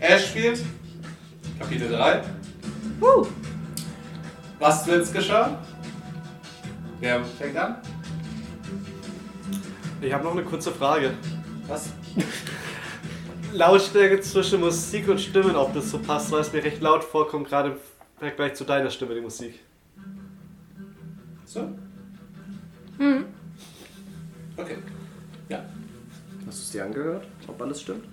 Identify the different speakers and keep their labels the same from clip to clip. Speaker 1: Ash spielt. Kapitel 3.
Speaker 2: Huh.
Speaker 1: Was wird's geschah? Wer fängt an?
Speaker 3: Ich habe noch eine kurze Frage.
Speaker 1: Was?
Speaker 3: Lautstärke zwischen Musik und Stimmen, ob das so passt, weil es mir recht laut vorkommt, gerade im Vergleich zu deiner Stimme, die Musik.
Speaker 1: So?
Speaker 2: Mhm.
Speaker 1: Okay.
Speaker 4: Hast du es dir angehört? Ob alles stimmt?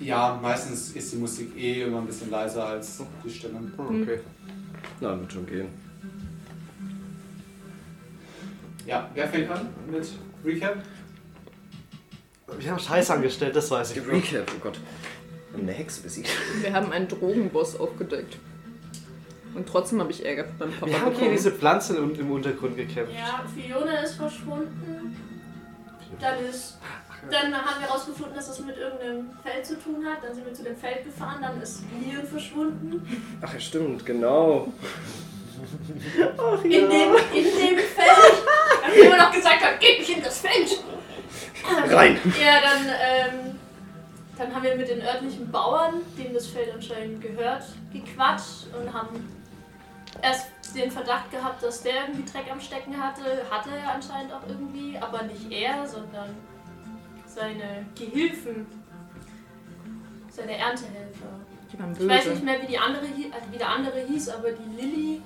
Speaker 1: Ja, meistens ist die Musik eh immer ein bisschen leiser als die Stimme.
Speaker 3: Hm, okay.
Speaker 4: Na, wird schon gehen.
Speaker 1: Ja, wer fängt an mit Recap?
Speaker 3: Wir haben Scheiß angestellt, das weiß ich. noch.
Speaker 4: Recap, oh Gott. Wir haben eine Hexe besiegt.
Speaker 2: Wir haben einen Drogenboss aufgedeckt. Und trotzdem habe ich Ärger von meinem Papa
Speaker 3: Wir haben
Speaker 2: bekommen.
Speaker 3: gegen diese Pflanzen im, im Untergrund gekämpft.
Speaker 5: Ja, Fiona ist verschwunden. Dann ist. Dann haben wir herausgefunden, dass das mit irgendeinem Feld zu tun hat. Dann sind wir zu dem Feld gefahren. Dann ist Leon verschwunden.
Speaker 4: Ach ja, stimmt, genau.
Speaker 5: In, dem, in dem Feld. Dann immer noch gesagt hat, geht nicht in das Feld.
Speaker 4: Rein!
Speaker 5: Ja, dann, ähm, dann haben wir mit den örtlichen Bauern, denen das Feld anscheinend gehört, gequatscht und haben erst den Verdacht gehabt, dass der irgendwie Dreck am Stecken hatte. Hatte er anscheinend auch irgendwie, aber nicht er, sondern seine Gehilfen, seine Erntehelfer.
Speaker 2: Die waren
Speaker 5: Ich weiß nicht
Speaker 2: böse.
Speaker 5: mehr, wie, die andere, hie- also wie der andere hieß, aber die Lilly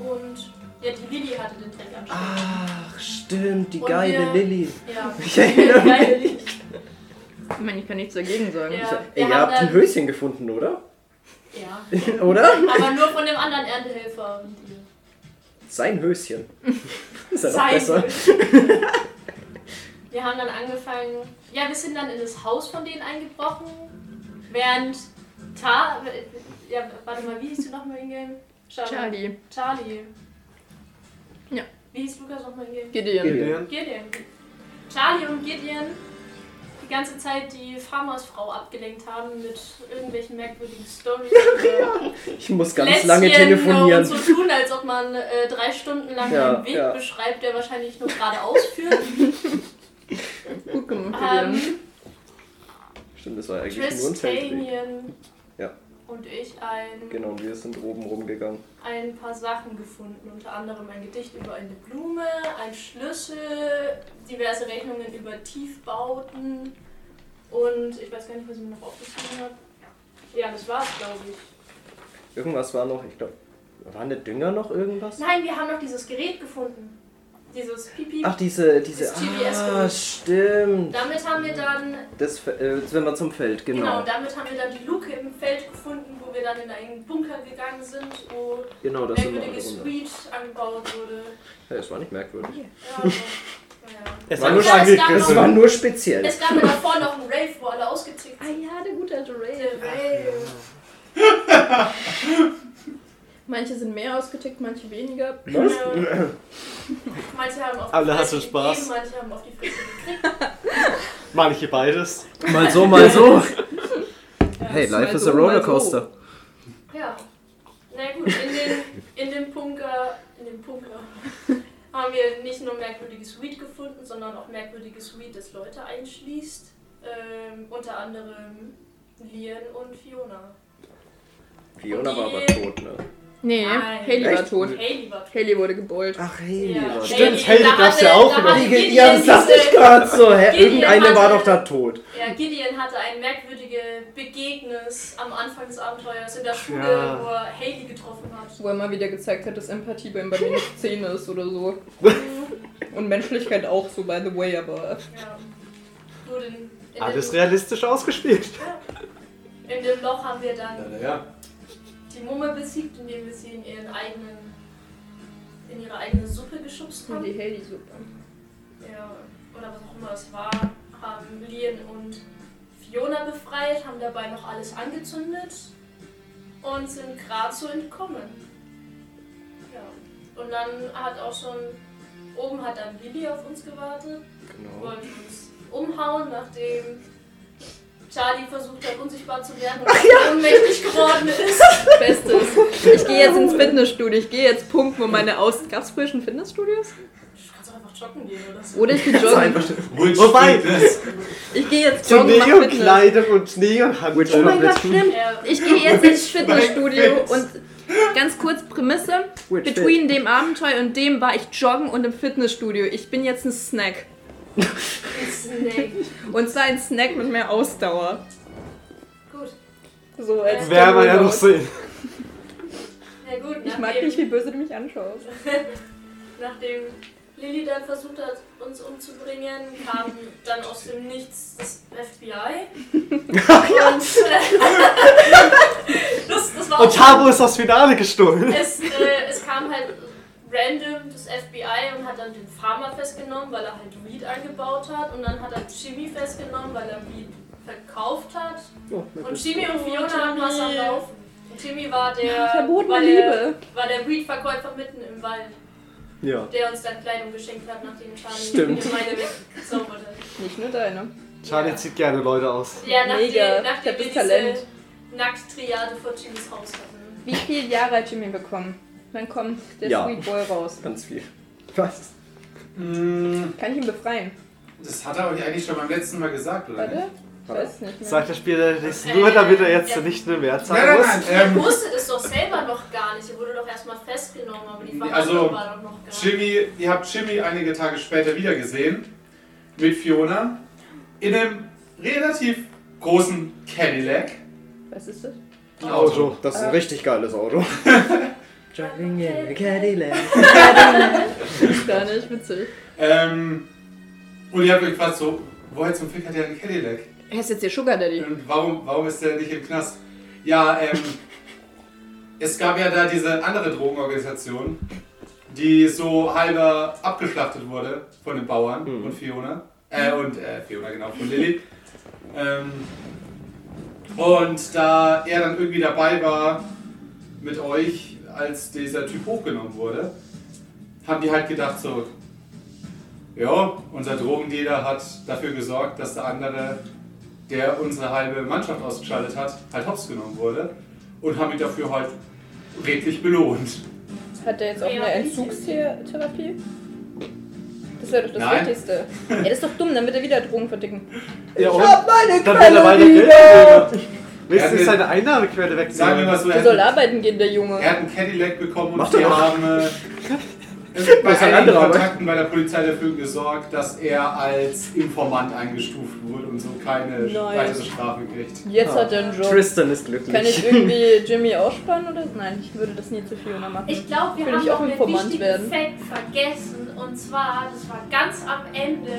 Speaker 5: und. Ja, die Lilly hatte den Dreck am Stecken.
Speaker 4: Ach, stimmt, die
Speaker 5: Und
Speaker 4: geile
Speaker 5: wir-
Speaker 4: Lilly.
Speaker 5: Ja.
Speaker 4: Ah. Ich erinnere mich.
Speaker 5: Geile Lilly.
Speaker 2: Ich meine, ich kann nichts dagegen sagen.
Speaker 5: Ja.
Speaker 4: Ey,
Speaker 5: wir
Speaker 4: ihr
Speaker 5: haben
Speaker 4: habt ein
Speaker 5: dann-
Speaker 4: Höschen gefunden, oder?
Speaker 5: Ja.
Speaker 4: oder?
Speaker 5: Aber nur von dem anderen Erntehelfer.
Speaker 4: Sein Höschen. Ist ja noch
Speaker 5: Sein
Speaker 4: besser.
Speaker 5: Wir haben dann angefangen. Ja, wir sind dann in das Haus von denen eingebrochen. Während Ta. Ja, warte mal, wie hieß du nochmal in Game?
Speaker 2: Charlie.
Speaker 5: Charlie.
Speaker 2: Ja.
Speaker 5: Wie hieß Lukas nochmal in Game?
Speaker 2: Gideon.
Speaker 3: Gideon.
Speaker 5: Gideon. Charlie und Gideon die ganze Zeit die Farmersfrau abgelenkt haben mit irgendwelchen merkwürdigen Storys.
Speaker 4: Ich muss ganz
Speaker 5: Lätzchen
Speaker 4: lange telefonieren.
Speaker 5: Und so tun, als ob man äh, drei Stunden lang
Speaker 4: Ja,
Speaker 5: einen Weg
Speaker 4: ja.
Speaker 5: beschreibt, der wahrscheinlich nur geradeaus führt.
Speaker 2: Gut gemacht, Gideon.
Speaker 5: ähm,
Speaker 4: Stimmt, das war eigentlich nur ein Feldweg.
Speaker 5: Tristanian
Speaker 4: Ja.
Speaker 5: und ich ein,
Speaker 4: Genau, und wir sind oben rumgegangen.
Speaker 5: ein paar Sachen gefunden. Unter anderem ein Gedicht über eine Blume, ein Schlüssel, diverse Rechnungen über Tiefbauten und ich weiß gar nicht, was ich mir noch aufgeschrieben habe. Ja, das war's, glaube ich.
Speaker 4: Irgendwas war noch, ich glaube, war eine Dünger noch irgendwas?
Speaker 5: Nein, wir haben noch dieses Gerät gefunden. Dieses Pipi.
Speaker 4: Ach, diese, diese,
Speaker 5: Das TBS
Speaker 4: ah,
Speaker 5: -Gerät.
Speaker 4: stimmt.
Speaker 5: Damit haben wir dann
Speaker 4: Das, Fe- äh, wenn man zum Feld,
Speaker 5: Genau.
Speaker 4: genau.
Speaker 5: damit haben wir dann die Luke im Feld gefunden, wo wir dann in einen Bunker gegangen sind, wo
Speaker 4: Genau, das sind wir alle
Speaker 5: merkwürdiges
Speaker 4: runter.
Speaker 5: Weed angebaut wurde.
Speaker 4: Ja, das war nicht merkwürdig.
Speaker 5: Ja, also, naja.
Speaker 3: Es
Speaker 4: War
Speaker 3: war
Speaker 4: nur
Speaker 3: nur
Speaker 5: Ja, es gab
Speaker 4: Das
Speaker 3: angegriffen.
Speaker 5: noch-
Speaker 4: war nur speziell.
Speaker 5: Es gab ja davor noch einen Rave, wo alle ausgezickt
Speaker 2: Ah
Speaker 5: sind.
Speaker 2: ja, der gute alte
Speaker 5: Der
Speaker 2: Ray.
Speaker 5: Rave.
Speaker 2: Manche sind mehr ausgetickt, manche weniger.
Speaker 5: Ja. Manche haben auf die
Speaker 3: Alle
Speaker 5: Fresse
Speaker 3: hatten Spaß.
Speaker 5: gegeben, manche haben auf die Fresse gekriegt.
Speaker 3: Manche beides.
Speaker 4: Mal so, mal so. Hey,
Speaker 2: mal
Speaker 4: life is
Speaker 2: so,
Speaker 4: a
Speaker 2: mal
Speaker 4: rollercoaster.
Speaker 5: Ja. Na gut, in, den, in dem Bunker, in dem Bunker haben wir nicht nur merkwürdiges Weed gefunden, sondern auch merkwürdiges Weed, das Leute einschließt. Ähm, unter anderem Lian und Fiona.
Speaker 4: Fiona war aber
Speaker 5: Nee.
Speaker 4: tot, ne?
Speaker 2: Nee,
Speaker 5: Nein.
Speaker 2: Haley war
Speaker 4: Echt?
Speaker 2: tot.
Speaker 5: Haley war tot.
Speaker 2: Haley wurde gebollt.
Speaker 3: Ah.
Speaker 4: Ach, hey, die war
Speaker 3: Stimmt,
Speaker 5: Haley-
Speaker 3: Haley
Speaker 5: da
Speaker 3: gab's
Speaker 5: hatte-
Speaker 3: ja auch
Speaker 5: da
Speaker 3: noch.
Speaker 5: hatte
Speaker 4: Die-
Speaker 5: Gideon
Speaker 4: Ja, das dachte ich
Speaker 5: diese-
Speaker 4: gerade so. Hä?
Speaker 5: Gideon
Speaker 4: Irgendeine
Speaker 5: hatte-
Speaker 4: war doch da tot.
Speaker 5: Ja, Gideon hatte ein merkwürdiges Begegnis am Anfang des Abenteuers in der Schule,
Speaker 3: Ja.
Speaker 5: wo er Haley getroffen hat.
Speaker 2: Wo er mal wieder gezeigt hat, dass Empathie bei ihm bei mir nicht 10 ist oder so. Und Menschlichkeit auch so, by the way, aber.
Speaker 5: Ja. Nur den, in,
Speaker 3: Alles
Speaker 5: dem,
Speaker 3: realistisch ausgespielt.
Speaker 5: in dem Loch haben wir dann
Speaker 1: Ja, ja.
Speaker 5: die Mumme besiegt, indem wir sie in ihren eigenen in ihre eigene Suppe geschubst
Speaker 2: Und
Speaker 5: haben.
Speaker 2: die Haley-Suppe.
Speaker 5: Ja, oder was auch immer es war, haben Lien und Fiona befreit, haben dabei noch alles angezündet und sind gerade so entkommen. Ja. Und dann hat auch schon oben hat dann Lilly auf uns gewartet,
Speaker 4: Genau.
Speaker 5: wollte uns umhauen, nachdem Charlie versucht hat, unsichtbar zu werden und ohnmächtig geworden ist.
Speaker 2: Bestes. Ich gehe jetzt ins Fitnessstudio. Ich gehe jetzt pumpen, um meine Aus. Gab's früher schon Fitnessstudios?
Speaker 5: Du kannst auch einfach joggen gehen oder so.
Speaker 2: Oder ich gehe
Speaker 4: Sein
Speaker 2: joggen.
Speaker 4: bestimmt.
Speaker 1: Which
Speaker 3: Wobei-
Speaker 1: fitness?
Speaker 2: Ich gehe jetzt
Speaker 3: So
Speaker 2: joggen, mach Fitness.
Speaker 3: Neonkleidung und
Speaker 4: Which-
Speaker 3: Neonhandel.
Speaker 2: Oh mein Gott,
Speaker 4: Let's do-
Speaker 2: stimmt.
Speaker 5: Ja.
Speaker 2: Ich gehe jetzt ins Fitnessstudio und ganz kurz Prämisse.
Speaker 4: Which
Speaker 2: Between dem Abenteuer und dem war ich joggen und im Fitnessstudio. Ich bin jetzt ein Snack.
Speaker 5: Snake.
Speaker 2: Und zwar ein Snack mit mehr Ausdauer.
Speaker 5: Gut.
Speaker 2: So als
Speaker 3: Wer wir ja noch
Speaker 2: Reload.
Speaker 3: sehen.
Speaker 5: Na gut,
Speaker 2: Ich
Speaker 5: nachdem,
Speaker 2: mag nicht, wie böse du mich anschaust.
Speaker 5: nachdem Lilly dann versucht hat, uns umzubringen, kam dann aus dem Nichts das FBI. und äh, das, das
Speaker 2: Oh.
Speaker 5: war
Speaker 3: Und
Speaker 5: auch
Speaker 3: Tabo ist das Finale gestohlen.
Speaker 5: es, äh, es kam halt random das FBI und hat dann den Farmer festgenommen, weil er halt Weed angebaut hat. Und dann hat er Jimmy festgenommen, weil er Weed verkauft hat. Und Jimmy und Fiona haben was am Laufen. Und Jimmy war der,
Speaker 2: Verbotene
Speaker 5: war der,
Speaker 2: Liebe.
Speaker 5: war der Weed-Verkäufer mitten im Wald,
Speaker 3: Ja.
Speaker 5: der uns dann Kleidung geschenkt hat, nachdem Charlie
Speaker 4: Stimmt.
Speaker 5: die meine weggezaubert hat.
Speaker 2: Nicht nur deine.
Speaker 3: Charlie
Speaker 5: Ja.
Speaker 3: zieht gerne Leute aus.
Speaker 5: Ja, nachdem,
Speaker 2: Mega. Ich
Speaker 5: nachdem
Speaker 2: hab
Speaker 5: wir
Speaker 2: das
Speaker 5: diese
Speaker 2: Talent.
Speaker 5: Nackt-Triade vor Jimmys Haus hatten.
Speaker 2: Wie viele Jahre hat Jimmy bekommen? Dann kommt der
Speaker 4: Ja.
Speaker 2: Sweet Boy raus.
Speaker 4: Ganz viel. Was?
Speaker 1: Mm,
Speaker 2: Kann ich ihn befreien?
Speaker 1: Das hat er euch eigentlich schon beim letzten Mal gesagt, oder? nicht?
Speaker 2: Warte? Ich weiß nicht mehr.
Speaker 3: Sagt der Spieler das nur, damit er jetzt
Speaker 5: Ja.
Speaker 3: nicht eine Mehrzahl
Speaker 1: Nein, nein,
Speaker 3: muss.
Speaker 1: nein.
Speaker 5: Er
Speaker 1: Ähm,
Speaker 5: wusste das doch selber noch gar nicht. Er wurde doch erstmal festgenommen, aber die Verhandlung
Speaker 1: Also,
Speaker 5: war doch noch gar nicht.
Speaker 1: Jimmy, ihr habt Jimmy einige Tage später wieder gesehen mit Fiona in einem relativ großen Cadillac.
Speaker 2: Was ist das?
Speaker 1: Ein
Speaker 3: Auto.
Speaker 4: Das ist
Speaker 2: Äh.
Speaker 4: ein richtig geiles Auto.
Speaker 5: Driving in a
Speaker 4: Cadillac.
Speaker 2: Gar nicht, witzig.
Speaker 1: Ähm, und ihr habt euch gefragt, so, woher zum Fick hat er einen Cadillac?
Speaker 2: Er ist jetzt der Sugar Daddy.
Speaker 1: Und warum, warum ist der nicht im Knast? Ja, ähm, es gab ja da diese andere Drogenorganisation, die so halber abgeschlachtet wurde von den Bauern
Speaker 4: Mhm.
Speaker 1: und Fiona. Äh, und äh, Fiona, genau, von Lilly. ähm, und da er dann irgendwie dabei war mit euch, als dieser Typ hochgenommen wurde, haben die halt gedacht so, ja, unser Drogendealer hat dafür gesorgt, dass der andere der unsere halbe Mannschaft ausgeschaltet hat, halt hops genommen wurde und haben ihn dafür halt redlich belohnt.
Speaker 2: Hat der jetzt auch eine
Speaker 5: Ja.
Speaker 2: Entzugstherapie? Das wäre doch das
Speaker 1: Nein.
Speaker 2: Wichtigste. Ja, das ist doch dumm, damit er wieder Drogen verdicken.
Speaker 3: Ja, und
Speaker 2: meine
Speaker 3: dann will er weiter Geld verdienen. Willst du
Speaker 1: Ja, wir-
Speaker 3: nicht seine Einnahmequelle wegnehmen?
Speaker 1: Sagen wir mal so,
Speaker 2: Der
Speaker 1: er
Speaker 2: soll
Speaker 1: hat,
Speaker 2: arbeiten gehen, der Junge.
Speaker 1: er hat einen Cadillac bekommen und
Speaker 4: Macht er
Speaker 1: wir
Speaker 4: doch.
Speaker 1: haben äh, bei
Speaker 4: ist ein
Speaker 1: einigen
Speaker 4: anderer, aber-
Speaker 1: Kontakten bei der Polizei dafür gesorgt, dass er als Informant eingestuft wurde und so keine
Speaker 2: Nice.
Speaker 1: weitere Strafe kriegt.
Speaker 2: Jetzt hat er einen Job.
Speaker 4: Tristan ist glücklich.
Speaker 2: Kann ich irgendwie Jimmy ausspannen oder? Nein, ich würde das nie zu Fiona machen.
Speaker 5: Ich glaube, wir
Speaker 2: Will
Speaker 5: haben
Speaker 2: ich auch
Speaker 5: noch einen
Speaker 2: Informant
Speaker 5: wichtigen
Speaker 2: werden?
Speaker 5: Fact vergessen. Und zwar, das war ganz am Ende,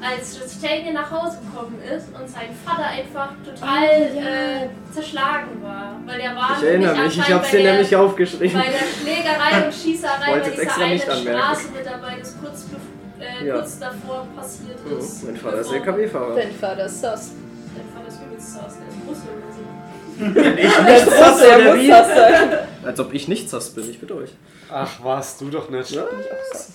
Speaker 5: als Justine nach Hause gekommen ist und sein Vater einfach total
Speaker 2: Ah, ja.
Speaker 5: äh, zerschlagen war. Weil er war
Speaker 4: ich erinnere
Speaker 5: nämlich
Speaker 4: mich, ich
Speaker 5: anscheinend
Speaker 4: hab's
Speaker 5: bei
Speaker 4: dir
Speaker 5: der-
Speaker 4: nämlich aufgeschrieben.
Speaker 5: Bei der Schlägerei und Schießerei
Speaker 4: Wollte
Speaker 5: bei
Speaker 4: jetzt
Speaker 5: dieser
Speaker 4: extra
Speaker 5: einen
Speaker 4: nicht anmerken.
Speaker 5: Straße mit dabei, das kurz, bef- äh,
Speaker 4: Ja.
Speaker 5: kurz davor passiert ist.
Speaker 4: Mhm. Mein Vater ist
Speaker 5: Bevor-
Speaker 4: LKW-Fahrer.
Speaker 2: Dein Vater ist sass.
Speaker 5: Dein Vater ist übelst saß, der ist Russe oder so.
Speaker 2: Der ist sass,
Speaker 4: oder
Speaker 2: der muss
Speaker 4: wie?
Speaker 2: sass sein.
Speaker 4: Als ob ich nicht sass bin, ich bitte euch.
Speaker 3: Ach, warst du doch nicht.
Speaker 4: Ja.
Speaker 2: Ich auch sass.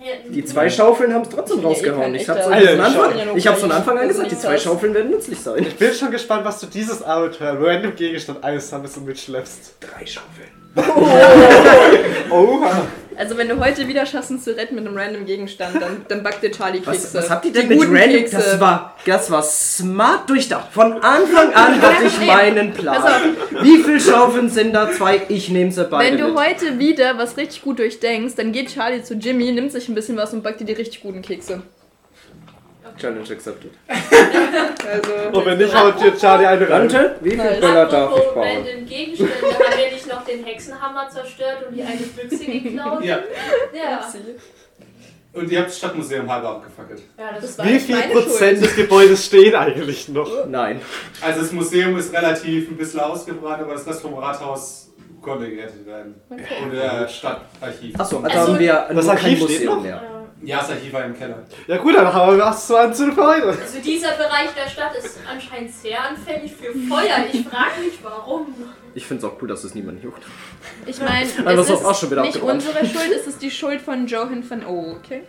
Speaker 5: Hier,
Speaker 4: Die zwei Schaufeln haben es trotzdem
Speaker 2: Ja,
Speaker 4: rausgehauen.
Speaker 2: eh
Speaker 4: Ich
Speaker 2: kein
Speaker 4: hab's
Speaker 2: echter-
Speaker 4: von
Speaker 2: Alter,
Speaker 4: Anfang, ich hab's von Anfang an
Speaker 2: Also
Speaker 4: gesagt,
Speaker 2: die
Speaker 4: die zwei
Speaker 2: Sass.
Speaker 4: Schaufeln werden nützlich sein.
Speaker 3: Ich bin schon gespannt, was du dieses Abenteuer random Gegenstand alles sammelst und mitschleppst.
Speaker 4: Drei Schaufeln.
Speaker 3: Oha.
Speaker 2: Also wenn du heute wieder schaffst, uns zu retten mit einem random Gegenstand, dann, dann backt dir Charlie Kekse.
Speaker 4: Was, was habt ihr denn
Speaker 2: Die
Speaker 4: mit
Speaker 2: guten
Speaker 4: Random?
Speaker 2: Kekse.
Speaker 4: Das war, das war smart durchdacht. Von Anfang an hatte ich meinen Plan.
Speaker 2: Pass
Speaker 4: Wie viel Schaufeln sind da? Zwei, ich nehme sie beide
Speaker 2: Wenn du
Speaker 4: mit.
Speaker 2: heute wieder was richtig gut durchdenkst, dann geht Charlie zu Jimmy, nimmt sich ein bisschen was und backt dir die richtig guten Kekse.
Speaker 4: Challenge accepted.
Speaker 2: Also,
Speaker 3: Und Oh, wenn nicht, haut dir Charlie eine rein.
Speaker 4: Rante, wie viel
Speaker 2: Nice.
Speaker 4: Dollar darf ich
Speaker 5: Apropos
Speaker 4: bauen?
Speaker 5: random Gegenstände, haben wir nicht noch den Hexenhammer zerstört und die eine Büchse geklaut?
Speaker 1: Ja,
Speaker 5: Ja.
Speaker 1: und ihr habt das Stadtmuseum halber abgefackelt.
Speaker 5: Ja, das
Speaker 2: Das war
Speaker 3: Wie
Speaker 2: nicht
Speaker 3: viel
Speaker 2: meine
Speaker 3: Prozent
Speaker 2: Schuld.
Speaker 3: des Gebäudes stehen eigentlich noch?
Speaker 4: Nein.
Speaker 1: Also das Museum ist relativ ein bisschen ausgebrannt, aber das Rest vom Rathaus konnte gerettet werden. Und der Stadtarchiv.
Speaker 4: Achso, also
Speaker 5: Also,
Speaker 4: haben wir
Speaker 3: das
Speaker 4: nur
Speaker 3: Archiv
Speaker 4: kein
Speaker 3: steht
Speaker 4: Museum
Speaker 3: noch?
Speaker 5: äh,
Speaker 4: mehr.
Speaker 1: Ja, das Archiv war im Keller.
Speaker 3: Ja gut, dann haben wir was zu anzufangen.
Speaker 5: Also dieser Bereich der Stadt ist anscheinend sehr anfällig für Feuer. Ich frage mich warum.
Speaker 4: Ich find's auch cool, dass es niemand juckt.
Speaker 2: Ich meine,
Speaker 4: Aber
Speaker 2: es
Speaker 4: es ist
Speaker 2: ist
Speaker 4: auch schon wieder
Speaker 2: nicht
Speaker 4: abgebrannt.
Speaker 2: unsere Schuld, es ist die Schuld von Johan van O, okay?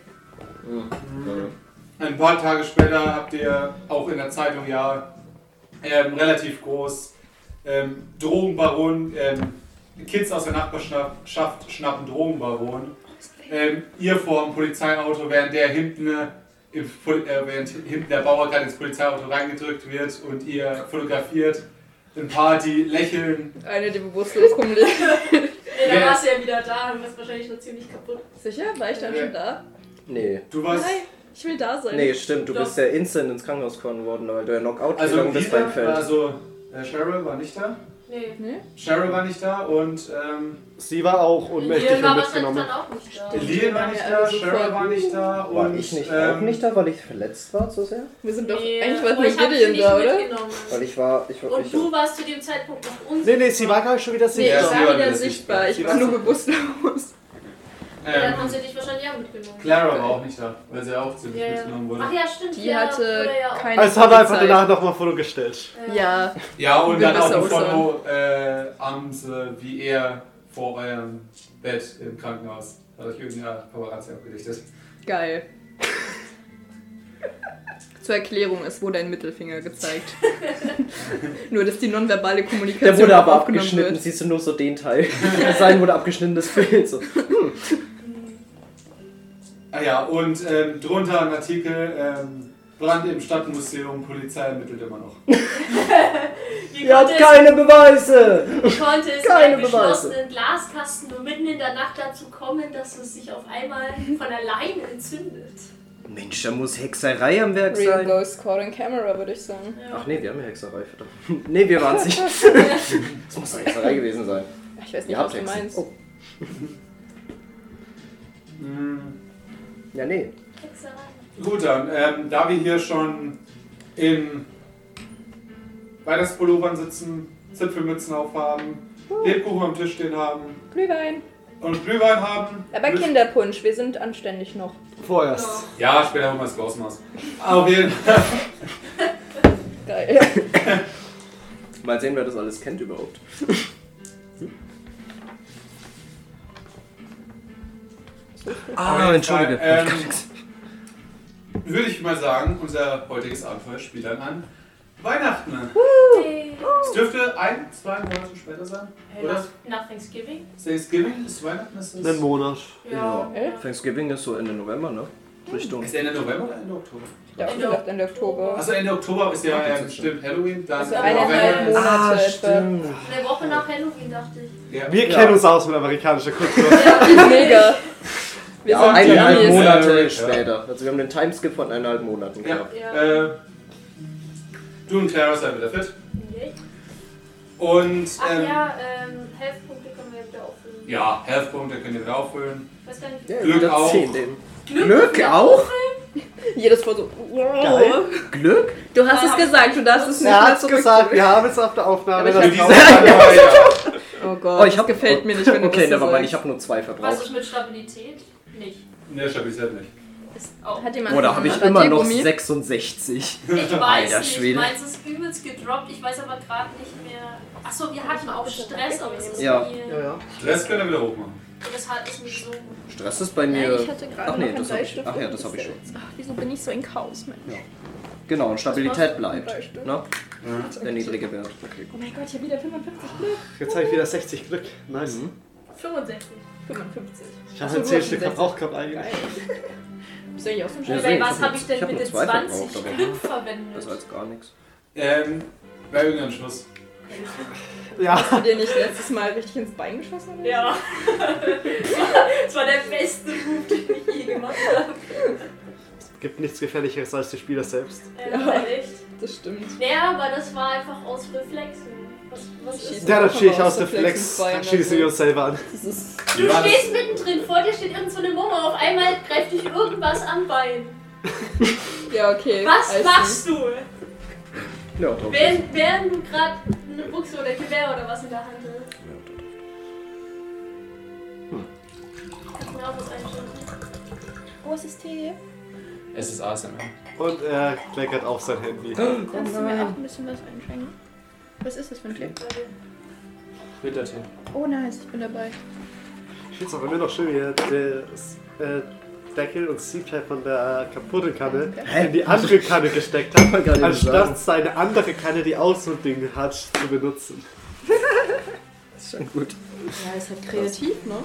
Speaker 1: Ein paar Tage später habt ihr auch in der Zeitung ja ähm, relativ groß ähm, Drogenbaron, ähm, Kids aus der Nachbarschaft schnappen Drogenbaron. ähm, ihr vor dem Polizeiauto, während der hinten, äh, im, Pol- äh, während hinten der Bauer gerade ins Polizeiauto reingedrückt wird und ihr fotografiert. Ein paar, die lächeln.
Speaker 2: Eine, die bewusstlos rumliegt.
Speaker 5: Ja, dann
Speaker 1: Ja.
Speaker 5: warst du ja wieder da und warst wahrscheinlich noch ziemlich kaputt.
Speaker 2: Sicher? War ich dann schon da?
Speaker 4: Nee.
Speaker 1: Du warst.
Speaker 2: Nein, ich will da sein.
Speaker 4: Nee, stimmt, du
Speaker 5: Doch.
Speaker 4: bist ja instant ins Krankenhaus gefahren worden, weil du ja Knockout
Speaker 1: Also,
Speaker 4: gegangen bist beim
Speaker 1: Lisa, war-
Speaker 4: Feld.
Speaker 1: also äh, Cheryl war nicht da.
Speaker 5: Nee.
Speaker 2: Nee?
Speaker 1: Cheryl war nicht da und ähm,
Speaker 3: Sie war auch ohnmächtig
Speaker 5: Lil
Speaker 3: und
Speaker 5: war wahrscheinlich
Speaker 3: mitgenommen.
Speaker 5: dann auch nicht da.
Speaker 2: Stimmt.
Speaker 1: Lil war
Speaker 2: waren
Speaker 1: nicht
Speaker 2: ja
Speaker 1: da,
Speaker 2: alle so
Speaker 1: Cheryl
Speaker 2: voll,
Speaker 1: war nicht da und.
Speaker 4: War ich nicht
Speaker 1: ähm,
Speaker 4: auch nicht da, weil ich verletzt war zu sehr?
Speaker 2: Wir sind doch.
Speaker 5: Nee.
Speaker 2: Eigentlich war
Speaker 5: Oh, ich
Speaker 2: nur
Speaker 5: hab sie
Speaker 2: Gideon
Speaker 5: nicht
Speaker 2: da, oder?
Speaker 5: mitgenommen.
Speaker 4: Weil ich war. Ich, war-
Speaker 5: Und
Speaker 4: ich,
Speaker 5: du warst zu dem Zeitpunkt noch unsicher.
Speaker 3: Nee, nee, sie war gar nicht schon wieder
Speaker 2: Nee,
Speaker 1: Ja,
Speaker 2: ich
Speaker 1: sie
Speaker 3: sicher.
Speaker 1: war
Speaker 2: war
Speaker 1: wieder
Speaker 2: wieder sichtbar. Ich war
Speaker 1: sichtbar.
Speaker 2: nur bewusstlos.
Speaker 5: Dann haben
Speaker 1: Ähm,
Speaker 5: sie dich wahrscheinlich auch mitgenommen.
Speaker 1: Clara war auch nicht da, weil sie auch ziemlich
Speaker 5: Ja, ja.
Speaker 1: mitgenommen wurde.
Speaker 5: Ach ja, stimmt.
Speaker 2: Die
Speaker 5: ja,
Speaker 2: hatte
Speaker 5: wurde ja auch- äh,
Speaker 2: keine.
Speaker 3: Also haben wir einfach
Speaker 2: Polizei.
Speaker 3: danach nochmal ein Foto gestellt.
Speaker 2: Ja,
Speaker 1: Ja, und
Speaker 2: Will
Speaker 1: dann auch
Speaker 2: besser
Speaker 1: ein Foto äh, abends, äh, wie er vor eurem Bett im Krankenhaus. Hat euch irgendeiner Paparazzi abgelichtet.
Speaker 2: geil. Zur Erklärung, es wurde ein Mittelfinger gezeigt. nur, dass die nonverbale Kommunikation
Speaker 4: der wurde aber
Speaker 2: aufgenommen
Speaker 4: abgeschnitten, siehst du nur so den Teil. Sein wurde abgeschnittenes Bild. So.
Speaker 1: Ah ja, und ähm, drunter ein Artikel, ähm, Brand im Stadtmuseum, Polizei ermittelt immer noch.
Speaker 5: Wie
Speaker 4: Ihr habt
Speaker 5: konnte,
Speaker 4: keine Beweise!
Speaker 5: es, wie konnte es in
Speaker 4: keine
Speaker 5: einem geschlossenen
Speaker 4: Beweise.
Speaker 5: Glaskasten nur mitten in der Nacht dazu kommen, dass es sich auf einmal von alleine entzündet?
Speaker 4: Mensch, da muss Hexerei am Werk
Speaker 2: wird. Real
Speaker 4: sein.
Speaker 2: Ghost Caught on Camera, würde ich sagen.
Speaker 5: Ja.
Speaker 4: Ach nee, wir haben ja Hexerei, verdammt. Nee, wir waren es nicht. Das muss doch Hexerei gewesen sein.
Speaker 2: Ich weiß nicht,
Speaker 4: Ihr
Speaker 2: was
Speaker 4: habt
Speaker 2: du
Speaker 4: Hexen.
Speaker 2: meinst.
Speaker 4: Oh,
Speaker 1: Mhm.
Speaker 4: ja, nee.
Speaker 5: Hexerei.
Speaker 1: Gut, dann, ähm, da wir hier schon in Weihnachtspullovern sitzen, Zipfelmützen aufhaben, Lebkuchen am Tisch stehen haben
Speaker 2: Glühwein.
Speaker 1: und Glühwein haben.
Speaker 2: Aber
Speaker 1: Glüh-
Speaker 2: Kinderpunsch, wir sind anständig noch.
Speaker 3: Vorerst.
Speaker 1: Ja, später haben wir das Ausmaß. Auf jeden Fall.
Speaker 2: Geil.
Speaker 4: Mal sehen, wer das alles kennt überhaupt. Ah, entschuldige.
Speaker 1: Ähm, würde ich mal sagen, unser heutiges Abenteuer spielt dann an Weihnachten.
Speaker 5: Nee.
Speaker 1: Es dürfte ein, zwei Monate später sein.
Speaker 5: Hey,
Speaker 1: Oder?
Speaker 5: nach, nach Thanksgiving?
Speaker 1: Thanksgiving ist Weihnachten, ist es?
Speaker 3: Einen Monat.
Speaker 4: Ja.
Speaker 2: Äh?
Speaker 4: Thanksgiving ist so Ende November, ne? Richtung.
Speaker 1: Ist Ende November oder Ende Oktober?
Speaker 2: Ich dachte, ich dachte Ende Oktober.
Speaker 1: Also Ende Oktober ist ja
Speaker 4: Ah, das
Speaker 1: ähm,
Speaker 4: ist
Speaker 1: stimmt Halloween, dann
Speaker 2: Also
Speaker 1: Ende
Speaker 2: eineinhalb
Speaker 1: November ist-
Speaker 2: Monate
Speaker 4: Ah,
Speaker 2: etwa.
Speaker 4: stimmt.
Speaker 5: Eine Woche nach Halloween, dachte ich.
Speaker 1: ja.
Speaker 3: Wir
Speaker 4: Ja.
Speaker 3: kennen uns aus mit amerikanischer Kultur.
Speaker 2: Mega. Wir
Speaker 4: Ja, eineinhalb
Speaker 2: Genies.
Speaker 4: Monate
Speaker 1: Ja.
Speaker 4: später. Also wir haben den Timeskip von eineinhalb Monaten
Speaker 1: Ja.
Speaker 4: gehabt.
Speaker 5: Ja.
Speaker 1: Äh, du und Clara seid wieder fit.
Speaker 5: Nee.
Speaker 1: Und
Speaker 5: Ach
Speaker 1: ähm,
Speaker 5: ja, ähm, Health-Punkte können wir wieder auffüllen.
Speaker 1: ja, Health-Punkte könnt ihr wieder auffüllen.
Speaker 5: Ich weiß gar nicht, wie
Speaker 4: Ja,
Speaker 1: Glück
Speaker 4: wieder
Speaker 1: auch.
Speaker 4: zehn eben.
Speaker 5: Glück,
Speaker 4: Glück auch?
Speaker 2: Jedes Mal so. Ah. wow.
Speaker 3: Geil.
Speaker 4: Glück?
Speaker 2: Du hast es gesagt, du darfst es nicht
Speaker 3: Er
Speaker 2: mehr
Speaker 3: hat's gesagt,
Speaker 2: zurückgeben.
Speaker 3: wir haben es auf der Aufnahme.
Speaker 2: Ja,
Speaker 1: Für
Speaker 2: aber
Speaker 3: das
Speaker 2: ich
Speaker 1: dieses
Speaker 3: Haus-
Speaker 5: genau.
Speaker 1: Abenteuer, ja.
Speaker 2: Oh Gott, das gefällt mir nicht, wenn du
Speaker 4: Okay,
Speaker 2: das so
Speaker 4: nevermind, ich
Speaker 2: sagst.
Speaker 4: habe nur zwei
Speaker 5: Was
Speaker 4: verbraucht.
Speaker 5: ist mit Stabilität? Nicht.
Speaker 1: Ne, stabilisiert nicht.
Speaker 5: Ist auch.
Speaker 2: Hat jemand
Speaker 4: Oder
Speaker 2: einen
Speaker 4: habe ich immer noch
Speaker 2: Radiergummi?
Speaker 4: 66?
Speaker 5: Ich weiß
Speaker 4: Alter
Speaker 5: nicht,
Speaker 4: Schwede.
Speaker 5: meins ist übelst gedroppt, ich weiß aber gerade nicht mehr. Achso, wir hatten auch Stress, aber es ist
Speaker 4: Ja.
Speaker 5: mir.
Speaker 3: Ja, ja.
Speaker 1: Stress könnt ihr wieder hochmachen.
Speaker 5: Und es hat es nicht so.
Speaker 4: Stress ist bei
Speaker 2: Nein,
Speaker 4: mir.
Speaker 2: ich hatte gerade
Speaker 4: Ach nee,
Speaker 2: noch einen
Speaker 4: das habe ich.
Speaker 2: Bleistift.
Speaker 4: Ach ja,
Speaker 2: und
Speaker 4: das habe ich schon.
Speaker 2: jetzt- Ach, wieso bin ich so ein Chaos, Mensch?
Speaker 4: Genau, und Stabilität
Speaker 2: Bleistift.
Speaker 4: bleibt. Ne?
Speaker 1: Ja.
Speaker 4: Der niedrige Wert. Okay.
Speaker 2: Oh mein Gott, ich habe wieder 55 Glück.
Speaker 3: Jetzt habe ich wieder 60 Glück. Nice.
Speaker 5: 65.
Speaker 2: 55.
Speaker 3: Ich
Speaker 2: Ach
Speaker 3: habe
Speaker 2: so,
Speaker 3: so,
Speaker 2: du
Speaker 3: 10
Speaker 2: hast
Speaker 3: Stück
Speaker 2: schon
Speaker 3: verbraucht gehabt
Speaker 2: Geil.
Speaker 3: eigentlich.
Speaker 2: Bist du eigentlich auch so ein
Speaker 4: Ja,
Speaker 2: Scheiß?
Speaker 5: Bei
Speaker 4: sehen,
Speaker 5: was
Speaker 4: ich hab
Speaker 5: habe
Speaker 4: nur-
Speaker 5: ich denn
Speaker 4: ich hab
Speaker 5: mit
Speaker 4: nur
Speaker 5: den
Speaker 4: zwei
Speaker 5: 20
Speaker 4: verbraucht, aber-
Speaker 5: Glück
Speaker 4: Besser
Speaker 5: verwendet?
Speaker 4: als gar nichts.
Speaker 1: Ähm, bei irgendeinem Schluss.
Speaker 3: Ja,
Speaker 2: Hast du dir nicht letztes Mal richtig ins Bein geschossen? Oder?
Speaker 5: Ja. Das war der beste Move, den ich je gemacht habe.
Speaker 3: gibt nichts Gefährlicheres als die Spieler selbst.
Speaker 5: Ja,
Speaker 2: Ja.
Speaker 5: echt.
Speaker 2: Das stimmt.
Speaker 5: Naja, aber das war einfach aus Reflexen. Was, was ist
Speaker 2: Schießen.
Speaker 3: Ja, dann schieße ich
Speaker 2: Aber
Speaker 3: aus
Speaker 2: aus
Speaker 3: dem
Speaker 2: Reflexen
Speaker 3: Flex,
Speaker 2: fallen
Speaker 3: dann schießen wir
Speaker 2: lassen.
Speaker 3: uns selber an.
Speaker 2: Das ist.
Speaker 5: Du
Speaker 1: Wie war das?
Speaker 5: stehst mittendrin, vor dir steht irgend so eine Mumme, auf einmal greift dich irgendwas am Bein.
Speaker 2: Ja, okay.
Speaker 5: Was
Speaker 2: Eisen.
Speaker 5: machst du?
Speaker 4: Ja, doch.
Speaker 5: Während, während du gerade eine Buchse oder Gewehr oder was in der Hand hast. Hm. Kannst du mir auch was
Speaker 4: Hm.
Speaker 5: einschenken?
Speaker 2: Oh, es ist Tee.
Speaker 1: Es ist ASMR.
Speaker 3: Und äh, er kleckert auf sein Handy.
Speaker 2: Kannst du mir auch ein bisschen was einschenken? Was ist das für ein Tee?
Speaker 1: Wintertee.
Speaker 2: Oh, nice, ich bin dabei.
Speaker 3: Ich finde es auch immer noch schön, wie der äh, Deckel und Siebteil von der kaputten Kanne
Speaker 2: Hä?
Speaker 3: in die andere Kanne gesteckt
Speaker 4: man
Speaker 3: hat,
Speaker 4: gar nicht sagen.
Speaker 3: anstatt seine andere Kanne, die auch so ein Ding hat, zu benutzen.
Speaker 4: Das ist schon gut.
Speaker 2: Ja, ist halt kreativ, ne?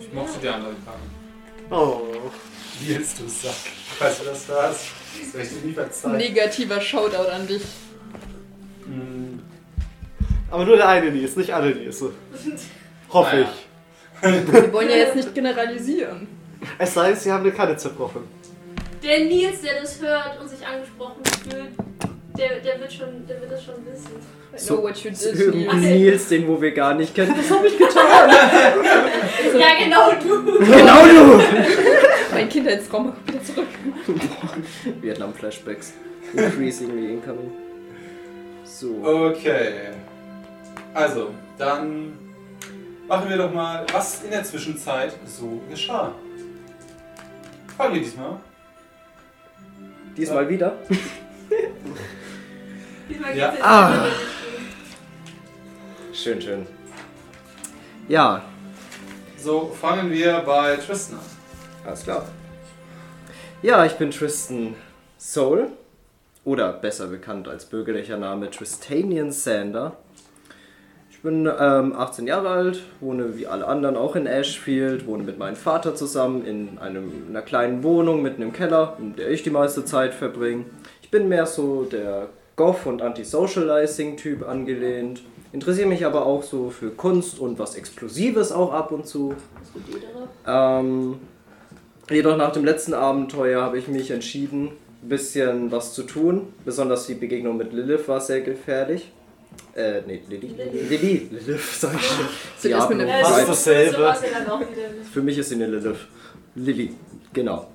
Speaker 1: Ich mochte die anderen Karten.
Speaker 3: Oh.
Speaker 1: Nils, du Sack. Weißt du, dass das? Das werde ich dir nie verzeihen.
Speaker 2: Negativer Shoutout an dich.
Speaker 1: Mm,
Speaker 3: Aber nur der eine Nils, nicht alle Nils. Hoffe
Speaker 1: Naja.
Speaker 3: ich.
Speaker 2: Wir wollen ja jetzt nicht generalisieren.
Speaker 3: Es sei denn, sie haben eine Karte zerbrochen.
Speaker 5: Der Nils, der das hört und sich angesprochen fühlt, der, der, wird, schon, der wird das schon wissen.
Speaker 2: I know what you did,
Speaker 4: Irgendein
Speaker 2: Nils.
Speaker 4: Nils, den wo wir gar nicht kennen. Das hab ich
Speaker 5: Ja, genau du.
Speaker 4: genau du!
Speaker 2: Mein Kindheitstraum kommt wieder zurück.
Speaker 4: Vietnam-Flashbacks. Increasingly incoming. So.
Speaker 1: Okay. Also, dann machen wir doch mal, was in der Zwischenzeit so geschah. Fangen wir diesmal.
Speaker 4: Diesmal wieder.
Speaker 5: Diesmal
Speaker 1: Ja.
Speaker 5: geht's jetzt
Speaker 4: Ah.
Speaker 5: nicht mehr.
Speaker 4: Schön, schön. Ja,
Speaker 1: So, fangen wir bei Tristan an.
Speaker 4: Alles klar. Ja, ich bin Tristan Soul. Oder besser bekannt als bürgerlicher Name Tristanian Sander. Ich bin ähm, 18 Jahre alt, wohne wie alle anderen auch in Ashfield, wohne mit meinem Vater zusammen in einem, einer kleinen Wohnung mitten im Keller, in der ich die meiste Zeit verbringe. Ich bin mehr so der Goth- und Antisocializing-Typ angelehnt, interessiere mich aber auch so für Kunst und was Explosives auch ab und zu. Ähm, jedoch nach dem letzten Abenteuer habe ich mich entschieden, ein bisschen was zu tun. Besonders die Begegnung mit Lilith war sehr gefährlich. Äh, nee, Lilith.
Speaker 5: Lilith.
Speaker 4: Lilith. Lilith, sag ich schon.
Speaker 2: Sind
Speaker 4: Ja,
Speaker 2: erstmal
Speaker 5: Äh,
Speaker 2: eine
Speaker 3: Fast
Speaker 5: so-
Speaker 3: dasselbe.
Speaker 5: So war's ja dann auch wieder.
Speaker 4: Für mich ist sie eine Lilith. Lilly, genau.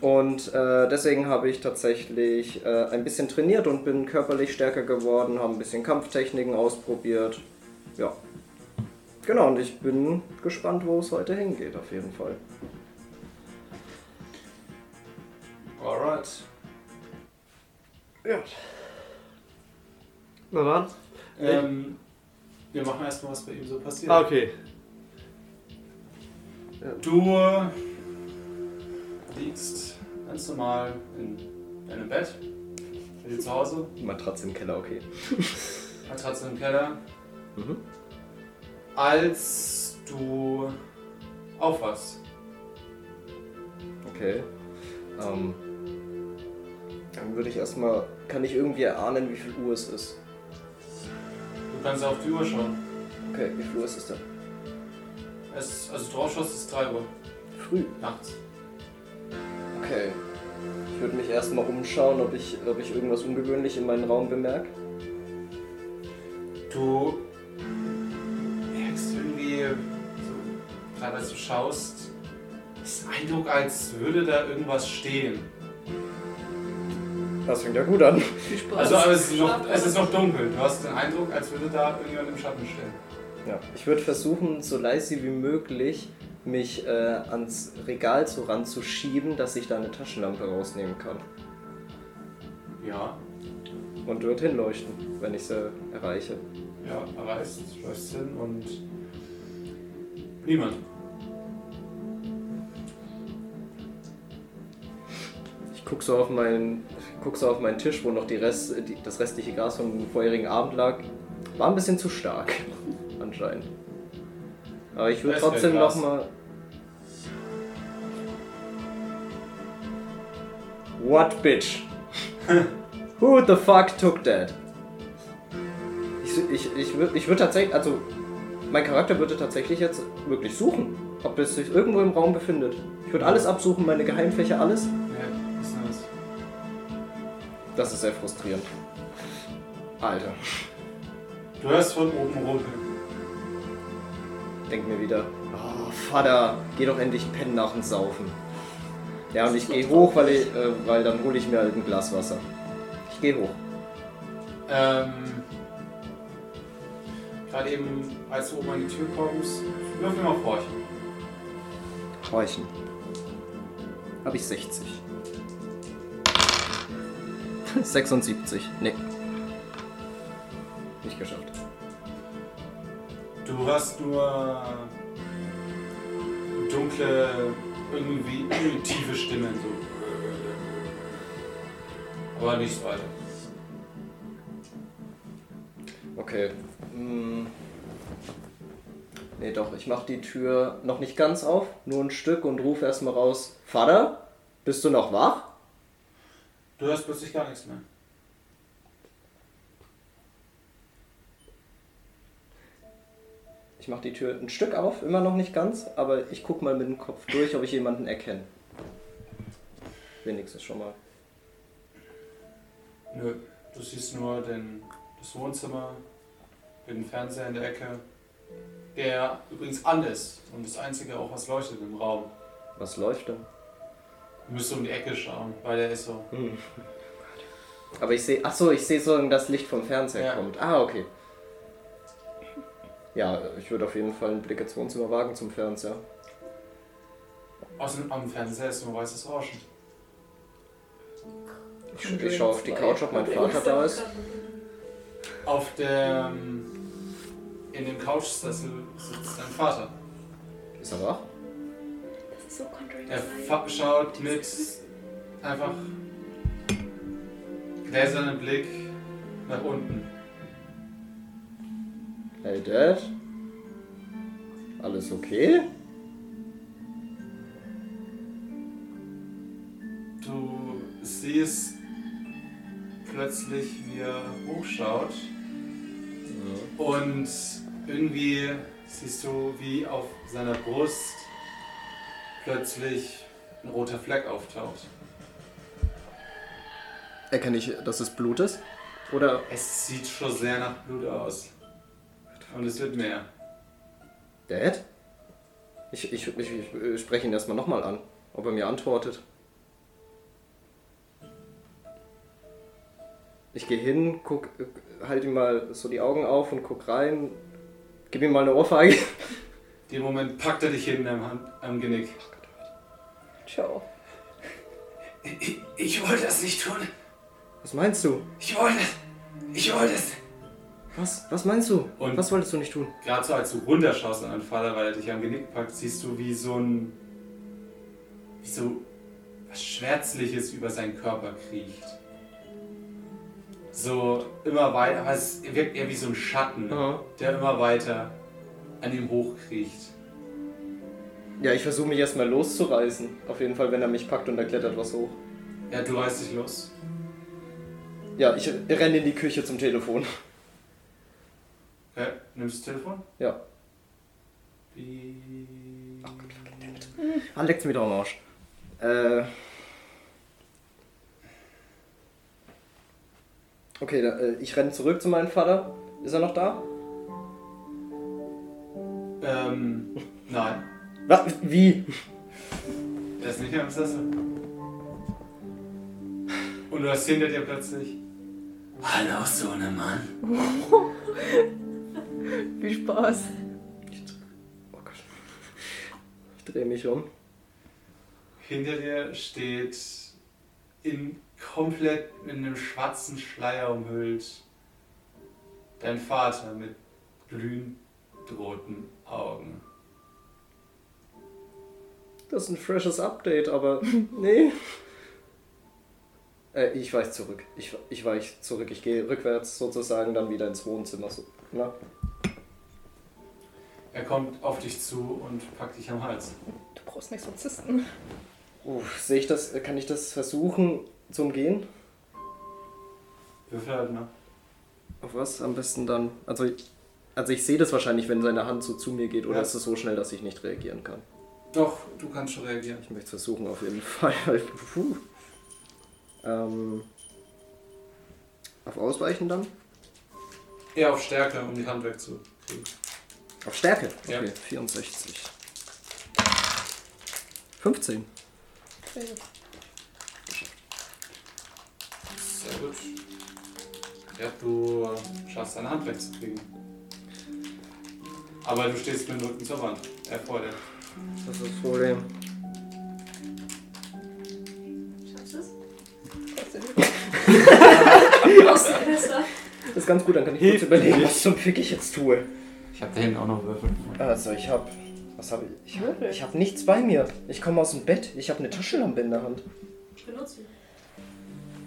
Speaker 4: Und äh, deswegen habe ich tatsächlich äh, ein bisschen trainiert und bin körperlich stärker geworden, habe ein bisschen Kampftechniken ausprobiert. Ja. Genau, und ich bin gespannt, wo es heute hingeht, auf jeden Fall.
Speaker 1: Alright.
Speaker 3: Ja. Na dann.
Speaker 1: Ähm, wir machen erstmal, was bei ihm so passiert.
Speaker 3: Ah, okay.
Speaker 1: Du äh, liegst ganz normal in deinem Bett, bei dir zu Hause,
Speaker 4: Matratze im Keller, okay.
Speaker 1: Matratze im Keller,
Speaker 4: Mhm.
Speaker 1: als du aufwachst.
Speaker 4: Okay. Ähm, dann würde ich erstmal. Kann ich irgendwie erahnen, wie viel Uhr es ist?
Speaker 1: Du kannst auf die Uhr schauen.
Speaker 4: Okay, wie viel Uhr ist es denn?
Speaker 1: Es, also drauf schaust, ist 3 Uhr
Speaker 4: Früh.
Speaker 1: nachts.
Speaker 4: Okay. Ich würde mich erstmal umschauen, ob ich, ob ich irgendwas ungewöhnlich in meinem Raum bemerke.
Speaker 1: Du merkst irgendwie, so, gerade als du schaust, ist der Eindruck, als würde da irgendwas stehen.
Speaker 4: Das fängt ja gut an.
Speaker 2: viel Spaß.
Speaker 1: Also aber es ist, noch, es ist noch dunkel. Du hast den Eindruck, als würde da irgendjemand im Schatten stehen.
Speaker 4: Ja. Ich würde versuchen, so leise wie möglich mich äh, ans Regal so ranzuschieben, dass ich da eine Taschenlampe rausnehmen kann.
Speaker 1: Ja.
Speaker 4: Und dort hinleuchten, wenn ich sie erreiche.
Speaker 1: Ja, aber es läuft hin und niemand.
Speaker 4: Ich guck so auf meinen, ich guck so auf meinen Tisch, wo noch die Rest, die, das restliche Gras vom vorherigen Abend lag. War ein bisschen zu stark, anscheinend. Aber ich würde
Speaker 1: Das wär
Speaker 4: trotzdem
Speaker 1: Gras.
Speaker 4: nochmal. What bitch? Who the fuck took that? Ich, ich, ich würde ich würd tatsächlich, also mein Charakter würde tatsächlich jetzt wirklich suchen, ob es sich irgendwo im Raum befindet. Ich würde alles absuchen, meine Geheimfächer, alles.
Speaker 1: Ja, ist nice.
Speaker 4: Das ist sehr frustrierend. Alter.
Speaker 1: Du hörst von oben rumpeln.
Speaker 4: Denk mir wieder, oh, Vater, geh doch endlich pennen nach dem Saufen. Ja, und ich gehe hoch, weil, ich, äh, weil dann hole ich mir halt ein Glas Wasser. Ich gehe hoch.
Speaker 1: Ähm. Gerade eben, als du oben an die Tür kommst, würfel mal horchen.
Speaker 4: Horchen. Habe ich 60. 76. Nee. Nicht geschafft.
Speaker 1: Du hörst nur dunkle, irgendwie tiefe Stimmen. So. Aber nichts weiter.
Speaker 4: Okay. Hm. Nee, doch, ich mach die Tür noch nicht ganz auf, nur ein Stück und rufe erstmal raus: Vater, bist du noch wach?
Speaker 1: Du hörst plötzlich gar nichts mehr.
Speaker 4: Ich mach die Tür ein Stück auf, immer noch nicht ganz, aber ich guck mal mit dem Kopf durch, ob ich jemanden erkenne. Wenigstens schon mal.
Speaker 1: Nö, du siehst nur den, das Wohnzimmer, den Fernseher in der Ecke, der übrigens an ist und das einzige auch, was leuchtet im Raum.
Speaker 4: Was läuft denn?
Speaker 1: Du müsstest um die Ecke schauen, weil der ist so.
Speaker 4: Aber ich sehe, achso, ich sehe so, dass Licht vom Fernseher
Speaker 1: Ja.
Speaker 4: kommt. Ah, okay. Ja, ich würde auf jeden Fall einen Blick ins Wohnzimmer wagen zum Fernseher.
Speaker 1: Außerdem am Fernseher ist nur weißes Rauschen.
Speaker 4: Ich, sch- ich schaue auf die Couch, ob mein
Speaker 2: Zwei.
Speaker 4: Vater da ist.
Speaker 1: Auf der. In dem Couchsessel sitzt dein Vater.
Speaker 4: Ist er wach?
Speaker 5: Das ist so contrary
Speaker 1: Er fa- schaut mit einfach gläsernem Blick nach unten.
Speaker 4: Hey Dad? Alles okay?
Speaker 1: Du siehst plötzlich, wie er hochschaut und irgendwie siehst du, wie auf seiner Brust plötzlich ein roter Fleck auftaucht.
Speaker 4: Erkenne ich, dass es Blut ist? Oder
Speaker 1: Es sieht schon sehr nach Blut aus. Und es wird mehr.
Speaker 4: Dad? Ich, ich, ich, ich äh, spreche ihn erstmal nochmal an, ob er mir antwortet. Ich gehe hin, guck, äh, halt ihm mal so die Augen auf und guck rein. Gib ihm mal eine Ohrfeige.
Speaker 1: Dem Moment packt er dich hinten am, Hand, am Genick.
Speaker 2: Ciao.
Speaker 1: Ich, ich wollte das nicht tun.
Speaker 4: Was meinst du?
Speaker 1: Ich wollte es. Ich wollte es.
Speaker 4: Was? Was meinst du?
Speaker 1: Und-
Speaker 4: Was wolltest du nicht tun?
Speaker 1: Gerade so, als du runterschaust an deinen Vater, weil er dich am Genick packt, siehst du, wie so ein. wie so was Schwärzliches über seinen Körper kriecht. So immer weiter, aber es wirkt eher wie so ein Schatten,
Speaker 4: Aha.
Speaker 1: der immer weiter an ihm hochkriecht.
Speaker 4: Ja, ich versuche mich erstmal loszureißen. Auf jeden Fall, wenn er mich packt und da klettert was hoch.
Speaker 1: Ja, du reißt dich los.
Speaker 4: Ja, ich renne in die Küche zum Telefon.
Speaker 1: Okay, nimmst das Telefon?
Speaker 4: Ja.
Speaker 1: Wie.
Speaker 4: Ah, leckt's mir doch am Arsch. Äh. Okay, da, äh, ich renne zurück zu meinem Vater. Ist er noch da?
Speaker 1: Ähm, nein,
Speaker 4: Was? Wie?
Speaker 1: er ist nicht mehr im Sessel. Und du hast hinter dir plötzlich. Hallo, Sohnemann.
Speaker 2: Viel Spaß.
Speaker 4: Oh Gott. Ich drehe mich um.
Speaker 1: Hinter dir steht in komplett in einem schwarzen Schleier umhüllt dein Vater mit glühend roten Augen.
Speaker 4: Das ist ein freshes Update, aber nee. Äh, ich weich zurück. Ich, ich weich zurück. Ich gehe rückwärts sozusagen dann wieder ins Wohnzimmer. So, ne? na?
Speaker 1: Er kommt auf dich zu und packt dich am Hals.
Speaker 2: Du brauchst nicht Sotzisten.
Speaker 4: Uff, sehe ich das? Kann ich das versuchen zu umgehen?
Speaker 1: Würfel halt mal.
Speaker 4: Auf was am besten dann? Also, ich- also ich sehe das wahrscheinlich, wenn seine Hand so zu mir geht, oder
Speaker 1: Ja.
Speaker 4: ist es so schnell, dass ich nicht reagieren kann?
Speaker 1: Doch, du kannst schon reagieren.
Speaker 4: Ich möchte es versuchen, auf jeden Fall. Puh. Ähm, auf Ausweichen dann?
Speaker 1: Eher auf Stärke, um die Hand wegzukriegen.
Speaker 4: Auf Stärke.
Speaker 1: Ja.
Speaker 4: Okay, 64. 15.
Speaker 1: Sehr gut. Ja, du schaffst deine Hand wegzukriegen. Aber du stehst mit dem Rücken zur Wand. Er vor dir.
Speaker 4: Das ist das Problem.
Speaker 5: Schaffst du es?
Speaker 2: Trotzdem.
Speaker 5: Aus dem Fenster.
Speaker 4: Das ist ganz gut, dann kann ich kurz überlegen, was zum Fick ich jetzt tue.
Speaker 1: Ich hab da hinten auch noch Würfel.
Speaker 4: Also, ich hab. Was habe ich? Ich hab, ich hab nichts bei mir. Ich komme aus dem Bett. Ich habe eine Taschenlampe in der Hand.
Speaker 5: Benutzt ihn.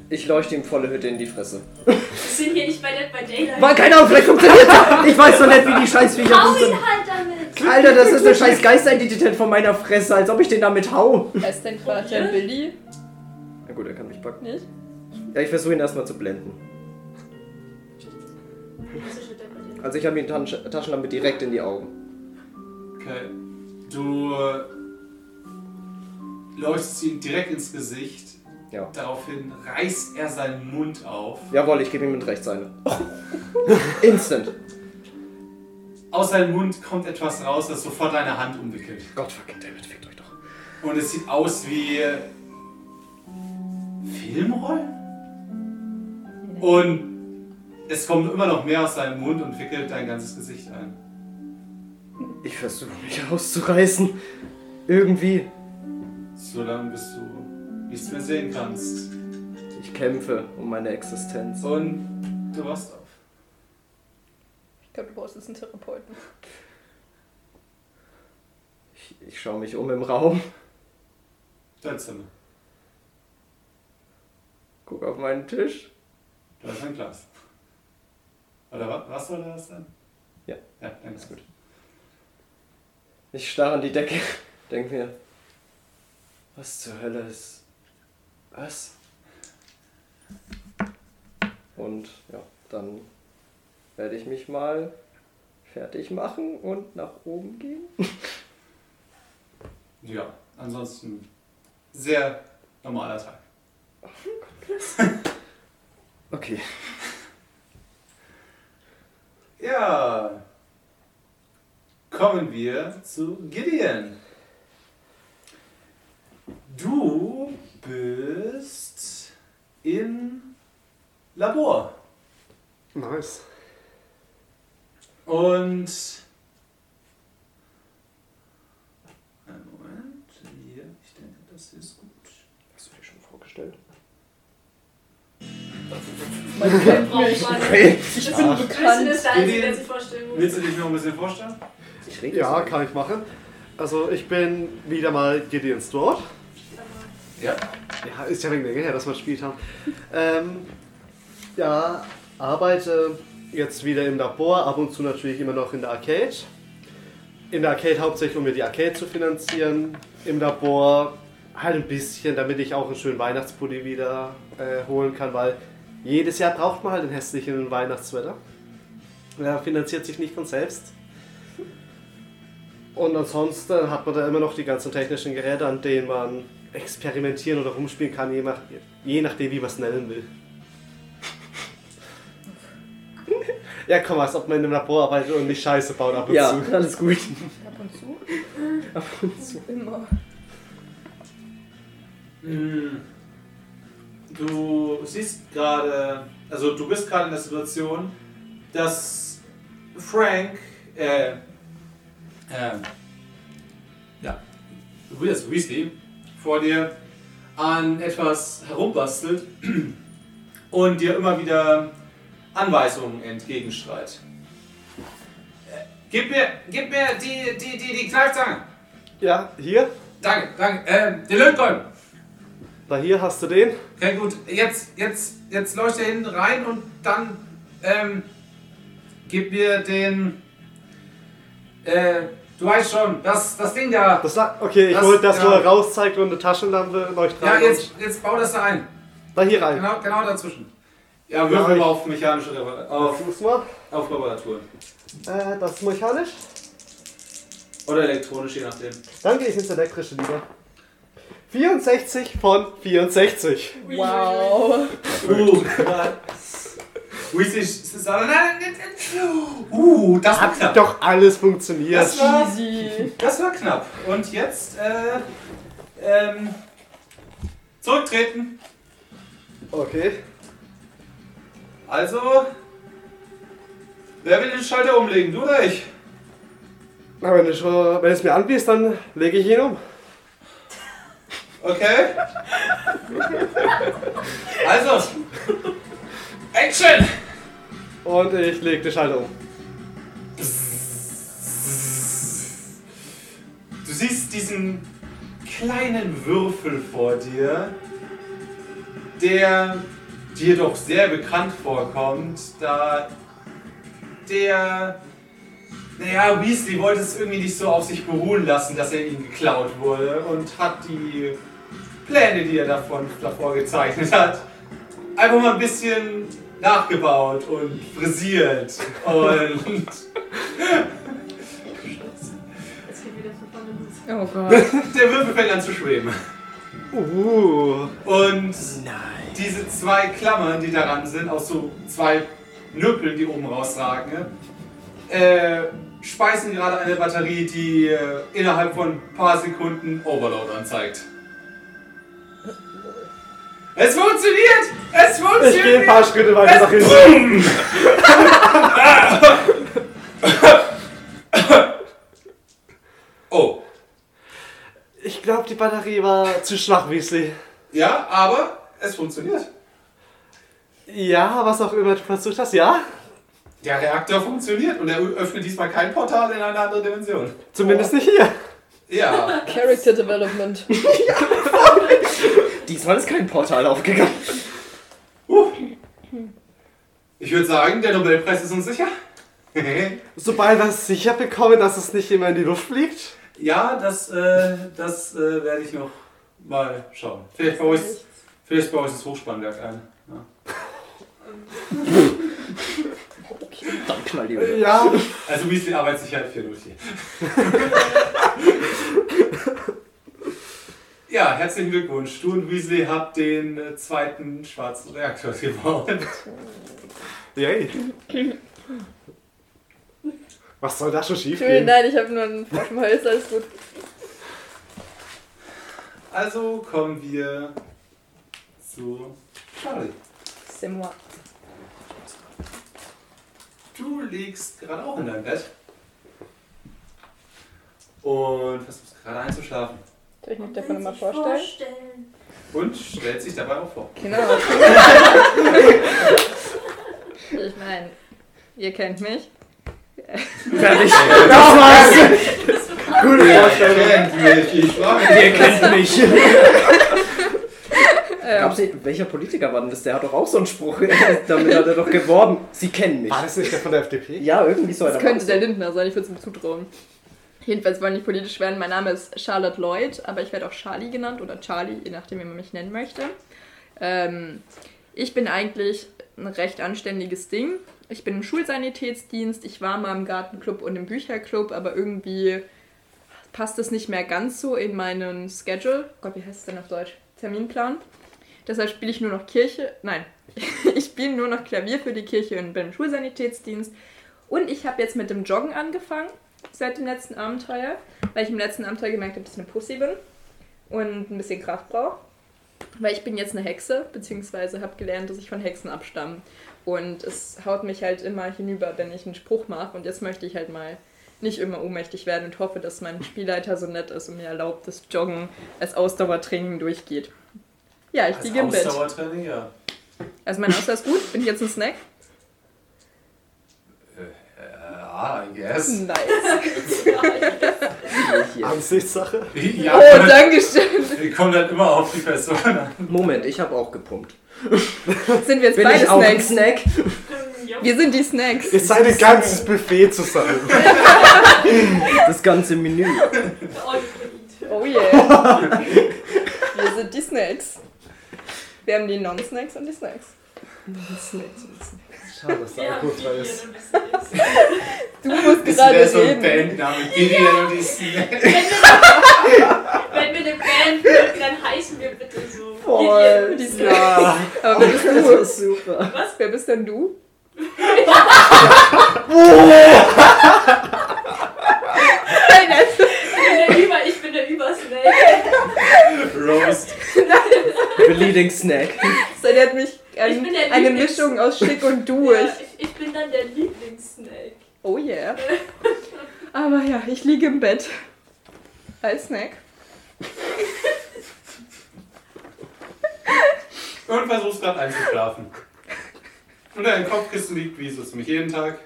Speaker 4: Ich leuchte ihm volle Hütte in die Fresse.
Speaker 5: Wir sind hier nicht bei Dead by Daylight.
Speaker 4: Weil keine Ahnung, vielleicht funktioniert das. Ich weiß doch nicht, wie die Scheißviecher
Speaker 5: Hau
Speaker 4: funktionieren.
Speaker 5: ihn halt damit!
Speaker 4: Alter, das ist eine scheiß Geisteridentität von meiner Fresse, als ob ich den damit hau.
Speaker 2: Heißt dein Vater
Speaker 5: Probier.
Speaker 2: Billy?
Speaker 4: Na gut, er kann mich packen.
Speaker 2: Nicht?
Speaker 4: Ja, ich versuche ihn erstmal zu blenden.
Speaker 5: Das ist halt der bei dir.
Speaker 4: Also ich habe ihm die Tasch Taschenlampe direkt in die Augen.
Speaker 1: Okay. Du äh, leuchtest ihm direkt ins Gesicht.
Speaker 4: Ja.
Speaker 1: Daraufhin reißt er seinen Mund auf.
Speaker 4: Jawohl, ich gebe ihm mit rechts eine. Instant.
Speaker 1: Aus seinem Mund kommt etwas raus, das sofort deine Hand umwickelt.
Speaker 4: Gott fucking damit, fickt euch doch.
Speaker 1: Und es sieht aus wie Filmrollen. Und es kommt immer noch mehr aus seinem Mund und wickelt dein ganzes Gesicht ein.
Speaker 4: Ich versuche mich auszureißen. Irgendwie.
Speaker 1: Solange bis du nichts mehr sehen kannst.
Speaker 4: Ich kämpfe um meine Existenz.
Speaker 1: Und du wachst auf.
Speaker 2: Ich glaube, du brauchst jetzt einen Therapeuten.
Speaker 4: Ich, ich schaue mich um im Raum,
Speaker 1: Dein Zimmer.
Speaker 4: guck auf meinen Tisch.
Speaker 1: Da ist ein Glas. Oder was? Was soll das sein?
Speaker 4: Ja.
Speaker 1: Ja, dann
Speaker 4: Alles
Speaker 1: ist gut.
Speaker 4: gut. Ich starre an die Decke, denk mir, was zur Hölle ist. Was? Und ja, dann werde ich mich mal fertig machen und nach oben gehen.
Speaker 1: Ja, ansonsten sehr normaler Tag.
Speaker 4: Okay.
Speaker 1: Ja. Kommen wir zu Gideon. Du bist im Labor.
Speaker 3: Nice.
Speaker 1: Und. Einen Moment. Hier, ich denke, das ist gut.
Speaker 4: Hast du dir schon vorgestellt?
Speaker 2: Man kennt
Speaker 5: Braucht
Speaker 2: mich.
Speaker 5: man.
Speaker 4: Okay.
Speaker 2: Ich bin
Speaker 5: Willst du das
Speaker 2: bekannt.
Speaker 5: der Einzige, der sich vorstellen muss?
Speaker 1: Willst du dich noch ein bisschen vorstellen?
Speaker 4: Ich rede
Speaker 3: Ja, kann ich machen. Also ich bin wieder mal Gideon Stewart.
Speaker 1: Ja.
Speaker 3: Ja, ist ja wegen länger her, dass wir gespielt haben. Ähm, ja, arbeite jetzt wieder im Labor, ab und zu natürlich immer noch in der Arcade. In der Arcade hauptsächlich, um mir die Arcade zu finanzieren. Im Labor halt ein bisschen, damit ich auch einen schönen Weihnachtspulli wieder äh, holen kann, weil jedes Jahr braucht man halt den hässlichen Weihnachtswetter. Der finanziert sich nicht von selbst. Und ansonsten hat man da immer noch die ganzen technischen Geräte, an denen man experimentieren oder rumspielen kann, je, nach, je nachdem, wie man es nennen will. ja, komm, als ob man in einem Labor arbeitet und nicht Scheiße baut ab und
Speaker 4: Ja,
Speaker 3: zu.
Speaker 4: alles gut.
Speaker 2: Ab und zu. Immer.
Speaker 1: Mm. Du siehst gerade, also du bist gerade in der Situation, dass Frank, äh, äh, ja, Willis Weasley vor dir an etwas herumbastelt und dir immer wieder Anweisungen entgegenschreit. Äh, Gib mir, gib mir die, die, die, die Kneifzange.
Speaker 3: Ja, hier,
Speaker 1: Danke, danke. Ähm, den Lötkolben.
Speaker 3: da hier hast du den.
Speaker 1: Okay, gut. Jetzt, jetzt, jetzt leuchtet er hinten rein und dann ähm, gib mir den. Äh, du weißt schon, das, das Ding da.
Speaker 3: Das, la- okay, ich
Speaker 1: Das-
Speaker 3: hol das, wo
Speaker 1: ja.
Speaker 3: er rauszeigt und eine Taschenlampe leuchtet
Speaker 1: ja,
Speaker 3: rein.
Speaker 1: jetzt, jetzt bau das da ein.
Speaker 3: und Da hier rein.
Speaker 1: Genau, genau dazwischen. Ja,
Speaker 3: Ja,
Speaker 1: wirf
Speaker 3: ich-
Speaker 1: mal auf mechanische Repar- auf,
Speaker 3: Versuch's mal.
Speaker 1: auf Reparatur.
Speaker 3: Äh, das ist mechanisch.
Speaker 1: Oder elektronisch, je nachdem.
Speaker 3: Dann gehe ich ins elektrische lieber. 64 von 64.
Speaker 2: Wow.
Speaker 1: Uh, Weasley ist alle. Nein, nein, nein. Uh, das war knapp.
Speaker 3: Doch alles funktioniert.
Speaker 1: Das war
Speaker 2: Easy.
Speaker 1: Das war knapp. Und jetzt, äh, ähm, zurücktreten.
Speaker 3: Okay.
Speaker 1: Also, wer will den Schalter umlegen? Du oder ich?
Speaker 3: Na, wenn, du schon, wenn es mir anbietest, dann lege ich ihn um.
Speaker 1: Okay? Also, Action!
Speaker 3: Und ich lege die Schalter um.
Speaker 1: Du siehst diesen kleinen Würfel vor dir, der dir doch sehr bekannt vorkommt, da der Naja, Weasley wollte es irgendwie nicht so auf sich beruhen lassen, dass er ihm geklaut wurde und hat die Pläne, die er davon, davor gezeichnet hat, einfach mal ein bisschen nachgebaut und frisiert und
Speaker 5: Es geht wieder von vorne los.
Speaker 2: Oh Gott.
Speaker 1: der Würfel fängt an zu schweben.
Speaker 3: Uh,
Speaker 1: Und
Speaker 4: Nein.
Speaker 1: diese zwei Klammern, die daran sind, aus so zwei Nüppeln, die oben rausragen, ne? äh, speisen gerade eine Batterie, die äh, innerhalb von ein paar Sekunden Overload anzeigt. Es funktioniert! Es
Speaker 3: ich gehe ein
Speaker 1: funktioniert!
Speaker 3: paar Schritte weiter nach hinten.
Speaker 1: Oh,
Speaker 3: Ich glaube, die Batterie war zu schwach, Weasley.
Speaker 1: ja, aber es funktioniert.
Speaker 3: Ja, was auch immer du versucht hast, ja?
Speaker 1: Der Reaktor funktioniert und er öffnet diesmal kein Portal in eine andere Dimension.
Speaker 3: Zumindest nicht hier.
Speaker 1: Ja.
Speaker 2: Character Development.
Speaker 4: Diesmal ist kein Portal aufgegangen.
Speaker 1: Huh. Ich würde sagen, der Nobelpreis ist uns sicher.
Speaker 3: Sobald wir es sicher bekommen, dass es nicht immer in die Luft fliegt.
Speaker 1: Ja, das, äh, das äh, werde ich noch mal schauen. Vielleicht baue ich, vielleicht baue ich das Hochspannwerk ein. Ja.
Speaker 4: Dann knall die Hölle.
Speaker 3: Ja,
Speaker 1: Also Weasley Arbeitssicherheit 4.0 hier. ja, herzlichen Glückwunsch. Du und Weasley habt den äh, zweiten schwarzen Reaktor gebaut.
Speaker 3: Yay. Was soll da schon schief
Speaker 2: Entschuldigung,
Speaker 3: gehen?
Speaker 2: Nein, ich habe nur einen Frosch im Hals, alles gut.
Speaker 1: Also kommen wir zu Charlie.
Speaker 2: C'est moi.
Speaker 1: Du liegst gerade auch in deinem Bett. Und versuchst gerade einzuschlafen.
Speaker 2: Soll ich mich
Speaker 5: Und
Speaker 2: davon
Speaker 5: wenn
Speaker 2: mal
Speaker 5: Sie
Speaker 2: vorstellen?
Speaker 5: vorstellen.
Speaker 1: Und stellst dich dabei auch vor.
Speaker 2: Genau. Genau. ich meine, ihr kennt mich.
Speaker 4: Fertig.
Speaker 3: Gute Vorstellung.
Speaker 1: kennt mich, ich war
Speaker 4: Ihr kennt mich.
Speaker 2: Ähm,
Speaker 4: Gab's, welcher Politiker war denn das? Der hat doch auch so einen Spruch. Damit hat er doch geworben. Sie kennen mich.
Speaker 3: War das nicht der von der FDP?
Speaker 4: Ja, irgendwie so
Speaker 2: das
Speaker 4: einer
Speaker 2: könnte
Speaker 4: war
Speaker 2: der Lindner sein, ich würde es ihm zutrauen. Jedenfalls wollen nicht politisch werden. Mein Name ist Charlotte Lloyd, aber ich werde auch Charlie genannt oder Charlie, je nachdem, wie man mich nennen möchte. Ähm, ich bin eigentlich ein recht anständiges Ding. Ich bin im Schulsanitätsdienst, ich war mal im Gartenclub und im Bücherclub, aber irgendwie passt es nicht mehr ganz so in meinen Schedule. Gott, wie heißt es denn auf Deutsch? Terminplan. Deshalb spiele ich nur noch Kirche. Nein, ich spiele nur noch Klavier für die Kirche und bin im Schulsanitätsdienst. Und ich habe jetzt mit dem Joggen angefangen seit dem letzten Abenteuer, weil ich im letzten Abenteuer gemerkt habe, dass ich eine Pussy bin und ein bisschen Kraft brauche. Weil ich bin jetzt eine Hexe, beziehungsweise habe gelernt, dass ich von Hexen abstamme. Und es haut mich halt immer hinüber, wenn ich einen Spruch mache. Und jetzt möchte ich halt mal nicht immer ohnmächtig werden und hoffe, dass mein Spielleiter so nett ist und mir erlaubt, dass Joggen als Ausdauertraining durchgeht. Ja, ich liege im Bett.
Speaker 1: Ausdauertraining, ja.
Speaker 2: Also mein Ausdauer ist gut. Bin ich jetzt ein Snack?
Speaker 1: Ja, I
Speaker 2: Hm.
Speaker 1: guess.
Speaker 2: Nice.
Speaker 4: der hier.
Speaker 3: Ansichtssache.
Speaker 1: Ja,
Speaker 2: Oh,
Speaker 1: kommt-
Speaker 2: Dankeschön.
Speaker 1: wir kommen dann immer auf die Person an.
Speaker 4: Moment, ich habe auch gepumpt.
Speaker 2: Sind wir jetzt
Speaker 4: Bin
Speaker 2: beide
Speaker 4: ich auch ein
Speaker 2: Snacks?
Speaker 4: Snack?
Speaker 5: Ähm, ja.
Speaker 2: Wir sind die Snacks.
Speaker 3: Jetzt seid ein ganzes Buffet zusammen.
Speaker 4: Das ganze Menü.
Speaker 5: All you can eat.
Speaker 2: Oh yeah. wir sind die Snacks. Wir haben die Non-Snacks und die Snacks.
Speaker 3: Schade, dass
Speaker 5: Wir
Speaker 3: da
Speaker 5: haben
Speaker 3: gut
Speaker 5: die
Speaker 3: ist.
Speaker 5: hier, dann wissen wir es.
Speaker 2: Du musst
Speaker 1: Das
Speaker 2: gerade
Speaker 1: wäre so ein
Speaker 2: reden.
Speaker 1: Bandname. Gideon und die Snacks.
Speaker 5: Wenn wir eine Band bilden, dann heißen wir bitte so.
Speaker 4: Voll.
Speaker 2: Die Snacks.
Speaker 4: Ja.
Speaker 2: Aber wer bist
Speaker 4: Das
Speaker 2: du?
Speaker 4: war super.
Speaker 2: Wer bist denn du?
Speaker 4: Oh.
Speaker 2: Nein, also,
Speaker 5: Ich bin der Über, ich bin der Übersnake.
Speaker 1: Roast.
Speaker 4: Leading Snack.
Speaker 2: es erinnert mich
Speaker 5: Ich
Speaker 2: an
Speaker 5: bin der
Speaker 2: eine
Speaker 5: Lieblings-
Speaker 2: Mischung aus schick und durch.
Speaker 5: Ja, ich, ich bin dann der Lieblingssnake.
Speaker 2: Oh yeah. Aber ja, ich liege im Bett. Als Snack.
Speaker 1: Und versuchst gerade einzuschlafen. Und dein Kopfkissen liegt, wie es ist, mich jeden Tag.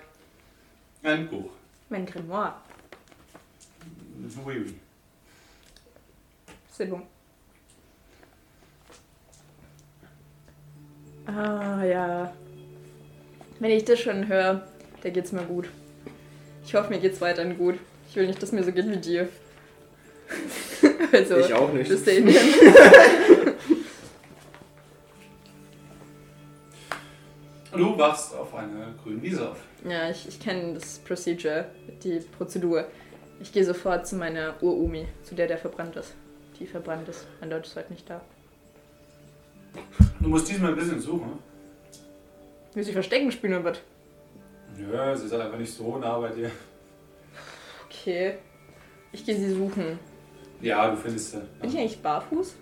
Speaker 1: Ein Buch.
Speaker 2: Mein Grimoire.
Speaker 1: Oui, oui.
Speaker 2: C'est bon. Ah ja. Wenn ich das schon höre, da geht's mir gut. Ich Ich hoffe, mir geht's weiterhin gut. Ich will nicht, dass mir so geht wie dir. also,
Speaker 4: Ich auch nicht.
Speaker 2: bis dahin.
Speaker 1: Du wachst auf einer grünen Wiese auf.
Speaker 2: Ja, ich, ich kenne das Procedure, die Prozedur. Ich gehe sofort zu meiner Urumi, zu der der verbrannt ist. Die verbrannt ist. Mein Deutsch ist heute nicht da.
Speaker 1: Du musst diesmal ein bisschen suchen.
Speaker 2: Wie sie verstecken spielen wird.
Speaker 1: Nö, sie ist halt einfach nicht so nah bei dir.
Speaker 2: Okay. Ich gehe sie suchen.
Speaker 1: Ja, du findest sie.
Speaker 2: Bin ich eigentlich barfuß?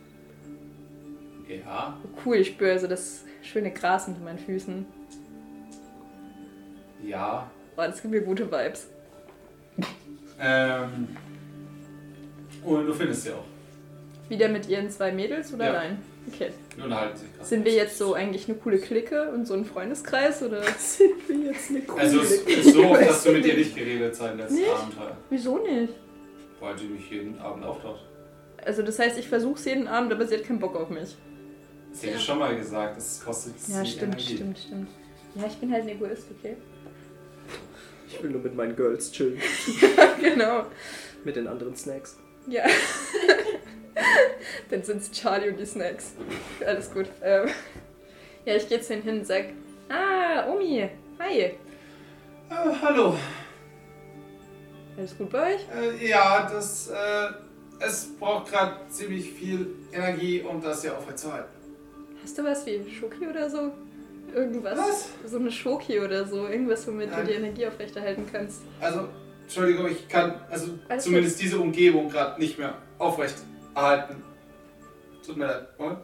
Speaker 1: Ja,
Speaker 2: Oh, cool, ich spüre so das schöne Gras unter meinen Füßen.
Speaker 1: ja.
Speaker 2: Oh, das gibt mir gute Vibes.
Speaker 1: Ähm, und du findest sie auch.
Speaker 2: Wieder mit ihren zwei Mädels oder
Speaker 1: Ja.
Speaker 2: allein? Okay.
Speaker 1: Wir unterhalten sich gerade.
Speaker 2: Sind wir jetzt so eigentlich eine coole Clique und so ein Freundeskreis oder?
Speaker 4: Sind wir jetzt eine Kuh?
Speaker 1: Also es ist so, dass du mit ihr nicht geredet hast im letzten
Speaker 2: Nicht?
Speaker 1: Abenteuer.
Speaker 2: Wieso nicht?
Speaker 1: Weil sie nicht jeden Abend auftaucht.
Speaker 2: Also das heißt, ich versuch's jeden Abend, aber sie hat keinen Bock auf mich.
Speaker 1: Sie hat ja schon mal gesagt, es kostet
Speaker 2: Ja,
Speaker 1: sie
Speaker 2: stimmt,
Speaker 1: Energie.
Speaker 2: stimmt, stimmt. Ja, ich bin halt ein Egoist, okay?
Speaker 4: Ich will nur mit meinen Girls chillen.
Speaker 2: genau.
Speaker 4: Mit den anderen Snacks.
Speaker 2: Ja. Dann sind's Charlie und die Snacks. Alles gut. Ähm, ja, ich gehe zu denen hin und sag, ah, Omi, hi.
Speaker 1: Äh, hallo.
Speaker 2: Alles gut bei euch?
Speaker 1: Äh, ja, das, äh, es braucht gerade ziemlich viel Energie, um das hier aufrechtzuerhalten.
Speaker 2: Hast du was wie Schoki oder so? Irgendwas?
Speaker 1: Was?
Speaker 2: So eine Schoki oder so. Irgendwas, womit
Speaker 1: Nein.
Speaker 2: du die Energie aufrechterhalten kannst.
Speaker 1: Also, Entschuldigung, ich kann also
Speaker 2: Alles
Speaker 1: zumindest diese Umgebung gerade nicht mehr aufrecht erhalten. Tut mir leid, oder?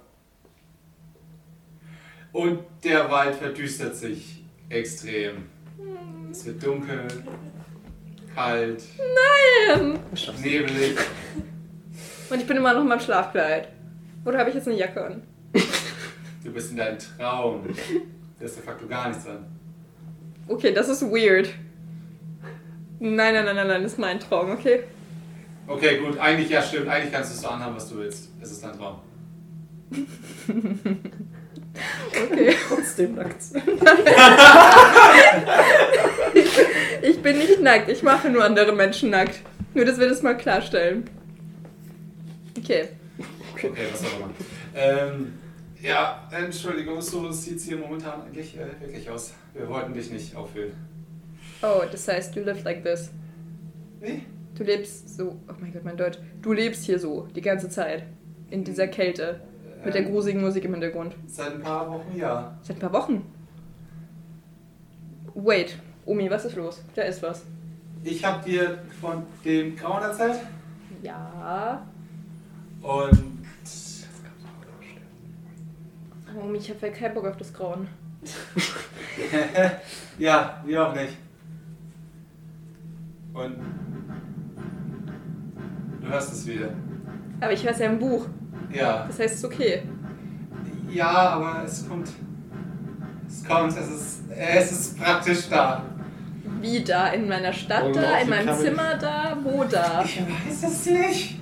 Speaker 1: Und der Wald verdüstert sich extrem. Es wird dunkel, kalt,
Speaker 2: Ähm,
Speaker 1: nebelig.
Speaker 2: und ich bin immer noch in meinem Schlafkleid. Oder habe ich jetzt eine Jacke an?
Speaker 1: Du bist in deinem Traum. Da ist de facto gar nichts dran.
Speaker 2: Okay, das ist weird. Nein, nein, nein, nein, nein, das ist mein Traum, okay?
Speaker 1: Okay, gut, eigentlich ja stimmt. Eigentlich kannst du es so anhaben, was du willst. Es ist dein Traum.
Speaker 2: Okay.
Speaker 4: Trotzdem nackt.
Speaker 2: Ich bin nicht nackt, ich mache nur andere Menschen nackt. Nur, dass wir das mal klarstellen. Okay.
Speaker 1: Okay, was auch immer. Ähm, ja, Entschuldigung, so sieht es hier momentan eigentlich äh, wirklich aus. Wir wollten dich nicht aufhören.
Speaker 2: Oh, das heißt, you live like this.
Speaker 1: Nee?
Speaker 2: Du lebst so. Oh mein Gott, mein Deutsch. Du lebst hier so, die ganze Zeit. In dieser Kälte. Mit der
Speaker 1: Ähm,
Speaker 2: grusigen Musik im Hintergrund.
Speaker 1: Seit ein paar Wochen, ja.
Speaker 2: Seit ein paar Wochen. Wait, Omi, was ist los? Da ist was.
Speaker 1: Ich habe dir von dem Grauen erzählt
Speaker 2: Ja.
Speaker 1: und
Speaker 2: Omi, ich habe ja keinen Bock auf das Grauen.
Speaker 1: ja, wir auch nicht. Und du hörst es wieder.
Speaker 2: Aber ich weiß ja im Buch.
Speaker 1: Ja.
Speaker 2: Das heißt, es ist okay.
Speaker 1: Ja, aber es kommt. Es kommt, es ist, es ist praktisch da.
Speaker 2: Wie da? In meiner Stadt
Speaker 3: Warum
Speaker 2: da?
Speaker 3: laufen
Speaker 2: In meinem
Speaker 3: kann ich?
Speaker 2: Zimmer da? Wo da?
Speaker 1: Ich weiß es nicht.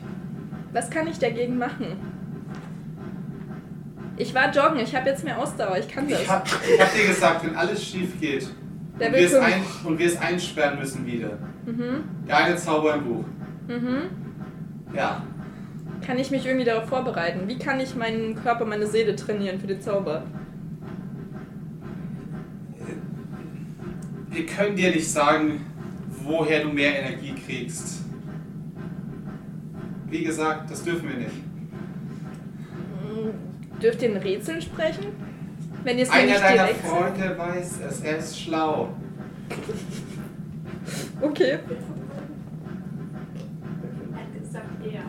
Speaker 2: Was kann ich dagegen machen? Ich war joggen, ich habe jetzt mehr Ausdauer, ich kann das.
Speaker 1: Ich hab, ich hab dir gesagt, wenn alles schief geht und
Speaker 2: Der
Speaker 1: wir,
Speaker 2: will
Speaker 1: es
Speaker 2: fünf.
Speaker 1: ein, und wir es einsperren müssen wieder.
Speaker 2: Mhm.
Speaker 1: Der eine Zauber im Buch.
Speaker 2: Mhm.
Speaker 1: Ja.
Speaker 2: Kann ich mich irgendwie darauf vorbereiten? Wie kann ich meinen Körper, meine Seele trainieren für den Zauber?
Speaker 1: Wir können dir nicht sagen, woher du mehr Energie kriegst. Wie gesagt, das dürfen wir nicht.
Speaker 2: Mhm, Dürft ihr in Rätseln sprechen? Wenn ihr es mir
Speaker 1: Einer
Speaker 2: nicht
Speaker 1: deiner
Speaker 2: direkt sagt.
Speaker 1: Freunde weiß es, er ist schlau.
Speaker 2: Okay.
Speaker 5: Hat gesagt, ja.
Speaker 4: Ja,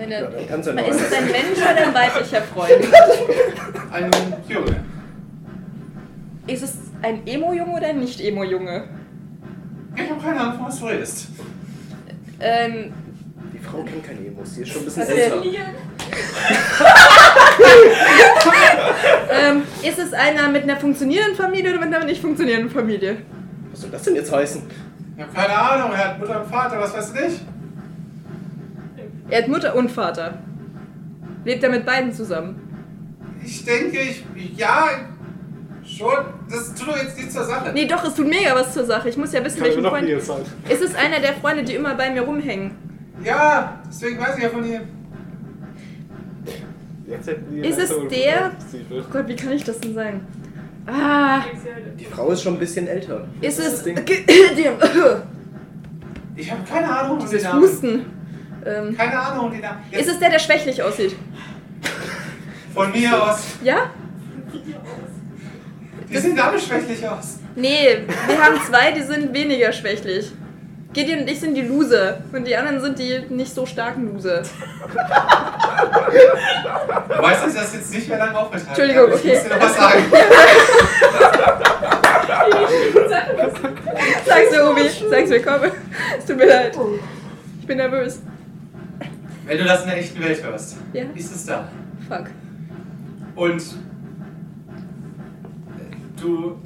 Speaker 2: Eine,
Speaker 4: dann kannst du ja
Speaker 2: ist es
Speaker 4: noch
Speaker 2: ein Mensch oder ein weiblicher Freund?
Speaker 1: Ein Junge.
Speaker 2: Ist es ein Emo-Junge oder ein Nicht-Emo-Junge?
Speaker 1: Ich habe keine Ahnung, von was du redest.
Speaker 2: Ähm,
Speaker 4: Die Frau kennt keine Emos, die ist schon ein bisschen
Speaker 2: Was denn?
Speaker 4: älter.
Speaker 2: ähm, ist es einer mit einer funktionierenden Familie oder mit einer nicht funktionierenden Familie?
Speaker 4: Was soll das denn jetzt heißen?
Speaker 1: Ich habe keine Ahnung, er hat Mutter und Vater, was weiß ich.
Speaker 2: Er hat Mutter und Vater. Lebt er mit beiden zusammen?
Speaker 1: Ich denke, ich. Ja, Schon? Das tut doch jetzt nichts zur Sache.
Speaker 2: Nee, doch, es tut mega was zur Sache. Ich muss ja wissen,
Speaker 3: Kann mir
Speaker 2: welchen
Speaker 3: noch nie
Speaker 2: Freund.
Speaker 3: gesagt.
Speaker 2: Es ist einer der Freunde, die immer bei mir rumhängen.
Speaker 1: Ja, deswegen weiß ich ja von dir.
Speaker 3: Jetzt hätten die
Speaker 2: Ist es
Speaker 3: Leute-
Speaker 2: der-
Speaker 3: Sie will.
Speaker 2: Oh Gott, wie kann ich das denn sagen? Ah,
Speaker 4: Die Frau ist schon ein bisschen älter.
Speaker 2: ist
Speaker 4: Das
Speaker 2: es.
Speaker 4: das Ding.
Speaker 1: Ich habe keine Ahnung, um den
Speaker 2: Das
Speaker 1: Namen.
Speaker 2: Husten. Ähm,
Speaker 1: Keine Ahnung, um den Namen.
Speaker 2: ist es der, der schwächlich aussieht?
Speaker 1: Von mir aus.
Speaker 2: Ja?
Speaker 1: Die sehen alle schwächlich aus.
Speaker 2: Nee, wir haben zwei, die sind weniger schwächlich. Gideon und ich sind die Loser und die anderen sind die nicht so starken Loser.
Speaker 1: Du weißt, dass ich das jetzt nicht mehr lange aufrechterhalten kann.
Speaker 2: Entschuldigung,
Speaker 1: Ich muss
Speaker 2: okay.
Speaker 1: dir noch was sagen.
Speaker 2: Sag's mir, Obi, sag's mir, komm. Es tut mir leid. Ich bin nervös.
Speaker 1: Wenn du das in der echten Welt hörst,
Speaker 2: Ja.
Speaker 1: ist es da.
Speaker 2: Fuck.
Speaker 1: Und äh, du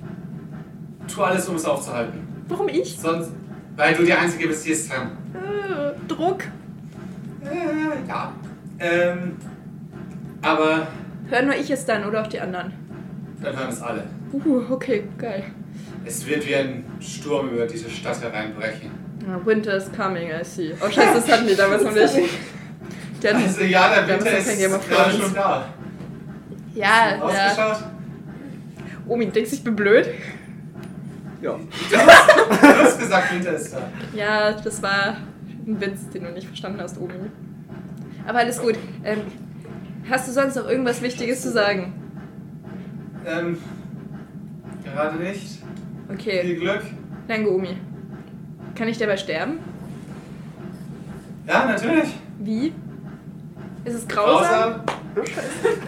Speaker 1: tu alles, um es aufzuhalten.
Speaker 2: Warum ich?
Speaker 1: Sonst, weil du die Einzige bist, die es kann.
Speaker 2: Äh, Druck.
Speaker 1: Äh, ja. Ähm, aber
Speaker 2: Hör nur ich es dann oder auch die anderen.
Speaker 1: dann hören es alle.
Speaker 2: Uh, okay, geil.
Speaker 1: Es wird wie ein Sturm über diese Stadt hereinbrechen.
Speaker 2: Ah, Winter is coming, I see. Oh scheiße, das hatten die damals noch nicht. Der hat,
Speaker 1: Also ja, der
Speaker 2: Wir
Speaker 1: Winter
Speaker 2: müssen kein
Speaker 1: ist
Speaker 2: Game of
Speaker 1: gerade
Speaker 2: Thrones.
Speaker 1: schon da.
Speaker 2: ja, ja.
Speaker 1: Ausgeschaut?
Speaker 2: Omi, denkst du, ich bin blöd?
Speaker 4: Ja.
Speaker 1: Du hast, du hast gesagt, Winter ist da.
Speaker 2: Ja, das war ein Witz, den du nicht verstanden hast, Omi. Aber alles gut. Ähm, hast du sonst noch irgendwas Wichtiges zu sagen?
Speaker 1: Ähm, gerade nicht. Viel
Speaker 2: Okay,
Speaker 1: Glück.
Speaker 2: danke, Omi. Kann ich dabei sterben?
Speaker 1: Ja, natürlich.
Speaker 2: Wie? Ist es grausam?
Speaker 1: Außer,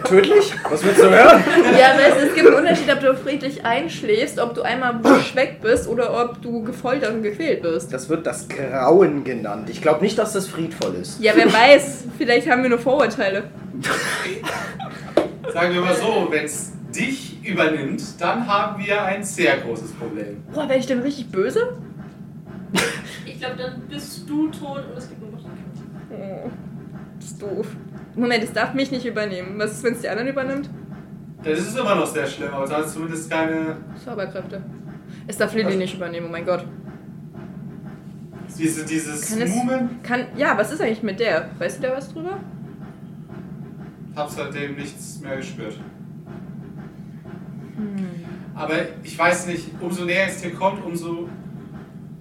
Speaker 4: Tödlich? Was willst du hören?
Speaker 2: Ja, aber es, es gibt einen Unterschied, ob du friedlich einschläfst, ob du einmal wusch weg bist oder ob du gefoltert und gequält wirst.
Speaker 4: Das wird das Grauen genannt. Ich glaube nicht, dass das friedvoll ist.
Speaker 2: Ja, wer weiß, vielleicht haben wir nur Vorurteile.
Speaker 1: sagen wir mal so, wenn es dich übernimmt, dann haben wir ein sehr großes Problem.
Speaker 2: Boah, wäre ich denn richtig böse?
Speaker 5: Ich glaube, dann bist du tot und es gibt nur noch den Kampf.
Speaker 2: Oh, das ist doof. Moment, es darf mich nicht übernehmen. Was ist, wenn es die anderen übernimmt?
Speaker 1: Das ist immer noch sehr schlimm, aber da ist zumindest keine.
Speaker 2: Zauberkräfte. Es darf Lilly nicht übernehmen, oh mein Gott.
Speaker 1: Diese, dieses
Speaker 2: Kann es-
Speaker 1: Mumen.
Speaker 2: Kann. Ja, was ist eigentlich mit der? Weißt du da was drüber?
Speaker 1: Hab seitdem nichts mehr gespürt.
Speaker 2: Hm.
Speaker 1: Aber ich weiß nicht, umso näher es dir kommt, umso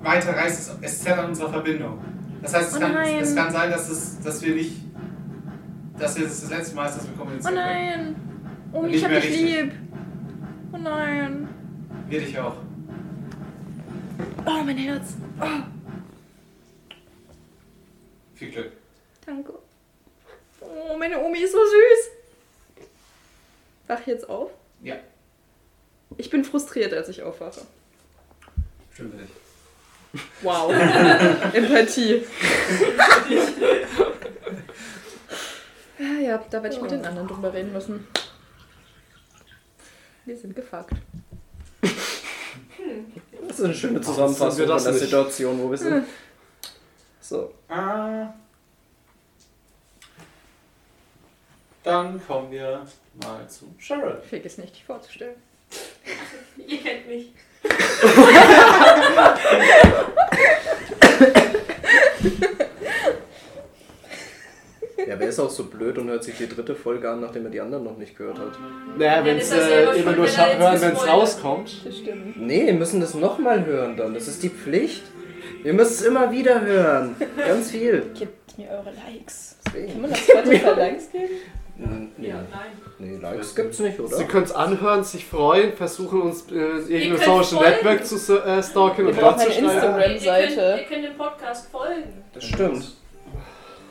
Speaker 1: weiter reißt es, es zerrt an unserer Verbindung. Das heißt, es,
Speaker 2: Oh
Speaker 1: kann,
Speaker 2: nein.
Speaker 1: es kann sein, dass, es, dass wir nicht. dass jetzt das letzte Mal ist, dass wir
Speaker 2: Oh
Speaker 1: kommunizieren.
Speaker 2: nein! Oh,
Speaker 1: Nicht
Speaker 2: ich hab
Speaker 1: mehr
Speaker 2: dich
Speaker 1: richtig.
Speaker 2: lieb! Oh nein!
Speaker 1: können. Wir dich auch.
Speaker 2: Oh, mein Herz!
Speaker 1: Viel Glück.
Speaker 2: Danke. Oh, meine Omi ist so süß! Wach ich jetzt auf?
Speaker 1: Ja,
Speaker 2: Ich bin frustriert, als ich aufwache.
Speaker 1: stimmt für dich.
Speaker 2: Wow. Empathie. ja, ja, da werde ich mit den anderen drüber reden müssen. Wir sind gefuckt.
Speaker 4: Das ist eine schöne Zusammenfassung
Speaker 3: Sind wir
Speaker 4: von
Speaker 3: das
Speaker 4: der
Speaker 3: nicht?
Speaker 4: Situation, wo wir sind. So.
Speaker 1: Ah. Dann kommen wir mal zu Cheryl.
Speaker 2: Vergiss nicht, dich vorzustellen.
Speaker 5: Ihr kennt mich.
Speaker 4: Ja, wer ist auch so blöd und hört sich die dritte Folge an, nachdem er die anderen noch nicht gehört hat?
Speaker 3: Naja, wenn
Speaker 5: ist
Speaker 3: es
Speaker 5: das selber
Speaker 3: äh, immer
Speaker 5: schuld,
Speaker 3: nur
Speaker 5: wenn er
Speaker 3: scha- hören,
Speaker 5: jetzt
Speaker 3: wenn es
Speaker 5: gespoilert
Speaker 3: rauskommt.
Speaker 2: Das stimmt.
Speaker 4: Nee, wir müssen das nochmal hören dann. Das ist die Pflicht. Ihr müsst es immer wieder hören. Ganz viel.
Speaker 2: Gebt mir eure Likes. Kann
Speaker 4: Deswegen.
Speaker 2: man auf Spotify Likes geben?
Speaker 4: Nee,
Speaker 5: Ja, nein.
Speaker 4: nee, Likes gibt's nicht, oder?
Speaker 3: Sie können es anhören, sich freuen, versuchen uns äh, irgendein
Speaker 5: könnt's
Speaker 3: Social
Speaker 5: folgen.
Speaker 3: Network zu so- äh, stalken
Speaker 2: Wir
Speaker 3: und
Speaker 2: brauchen eine
Speaker 3: anzuschneiden.
Speaker 2: Instagram- Seite.
Speaker 5: Ihr könnt, ihr könnt dem Podcast folgen.
Speaker 4: Das stimmt.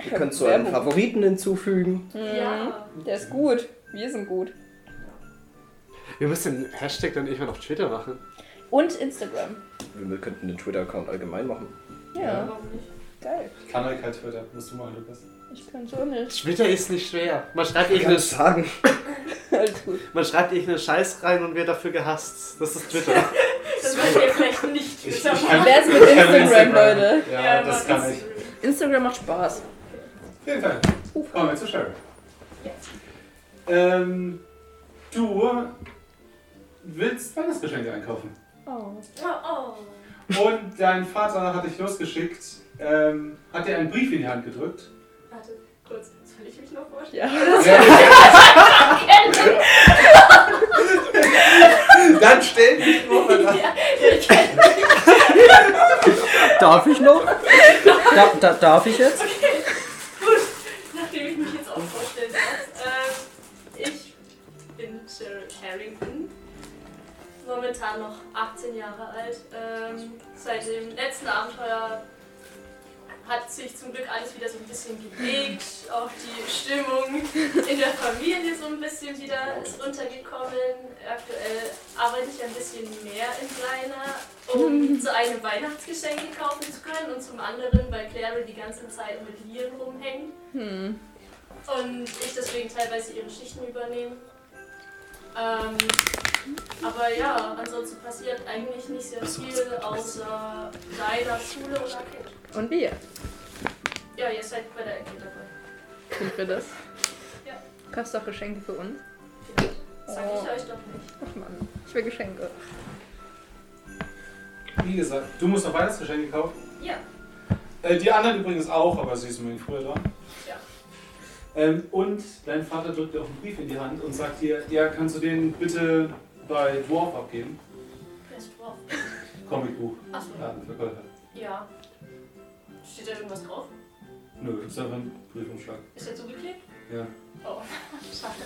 Speaker 4: Ihr könnt so einen
Speaker 2: Werbung.
Speaker 4: Favoriten hinzufügen.
Speaker 2: Hm.
Speaker 5: Ja.
Speaker 2: Der ist gut. Wir sind gut.
Speaker 3: Wir müssen den Hashtag dann irgendwann auf Twitter machen.
Speaker 2: Und Instagram.
Speaker 4: Wir könnten den Twitter-Account allgemein machen.
Speaker 2: Ja,
Speaker 5: Warum nicht?
Speaker 2: geil.
Speaker 1: Ich kann euch halt Twitter. Musst du mal, Lukas.
Speaker 2: Ich kann so nicht.
Speaker 3: Twitter ist nicht schwer. Man schreibt
Speaker 4: Ich kann
Speaker 3: irgendeine,
Speaker 4: es sagen.
Speaker 2: Alles gut.
Speaker 3: man schreibt irgendeinen Scheiß rein und wird dafür gehasst. Das ist Twitter.
Speaker 5: Das wird ihr vielleicht nicht besser machen.
Speaker 2: Wer ist mit
Speaker 1: ich kann
Speaker 2: Instagram, Leute?
Speaker 1: Ja,
Speaker 5: Ja,
Speaker 1: das
Speaker 5: aber
Speaker 1: kann ich.
Speaker 2: Instagram macht Spaß.
Speaker 1: Vielen Dank. Kommen wir zu Cheryl. Ähm, du willst Weihnachtsgeschenke einkaufen.
Speaker 2: Oh.
Speaker 5: Oh, oh.
Speaker 1: Und dein Vater hat dich losgeschickt, ähm, hat dir einen Brief in die Hand gedrückt.
Speaker 5: Warte, kurz. Soll ich mich noch vorstellen?
Speaker 2: Ja.
Speaker 1: Dann stell dich vor.
Speaker 5: Ja, ich kenn-
Speaker 4: Darf ich noch? Da, da, darf ich jetzt?
Speaker 5: nachdem ich mich jetzt auch vorstellen darf. Ähm, ich bin Cheryl Harrington. Momentan noch 18 Jahre alt. Ähm, seit dem letzten Abenteuer hat sich zum Glück alles wieder so ein bisschen gelegt. Auch die Stimmung in der Familie so ein bisschen wieder ist runtergekommen. Aktuell arbeite ich ein bisschen mehr in Kleiner, um zu einem Weihnachtsgeschenke kaufen zu können und zum anderen, weil Claire die ganze Zeit mit Lieren rumhängt
Speaker 2: Hm.
Speaker 5: und ich deswegen teilweise ihre Schichten übernehme. Ähm, aber ja, ansonsten passiert eigentlich nicht sehr viel außer deiner Schule und Arcade.
Speaker 2: Und wir.
Speaker 5: Ja, ihr seid bei der Arcade dabei.
Speaker 2: Sind wir das?
Speaker 5: Ja.
Speaker 2: Kaufst du auch Geschenke für uns?
Speaker 5: Vielleicht. Sag
Speaker 2: Oh.
Speaker 5: ich euch doch nicht.
Speaker 2: Ach Mann, ich will Geschenke.
Speaker 1: Wie gesagt, du musst noch Weihnachtsgeschenke kaufen.
Speaker 5: Ja,
Speaker 1: Äh, die anderen übrigens auch, aber sie ist mir früher da.
Speaker 5: ja.
Speaker 1: Ähm, und dein Vater drückt dir auch einen Brief in die Hand und sagt dir, ja, kannst du den bitte bei Dwarf abgeben?
Speaker 5: Wer ist drauf?
Speaker 1: Comicbuch.
Speaker 5: Achso,
Speaker 1: Laden für Gold.
Speaker 5: ja. Steht da irgendwas drauf?
Speaker 1: Nö, ist einfach ein Briefumschlag.
Speaker 5: Ist der zugeklebt?
Speaker 1: Ja.
Speaker 5: Oh, schade.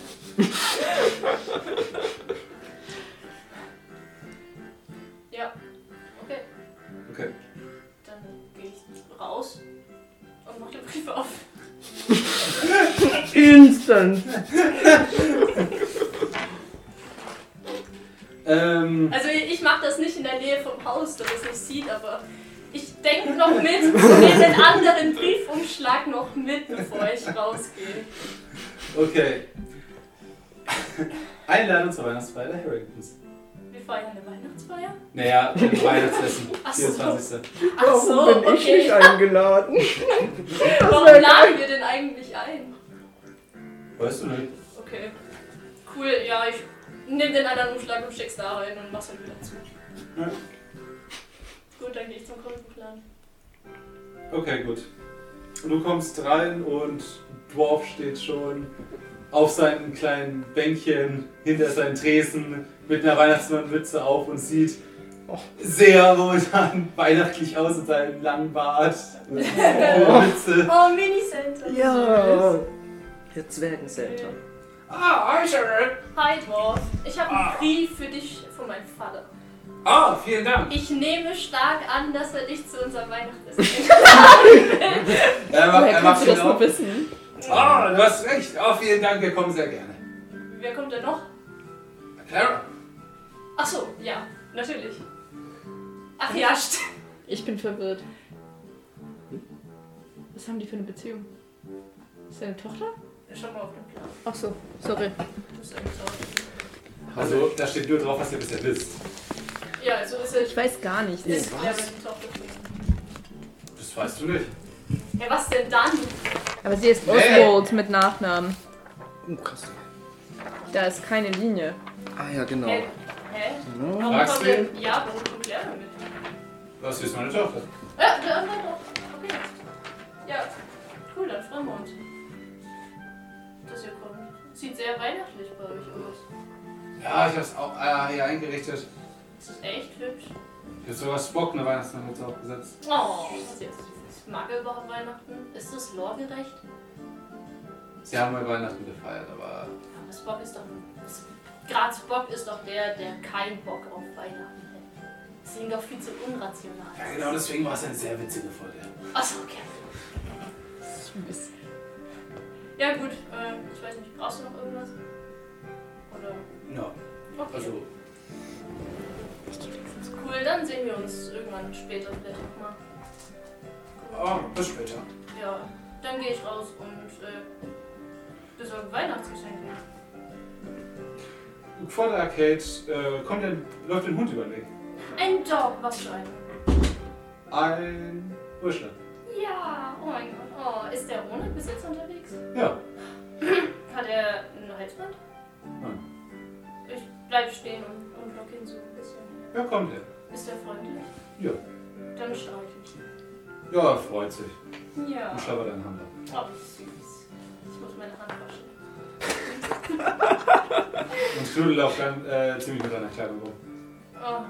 Speaker 5: ja, okay.
Speaker 1: Okay.
Speaker 5: Dann gehe ich raus und mache den Brief auf.
Speaker 4: Instant.
Speaker 1: Ähm,
Speaker 5: Also ich mache das nicht in der Nähe vom Haus, dass es nicht sieht, aber ich denke noch mit und nehme den anderen Briefumschlag noch mit, bevor ich rausgehe.
Speaker 1: okay. Einladung zur Weihnachtsfeier der Harringtons.
Speaker 5: Wir feiern eine Weihnachtsfeier.
Speaker 1: Naja, ein Weihnachtsessen.
Speaker 5: Ach so.
Speaker 1: 24.
Speaker 5: Ach so,
Speaker 4: Warum bin ich
Speaker 5: okay.
Speaker 4: nicht eingeladen?
Speaker 5: Warum laden wir denn eigentlich ein?
Speaker 1: Weißt du nicht?
Speaker 5: Okay. Cool, ja, ich nehme den anderen Umschlag und schick's da rein und mach's dann wieder zu.
Speaker 1: Ja.
Speaker 5: Gut, dann gehe ich zum Grundbuchladen.
Speaker 1: Okay, gut. Du kommst rein und Dwarf steht schon auf seinem kleinen Bänkchen hinter seinem Tresen mit einer Weihnachtsmannmütze auf und sieht sehr momentan weihnachtlich aus in seinem langen Bart. und seiner Mütze.
Speaker 5: Oh, Mini-Center.
Speaker 4: Ja. Der Zwergencenter.
Speaker 1: Ah, Archer!
Speaker 5: Hi, Dwarf. Ich habe einen Brief für dich von meinem Vater.
Speaker 1: Ah, vielen Dank!
Speaker 5: Ich nehme stark an, dass er dich zu unserem Weihnachtsessen
Speaker 1: Er, genau
Speaker 2: Woher kannst du das nur wissen?
Speaker 1: Ah, du hast recht. Ah, vielen Dank, wir kommen sehr gerne.
Speaker 5: Wer kommt denn noch?
Speaker 1: Clara?
Speaker 5: Ach so, ja, natürlich. Ach ja, stimmt.
Speaker 2: Ich bin verwirrt. Was haben die für eine Beziehung? Ist deine Tochter?
Speaker 5: Schon mal auf dem Plan.
Speaker 2: Ach so, sorry.
Speaker 5: Das ist eigentlich so.
Speaker 1: Also, da steht nur drauf, was ihr bisher wisst.
Speaker 5: Ja, also ist er.
Speaker 2: Ich weiß gar nicht.
Speaker 5: Ist
Speaker 1: Was?
Speaker 5: Claire die Tochter von ihm.
Speaker 1: Das weißt du nicht.
Speaker 5: Ja, was denn dann?
Speaker 2: Aber sie ist
Speaker 1: Nee. Uh,
Speaker 2: Oswald mit Nachnamen.
Speaker 4: Oh, krass.
Speaker 2: Da ist keine Linie.
Speaker 4: Ah ja, genau.
Speaker 5: Hä? Hä?
Speaker 4: Ja.
Speaker 5: Warum
Speaker 1: Magst
Speaker 5: kommt
Speaker 1: du
Speaker 5: denn. Ja, warum kommt Claire denn mit?
Speaker 1: Was ist meine Tochter?
Speaker 5: Ja, der andere doch. Okay. Ja, cool, dann freuen wir uns. Dass ihr kommt. Sieht sehr weihnachtlich bei euch aus.
Speaker 1: Ja, ich hab's auch äh, hier eingerichtet.
Speaker 5: Das ist echt hübsch.
Speaker 1: Ich hab sogar Spock eine Weihnachtsmannmütze aufgesetzt.
Speaker 5: Oh, was ist jetzt? Ich mag überhaupt Weihnachten. Ist das lorgerecht?
Speaker 1: Sie haben mal Weihnachten gefeiert, aber.
Speaker 5: Aber Spock ist doch. Gerade Spock ist doch der, der keinen Bock auf Weihnachten hat. Das ist ihm doch viel zu unrational.
Speaker 1: Ja, genau deswegen war es eine sehr witzige Folge.
Speaker 5: Achso, okay. Ja, gut. Äh, ich weiß nicht, brauchst du noch irgendwas? Oder.
Speaker 1: No.
Speaker 5: Okay.
Speaker 1: Also,
Speaker 5: Cool, dann sehen wir uns irgendwann später vielleicht nochmal.
Speaker 1: oh, bis später.
Speaker 5: Ja, dann gehe ich raus und äh, besorge Weihnachtsgeschenke.
Speaker 1: Vor der Arcade äh, kommt ein, läuft ein Hund über den Weg.
Speaker 5: Ein Dog, was für ein.
Speaker 1: Ein Bursche.
Speaker 5: Ja, oh mein Gott. Oh, ist der ohne Besitz unterwegs?
Speaker 1: Ja.
Speaker 5: Hat er ein Halsband?
Speaker 1: Hm. Nein.
Speaker 5: Ich bleib stehen und, und lock ihn so ein bisschen.
Speaker 1: Ja, kommt er.
Speaker 5: Ist er freundlich?
Speaker 1: Ja.
Speaker 5: Dann streich ich.
Speaker 1: Ja, er freut sich.
Speaker 5: ihn. Ja.
Speaker 1: Und schaue deinen Hand ab.
Speaker 5: Oh, süß. Ich muss meine Hand waschen.
Speaker 1: Und knudelt auch dann äh, ziemlich mit deiner Kleidung rum.
Speaker 5: Oh,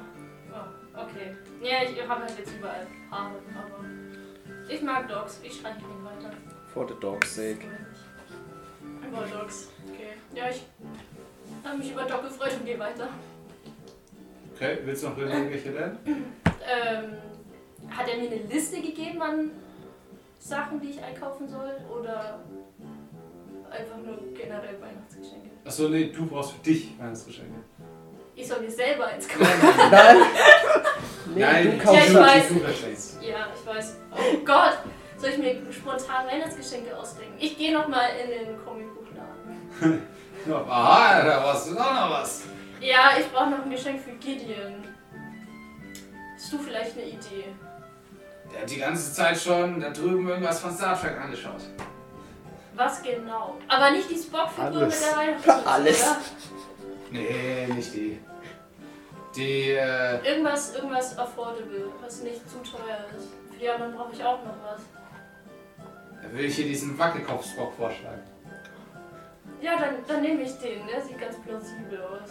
Speaker 5: oh, okay. Ja, ich habe halt jetzt überall Haare, aber ich mag Dogs. Ich streiche ihn weiter.
Speaker 4: For the dog's sake.
Speaker 5: Über Dogs. Okay. Ja, ich habe mich über Dog gefreut und gehe weiter.
Speaker 1: Okay, willst du noch irgendwelche denn?
Speaker 5: Ähm, hat er mir eine Liste gegeben an Sachen, die ich einkaufen soll? Oder einfach nur generell Weihnachtsgeschenke?
Speaker 1: Achso, nee, du brauchst für dich Weihnachtsgeschenke.
Speaker 5: Ich soll mir selber eins kaufen.
Speaker 4: Nein! Nee,
Speaker 1: Nein,
Speaker 4: du
Speaker 5: Ja,
Speaker 4: kaufst
Speaker 5: ich
Speaker 4: ja,
Speaker 5: weiß.
Speaker 1: du verstehst.
Speaker 5: Ja, ich weiß. Oh Gott! Soll ich mir spontan Weihnachtsgeschenke ausdenken? Ich gehe nochmal in den Comicbuchladen.
Speaker 1: Ja, aha, da warst du doch noch was.
Speaker 5: Ja, ich brauche noch ein Geschenk für Gideon. Hast du vielleicht eine Idee?
Speaker 1: Der hat die ganze Zeit schon da drüben irgendwas von Star Trek angeschaut.
Speaker 5: Was genau? Aber nicht die Spock-Figur mit
Speaker 3: Alles.
Speaker 5: der Weihnachtsmütze,
Speaker 4: Alles.
Speaker 5: oder?
Speaker 1: Nee, nicht die. Die, äh,
Speaker 5: Irgendwas, irgendwas affordable, was nicht zu teuer ist. Für die anderen brauche ich auch noch was.
Speaker 1: da würde ich hier diesen Wackelkopf-Spock vorschlagen.
Speaker 5: Ja, dann, dann nehme ich den. Der sieht ganz plausibel aus.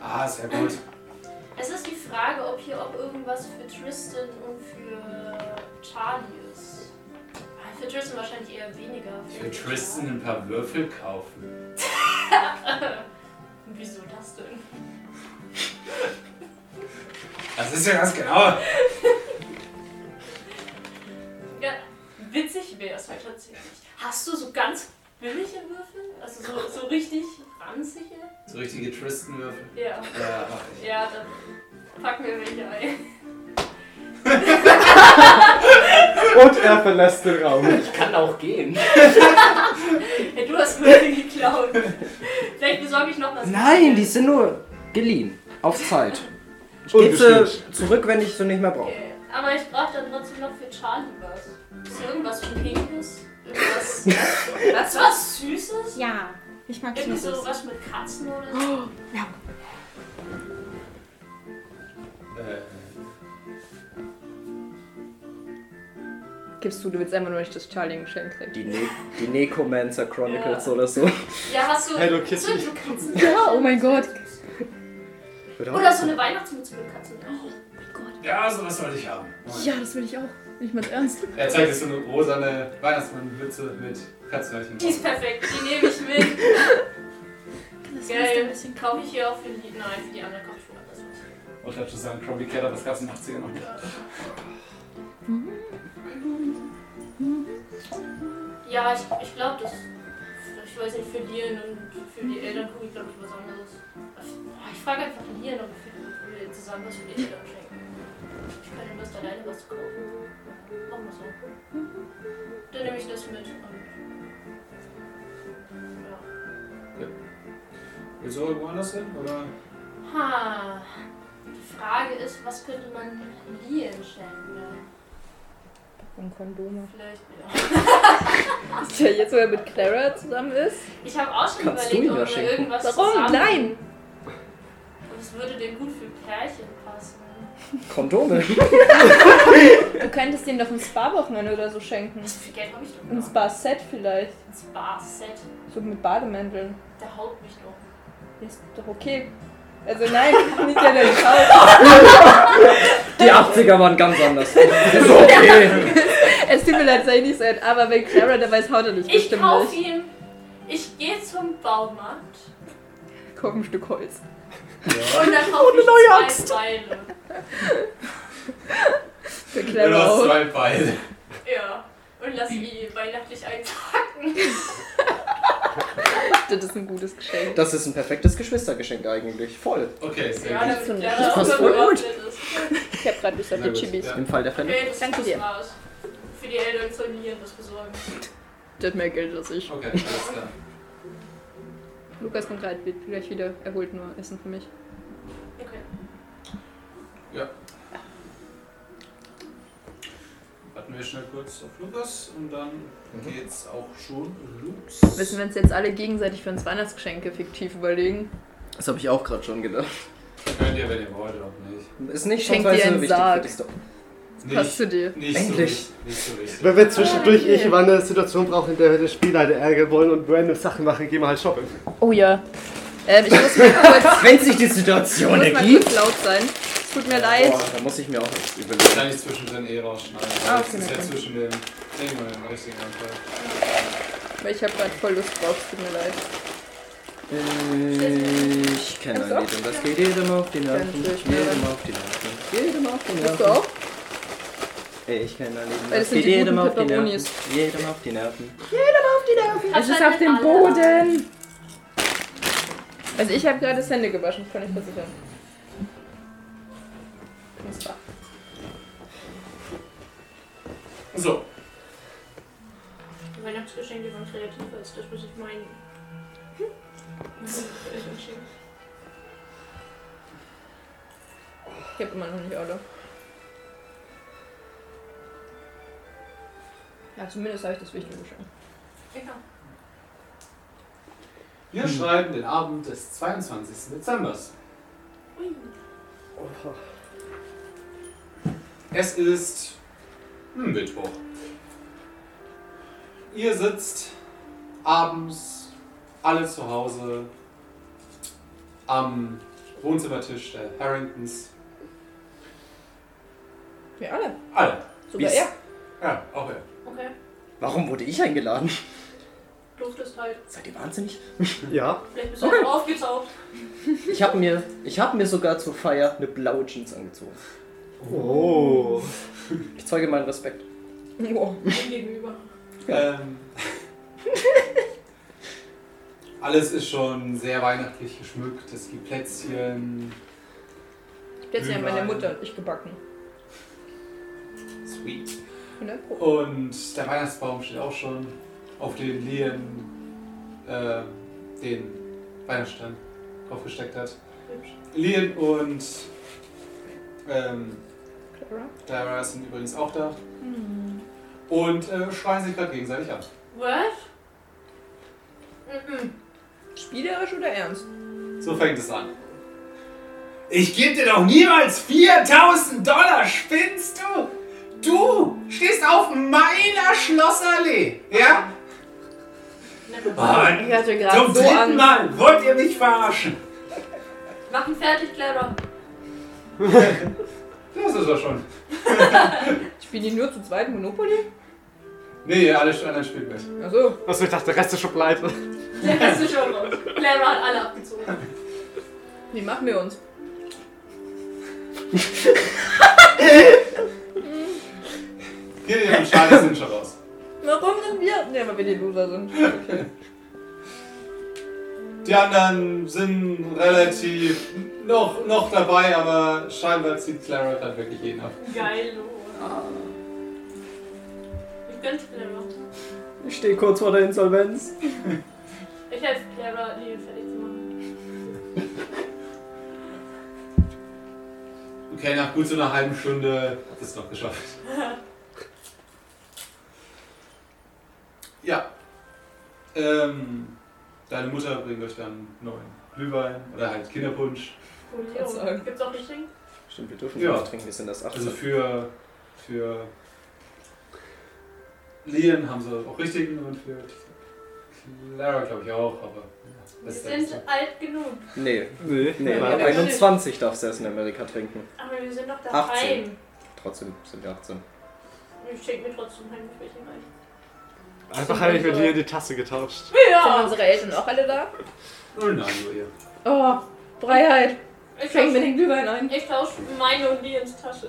Speaker 1: Ah, ist ja gut.
Speaker 5: Es ist die Frage, ob hier auch irgendwas für Tristan und für Charlie ist. Ah, Für Tristan wahrscheinlich eher weniger.
Speaker 1: Ich will Tristan ein paar Würfel kaufen.
Speaker 5: Wieso das denn?
Speaker 1: Das ist ja ganz genau.
Speaker 5: Ja, witzig wäre es halt tatsächlich. Hast du so ganz billige Würfel? Also so, so richtig ranzige?
Speaker 1: So richtige Tristan-Würfel.
Speaker 5: Ja.
Speaker 1: Ja, mach ich.
Speaker 5: Ja, dann pack mir welche ein.
Speaker 3: Und er verlässt den Raum.
Speaker 6: Ich kann auch gehen.
Speaker 5: Hey, du hast Würfel geklaut. Vielleicht besorge ich noch was.
Speaker 4: Nein, die sind nur geliehen. Auf Zeit. Ich gebe sie
Speaker 3: Unbestimmt.
Speaker 4: zurück, wenn ich sie nicht mehr brauche.
Speaker 5: Okay, Aber ich brauche dann trotzdem noch für Charlie was. Ist hier irgendwas von Pinkes? Irgendwas. was, was Süßes?
Speaker 7: Ja, ich mag
Speaker 5: Irgendwie so
Speaker 7: Süßes.
Speaker 5: was mit Katzen oder so?
Speaker 1: Äh,
Speaker 2: Gibst du, du willst einfach nur nicht, dass Charlie ein Geschenk kriegt.
Speaker 4: Die, ne die Necromancer Chronicles
Speaker 5: Ja.
Speaker 4: oder so.
Speaker 5: Ja, hast du.
Speaker 3: Hello
Speaker 5: hast du
Speaker 3: Kitty.
Speaker 5: so Katzen?
Speaker 2: Ja, oh mein Gott.
Speaker 5: Oder so eine Weihnachtsmütze mit Katzen? Oh,
Speaker 1: ja, sowas wollte ich haben. Moin.
Speaker 2: Ja, das will ich auch. Nicht mal ernst.
Speaker 1: Er zeigt jetzt so eine rosane Weihnachtsmannmütze mit Katzenöhrchen.
Speaker 5: Die ist perfekt, die nehme ich mit. Geil. Kaufe ich hier auch für die. Nein, für die anderen kaufe ich woanders was.
Speaker 1: Und dazu sagen, Crowley Keller, das gab es in den 80ern noch nicht.
Speaker 5: Ja, ich, ich glaube, das. Ich weiß nicht, für Lien und für die Eltern gucke ich, glaube ich, was anderes. Boah, Ich frage einfach Lien, ob wir für- für zusammen was für die Eltern schenken. Ich kann ihm das alleine was kaufen. Machen wir so. Dann nehme ich das mit und. Ja.
Speaker 1: Willst du irgendwo anders hin? Oder?
Speaker 5: Ha. Die Frage ist, was könnte man Lien schenken?
Speaker 2: Und Kondome.
Speaker 5: Vielleicht, ja.
Speaker 2: Ist ja jetzt, wo er mit Clara zusammen ist.
Speaker 5: Ich habe auch schon
Speaker 4: Kannst du
Speaker 5: überlegt,
Speaker 4: ihm
Speaker 5: ob
Speaker 4: was
Speaker 5: wir
Speaker 4: schenken?
Speaker 5: irgendwas
Speaker 2: Warum?
Speaker 5: zusammen-
Speaker 2: Nein!
Speaker 5: Und es würde denn gut für Pärchen passen.
Speaker 4: Kondome.
Speaker 2: Du könntest ihm doch ein Spa-Wochenende oder so schenken.
Speaker 5: Was viel Geld habe ich doch
Speaker 2: Ein
Speaker 5: noch?
Speaker 2: Spa-Set vielleicht.
Speaker 5: Ein Spa-Set.
Speaker 2: So mit Bademänteln.
Speaker 5: Der haut mich doch.
Speaker 2: Ja, Ist doch okay. Also nein, nicht ja dein Haus.
Speaker 4: Die 80er waren ganz anders. Ist okay.
Speaker 2: Es tut mir leid, sei nicht sein, aber wenn Clara dabei ist, haut er dich
Speaker 5: Ich
Speaker 2: bestimmt
Speaker 5: kaufe
Speaker 2: nicht.
Speaker 5: ihm. Ich gehe zum Baumarkt
Speaker 2: Kauf ein Stück Holz.
Speaker 5: und dann kaufe ich zwei Beile.
Speaker 2: Für
Speaker 1: du
Speaker 2: Clara
Speaker 1: hast
Speaker 2: auch.
Speaker 1: zwei Beine.
Speaker 5: Ja. Und lass die weihnachtlich einpacken.
Speaker 2: Das ist ein gutes Geschenk.
Speaker 4: Das ist ein perfektes Geschwistergeschenk eigentlich. Voll.
Speaker 1: Okay, sehr
Speaker 5: Ja,
Speaker 1: gut.
Speaker 2: ist so
Speaker 5: damit
Speaker 2: nett.
Speaker 5: Clara auch
Speaker 4: passt voll
Speaker 5: übergeordnet ist.
Speaker 2: Ich hab grad Lust auf
Speaker 1: Na
Speaker 2: die
Speaker 1: gut,
Speaker 2: Chibis.
Speaker 1: ja.
Speaker 4: Im Fall der Fälle.
Speaker 5: Okay, das
Speaker 2: Danke
Speaker 5: das
Speaker 2: dir.
Speaker 5: war's. Für die Eltern sollen die das besorgen.
Speaker 2: Der hat mehr Geld als ich.
Speaker 1: Okay, alles klar.
Speaker 2: Lukas kommt gleich gleich wieder, er holt nur Essen für mich.
Speaker 5: Okay.
Speaker 1: Warten wir schnell kurz auf Lukas und dann geht's auch schon los.
Speaker 2: Müssen wir uns jetzt alle gegenseitig für uns Weihnachtsgeschenke fiktiv überlegen?
Speaker 4: Das habe ich auch gerade schon gedacht.
Speaker 1: Könnt ihr, wenn ihr wollt, auch nicht.
Speaker 4: Ist nicht
Speaker 2: Schenk dir
Speaker 4: schwarzweiß
Speaker 2: einen
Speaker 4: nur wichtig
Speaker 2: Sarg.
Speaker 4: für dich. Doch.
Speaker 2: Passt zu dir.
Speaker 1: Nicht
Speaker 4: Endlich.
Speaker 1: so wichtig. Nicht so wichtig.
Speaker 3: Wenn wir zwischendurch irgendwann eine Situation brauchen, in der wir den Spielleiter ärgern wollen und random Sachen machen, gehen wir halt shoppen.
Speaker 2: Oh ja. Ähm, ich muss mal kurz,
Speaker 4: Wenn sich die
Speaker 2: ich
Speaker 4: Situation
Speaker 2: muss mal
Speaker 4: ergibt,
Speaker 2: kurz laut sein. Tut mir leid.
Speaker 4: Boah, da muss ich mir auch was überlegen.
Speaker 1: Wahrscheinlich zwischendrin eh rausschneiden.
Speaker 2: Ah,
Speaker 1: Ah,
Speaker 2: okay,
Speaker 1: das ist ja
Speaker 2: okay.
Speaker 1: zwischen dem Ding und dem richtigen Anfall.
Speaker 2: Weil ich habe gerade voll Lust drauf. Tut mir leid.
Speaker 4: Ich kenne
Speaker 2: Kannst du
Speaker 4: ein Lied und das geht jedem auf die Nerven.
Speaker 2: Ganz ruhig,
Speaker 4: Jedem
Speaker 2: Miriam.
Speaker 4: auf die Nerven. Jedem auf die
Speaker 2: Bist du
Speaker 4: Nerven.
Speaker 2: auch?
Speaker 4: Ey, ich kenne ein Lied und
Speaker 2: Weil das
Speaker 4: das
Speaker 2: sind
Speaker 4: geht
Speaker 2: die
Speaker 4: jedem
Speaker 2: guten
Speaker 4: auf die Nerven.
Speaker 2: Pepperonis.
Speaker 4: Jedem auf die Nerven.
Speaker 5: Es ist auf dem
Speaker 2: Boden. Also ich habe gerade das Hände gewaschen, kann ich versichern. Das war-
Speaker 1: So,
Speaker 5: Weihnachtsgeschenke waren kreativer als das, was ich meine. Weihnachtsgeschenke.
Speaker 2: Ich habe immer noch nicht alle. Ja, zumindest habe ich das Wichtige geschenkt.
Speaker 5: Ja.
Speaker 1: wir schreiben den Abend des 22. Dezembers.
Speaker 5: Ui.
Speaker 1: Es ist Mittwoch. Ihr sitzt abends alle zu Hause am Wohnzimmertisch der Harringtons.
Speaker 2: Wir alle.
Speaker 1: Alle.
Speaker 2: Sogar
Speaker 4: Wie-
Speaker 2: er.
Speaker 1: Ja, auch er.
Speaker 5: Okay.
Speaker 4: Warum wurde ich eingeladen?
Speaker 5: Durftest halt.
Speaker 4: Seid ihr wahnsinnig?
Speaker 3: Ja.
Speaker 5: Vielleicht bist du okay. aufgetaucht.
Speaker 4: Ich habe mir, ich hab mir sogar zur Feier eine blaue Jeans angezogen.
Speaker 3: Oh.
Speaker 4: Ich zeuge meinen Respekt.
Speaker 2: Wow.
Speaker 5: Dem gegenüber.
Speaker 1: Ähm, alles ist schon sehr weihnachtlich geschmückt. Es gibt Plätzchen,
Speaker 2: Jetzt haben meine
Speaker 1: Glühwein.
Speaker 2: Mutter und ich gebacken.
Speaker 1: Sweet.
Speaker 2: 100 Pro.
Speaker 1: Und der Weihnachtsbaum steht auch schon auf den Lien, äh, den Weihnachtsstern draufgesteckt hat.
Speaker 5: Hübsch.
Speaker 1: Lien und ähm,
Speaker 2: Clara.
Speaker 1: Dara sind übrigens auch da und äh, schreien sich gerade gegenseitig an.
Speaker 5: Was? Mhm.
Speaker 2: Spielerisch oder ernst?
Speaker 1: So fängt es an. Ich gebe dir doch niemals 4000 Dollar, spinnst du? Du stehst auf meiner Schlossallee, ja?
Speaker 5: Never mind.
Speaker 1: Mann,
Speaker 2: Ich hatte gerade so Angst.
Speaker 1: Mal wollt ihr mich verarschen?
Speaker 5: Mach ihn fertig, Clara.
Speaker 1: Das ist er schon.
Speaker 2: Spielen die nur zu zweit Monopoly?
Speaker 1: Nee, alle anderen spielen mit.
Speaker 2: Achso.
Speaker 3: Also ich dachte, der Rest ist schon pleite.
Speaker 5: Der Rest ist schon raus. Clara hat alle abgezogen.
Speaker 2: Wie machen wir uns?
Speaker 1: Gideon und Charlie sind schon raus.
Speaker 2: Warum sind wir? Ja, weil wir die Loser sind.
Speaker 1: Die anderen sind relativ noch, noch dabei, aber scheinbar zieht Clara gerade wirklich jeden ab.
Speaker 5: Geil,
Speaker 2: Ah.
Speaker 5: oh. Ich gönn's Clara.
Speaker 4: Ich stehe kurz vor der Insolvenz.
Speaker 5: Ich helfe Clara, die fertig zu machen.
Speaker 1: Okay, nach gut so einer halben Stunde hat es noch geschafft. Ja. Ähm, deine Mutter bringt euch dann neuen Glühwein oder halt Kinderpunsch.
Speaker 2: Kannst du sagen.
Speaker 5: Gibt's auch Geschenk?
Speaker 4: Stimmt, wir dürfen
Speaker 1: Ja.
Speaker 4: ja. trinken, wir sind das 18.
Speaker 1: Also für. für. Lien haben sie auch richtigen und für Clara glaube ich auch, aber.
Speaker 5: Wir
Speaker 1: das ist
Speaker 5: sind
Speaker 1: ja-
Speaker 5: alt genug.
Speaker 4: nee,
Speaker 3: Nee.
Speaker 4: nee,
Speaker 5: Ja,
Speaker 4: ab
Speaker 5: natürlich.
Speaker 4: 21 darfst du erst in Amerika trinken.
Speaker 5: Aber wir sind doch
Speaker 4: 18.
Speaker 5: daheim.
Speaker 4: Trotzdem sind wir 18.
Speaker 5: Ich schenk mir trotzdem heimlich welche rein.
Speaker 3: Einfach habe ich mit dir die Tasse getauscht.
Speaker 2: Sind
Speaker 5: Ja!
Speaker 2: unsere Eltern auch alle da?
Speaker 1: Oh nein, nur ihr.
Speaker 2: Oh, Freiheit.
Speaker 5: Ich
Speaker 2: Schenk mir
Speaker 5: tausche,
Speaker 2: den Glühwein ein.
Speaker 5: ich tausche meine und die ins Tasche.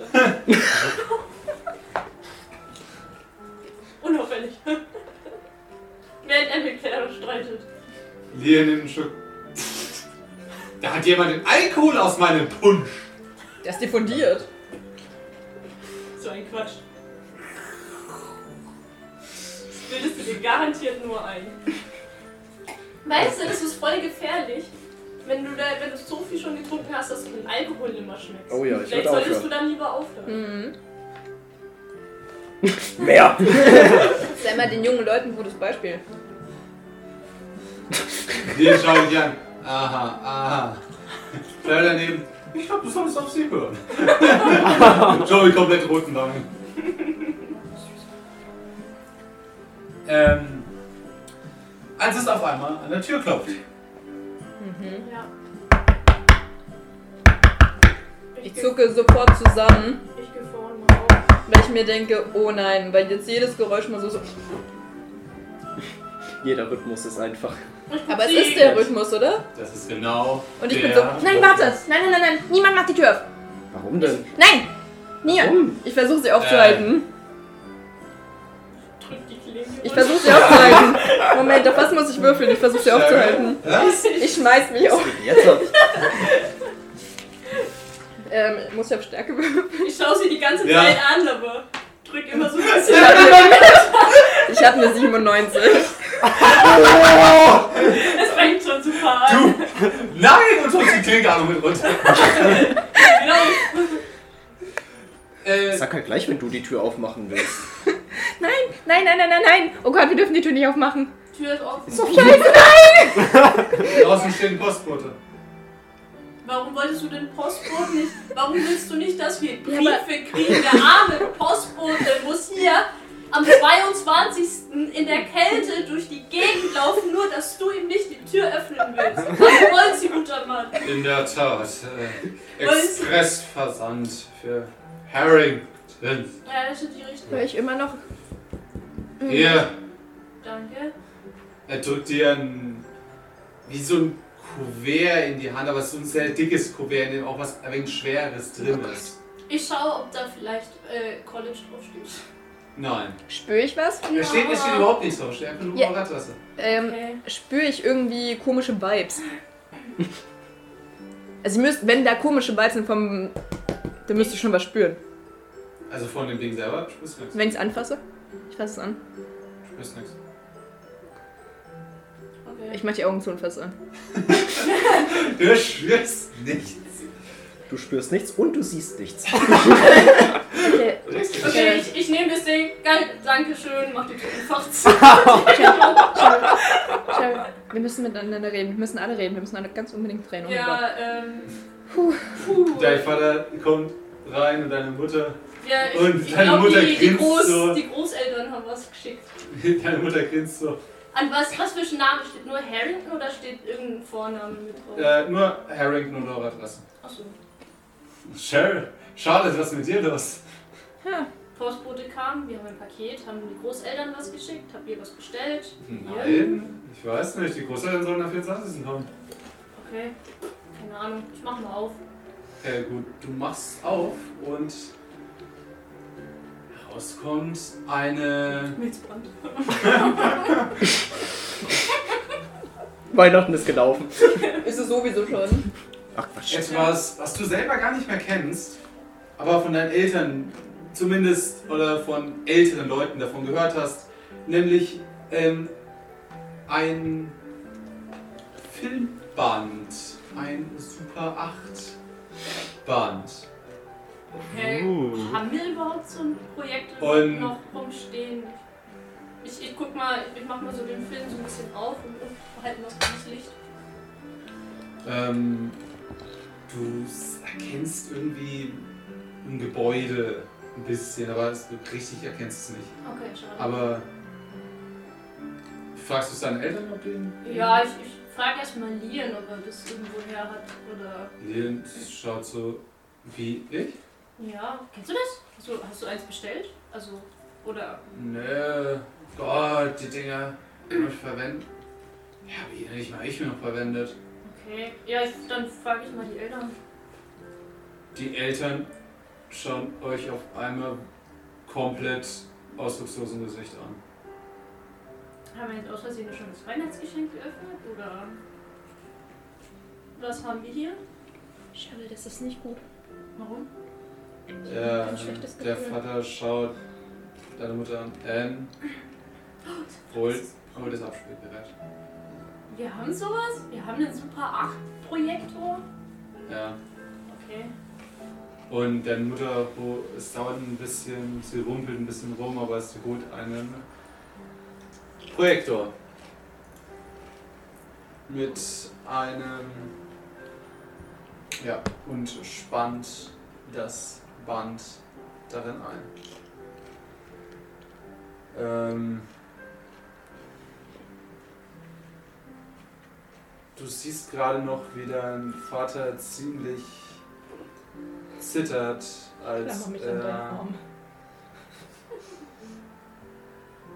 Speaker 5: Unauffällig. Während er mit Clara streitet.
Speaker 1: Lien nimmt einen Schluck. Da hat jemand den Alkohol aus meinem Punsch.
Speaker 2: Der ist diffundiert.
Speaker 5: So ein Quatsch. Das bildest du dir garantiert nur ein. Weißt du, das ist voll gefährlich, wenn du, da, wenn du so viel schon getrunken hast, dass du den Alkohol nimmer schmeckst.
Speaker 4: Oh ja, ich
Speaker 5: Vielleicht
Speaker 4: würde
Speaker 5: solltest du
Speaker 4: aufhören.
Speaker 5: dann lieber aufhören.
Speaker 2: Mhm.
Speaker 4: Mehr!
Speaker 2: Sei mal den jungen Leuten ein gutes Beispiel.
Speaker 1: Lien schaut dich an. Aha, aha. Blair daneben. Ich glaube, du sollst auf sie hören. Joey komplett roten Wangen. ähm, als es auf einmal an der Tür klopft.
Speaker 5: Ja.
Speaker 2: Ich
Speaker 5: geh-
Speaker 2: zucke sofort zusammen,
Speaker 5: Ich gehe vorne rauf.
Speaker 2: weil ich mir denke, oh nein, weil jetzt jedes Geräusch mal so. so
Speaker 4: Jeder Rhythmus ist einfach.
Speaker 2: aber es ist der Rhythmus, oder?
Speaker 1: Das ist genau.
Speaker 2: Und ich
Speaker 1: der
Speaker 2: bin so, nein, warte! Nein, nein, nein, nein! Niemand macht die Tür auf!
Speaker 4: Warum denn?
Speaker 2: Nein! Niemand!
Speaker 4: Warum?
Speaker 2: Ich versuche sie aufzuhalten.
Speaker 5: Drück die Klinge.
Speaker 2: Ich versuche sie aufzuhalten. Moment, auf was muss ich würfeln? Ich versuche sie aufzuhalten.
Speaker 1: Was?
Speaker 2: Ich schmeiß mich auf.
Speaker 4: Jetzt ab.
Speaker 2: Ähm, muss ich auf Stärke würfeln?
Speaker 5: Ich schaue sie die ganze
Speaker 1: Ja.
Speaker 5: Zeit an, aber drück immer so ein bisschen.
Speaker 2: Ich habe eine 97.
Speaker 5: Es fängt schon super an.
Speaker 1: Du! Nein! Und holst die Klingarme mit runter.
Speaker 5: Genau.
Speaker 1: Äh,
Speaker 4: Sag halt gleich, wenn du die Tür aufmachen willst.
Speaker 2: Nein, nein, nein, nein, nein! Oh Gott, wir dürfen die Tür nicht aufmachen.
Speaker 5: Tür ist offen.
Speaker 1: draußen steht ein Postbote.
Speaker 5: Warum wolltest du den Postboten nicht? Warum willst du nicht, dass wir
Speaker 2: Ja, aber-
Speaker 5: Briefe kriegen? Der arme Postbote muss hier am 22. in der Kälte durch die Gegend laufen, nur dass du ihm nicht die Tür öffnen willst. Was wollen Sie, guter Mann?
Speaker 1: In der Tat. Äh,
Speaker 5: Was?
Speaker 1: Expressversand für Harrington.
Speaker 5: Ja, das ist die richtige.
Speaker 2: Weil ich immer noch.
Speaker 1: Hier.
Speaker 5: Danke.
Speaker 1: Er drückt dir ein, wie so ein Kuvert in die Hand, aber es ist so ein sehr dickes Kuvert, in dem auch was ein wenig Schweres drin ist.
Speaker 5: Ich schaue, ob da vielleicht äh, College draufsteht.
Speaker 1: Nein.
Speaker 2: Spüre ich was?
Speaker 1: Er steht, er steht überhaupt nicht drauf, steht einfach nur
Speaker 2: Ja.
Speaker 1: yeah. Radwasser.
Speaker 2: Ähm,
Speaker 5: Okay.
Speaker 2: spüre ich irgendwie komische Vibes. Also, ihr müsst, wenn da komische Vibes sind vom. Dann müsst ihr schon was spüren.
Speaker 1: Also von dem Ding selber, spürst nichts.
Speaker 2: Wenn ich es anfasse? Ich fasse es an.
Speaker 1: Spürst nichts.
Speaker 5: okay.
Speaker 2: Ich mache die Augen zu und fasse es an.
Speaker 1: Du spürst nichts.
Speaker 4: Du spürst nichts und du siehst nichts.
Speaker 2: Okay.
Speaker 1: Richtig.
Speaker 5: Okay, ich, ich nehme das Ding. Geil, danke schön, mach die Tür einfach zu.
Speaker 2: Schau, wir müssen miteinander reden. Wir müssen alle reden. Wir müssen alle ganz unbedingt reden. Oh mein Gott.
Speaker 5: Ja, ähm. Puh.
Speaker 1: Dein Vater kommt rein und deine Mutter.
Speaker 5: Ja, ich,
Speaker 1: Und
Speaker 5: ich
Speaker 1: deine
Speaker 5: glaub,
Speaker 1: Mutter
Speaker 5: die, die,
Speaker 1: grinst
Speaker 5: Groß,
Speaker 1: so.
Speaker 5: die Großeltern haben was geschickt.
Speaker 1: Deine Mutter grinst so.
Speaker 5: An was, was für ein Name steht? Nur Harrington oder steht irgendein Vorname mit drauf?
Speaker 1: Äh, nur Harrington und Laura Drassen.
Speaker 5: Achso.
Speaker 1: Cheryl, Charlotte, was ist mit dir los?
Speaker 5: Postbote kam, wir haben ein Paket, haben die Großeltern was geschickt, habt ihr was bestellt?
Speaker 1: Nein, ich weiß nicht. Die Großeltern sollen am 24. kommen.
Speaker 5: Okay. Keine Ahnung, ich mach mal auf.
Speaker 1: Äh, gut, du machst auf und herauskommt eine.
Speaker 5: Milzbrand.
Speaker 4: Weihnachten ist gelaufen.
Speaker 2: Ist es sowieso schon.
Speaker 4: Ach Quatsch.
Speaker 1: etwas, was du selber gar nicht mehr kennst, aber von deinen Eltern zumindest oder von älteren Leuten davon gehört hast, nämlich ähm, ein Filmband, ein Super 8 Band.
Speaker 5: Okay.
Speaker 3: Uh.
Speaker 5: Haben wir überhaupt so ein Projekt
Speaker 1: Und-
Speaker 5: noch rumstehen? Ich, ich guck mal, ich mach mal so den Film so ein bisschen auf und halten was gutes Licht.
Speaker 1: Ähm, du s- erkennst irgendwie ein Gebäude ein bisschen, aber es- du richtig erkennst es nicht.
Speaker 5: Okay, schade.
Speaker 1: Aber fragst du es deinen Eltern, ob den?
Speaker 5: Ja, ich, ich frage erstmal Lian, ob er das irgendwo her hat oder.
Speaker 1: Lilian schaut so wie ich.
Speaker 5: Ja, kennst du das? Hast du, hast du eins bestellt? Also, oder.
Speaker 1: Nee, Gott, die Dinger immer verwenden. Ja, wie nicht mal ich mir noch verwendet.
Speaker 5: Okay. Ja, ich, dann frage ich mal die Eltern.
Speaker 1: Die Eltern schauen euch auf einmal komplett ausdruckslos im Gesicht an.
Speaker 5: Haben wir jetzt aus Versehen schon das Weihnachtsgeschenk geöffnet oder. Was haben wir hier?
Speaker 2: Schade, das ist nicht gut.
Speaker 5: Warum?
Speaker 1: Der,
Speaker 2: Ein schlechtes
Speaker 1: der
Speaker 2: Gefühl.
Speaker 1: Vater schaut deine Mutter an. Ähm, holt, holt das Abspielgerät.
Speaker 5: Wir haben sowas? Wir haben den Super 8 Projektor?
Speaker 1: Ja.
Speaker 5: Okay.
Speaker 1: Und deine Mutter, wo, es dauert ein bisschen, sie rumpelt ein bisschen rum, aber sie holt einen Projektor. mit einem. Ja, und spannt das Band darin ein. Ähm, du siehst gerade noch, wie dein Vater ziemlich zittert, als
Speaker 2: Klammer mich an deinen
Speaker 1: er
Speaker 2: Arm.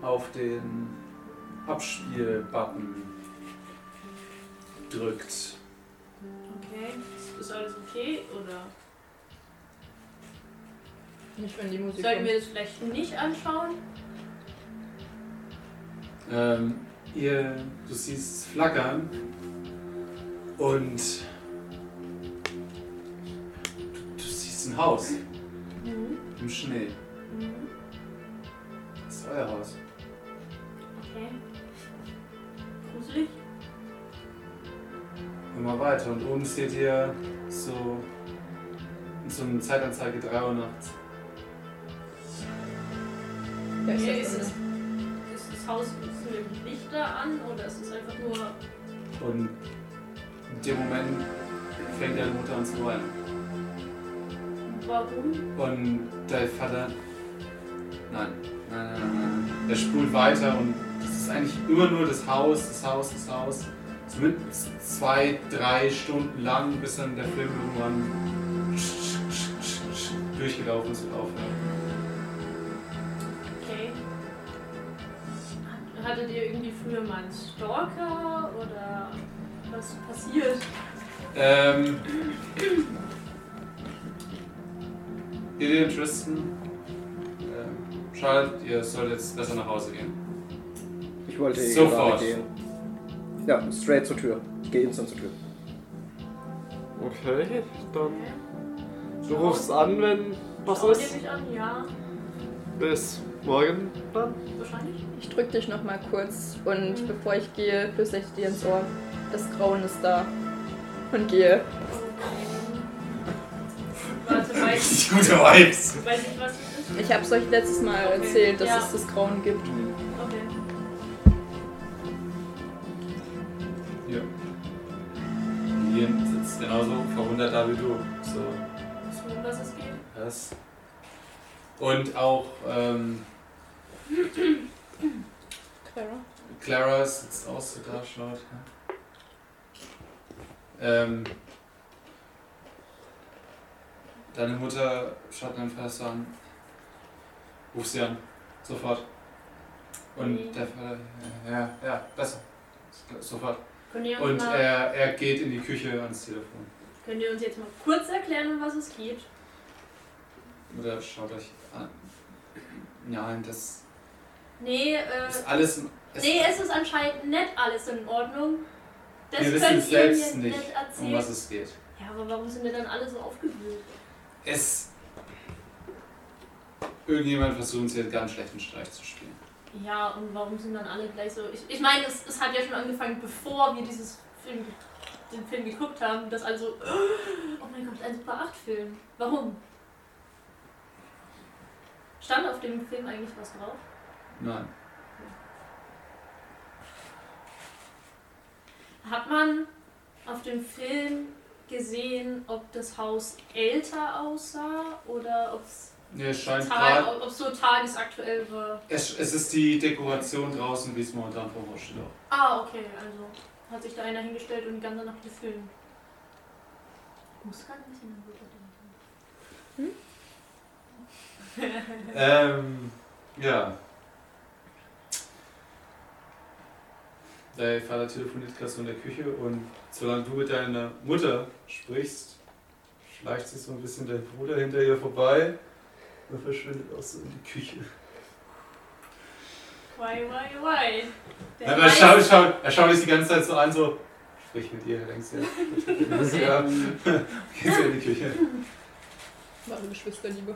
Speaker 1: auf den Abspielbutton drückt.
Speaker 5: Okay. Ist alles okay? Oder
Speaker 2: Nicht, wenn die Musik
Speaker 5: sollten
Speaker 2: kommt.
Speaker 5: wir das vielleicht nicht anschauen?
Speaker 1: Ähm, ihr, du siehst es flackern und du, du siehst ein Haus
Speaker 5: Mhm.
Speaker 1: im Schnee.
Speaker 5: Mhm.
Speaker 1: Das ist euer Haus.
Speaker 5: Okay. Gruselig?
Speaker 1: Immer weiter und oben seht ihr so, so eine Zeitanzeige 3 Uhr nachts.
Speaker 2: Ja, ist
Speaker 5: Okay,
Speaker 2: das
Speaker 5: ist,
Speaker 2: dann-
Speaker 5: es, ist das Haus ist mit Lichter an oder ist es einfach nur.
Speaker 1: Und in dem Moment fängt deine Mutter an zu weinen.
Speaker 5: Warum?
Speaker 1: Und der Vater. Nein. Nein, nein, nein, nein. Er spult weiter und es ist eigentlich immer nur das Haus, das Haus, das Haus. Zumindest zwei, drei Stunden lang, bis dann der Film irgendwann durchgelaufen ist und aufhört.
Speaker 5: Okay. Hattet ihr irgendwie früher mal einen Stalker oder was passiert?
Speaker 1: Ähm. Ihr und Tristan. ähm, Charlotte, ihr sollt jetzt besser nach Hause gehen.
Speaker 4: Ich wollte eh
Speaker 1: Sofort.
Speaker 4: gerade gehen. Ja, straight zur Tür. Ich gehe instant zur Tür.
Speaker 3: Okay,
Speaker 1: Ähm,
Speaker 3: dann.
Speaker 5: Okay.
Speaker 3: Du rufst an, wenn was
Speaker 5: Schaut ihr
Speaker 3: ist.
Speaker 5: mich an? Ja,
Speaker 3: Bis morgen dann.
Speaker 5: wahrscheinlich.
Speaker 2: Ich drück dich noch mal kurz und bevor ich gehe, flüstere ich dir ins Ohr. Das Grauen ist da. Und gehe.
Speaker 5: Warte, weiß ich,
Speaker 1: gute Vibes!
Speaker 5: weiß ich, was es ist?
Speaker 2: Ich hab's euch letztes Mal
Speaker 5: Okay,
Speaker 2: erzählt, dass
Speaker 5: ja.
Speaker 2: es das Grauen gibt.
Speaker 5: Okay.
Speaker 1: Ja. Hier sitzt genauso verwundert da wie du. So.
Speaker 5: Wisst ihr, um was es geht?
Speaker 1: Das. Und auch ähm,
Speaker 2: Clara?
Speaker 1: Clara sitzt auch so da, schaut. ja. Ähm, deine Mutter schaut deinen Vater so an. Ruf sie an. Sofort. Und
Speaker 5: Mhm.
Speaker 1: der Vater, ja, ja, ja, besser. Sofort.
Speaker 5: Könnt ihr,
Speaker 1: Und
Speaker 5: uns
Speaker 1: äh,
Speaker 5: mal,
Speaker 1: er, er geht in die Küche ans Telefon.
Speaker 5: könnt ihr uns jetzt mal kurz erklären, um was es geht?
Speaker 1: Oder schaut euch an. Nein, das
Speaker 5: Nee, äh,
Speaker 1: ist alles. Es,
Speaker 5: nee, es ist anscheinend nicht alles in Ordnung. Das
Speaker 1: wir wissen
Speaker 5: könnt ihr
Speaker 1: selbst
Speaker 5: mir
Speaker 1: nicht,
Speaker 5: nicht
Speaker 1: um
Speaker 5: erzählen.
Speaker 1: was es geht.
Speaker 5: Ja, aber warum sind wir dann alle so aufgewühlt?
Speaker 1: Es. Irgendjemand versucht uns hier einen ganz schlechten Streich zu spielen.
Speaker 5: Ja, und warum sind dann alle gleich so. Ich, ich meine, es, es hat ja schon angefangen, bevor wir dieses Film, den Film geguckt haben, dass alle so. Oh mein Gott, ein Super 8-Film. Warum? Stand auf dem Film eigentlich was drauf?
Speaker 1: Nein.
Speaker 5: Hat man auf dem Film gesehen, ob das Haus älter aussah oder ob es
Speaker 1: Nee, es scheint
Speaker 5: Tag,
Speaker 1: gerade.
Speaker 5: ob ob's so tagesaktuell war?
Speaker 1: Es, es ist die Dekoration draußen, wie es momentan vor Ort steht. auch.
Speaker 5: Ah, okay, also hat sich da einer hingestellt und die ganze Nacht gefilmt. Ich muss gerade ein bisschen an Butter denken.
Speaker 1: Ähm. Ja. Dein Vater telefoniert gerade so in der Küche und solange du mit deiner Mutter sprichst, schleicht sich so ein bisschen dein Bruder hinter ihr vorbei und verschwindet auch so in die Küche.
Speaker 5: Why, why, why?
Speaker 1: Ja, aber er, schaut, schaut, er schaut dich die ganze Zeit so an, so, sprich mit ihr, denkst du. Ja, geht's in die Küche.
Speaker 2: Warte, Geschwisterliebe.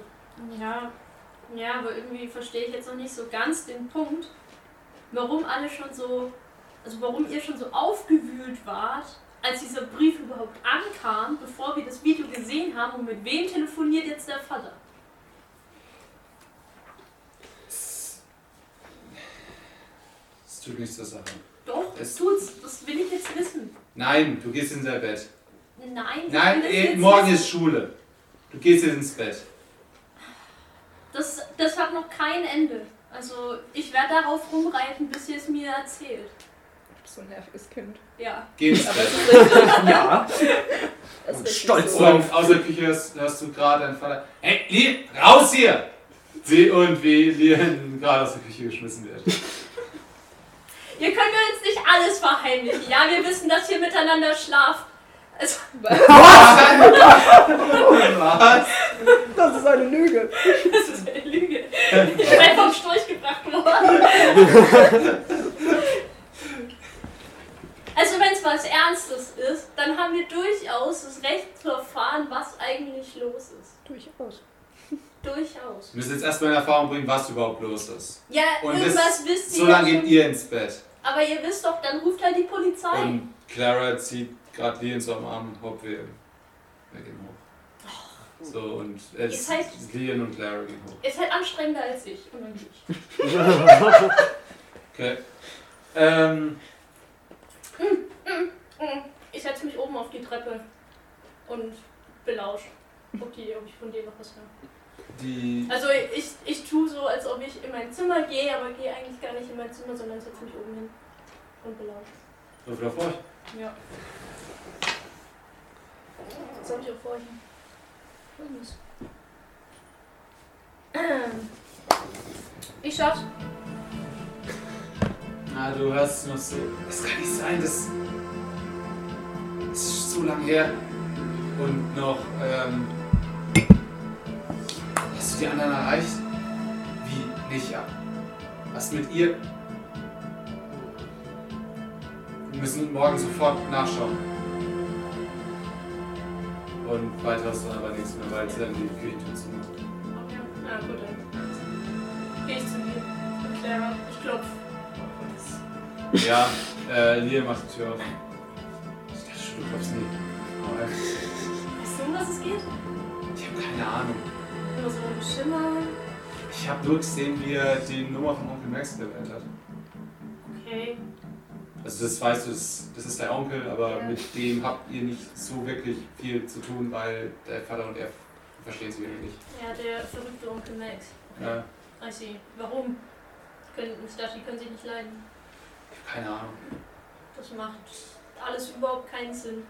Speaker 5: ja, ja, aber irgendwie verstehe ich jetzt noch nicht so ganz den Punkt, warum alle schon so, also warum ihr schon so aufgewühlt wart, als dieser Brief überhaupt ankam, bevor wir das Video gesehen haben und mit wem telefoniert jetzt der Vater?
Speaker 1: Es tut nichts zur Sache.
Speaker 5: Doch,
Speaker 1: Es-
Speaker 5: Tut's, das will ich jetzt wissen.
Speaker 1: Nein, du gehst in sein Bett.
Speaker 5: Nein, ich
Speaker 1: Nein,
Speaker 5: will das
Speaker 1: eh,
Speaker 5: jetzt
Speaker 1: morgen
Speaker 5: wissen.
Speaker 1: ist Schule. Du gehst jetzt ins Bett.
Speaker 5: Das, das hat noch kein Ende. Also ich werde darauf rumreiten, bis ihr es mir erzählt.
Speaker 2: Du bist so ein nerviges Kind.
Speaker 5: Ja.
Speaker 1: Geh ins Bett.
Speaker 4: Ja.
Speaker 2: Das
Speaker 4: Und
Speaker 2: ist richtig
Speaker 4: stolz.
Speaker 2: so.
Speaker 1: Und aus der Küche hörst, hörst du gerade deinen Vater. Hey, Lee, raus hier! Wie und wie Lien gerade aus der Küche geschmissen wird.
Speaker 5: Ihr könnt mir jetzt nicht alles verheimlichen. Ja, wir wissen, dass ihr miteinander schlaft. Also,
Speaker 1: Was?
Speaker 4: Das ist eine Lüge.
Speaker 5: das ist eine Lüge. Ich bin vom Storch gebracht worden. Also wenn es was Ernstes ist, dann haben wir durchaus das Recht zu erfahren, was eigentlich los ist.
Speaker 2: Durchaus.
Speaker 5: Durchaus.
Speaker 1: Wir müssen jetzt erstmal in Erfahrung bringen, was überhaupt los ist.
Speaker 5: Ja,
Speaker 1: Und
Speaker 5: irgendwas
Speaker 1: das,
Speaker 5: wisst ihr.
Speaker 1: so lange
Speaker 5: schon.
Speaker 1: geht ihr ins Bett.
Speaker 5: Aber ihr wisst doch, dann ruft halt die Polizei.
Speaker 1: Und Clara zieht gerade Lee in so einem Arm hopp wir. Wir gehen hoch. So und jetzt
Speaker 5: Ihr seid-
Speaker 1: Leon und Clara gehen hoch.
Speaker 5: Ihr seid halt anstrengender als ich. Und dann ich.
Speaker 1: Okay. Ähm,
Speaker 5: Ich setze mich oben auf die Treppe und belausch, ob, die, ob ich von dir noch was höre.
Speaker 1: die.
Speaker 5: Also ich, ich tue so, als ob ich in mein Zimmer gehe, aber gehe eigentlich gar nicht in mein Zimmer, sondern setze mich oben hin und belausch. Also
Speaker 1: Würfel auf euch.
Speaker 5: Ja. Das habe ich auch vorhin. Folgendes. Ich schaff's.
Speaker 1: Na, du hörst noch so. Das kann nicht sein, das. Das ist so lang her. Und noch, ähm. Hast du die anderen erreicht? Wie? Nicht ab. Was mit ihr? Wir müssen morgen sofort nachschauen. Und weiter hast du dann aber nichts mehr, weil sie dann die Küchentür zumacht.
Speaker 5: Okay. Na ah, gut, dann gehe ich zu dir. Clara, ich klopfe.
Speaker 1: Ja, äh, Liel macht die Tür auf. Ich dachte schon, du glaubst nie. Aber
Speaker 5: Weißt du, um was es geht?
Speaker 1: ich habe keine Ahnung.
Speaker 5: Nur so ein Schimmer.
Speaker 1: Ich habe nur gesehen, wie er die Nummer von Onkel Max gewählt hat.
Speaker 5: Okay.
Speaker 1: Also das weißt du, das, das ist dein Onkel, aber
Speaker 5: Ja.
Speaker 1: mit dem habt ihr nicht so wirklich viel zu tun, weil der Vater und er verstehen sich irgendwie nicht.
Speaker 5: Ja, der verrückte Onkel Max.
Speaker 1: Ja,
Speaker 5: I see. Warum? Können, ich dachte, die können sich nicht leiden.
Speaker 1: ich habe keine Ahnung.
Speaker 5: Das macht alles überhaupt keinen Sinn.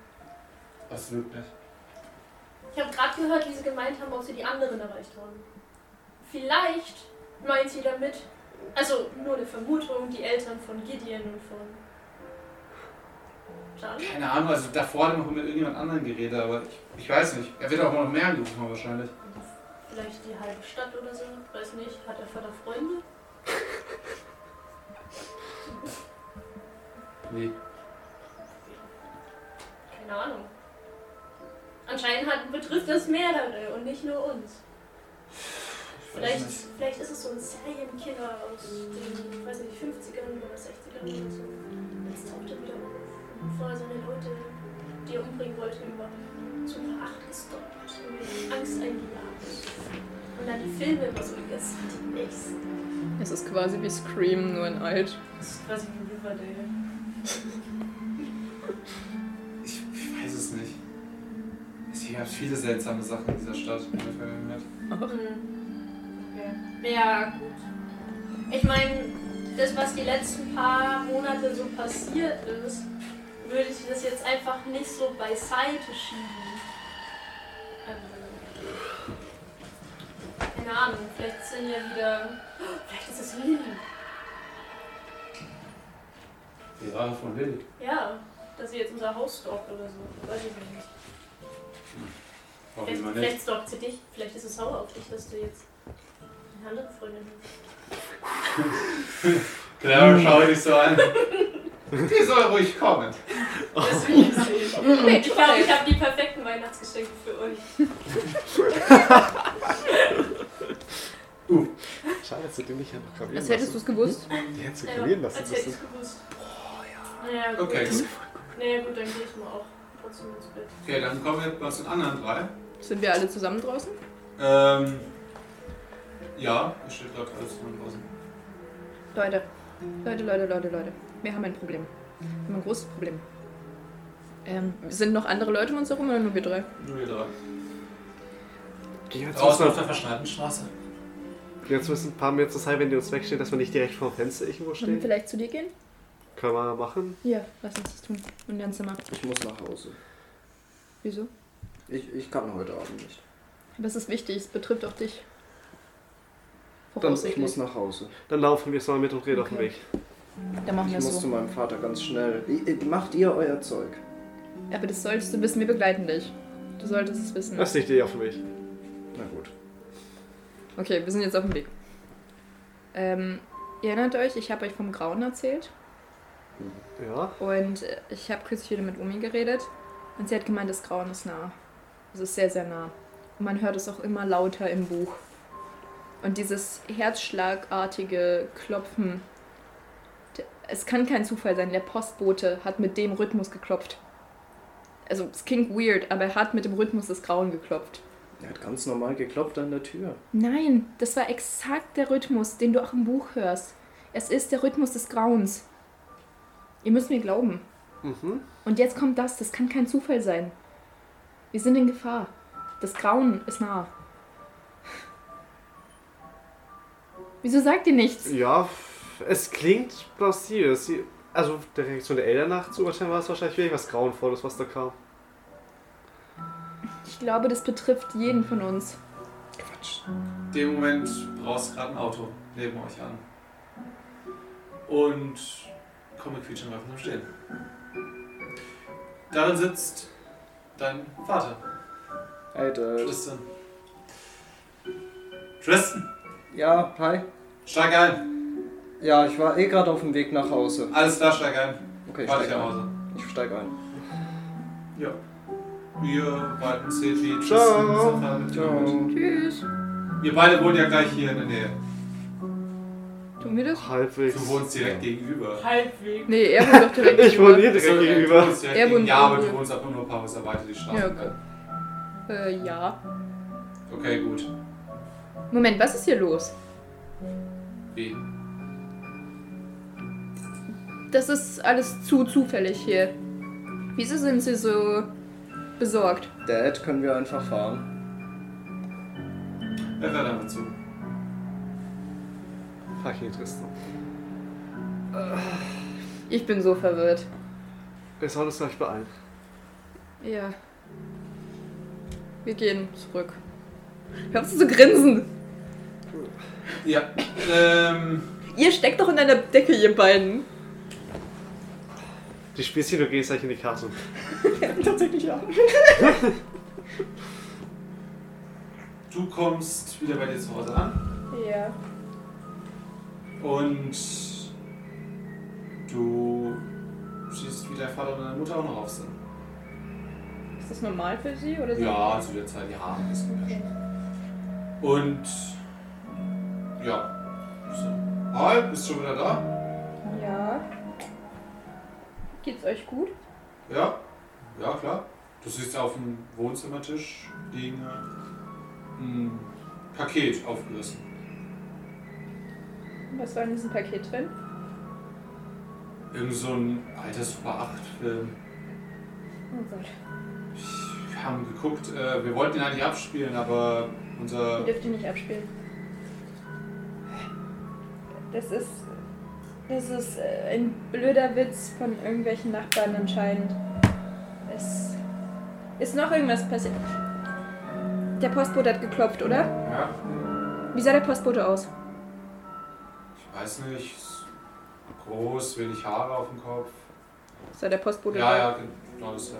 Speaker 1: Absolut nicht.
Speaker 5: Ich habe gerade gehört, wie sie gemeint haben, ob sie die anderen erreicht haben. Vielleicht meint sie damit, also nur eine Vermutung, die Eltern von Gideon und von Charlie.
Speaker 1: Keine Ahnung, also davor hat er noch mit irgendjemand anderem geredet, aber ich, ich weiß nicht. Er wird auch noch mehr angerufen haben wahrscheinlich.
Speaker 5: Vielleicht die halbe Stadt oder so. Weiß nicht. Hat der Vater Freunde?
Speaker 1: Nee.
Speaker 5: Keine Ahnung. Anscheinend hat, betrifft das mehrere und nicht nur uns.
Speaker 1: Ich weiß
Speaker 5: Vielleicht,
Speaker 1: nicht.
Speaker 5: vielleicht ist es so ein Serienkiller aus den, ich weiß nicht, 50ern oder 60ern oder so. Jetzt taucht er wieder auf. Vorher so eine Leute, die er umbringen wollte, über zu einer Acht gestoppt, und mit Angst eingejagt. Und dann die Filme immer so, jetzt sind die nächsten.
Speaker 2: Es ist quasi wie Scream, nur in alt.
Speaker 5: Das ist quasi wie Riverdale.
Speaker 1: Ich, ich weiß es nicht. Es gibt viele seltsame Sachen in dieser Stadt in der Vergangenheit.
Speaker 5: Hm. Okay. Ja, gut. Ich meine, das, was die letzten paar Monate so passiert ist, würde ich das jetzt einfach nicht so beiseite schieben. Also, keine Ahnung, vielleicht sind ja wieder. Vielleicht ist es Lilly.
Speaker 1: Die Rache von Lilly.
Speaker 5: Ja, dass sie jetzt unser Haus stalkt oder so. Weiß ich nicht.
Speaker 1: Hoffen wir
Speaker 5: Vielleicht,
Speaker 1: mal nicht.
Speaker 5: vielleicht stalkt sie dich. Vielleicht ist es sauer auf dich, dass du jetzt eine andere Freundin hast.
Speaker 1: Clara, Genau, schau dich so an. Hm. Die soll ruhig kommen.
Speaker 5: Deswegen ich glaube, ich habe die perfekten Weihnachtsgeschenke für euch.
Speaker 6: Schade, dass du den nicht einfach gravieren
Speaker 2: Als hättest du es gewusst.
Speaker 6: Den hättest du
Speaker 5: Ja,
Speaker 6: gravieren lassen
Speaker 5: als hätte ich
Speaker 6: müssen.
Speaker 5: es gewusst. Boah, ja. Naja, gut.
Speaker 1: Okay,
Speaker 5: Naja, gut, dann gehe ich mal auch trotzdem ins Bett.
Speaker 1: okay, dann kommen wir mal zu den anderen drei.
Speaker 2: Hm? Sind wir alle zusammen draußen?
Speaker 1: Ähm, ja, es steht gerade alles von draußen.
Speaker 2: Leute, Leute, Leute, Leute, Leute. Wir haben ein Problem. Wir haben ein großes Problem. Ähm, sind noch andere Leute um uns herum oder nur wir drei?
Speaker 1: Nur hier drauf.
Speaker 3: Geh Jetzt
Speaker 1: Draußen auf
Speaker 3: müssen,
Speaker 1: der verschneiten Straße.
Speaker 3: wir, jetzt müssen ein paar mehr zur Zeit, wenn die uns wegstehen, dass wir nicht direkt vor dem Fenster irgendwo
Speaker 2: Sollen wir
Speaker 3: stehen.
Speaker 2: vielleicht zu dir gehen?
Speaker 3: Können wir machen.
Speaker 2: Ja, lass uns das tun. Und dein Zimmer.
Speaker 4: Ich muss nach Hause.
Speaker 2: Wieso?
Speaker 4: Ich, ich kann heute Abend nicht.
Speaker 2: Aber es ist wichtig, es betrifft auch dich.
Speaker 4: Ich
Speaker 2: Voraussichtlich.
Speaker 4: muss nach Hause.
Speaker 3: Dann laufen wir jetzt mal mit und reden auf dem
Speaker 2: Okay.
Speaker 3: Weg.
Speaker 2: Dann machen
Speaker 4: Ich
Speaker 2: wir es
Speaker 4: muss zu
Speaker 2: so.
Speaker 4: meinem Vater ganz schnell. I- i- Macht ihr euer Zeug.
Speaker 2: Aber das solltest du wissen, wir begleiten dich. Du solltest es wissen.
Speaker 3: Das ist nicht die Idee auf dem Weg.
Speaker 4: Na gut.
Speaker 2: Okay, wir sind jetzt auf dem Weg. Ähm, ihr erinnert euch, ich habe euch vom Grauen erzählt.
Speaker 3: Ja.
Speaker 2: Und äh, ich habe kürzlich wieder mit Omi geredet und sie hat gemeint, das Grauen ist nah. Es ist sehr, sehr nah. Und man hört es auch immer lauter im Buch. Und dieses herzschlagartige Klopfen, d- es kann kein Zufall sein, der Postbote hat mit dem Rhythmus geklopft. Also es klingt weird, aber er hat mit dem Rhythmus des Grauen geklopft.
Speaker 4: Er hat ganz normal geklopft an der Tür.
Speaker 2: Nein, das war exakt der Rhythmus, den du auch im Buch hörst. Es ist der Rhythmus des Grauens. Ihr müsst mir glauben.
Speaker 3: Mhm.
Speaker 2: Und jetzt kommt das, das kann kein Zufall sein. Wir sind in Gefahr. Das Grauen ist nah. Wieso sagt ihr nichts?
Speaker 3: Ja, f- es klingt plausibel. Es- Also der Reaktion der Eltern nach zu urteilen war es wahrscheinlich irgendwas Grauenvolles, was da kam.
Speaker 2: Ich glaube, das betrifft jeden von uns.
Speaker 1: Quatsch. In dem Moment braust gerade ein Auto neben euch an. Und komme quietschend mal zum Stehen. Darin sitzt dein Vater,
Speaker 4: Hey, Dad.
Speaker 1: Tristan. Tristan,
Speaker 4: Ja, hi.
Speaker 1: steig ein.
Speaker 4: Ja, ich war eh gerade auf dem Weg nach Hause.
Speaker 1: Alles klar, steig ein.
Speaker 4: Okay, ich
Speaker 1: Warte ich
Speaker 4: steig
Speaker 1: nach
Speaker 4: ein.
Speaker 1: Hause.
Speaker 4: Ich steig ein.
Speaker 1: Ja. Wir warten sehen, wie
Speaker 3: Ciao.
Speaker 1: Tristan zur Fahrt mitgenommen
Speaker 4: Ciao.
Speaker 2: Tschüss.
Speaker 1: wird. Ihr beide wohnt ja gleich hier in der Nähe.
Speaker 2: Tun wir das?
Speaker 3: Halbwegs.
Speaker 1: Du wohnst direkt gegenüber.
Speaker 5: Halbwegs.
Speaker 2: Nee, er wohnt doch direkt.
Speaker 3: Ich wohne hier
Speaker 1: Also,
Speaker 3: direkt
Speaker 1: äh, Du
Speaker 3: gegenüber.
Speaker 1: wohnst direkt
Speaker 2: Er
Speaker 1: gegen,
Speaker 2: wohnt
Speaker 1: ja, aber du
Speaker 2: gegenüber.
Speaker 1: wohnst einfach nur ein paar Häuser weiter die Straße.
Speaker 2: Ja, okay. Äh, ja.
Speaker 1: okay, gut.
Speaker 2: Moment, was ist hier los?
Speaker 1: Wie?
Speaker 2: Das ist alles zu zufällig hier. Wieso sind Sie so besorgt?
Speaker 4: Dad, können wir einfach fahren?
Speaker 1: Wer fährt damit zu?
Speaker 3: Fucking Tristan.
Speaker 2: Ich bin so verwirrt.
Speaker 3: Wir sollen uns gleich beeilen.
Speaker 2: Ja. Wir gehen zurück. Hörst du zu grinsen?
Speaker 1: Ja. Ähm,
Speaker 2: Ihr steckt doch in einer Decke, ihr beiden.
Speaker 3: Die Spießchen, du gehst gleich in die Karte.
Speaker 2: Tatsächlich ja.
Speaker 1: du kommst wieder bei dir zu Hause an
Speaker 2: Ja.
Speaker 1: und du siehst, wie dein Vater und deine Mutter auch noch auf sind.
Speaker 2: Ist das normal für sie? Oder
Speaker 1: Ja, zu der Zeit, ja, das geht ja schon. Und ja. So. Hi, bist du schon wieder da?
Speaker 2: Ja. Geht's euch gut?
Speaker 1: Ja? Ja, klar. Du siehst auf dem Wohnzimmertisch liegen ein Paket aufgerissen.
Speaker 2: Was war in diesem Paket drin?
Speaker 1: Irgend so ein alter Super 8 Film.
Speaker 2: Oh Gott.
Speaker 1: Wir haben geguckt, äh, wir wollten ihn eigentlich abspielen, aber unser.
Speaker 2: dürft ihr nicht abspielen. Das ist. Das ist äh, ein blöder Witz von irgendwelchen Nachbarn anscheinend. Es ist noch irgendwas passiert. Der Postbote hat geklopft, oder?
Speaker 1: Ja,
Speaker 2: Wie sah der Postbote aus?
Speaker 1: ich weiß nicht. ist Groß, wenig Haare auf dem Kopf.
Speaker 2: Sah der Postbote
Speaker 1: Ja, ja, genau das.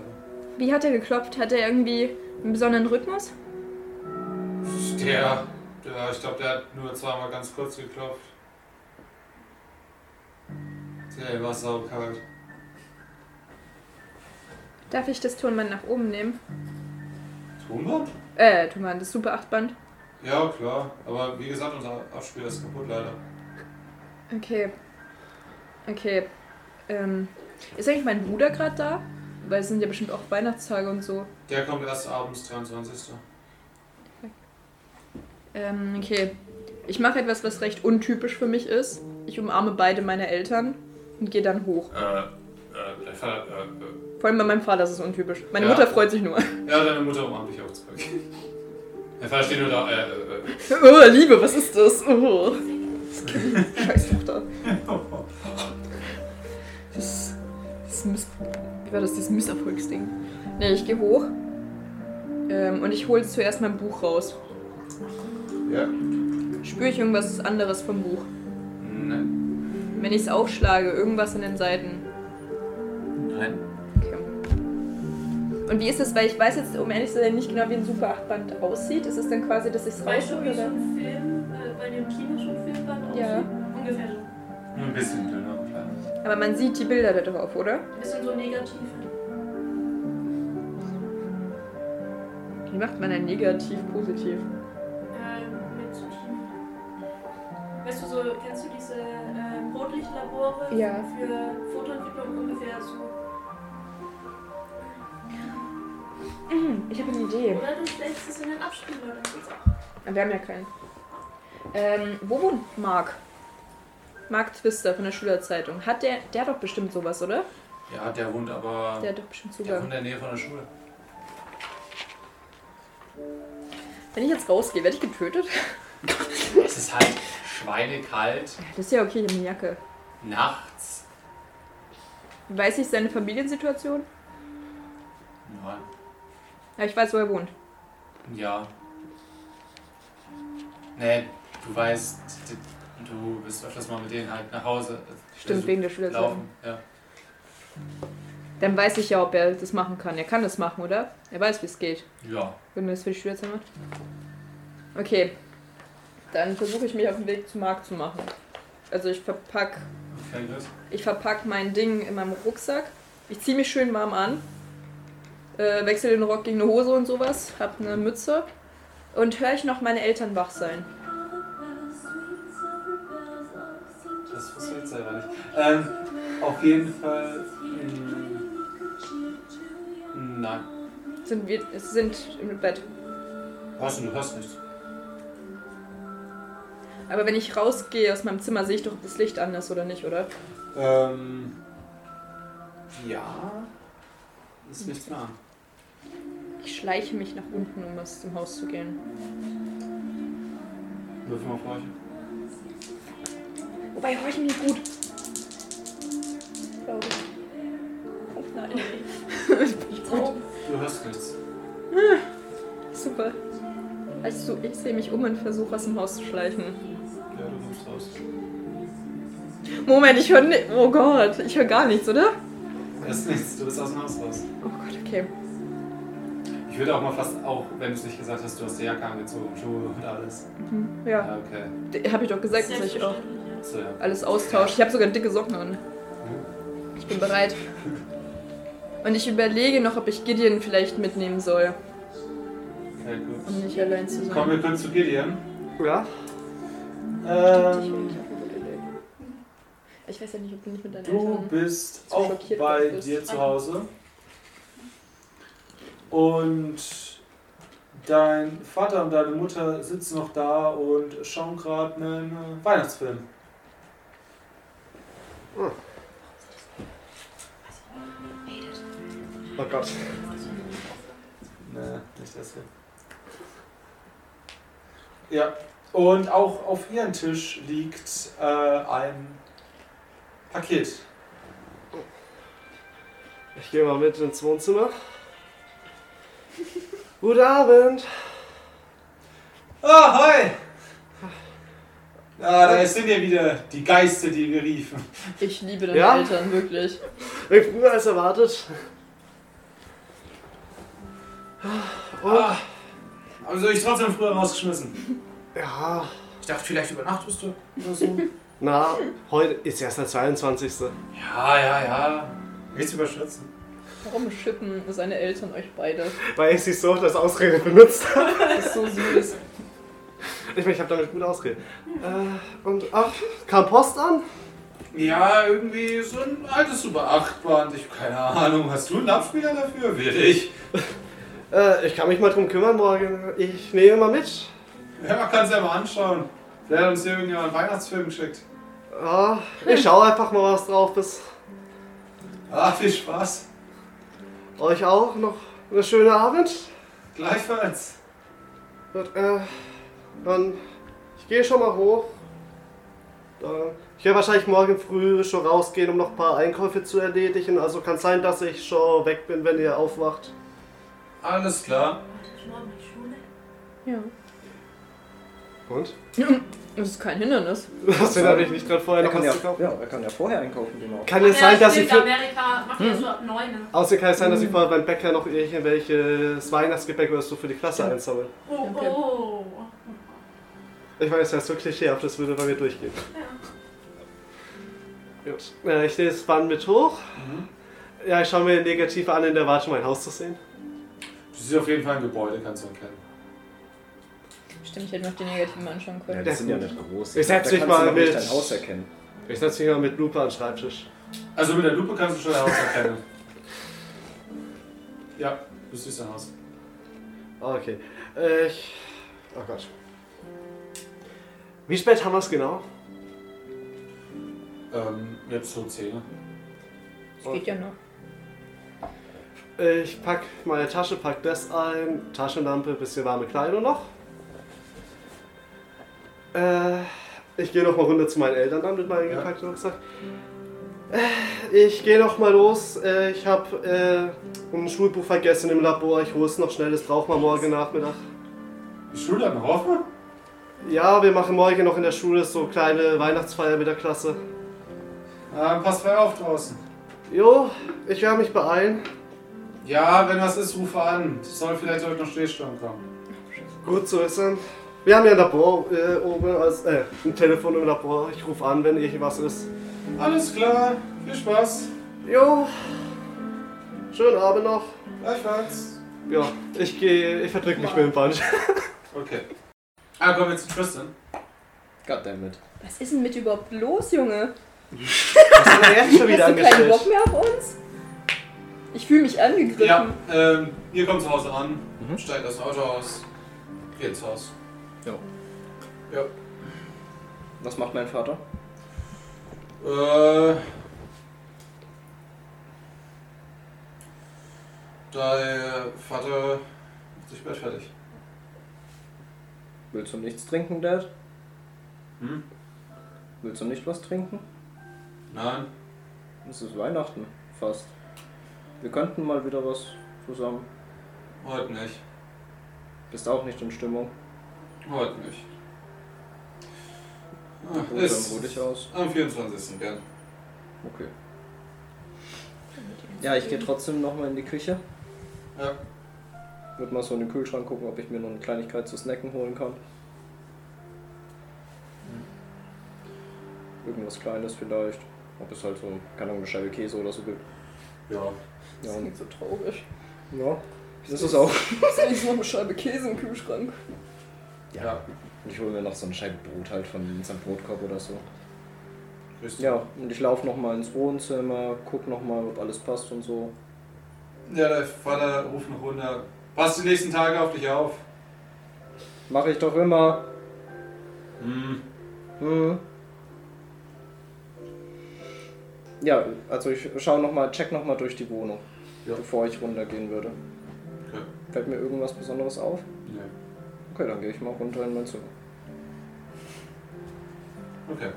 Speaker 2: Wie hat er geklopft? Hat er irgendwie einen besonderen Rhythmus?
Speaker 1: äh, Der, der ich glaube, der hat nur zweimal ganz kurz geklopft. Der war saukalt.
Speaker 2: Darf ich das Tonband nach oben nehmen?
Speaker 1: Tonband?
Speaker 2: Äh, Tonband, das Super 8 Band.
Speaker 1: Ja, klar. Aber wie gesagt, unser Abspieler ist kaputt, leider.
Speaker 2: Okay. Okay. Ähm, ist eigentlich mein Bruder gerade da? Weil es sind ja bestimmt auch Weihnachtstage und so.
Speaker 1: Der kommt erst abends, 23.
Speaker 2: Ähm, okay. Ich mache etwas, was recht untypisch für mich ist. Ich umarme beide meine Eltern und gehe dann hoch.
Speaker 1: Äh, äh, dein Vater, äh, äh,
Speaker 2: Vor allem bei meinem Vater ist es untypisch. Meine
Speaker 1: Ja.
Speaker 2: Mutter freut sich nur.
Speaker 1: ja, deine Mutter um umarmt dich auch zurück. Dein Vater steht nur da, äh, äh, äh.
Speaker 2: Oh, Liebe, was ist das? Oh. Das Kind. Scheiß Tochter. Das, das Miss, wie war das, dieses Misserfolgsding? Ne, ich gehe hoch. Ähm, und ich hole zuerst mein Buch raus.
Speaker 1: Ja.
Speaker 2: Spüre ich irgendwas anderes vom Buch?
Speaker 1: Nein.
Speaker 2: Wenn ich es aufschlage, irgendwas in den Seiten.
Speaker 1: Nein.
Speaker 2: Okay. Und wie ist es, weil ich weiß jetzt, um ehrlich zu sein, nicht genau, wie ein Super 8-Band aussieht. Ist es dann quasi, dass ich es
Speaker 5: Weißt du,
Speaker 2: raushole?
Speaker 5: wie so
Speaker 2: oder?
Speaker 5: ein Film, äh, bei dem Kino schon ein Filmband aussieht?
Speaker 2: Ja.
Speaker 5: Ungefähr so.
Speaker 1: Nur ein bisschen dünner und kleiner.
Speaker 2: Aber man sieht die Bilder da drauf, oder?
Speaker 5: Ein bisschen so negativ.
Speaker 2: Wie macht man denn negativ, positiv?
Speaker 5: Ähm, mit so Team. Weißt du, so, kennst du diese ähm, Rotlichtlabore
Speaker 2: Ja.
Speaker 5: für Fotoentwicklung ungefähr so?
Speaker 2: Mhm, Ich habe eine Idee.
Speaker 5: Oder du stellst es in den Abspieler, dann geht's auch.
Speaker 2: Wir haben ja keinen. Ähm, wo wohnt Mark? Mark Twister von der Schülerzeitung. Hat der, der hat doch bestimmt sowas, oder?
Speaker 1: Ja, der wohnt aber
Speaker 2: Der hat doch bestimmt
Speaker 1: der wohnt in
Speaker 2: Zugang.
Speaker 1: der Nähe von der Schule.
Speaker 2: Wenn ich jetzt rausgehe, werde ich getötet?
Speaker 1: Es ist halt schweinekalt,
Speaker 2: Das ist ja okay, ich habe eine Jacke.
Speaker 1: nachts.
Speaker 2: Weiß ich seine Familiensituation?
Speaker 1: Nein.
Speaker 2: Ja, ich weiß, wo er wohnt.
Speaker 1: Ja. Nee, du weißt, d- du bist öfters mal mit denen halt nach Hause. Also
Speaker 2: Stimmt, wegen der Schülerzeitung.
Speaker 1: Laufen, ja.
Speaker 2: Dann weiß ich ja, ob er das machen kann. Er kann das machen, oder? Er weiß, wie es geht.
Speaker 1: Ja.
Speaker 2: Wenn man das für die Schülerzeitung macht. Okay. Dann versuche ich mich auf den Weg zu Mark zu machen. Also ich verpack
Speaker 1: Okay, gut.
Speaker 2: Ich verpacke mein Ding in meinem Rucksack. Ich ziehe mich schön warm an. Äh, wechsle den Rock gegen eine Hose und sowas. Hab eine Mütze. Und höre ich noch meine Eltern wach sein.
Speaker 1: Das funktioniert selber nicht. Ähm, auf jeden Fall. mm, Nein.
Speaker 2: Sind wir es sind im Bett.
Speaker 1: Hörst du, du hörst nichts.
Speaker 2: Aber wenn ich rausgehe aus meinem Zimmer, sehe ich doch, ob das Licht an ist oder nicht, oder?
Speaker 1: Ähm. Ja. Ist nichts mehr an.
Speaker 2: Ich schleiche mich nach unten, um aus dem Haus zu gehen.
Speaker 1: Würfel mal auf euch.
Speaker 2: Wobei horchen nicht gut. Glaube ich. Oh nein.
Speaker 1: Du hörst nichts.
Speaker 2: Super. Also ich sehe mich um und versuche aus dem Haus zu schleichen.
Speaker 1: Ja, du kommst raus.
Speaker 2: Moment, ich höre nicht. Oh Gott, ich höre gar nichts, oder?
Speaker 1: Da ist nichts, du bist aus dem Haus raus.
Speaker 2: Oh Gott, okay.
Speaker 1: Ich würde auch mal fast, auch wenn du es nicht gesagt hast, du hast die Jacke angezogen, Schuhe und alles.
Speaker 2: Hm, Ja,
Speaker 1: Ja, okay.
Speaker 2: habe ich doch gesagt, dass ich auch
Speaker 5: Selbstverständlich, ja.
Speaker 1: So, ja.
Speaker 2: alles austausche. Ich habe sogar dicke Socken an. Ich bin bereit. Und ich überlege noch, ob ich Gideon vielleicht mitnehmen soll,
Speaker 1: Okay, gut.
Speaker 2: um nicht allein zu sein.
Speaker 1: Kommen wir kurz zu Gideon.
Speaker 3: Ja?
Speaker 1: Ähm,
Speaker 2: Ich weiß ja nicht, ob du nicht mit deinen
Speaker 1: du
Speaker 2: Eltern.
Speaker 1: bist
Speaker 2: So
Speaker 1: auch
Speaker 2: schockiert,
Speaker 1: bei
Speaker 2: dass du es-
Speaker 1: dir zu Hause. Und dein Vater und deine Mutter sitzen noch da und schauen gerade einen äh, Weihnachtsfilm.
Speaker 3: Oh Gott.
Speaker 1: Nee, nicht das hier. Ja, und auch auf ihrem Tisch liegt äh, ein Paket.
Speaker 3: Ich gehe mal mit ins Wohnzimmer. Guten Abend.
Speaker 1: Ah, hi! Ah, da sind ja wieder die Geister, die wir riefen.
Speaker 2: Ich liebe deine
Speaker 3: Ja?
Speaker 2: Eltern, wirklich.
Speaker 3: Wie früher als erwartet.
Speaker 1: Ah, also ich trotzdem früher rausgeschmissen.
Speaker 3: Ja.
Speaker 1: Ich dachte, vielleicht übernachtest du oder so.
Speaker 3: Na, heute ist erst der 22.
Speaker 1: ja, ja, ja. Nichts überschätzen.
Speaker 2: Warum schippen seine Eltern euch beide?
Speaker 3: Weil ich sie so oft als Ausrede benutzt habe.
Speaker 2: Das ist so süß.
Speaker 3: Ich meine, ich habe damit gut ausgeredet. Äh, und ach, kam Post an?
Speaker 1: Ja, irgendwie so ein altes Super 8 Band. Ich keine Ahnung. Hast du einen Abspieler dafür? Will ich.
Speaker 3: Äh, ich kann mich mal drum kümmern morgen. Ich nehme mal mit.
Speaker 1: Ja, man kann es ja mal anschauen. Vielleicht hat uns hier irgendjemand einen Weihnachtsfilm geschickt.
Speaker 3: Ja, ich schaue einfach mal, was drauf ist.
Speaker 1: Ah, viel Spaß.
Speaker 3: Euch auch noch einen schönen Abend.
Speaker 1: Gleichfalls.
Speaker 3: Und, äh, dann, ich gehe schon mal hoch. Da- Ich werde wahrscheinlich morgen früh schon rausgehen, um noch ein paar Einkäufe zu erledigen. Also kann sein, dass ich schon weg bin, wenn ihr aufwacht.
Speaker 1: Alles klar.
Speaker 5: Morgen in die Schule.
Speaker 2: Ja.
Speaker 3: Und?
Speaker 2: Das ist kein Hindernis.
Speaker 3: Hast du natürlich nicht gerade vorher
Speaker 4: Er
Speaker 3: noch
Speaker 4: kann,
Speaker 3: was
Speaker 4: ja,
Speaker 3: gekauft?
Speaker 4: ja, er kann ja vorher einkaufen, genau.
Speaker 3: Kann es
Speaker 5: Ja,
Speaker 3: sein, dass ich
Speaker 5: stimmt,
Speaker 3: für, Hm.
Speaker 5: Amerika macht ja so ab ne? 9.
Speaker 3: außerdem kann es sein, dass ich vorher beim Bäcker noch irgendwelches Weihnachtsgebäck oder so für die Klasse einsammle.
Speaker 5: Oh,
Speaker 2: Okay.
Speaker 5: oh.
Speaker 3: Ich weiß, das ist so klischeehaft, das würde bei mir durchgehen. Gut. Äh, ich nehme das Band mit hoch. Ja, ich schaue mir den Negativ an in der Warte, mein Haus zu sehen.
Speaker 1: Du siehst auf jeden Fall ein Gebäude, kannst du erkennen.
Speaker 2: Stimmt, ich hätte noch die Negativen anschauen
Speaker 4: Ja,
Speaker 2: können.
Speaker 4: die sind ja nicht groß.
Speaker 3: Ich setz
Speaker 4: Da
Speaker 3: mich
Speaker 4: kannst du
Speaker 3: mal
Speaker 4: noch nicht
Speaker 3: mit-
Speaker 4: dein Haus erkennen.
Speaker 3: Ich setze mich mal mit Lupe an den Schreibtisch.
Speaker 1: Also mit der Lupe kannst du schon ein Haus erkennen. ja, du siehst ein Haus.
Speaker 3: Ah, okay. Äh, ich. Oh Gott. Wie spät haben wir es genau?
Speaker 1: Ähm, jetzt so Zähne.
Speaker 2: Das geht ja noch.
Speaker 3: Äh, Ich pack meine Tasche, pack das ein, Taschenlampe, bisschen warme Kleidung noch. Äh, ich gehe noch mal runter zu meinen Eltern dann mit meinem
Speaker 1: Ja.
Speaker 3: gepackten Rucksack. Äh, ich gehe noch mal los. Äh, ich habe äh, ein Schulbuch vergessen im Labor. Ich hole es noch schnell. Das brauchen wir morgen Nachmittag.
Speaker 1: Die Schule an Hoffmann?
Speaker 3: Ja, wir machen morgen noch in der Schule so kleine Weihnachtsfeier mit der Klasse.
Speaker 1: Ah, pass frei auf draußen.
Speaker 3: Jo, ich werde mich beeilen.
Speaker 1: Ja, wenn was ist, rufe an. Es Soll vielleicht heute noch Stillstand kommen.
Speaker 3: Gut zu wissen. Wir haben ja ein Labor äh, oben, als, äh, ein Telefon im Labor. Ich rufe an, wenn irgendwas ist.
Speaker 1: Alles klar, viel Spaß.
Speaker 3: Jo. Schönen Abend noch.
Speaker 1: Gleichfalls.
Speaker 3: Ja, ich gehe, ich verdrück mich mit dem Band.
Speaker 1: Okay. Ah, kommen wir zu Tristan.
Speaker 4: Goddammit.
Speaker 2: Was ist denn mit überhaupt los, Junge?
Speaker 3: Das hat er jetzt schon wieder
Speaker 2: Hast du keinen Bock
Speaker 3: angestellt.
Speaker 2: mehr auf uns? Ich fühle mich angegriffen.
Speaker 1: Ja, ähm, ihr kommt zu Hause an, steigt aus dem Auto aus, geht ins Haus.
Speaker 4: Ja.
Speaker 1: Ja.
Speaker 4: Was macht mein Vater?
Speaker 1: Äh. Dein Vater macht sich bald fertig.
Speaker 4: Willst du nichts trinken, Dad?
Speaker 1: Hm?
Speaker 4: Willst du nicht was trinken?
Speaker 1: Nein.
Speaker 4: Es ist Weihnachten, fast. Wir könnten mal wieder was zusammen.
Speaker 1: Heute nicht.
Speaker 4: Bist auch nicht in Stimmung.
Speaker 1: Heute nicht. Ah,
Speaker 4: Oder
Speaker 1: ist
Speaker 4: ruh dich aus.
Speaker 1: am 24. gern.
Speaker 4: Okay. Ja, ich gehe trotzdem nochmal in die Küche.
Speaker 1: Ja.
Speaker 4: Wird mal so in den Kühlschrank gucken, ob ich mir noch eine Kleinigkeit zu snacken holen kann.
Speaker 3: Hm.
Speaker 4: Irgendwas Kleines vielleicht. Ob es halt so, keine Ahnung, eine Scheibe Käse oder so gibt.
Speaker 1: Ja.
Speaker 4: Ja,
Speaker 2: Das
Speaker 4: und-
Speaker 2: klingt so traurig.
Speaker 4: ja das ist auch.
Speaker 2: Das ist wenigstens noch eine Scheibe Käse im Kühlschrank.
Speaker 1: Ja.
Speaker 4: Und ich hole mir noch so eine Scheibe Brot halt von unserem Brotkorb oder so.
Speaker 1: Grüß dich.
Speaker 4: Ja, und ich laufe nochmal ins Wohnzimmer, guck nochmal, ob alles passt und so.
Speaker 1: Ja, der Vater ruft noch runter. Pass die nächsten Tage auf dich auf.
Speaker 4: Mache ich doch immer.
Speaker 1: Hm.
Speaker 4: Hm. Ja, also ich schau noch mal, check nochmal durch die Wohnung,
Speaker 1: Ja.
Speaker 4: bevor ich runtergehen würde.
Speaker 1: Okay.
Speaker 4: Fällt mir irgendwas Besonderes auf?
Speaker 1: Nee.
Speaker 4: Okay, dann gehe ich mal runter in mein Zimmer.
Speaker 1: Okay.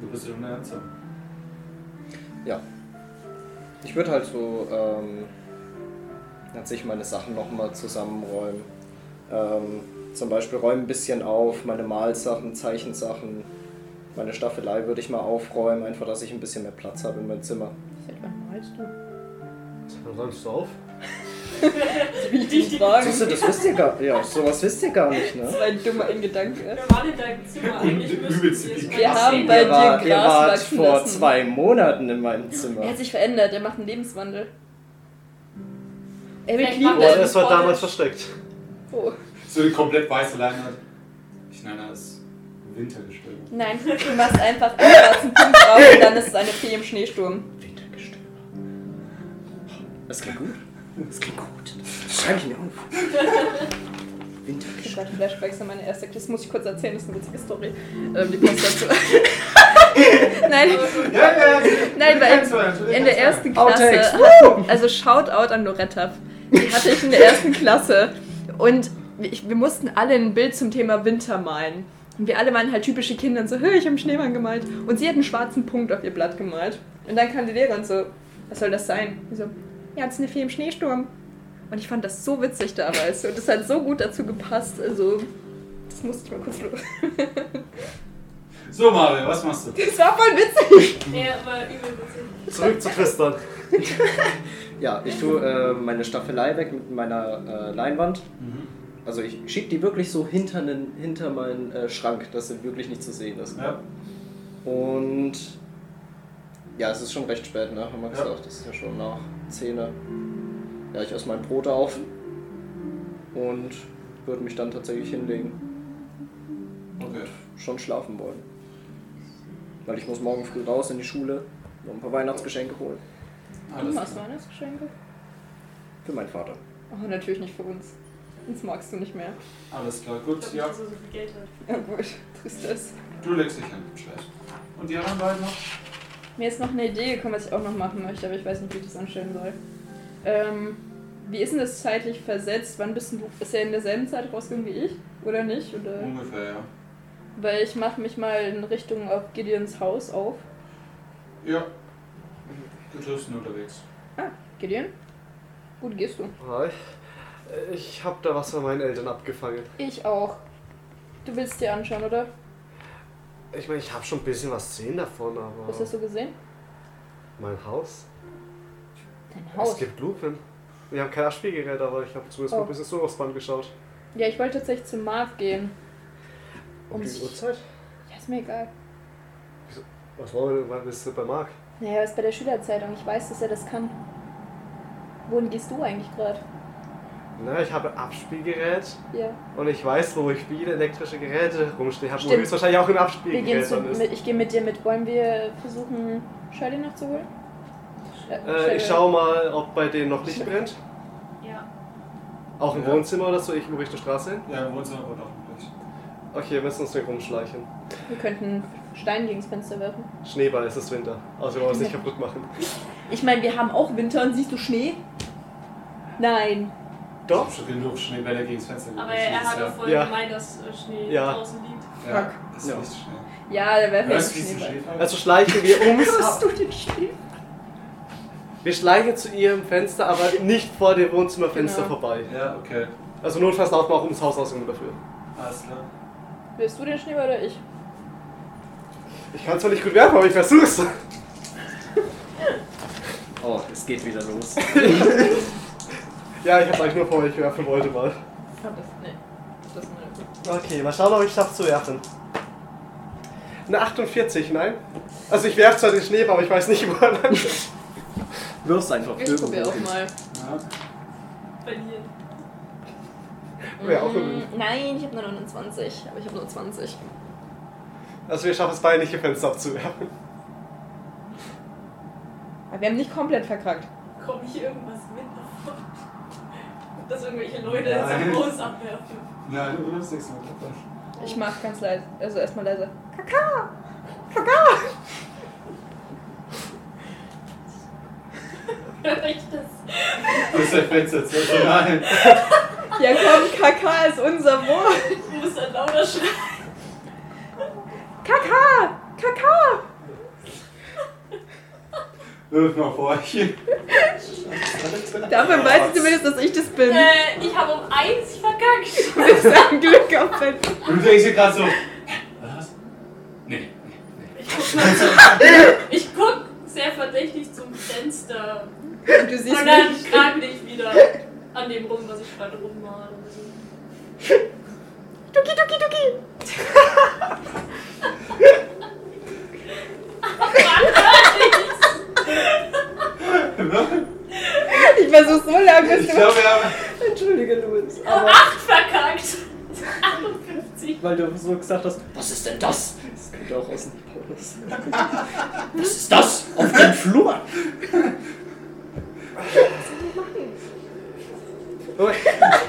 Speaker 1: Du bist in der Zimmer.
Speaker 4: Ich würde halt so, ähm, hat sich meine Sachen nochmal zusammenräumen. Ähm, zum Beispiel räume ein bisschen auf, meine Malsachen, Zeichensachen, meine Staffelei würde ich mal aufräumen, einfach, dass ich ein bisschen mehr Platz habe in meinem Zimmer.
Speaker 2: Seit wann malst du?
Speaker 3: Räumst du auf?
Speaker 2: Das will ich dich fragen.
Speaker 4: Siehst du, das wisst ihr gar Ja, sowas wisst ihr gar nicht, ne?
Speaker 2: Das war ein dummer in Gedanke.
Speaker 5: Wir waren in deinem Zimmer. Eigentlich müssten
Speaker 1: übelste
Speaker 5: wir es
Speaker 1: Ding.
Speaker 5: mal
Speaker 2: Wir haben
Speaker 5: sehen.
Speaker 2: bei
Speaker 4: ihr wart,
Speaker 2: dir
Speaker 4: ihr
Speaker 2: Gras
Speaker 4: wart
Speaker 2: wachsen
Speaker 4: vor
Speaker 2: lassen.
Speaker 4: zwei Monaten in meinem Zimmer.
Speaker 2: Er hat sich verändert, er macht einen Lebenswandel. Er will
Speaker 5: Vielleicht macht
Speaker 3: Boah,
Speaker 5: er-
Speaker 2: Cleveland.
Speaker 3: das war damals versteckt.
Speaker 2: Oh.
Speaker 1: So eine komplett weiße Leinwand. Ich nenne das Wintergestöber.
Speaker 2: Nein, du machst einfach einen schwarzen Punkt drauf und dann ist es eine Fee im Schneesturm.
Speaker 4: Wintergestöber. Das klingt gut. Das klingt gut. Das schreibe ich mir auf.
Speaker 2: Ich
Speaker 4: Wintergestöber.
Speaker 2: hab gerade Flashbacks an meine erste Das muss ich kurz erzählen, das ist eine witzige Story. Ähm, die passt dazu. Nein,
Speaker 1: Ja, ja, ja.
Speaker 2: nein, weil in der ersten Klasse, also Shoutout an Loretta, die hatte ich in der ersten Klasse. Und ich, wir mussten alle ein Bild zum Thema Winter malen. Und wir alle waren halt typische Kinder und so, hey, ich habe einen Schneemann gemalt. Und sie hat einen schwarzen Punkt auf ihr Blatt gemalt. Und dann kam die Lehrerin und so, was soll das sein? Und so, ja, das ist eine Fee im Schneesturm. Und ich fand das so witzig damals. Und das hat so gut dazu gepasst. Also, das musste ich mal kurz los.
Speaker 1: So, Mario, was machst du?
Speaker 2: Das war voll witzig.
Speaker 5: Nee, aber übel witzig.
Speaker 3: Zurück zu Tristan.
Speaker 4: Ja, ich tue äh, meine Staffelei weg mit meiner äh, Leinwand. Also ich schieb die wirklich so hinter, nen- hinter meinen äh, Schrank, dass sie wirklich nicht zu sehen ist.
Speaker 1: Ja.
Speaker 4: Und ja, es ist schon recht spät, ne? Haben wir
Speaker 1: Ja.
Speaker 4: gesagt, das ist ja schon nach 10. Uhr. Ja, ich esse mein Brot auf und würde mich dann tatsächlich hinlegen.
Speaker 1: Okay.
Speaker 4: Schon schlafen wollen. Weil ich muss morgen früh raus in die Schule, noch ein paar Weihnachtsgeschenke holen.
Speaker 1: Alles klar.
Speaker 2: Weihnachtsgeschenke?
Speaker 4: Für meinen Vater.
Speaker 2: Oh, natürlich nicht für uns. Uns magst du nicht mehr.
Speaker 1: Alles klar,
Speaker 5: Ich
Speaker 1: gut.
Speaker 5: glaube nicht,
Speaker 1: Ja,
Speaker 5: dass er so viel Geld hat.
Speaker 2: Ja Oh, gut, trist ist.
Speaker 1: du legst dich hin. Schlecht. Und die anderen beiden noch?
Speaker 2: Mir ist noch eine Idee gekommen, was ich auch noch machen möchte, aber ich weiß nicht, wie ich das anstellen soll. Ähm, wie ist denn das zeitlich versetzt? Wann bist denn du, ist er in derselben Zeit rausgegangen wie ich? Oder nicht? Oder?
Speaker 1: Ungefähr, ja.
Speaker 2: Weil ich mache mich mal in Richtung auf Gideons Haus auf.
Speaker 1: Ja. Getrissen unterwegs.
Speaker 2: Gideon? Gut, gehst du.
Speaker 3: Hi. Ich hab da was von meinen Eltern abgefangen.
Speaker 2: Ich auch. Du willst dir anschauen, oder?
Speaker 3: Ich meine, ich hab schon ein bisschen was sehen davon, aber.
Speaker 2: Hast du das so gesehen?
Speaker 3: Mein Haus?
Speaker 2: Dein
Speaker 3: Es
Speaker 2: Haus.
Speaker 3: gibt Lupen. Wir haben kein Abspielgerät, aber ich habe zumindest mal
Speaker 2: Oh.
Speaker 3: ein bisschen Surfsband geschaut.
Speaker 2: Ja, ich wollte tatsächlich zum Marv gehen.
Speaker 3: Um
Speaker 2: Und
Speaker 3: die
Speaker 2: ich-
Speaker 3: Uhrzeit?
Speaker 2: Ja, ist mir egal.
Speaker 3: Was wollen wir denn? Wann bist du bei Marc?
Speaker 2: Naja, er ist bei der Schülerzeitung. Ich weiß, dass er das kann. Wohin gehst du eigentlich gerade?
Speaker 3: Na, ich habe ein Abspielgerät
Speaker 2: Ja.
Speaker 3: und ich weiß, wo ich viele elektrische Geräte rumstehen habe. Wo
Speaker 2: Stimmt.
Speaker 3: höchstwahrscheinlich auch ein
Speaker 2: Wir gehen
Speaker 3: Abspielgerät
Speaker 2: zu,
Speaker 3: dann ist.
Speaker 2: mit, ich gehe mit dir mit. Wollen wir versuchen, Shirley noch zu holen?
Speaker 3: Äh, ich schau mal, ob bei denen noch Licht brennt.
Speaker 5: Ja.
Speaker 3: Auch im
Speaker 1: Ja.
Speaker 3: Wohnzimmer oder so, ich übe Richtung Straße.
Speaker 1: Ja, im Wohnzimmer wurde auch durch.
Speaker 3: Okay, wir müssen uns nicht rumschleichen.
Speaker 2: Wir könnten Stein gegen das Fenster werfen.
Speaker 3: Schneeball, es ist Winter. Also wir wollen uns nicht kaputt machen.
Speaker 2: Ich meine, wir haben auch Winter und siehst du Schnee? Nein.
Speaker 1: Doch. Schon genug Schneebälle gegen das Fenster
Speaker 5: Aber
Speaker 1: geworfen,
Speaker 5: er hat
Speaker 1: ja.
Speaker 5: doch voll
Speaker 3: Ja.
Speaker 5: gemeint, dass äh, Schnee
Speaker 3: Ja.
Speaker 5: draußen liegt.
Speaker 1: Ja, das
Speaker 4: Ja.
Speaker 1: ist nicht schnell.
Speaker 2: Ja, der werfen
Speaker 1: Hörst du
Speaker 2: jetzt
Speaker 1: diesen
Speaker 2: Schneeball.
Speaker 1: Schneefall?
Speaker 3: Also schleichen wir ums
Speaker 2: Hörst du den Schnee?
Speaker 3: Wir schleichen zu ihrem Fenster, aber nicht vor dem Wohnzimmerfenster
Speaker 2: Genau.
Speaker 3: vorbei.
Speaker 1: ja, okay.
Speaker 3: Also notfalls laufen wir auch ums Haus aus wenn wir dafür.
Speaker 1: Alles klar.
Speaker 2: Wirst du den Schneeball oder ich?
Speaker 3: Ich kann zwar nicht gut werfen, aber ich versuch's.
Speaker 4: Oh, es geht wieder los.
Speaker 3: Ja, ich hab's eigentlich nur vor, ich werfen wollte mal.
Speaker 2: Fand das. Nee. Das ist eine-
Speaker 3: Okay, mal schauen, ob ich schaff zu werfen. Eine 48, nein? Also ich werf zwar den Schneeball, aber ich weiß nicht, wo er landet.
Speaker 4: Wirf's einfach
Speaker 2: Ich probier auch mal.
Speaker 1: Ja.
Speaker 5: Bei dir.
Speaker 3: Wäre auch
Speaker 2: Mm,
Speaker 3: irgendwie.
Speaker 2: Nein, ich habe nur 29, aber ich habe nur 20.
Speaker 3: Also wir schaffen es beide nicht, ihr Fenster abzuwerfen.
Speaker 2: Aber wir haben nicht komplett verkackt.
Speaker 5: Komm ich irgendwas mit davon? Dass irgendwelche Leute jetzt
Speaker 1: Nein.
Speaker 5: am Haus abwerfen.
Speaker 1: Nein, du nimmst nichts mehr davon.
Speaker 2: Ich mach ganz leise. Also erstmal leise.
Speaker 5: Hör ich das?
Speaker 1: Das ist ein Fenster zu. Also nein.
Speaker 2: Ja komm, Kaka ist unser Wort.
Speaker 5: Du musst dann lauter schreien.
Speaker 2: Kaka! Kaka!
Speaker 1: Wirf mal vor hier.
Speaker 2: Dafür
Speaker 3: Oh
Speaker 2: weiß ich zumindest, dass ich das
Speaker 3: Ähm.
Speaker 2: bin.
Speaker 5: Äh, ich habe um eins verkackt.
Speaker 2: Das ist ein Glück auf mein
Speaker 1: Du denkst dir gerade so. Was? Nee.
Speaker 5: Ich guck sehr verdächtig zum Fenster.
Speaker 2: Und du siehst
Speaker 5: Und dann
Speaker 2: mich.
Speaker 5: krankel ich wieder an dem rum, was ich gerade rummale.
Speaker 2: Duki, duki, duki. Ich versuch so lange, bis
Speaker 1: Ich
Speaker 2: du...
Speaker 1: glaube, wir haben.
Speaker 4: Entschuldige, Louis.
Speaker 5: Acht verkackt. 58.
Speaker 4: Weil du so gesagt hast, was ist denn das? Das könnte auch aus dem Paulus. was ist das? Auf dem Flur?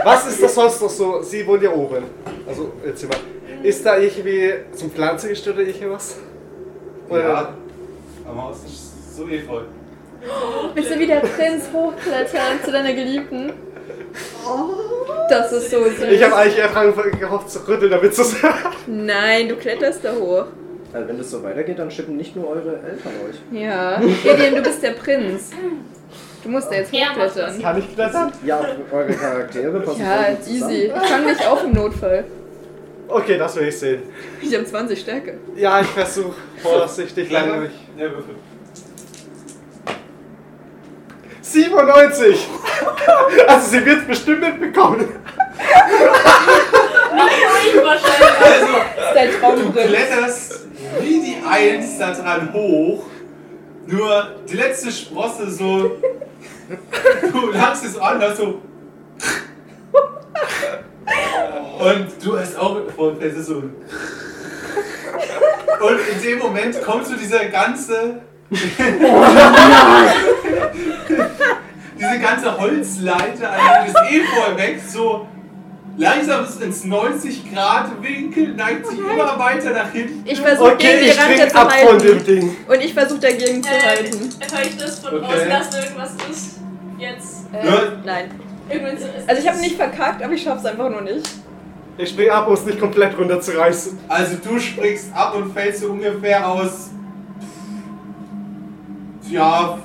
Speaker 3: Was ist das sonst noch so? Sie wohnt ja oben. Also, jetzt immer. Ist da irgendwie zum Pflanzen gestört oder irgendwas? Oder-
Speaker 1: Ja, am Haus ist so eh voll.
Speaker 2: Willst du wie der Prinz hochklettern zu deiner Geliebten? Oh, Das ist so süß.
Speaker 3: Ich habe eigentlich eher dran gehofft zu rütteln, damit es
Speaker 2: Nein, du kletterst da hoch.
Speaker 4: Also wenn das so weitergeht, dann schippen nicht nur eure Eltern euch.
Speaker 2: Ja. Vivian, du bist der Prinz. Du musst da jetzt
Speaker 5: Ja, mach das.
Speaker 2: hochklettern.
Speaker 3: Kann ich klettern?
Speaker 4: Ja, eure Charaktere passen
Speaker 2: Ja,
Speaker 4: voll gut
Speaker 2: easy. Ich fang mich auf im Notfall.
Speaker 3: Okay, das will ich sehen.
Speaker 2: Ich habe 20 Stärke.
Speaker 3: Ja, ich versuche vorsichtig leider mich.
Speaker 1: Ja, würfel.
Speaker 3: 97! Also sie wird es bestimmt mitbekommen.
Speaker 5: Ich wahrscheinlich.
Speaker 1: Also,
Speaker 2: Das ist dein
Speaker 1: Du
Speaker 2: Traumprinz.
Speaker 1: kletterst wie die Eins da dran hoch, nur die letzte Sprosse so. Du lachst es an, dass so. Und du hast auch von es ist so. Und in dem Moment kommt so dieser ganze. diese ganze Holzleiter, also das Efeu weg, so langsam ins 90 Grad Winkel, neigt sich immer weiter nach hinten.
Speaker 2: Ich versuche
Speaker 3: Okay,
Speaker 2: gegen
Speaker 3: ich
Speaker 2: die Ranke
Speaker 3: spring
Speaker 2: zu
Speaker 3: ab von
Speaker 2: halten.
Speaker 3: dem Ding.
Speaker 2: Und ich versuche dagegen zu halten.
Speaker 5: Äh, höre ich das von
Speaker 1: Okay.
Speaker 5: außen, dass da irgendwas ist? Jetzt.
Speaker 1: Ja.
Speaker 2: Äh, nein.
Speaker 5: Irgendwann so ist
Speaker 2: Also ich habe nicht verkackt, aber ich schaff's einfach nur nicht.
Speaker 3: Ich spring ab, um es nicht komplett runterzureißen.
Speaker 1: Also du springst ab und fällst so ungefähr aus ja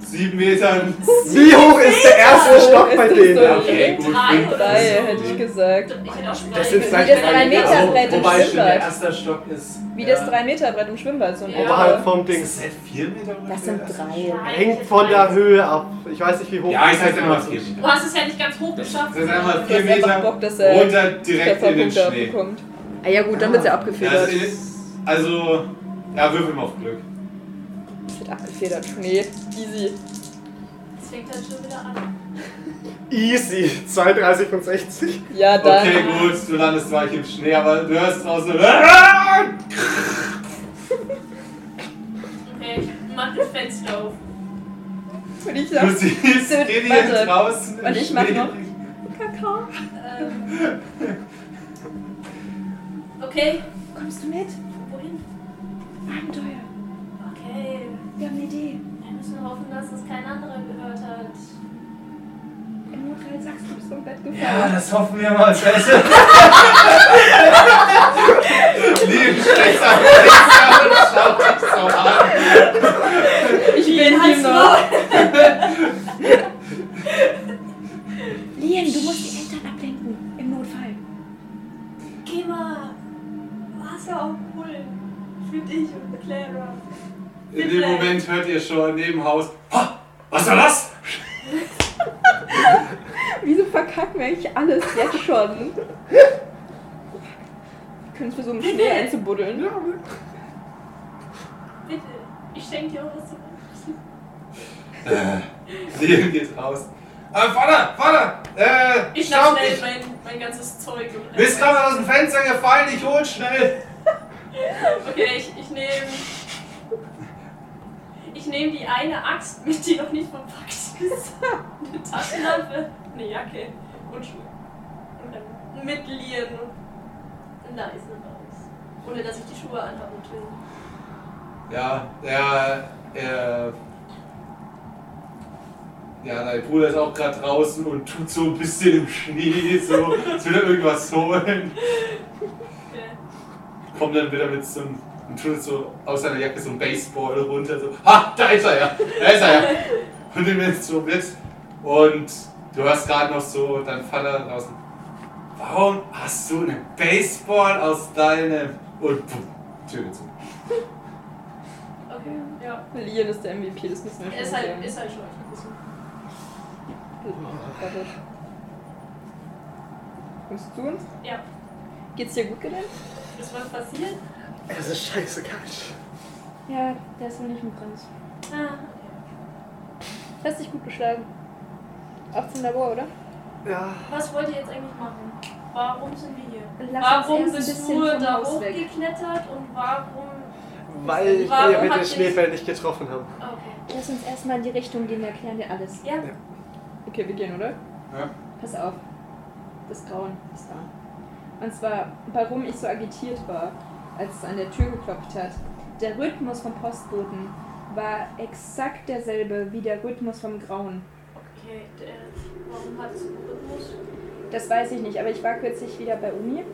Speaker 1: sieben Metern.
Speaker 3: Wie hoch ist der erste
Speaker 2: Oh,
Speaker 3: Stock
Speaker 2: ist
Speaker 3: bei
Speaker 2: das
Speaker 3: denen?
Speaker 2: so?
Speaker 1: Okay, gut.
Speaker 5: Drei
Speaker 1: fünf.
Speaker 5: oder
Speaker 2: Drei, hätte ich gesagt.
Speaker 5: Ich hätte auch schon
Speaker 1: Das sind
Speaker 5: drei
Speaker 1: vielleicht
Speaker 2: das drei Meter
Speaker 1: Meter,
Speaker 2: Brett im
Speaker 1: wobei schon der
Speaker 2: Schwimmbad.
Speaker 1: erste Stock ist.
Speaker 2: Wie
Speaker 1: ja.
Speaker 2: das 3 Meter Brett im Schwimmbad. So ein
Speaker 5: Ja.
Speaker 3: Oberhalb
Speaker 2: Oberhalb.
Speaker 3: vom
Speaker 1: Ist
Speaker 3: Ding.
Speaker 1: das halt vier Meter oder
Speaker 7: Das
Speaker 1: der
Speaker 7: sind
Speaker 1: erste
Speaker 7: drei.
Speaker 5: Nein,
Speaker 3: Hängt
Speaker 5: ich
Speaker 3: von
Speaker 5: hätte
Speaker 3: der
Speaker 5: drei.
Speaker 3: Höhe ab. Ich weiß nicht, wie hoch.
Speaker 1: Stock? Ja, ich sag dann mal vier Meter.
Speaker 5: Du hast es ja nicht ganz hoch geschafft.
Speaker 1: Das ist einmal vier
Speaker 2: Du hast einfach äh,
Speaker 1: Meter
Speaker 2: Bock, dass er
Speaker 1: runter direkt in den
Speaker 2: Trefferpunkte
Speaker 1: Schnee.
Speaker 2: abbekommt. Ah ja gut, dann wird's ja
Speaker 1: Das
Speaker 2: abgefedert.
Speaker 1: ist, also, ja, würfel mal auf Glück.
Speaker 2: Es wird abgefedert, Schnee. Easy.
Speaker 5: Das fängt halt schon wieder an.
Speaker 3: Easy. 32 von 60.
Speaker 2: Ja, dann.
Speaker 1: Okay, gut, du landest zwar nicht im Schnee, aber du hörst draußen. "Ah!"
Speaker 5: Okay, ich mach das Fenster auf.
Speaker 2: Und ich
Speaker 1: Du
Speaker 2: sag,
Speaker 1: siehst
Speaker 2: Warte.
Speaker 1: Gideon draußen. im
Speaker 2: Und ich mach
Speaker 1: Schnee.
Speaker 2: noch. Kakao.
Speaker 5: Ähm. Okay,
Speaker 7: Kommst du mit?
Speaker 5: wohin?
Speaker 7: Abenteuer.
Speaker 5: Okay.
Speaker 7: Wir haben eine Idee.
Speaker 5: Wir müssen hoffen, dass es kein anderer gehört hat.
Speaker 7: Im Notfall sagst du, du bist vom Bett gefallen.
Speaker 1: Ja, das hoffen wir mal besser. Lieben Schwester, schau dich so an.
Speaker 2: Ich bin hier noch.
Speaker 7: Liam, du musst die Eltern ablenken. Im Notfall.
Speaker 5: Geh mal Wasser aufholen. Für dich und Clara.
Speaker 1: In dem Moment hört ihr schon neben Haus. "Ha, Was war das?
Speaker 2: Wieso verkacken wir eigentlich alles jetzt schon? Wir können es versuchen, Schnee einzubuddeln.
Speaker 5: Bitte. Ich schenke dir auch was zu essen.
Speaker 1: Lieben geht raus. Äh, Vater, Vater, äh,
Speaker 5: Ich
Speaker 1: schau
Speaker 5: schnapp schnell
Speaker 1: mich.
Speaker 5: mein, mein ganzes Zeug und
Speaker 1: Bist gerade aus dem Fenster gefallen, ich hol schnell.
Speaker 5: Okay, ich, ich nehme. Ich nehme die eine Axt mit, die noch nicht verpackt ist. Eine Taschenlampe, eine Jacke und Schuhe. Und dann mit Lieren und leise raus. Ohne dass ich die Schuhe anhabe natürlich.
Speaker 1: Ja, er, er. Ja, dein Bruder ist auch gerade draußen und tut so ein bisschen im Schnee, so, als will er irgendwas holen.
Speaker 5: Okay.
Speaker 1: kommt dann wieder mit so einem und tut so aus seiner Jacke so ein Baseball runter, so, ha, da ist er ja, da ist er ja. Und nimmt jetzt so mit und du hörst gerade noch so dein Vater draußen, warum hast du einen Baseball aus deinem, und pum, Tür geht zu.
Speaker 5: Okay, ja.
Speaker 2: Lian ist der MVP, das müssen wir schon
Speaker 5: Ist halt,
Speaker 2: sagen.
Speaker 5: ist halt schon ein bisschen.
Speaker 2: Warte. Kommst Äh, du uns?
Speaker 5: Ja,
Speaker 2: Geht's dir gut gedacht?
Speaker 5: ist was passiert?
Speaker 3: Es ist scheißegal.
Speaker 7: Ja, der ist wohl nicht im Prinz.
Speaker 5: Ah,
Speaker 2: Hast dich gut geschlagen. Auch zum Labor, oder?
Speaker 3: Ja.
Speaker 5: was wollt ihr jetzt eigentlich machen? Warum sind wir hier?
Speaker 7: Lass
Speaker 5: Warum
Speaker 7: uns erst ein
Speaker 5: bist
Speaker 7: bisschen
Speaker 5: du
Speaker 7: vom
Speaker 5: da
Speaker 7: Haus weg.
Speaker 5: hochgeklettert und warum.
Speaker 3: Weil wir
Speaker 5: Warum
Speaker 3: mit
Speaker 5: habt
Speaker 3: den
Speaker 5: ihr-
Speaker 3: Schneefällen nicht getroffen haben.
Speaker 5: Okay.
Speaker 7: Lass uns erstmal in die Richtung gehen, wir erklären dir alles.
Speaker 5: Ja,
Speaker 2: Okay, wir gehen, oder?
Speaker 1: Ja.
Speaker 2: Pass auf. Das Grauen ist da. Und zwar, warum ich so agitiert war, als es an der Tür geklopft hat. der Rhythmus vom Postboten war exakt derselbe wie der Rhythmus vom Grauen.
Speaker 5: Okay, der, warum hat es einen Rhythmus?
Speaker 2: Das weiß ich nicht, aber ich war kürzlich wieder bei Uni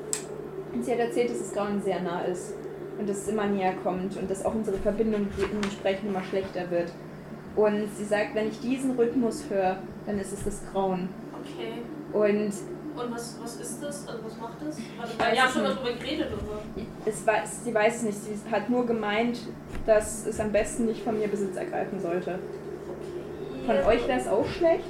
Speaker 2: und sie hat erzählt, dass das Grauen sehr nah ist und dass es immer näher kommt und dass auch unsere Verbindung dementsprechend immer schlechter wird. Und sie sagt, wenn ich diesen Rhythmus höre, dann ist es das Grauen.
Speaker 5: Okay.
Speaker 2: Und
Speaker 5: Und was, was ist das? Also was macht das? Also,
Speaker 2: weiß
Speaker 5: wir haben
Speaker 2: es
Speaker 5: schon mal
Speaker 2: nicht.
Speaker 5: drüber geredet, aber.
Speaker 2: es weiß, sie weiß es nicht, sie hat nur gemeint, dass es am besten nicht von mir Besitz ergreifen sollte. Von euch wäre es auch schlecht,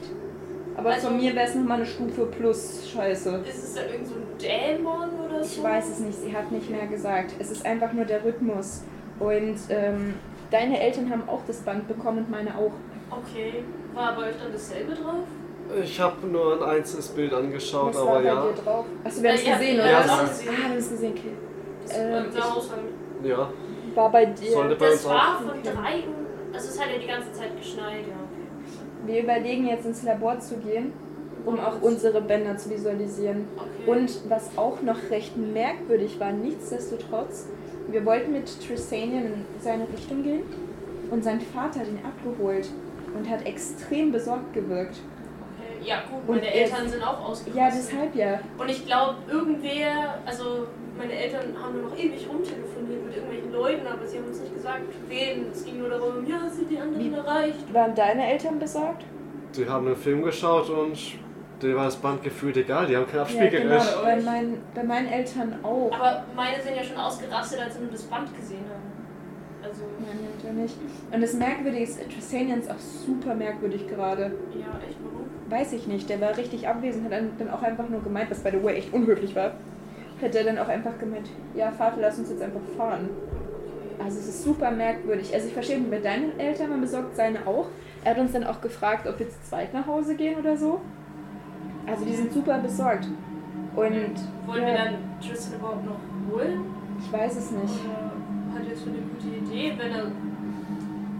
Speaker 2: aber
Speaker 5: Also-
Speaker 2: von mir wäre es nochmal eine Stufe plus Scheiße.
Speaker 5: Ist es da irgend so ein Dämon oder so?
Speaker 2: Ich weiß es nicht, sie hat nicht mehr gesagt. Es ist einfach nur der Rhythmus. Und ähm, deine Eltern haben auch das Band bekommen und meine auch.
Speaker 5: Okay. War bei euch dann dasselbe drauf?
Speaker 3: Ich habe nur ein einzelnes Bild angeschaut,
Speaker 2: Was war
Speaker 3: aber
Speaker 2: bei
Speaker 3: ja.
Speaker 2: dir drauf? Achso, wir haben es
Speaker 5: Ja,
Speaker 2: gesehen,
Speaker 5: ja,
Speaker 2: oder?
Speaker 3: ja,
Speaker 2: ah,
Speaker 5: das-
Speaker 2: wir haben es gesehen, okay.
Speaker 5: Das
Speaker 2: Ähm,
Speaker 5: ähm, daraus haben-
Speaker 3: Ja,
Speaker 2: War bei dir.
Speaker 3: sollte bei
Speaker 5: das
Speaker 3: uns auch.
Speaker 5: war von
Speaker 2: Okay.
Speaker 5: drei Uhr. Also es hat ja die ganze Zeit geschneit, ja.
Speaker 2: Wir überlegen jetzt ins Labor zu gehen, um auch unsere Bänder zu visualisieren.
Speaker 5: Okay.
Speaker 2: Und was auch noch recht merkwürdig war, nichtsdestotrotz, wir wollten mit Trissanian in seine Richtung gehen und sein Vater hat ihn abgeholt und hat extrem besorgt gewirkt.
Speaker 5: okay. Ja gut,
Speaker 2: Und
Speaker 5: meine
Speaker 2: er-
Speaker 5: Eltern sind auch ausgerastet.
Speaker 2: Ja, deshalb ja.
Speaker 5: Und ich glaube, irgendwer, also meine Eltern haben nur noch ewig rumtelefoniert mit irgendwelchen Leuten, aber sie haben uns nicht gesagt, wen. Es ging nur darum, ja, sind die anderen erreicht.
Speaker 2: Waren deine Eltern besorgt?
Speaker 3: Die haben einen Film geschaut und denen war das Band gefühlt egal, die haben kein Abspielgerät.
Speaker 5: genau.
Speaker 2: Bei, mein, bei meinen Eltern auch.
Speaker 5: Aber meine sind ja schon ausgerastet, als sie nur das Band gesehen haben. Also,
Speaker 2: Meine Eltern nicht. Und das Merkwürdige ist, Trissanian ist auch super merkwürdig gerade.
Speaker 5: ja, echt warum?
Speaker 2: Weiß ich nicht, der war richtig abwesend, hat dann dann auch einfach nur gemeint, was by the way echt unhöflich war. Hat er dann auch einfach gemeint, ja Vater, lass uns jetzt einfach fahren. Also es ist super merkwürdig. Also ich verstehe nicht, bei deinen Eltern waren besorgt, seine auch. Er hat uns dann auch gefragt, ob wir zu zweit nach Hause gehen oder so. Also die sind super besorgt. Und
Speaker 5: Wollen
Speaker 2: ja,
Speaker 5: wir dann Tristan überhaupt noch holen?
Speaker 2: ich weiß es nicht.
Speaker 5: Oder hat ähm, jetzt schon eine gute Idee, wenn er.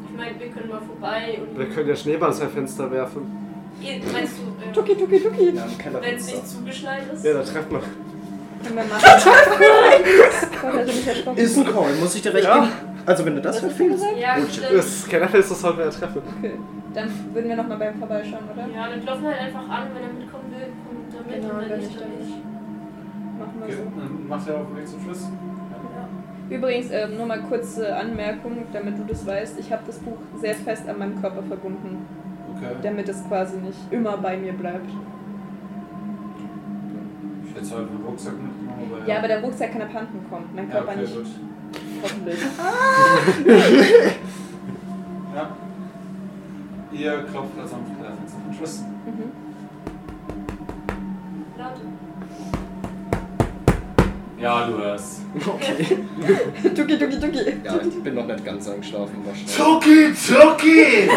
Speaker 5: Ich meine, wir können mal vorbei und.
Speaker 3: Wir können ja Schneeball ins Fenster werfen.
Speaker 5: Eh, Meinst du,
Speaker 2: Tuki, tuki, tuki.
Speaker 8: Ja, im Keller.
Speaker 5: wenn es nicht zugeschneit ist?
Speaker 3: Ja, da trifft man.
Speaker 2: Können wir machen. Gott, hat er mich erschrocken.
Speaker 4: Ist ein Call, muss ich dir recht
Speaker 3: Ja.
Speaker 4: geben. Also wenn du das
Speaker 2: Was hast du
Speaker 4: verfehlst.
Speaker 2: gesagt?
Speaker 5: ja
Speaker 4: Gut,
Speaker 5: stimmt.
Speaker 3: Das Kellerfenster sollten wir ja treffen.
Speaker 2: Okay. Dann würden wir nochmal beim Vorbeischauen, oder?
Speaker 5: Ja, dann klopfen wir halt einfach an, wenn er mitkommen will, kommt er mit
Speaker 2: Genau,
Speaker 5: und
Speaker 2: wenn
Speaker 5: wenn nicht,
Speaker 2: nicht,
Speaker 5: dann
Speaker 2: dann
Speaker 5: nicht.
Speaker 2: Machen wir
Speaker 1: Okay,
Speaker 2: so.
Speaker 1: dann macht er auf dem Weg zum Schluss.
Speaker 2: Übrigens, ähm, nur mal kurze Anmerkung, damit du das weißt. Ich habe das Buch sehr fest an meinem Körper verbunden,
Speaker 1: Okay.
Speaker 2: damit es quasi nicht immer bei mir bleibt.
Speaker 1: Ich hätte heute einen Rucksack mitgenommen, aber.
Speaker 2: Ja, aber der Rucksack kann ab Handen kommen, mein
Speaker 1: ja,
Speaker 2: Körper
Speaker 1: okay,
Speaker 2: nicht.
Speaker 1: gut.
Speaker 2: Hoffentlich.
Speaker 1: Ja. Ihr klopft also am Kellerfenster zum Schluss.
Speaker 2: Mhm.
Speaker 5: Laut.
Speaker 1: Ja, du hörst.
Speaker 4: Okay.
Speaker 2: Duki, duki, duki.
Speaker 4: Ja, ich bin noch nicht ganz eingeschlafen wahrscheinlich.
Speaker 8: Tuki, Tuki!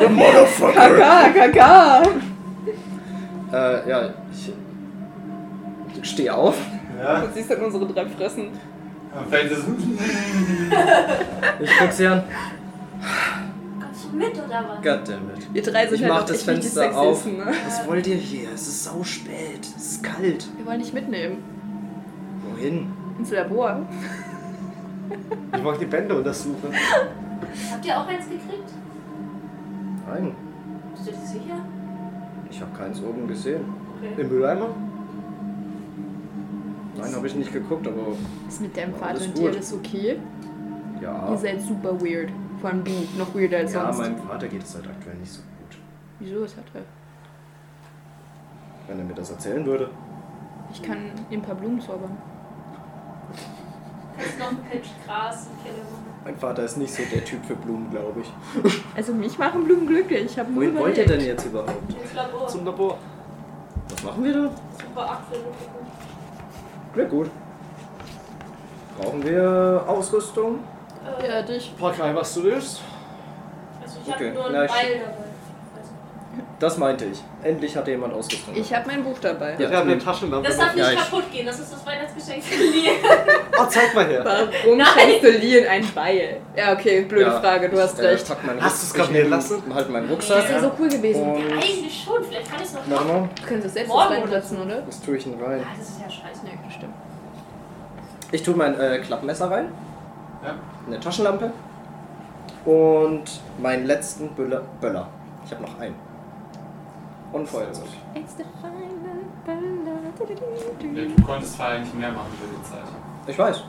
Speaker 8: The motherfucker!
Speaker 2: Kaka, kaka.
Speaker 4: Äh, ja, ich steh auf.
Speaker 1: Ja.
Speaker 2: Du siehst dann unsere drei Fressen.
Speaker 1: Am Fenster
Speaker 4: Ich guck sie an.
Speaker 5: Kommst du mit oder was?
Speaker 4: Goddammit.
Speaker 2: Wir drei sind
Speaker 4: Ich
Speaker 2: halt
Speaker 4: mach
Speaker 2: auch
Speaker 4: das
Speaker 2: echt nicht die
Speaker 4: Fenster auf.
Speaker 2: Sexisten, Ne?
Speaker 4: Was wollt ihr hier? Es ist sau spät. Es ist kalt.
Speaker 9: Wir wollen dich mitnehmen.
Speaker 4: Wohin?
Speaker 9: Ins Labor.
Speaker 3: Ich wollte die Bände untersuchen.
Speaker 5: Habt ihr auch eins gekriegt?
Speaker 4: Nein,
Speaker 5: Bist du dir sicher?
Speaker 4: ich habe keins oben gesehen.
Speaker 5: Okay.
Speaker 3: Im Mülleimer?
Speaker 4: Nein, habe ich nicht geguckt, aber
Speaker 9: Was ist mit deinem
Speaker 4: Ja,
Speaker 9: Vater
Speaker 4: alles
Speaker 9: und dir?
Speaker 4: gut.
Speaker 9: Alles okay? Ihr
Speaker 4: ja.
Speaker 9: seid super weird. Vor allem du. Noch weirder als
Speaker 4: Ja,
Speaker 9: sonst.
Speaker 4: meinem Vater geht es halt aktuell nicht so gut.
Speaker 9: Wieso? Das hat halt- er.
Speaker 4: Wenn er mir das erzählen würde.
Speaker 9: Ich kann ihm ein paar Blumen zaubern.
Speaker 5: Kannst noch ein Patch Gras im Keller machen?
Speaker 4: Mein Vater ist nicht so der Typ für Blumen, glaube ich.
Speaker 9: Also mich machen Blumen glücklich. Ich habe nur
Speaker 4: Wohin wollt ihr
Speaker 9: überlegt.
Speaker 4: denn jetzt überhaupt?
Speaker 5: Ins Labor.
Speaker 3: Zum Labor.
Speaker 4: Was machen wir da?
Speaker 5: Super Apfel.
Speaker 4: Na gut. Brauchen wir Ausrüstung?
Speaker 5: Äh,
Speaker 9: Ja, dich.
Speaker 3: Ein paar klein, was du willst.
Speaker 5: Also ich
Speaker 4: Okay,
Speaker 5: habe nur
Speaker 4: na,
Speaker 5: einen
Speaker 4: ich-
Speaker 5: Beil Also, dabei.
Speaker 4: Das meinte ich. Endlich hatte jemand Ausrüstung.
Speaker 9: Ich habe mein Buch dabei.
Speaker 4: Ja,
Speaker 3: ich habe eine
Speaker 4: stimmt.
Speaker 3: Taschenlampe.
Speaker 5: Das darf
Speaker 3: noch.
Speaker 5: nicht
Speaker 4: ich-
Speaker 5: kaputt gehen, das ist das Weihnachtsgeschenk für Lia.
Speaker 3: Oh, zeig mal her.
Speaker 9: Warum
Speaker 5: Nein.
Speaker 9: schenkst du Lien ein Beil? Ja, okay, blöde
Speaker 4: Ja,
Speaker 9: Frage, du
Speaker 4: ich,
Speaker 9: hast
Speaker 4: äh,
Speaker 9: recht.
Speaker 4: pack meinen
Speaker 3: Hast
Speaker 4: Rucks-
Speaker 3: du's grad
Speaker 4: ich nehm
Speaker 3: lassen?
Speaker 4: Halt meinen
Speaker 9: Das
Speaker 4: Rucksack.
Speaker 9: wäre so cool gewesen.
Speaker 4: Und
Speaker 5: Eigentlich schon, vielleicht kann ich es noch
Speaker 4: warte
Speaker 5: machen.
Speaker 4: mal,
Speaker 9: Du könntest das selbst
Speaker 5: Morgen
Speaker 9: was
Speaker 5: oder
Speaker 9: reinplatzen, oder?
Speaker 4: was tue ich denn rein?
Speaker 5: Ah, das ist ja scheiße.
Speaker 9: Ja, stimmt.
Speaker 4: Ich tue mein äh, Klappmesser rein.
Speaker 1: Ja.
Speaker 4: eine Taschenlampe und meinen letzten Böller. Böller. Ich habe noch einen. Und Feuerzeug.
Speaker 2: It's the final ballad.
Speaker 1: Du konntest halt nicht mehr machen für die Zeit.
Speaker 4: Ich weiß.
Speaker 1: Ja,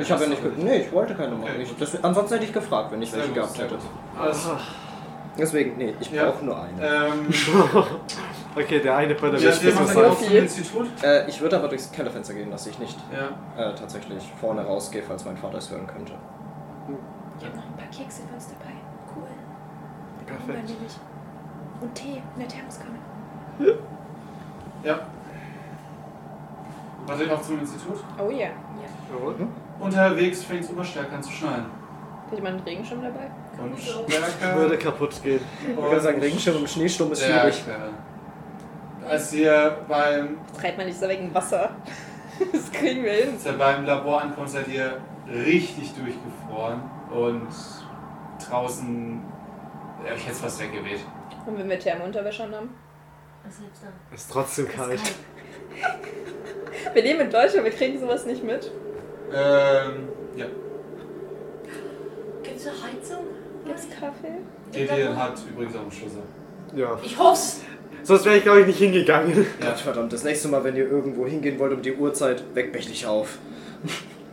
Speaker 4: Ich habe ja
Speaker 1: hast
Speaker 4: nicht.
Speaker 1: du
Speaker 4: ge- Nee, ich wollte keine machen.
Speaker 1: Okay,
Speaker 4: Ich,
Speaker 1: gut.
Speaker 4: das, ansonsten hätte ich gefragt, wenn ich
Speaker 1: Sehr
Speaker 4: welche
Speaker 1: gut,
Speaker 4: gehabt
Speaker 1: sehr
Speaker 4: hätte.
Speaker 1: gut. Also, Alles,
Speaker 3: Ah,
Speaker 4: Deswegen, nee, ich
Speaker 1: Ja.
Speaker 4: brauche nur einen.
Speaker 1: ähm,
Speaker 3: Okay, der eine bei der
Speaker 1: ja, wir machen dann
Speaker 2: so
Speaker 1: auch vom
Speaker 2: viel.
Speaker 1: Institut.
Speaker 4: Äh, ich würde aber durchs Kellerfenster gehen, dass ich nicht
Speaker 1: Ja.
Speaker 4: äh, tatsächlich vorne rausgehe, falls mein Vater es hören könnte.
Speaker 7: Ich habe noch ein paar Kekse für uns dabei. Cool.
Speaker 3: Perfekt.
Speaker 7: Nämlich. Und Tee in der Thermoskanne.
Speaker 1: ja. Warte ich auch zum Institut.
Speaker 2: Oh yeah.
Speaker 1: Unterwegs fängt Oberstärke an zu schneien.
Speaker 2: Hätte ich mal einen Regenschirm dabei?
Speaker 1: Und
Speaker 5: so.
Speaker 1: Stärke.
Speaker 3: Würde kaputt gehen.
Speaker 1: und
Speaker 4: Ich würde sagen, Regenschirm im Schneesturm ist
Speaker 1: Stärke.
Speaker 4: schwierig.
Speaker 1: Als ihr beim,
Speaker 2: Treibt man nicht so weg im Wasser. Das kriegen wir hin.
Speaker 1: als ihr beim Labor ankommt, seid ihr richtig durchgefroren und draußen. Ja, ich hätte es fast weggeweht.
Speaker 2: Und wenn wir Thermounterwäsche haben?
Speaker 5: Selbst dann.
Speaker 3: Ist trotzdem kalt.
Speaker 2: Wir leben in Deutschland, wir kriegen sowas nicht mit.
Speaker 1: Ähm, ja.
Speaker 5: Gibt's eine Heizung?
Speaker 2: Gibt's Kaffee?
Speaker 1: Gideon hat übrigens auch einen Schlüssel.
Speaker 3: Ja.
Speaker 5: Ich hoff's.
Speaker 3: Sonst wäre ich, glaube ich, nicht hingegangen.
Speaker 1: Ja.
Speaker 4: Gott verdammt, das nächste Mal, wenn ihr irgendwo hingehen wollt um die Uhrzeit, weckt mich nicht auf.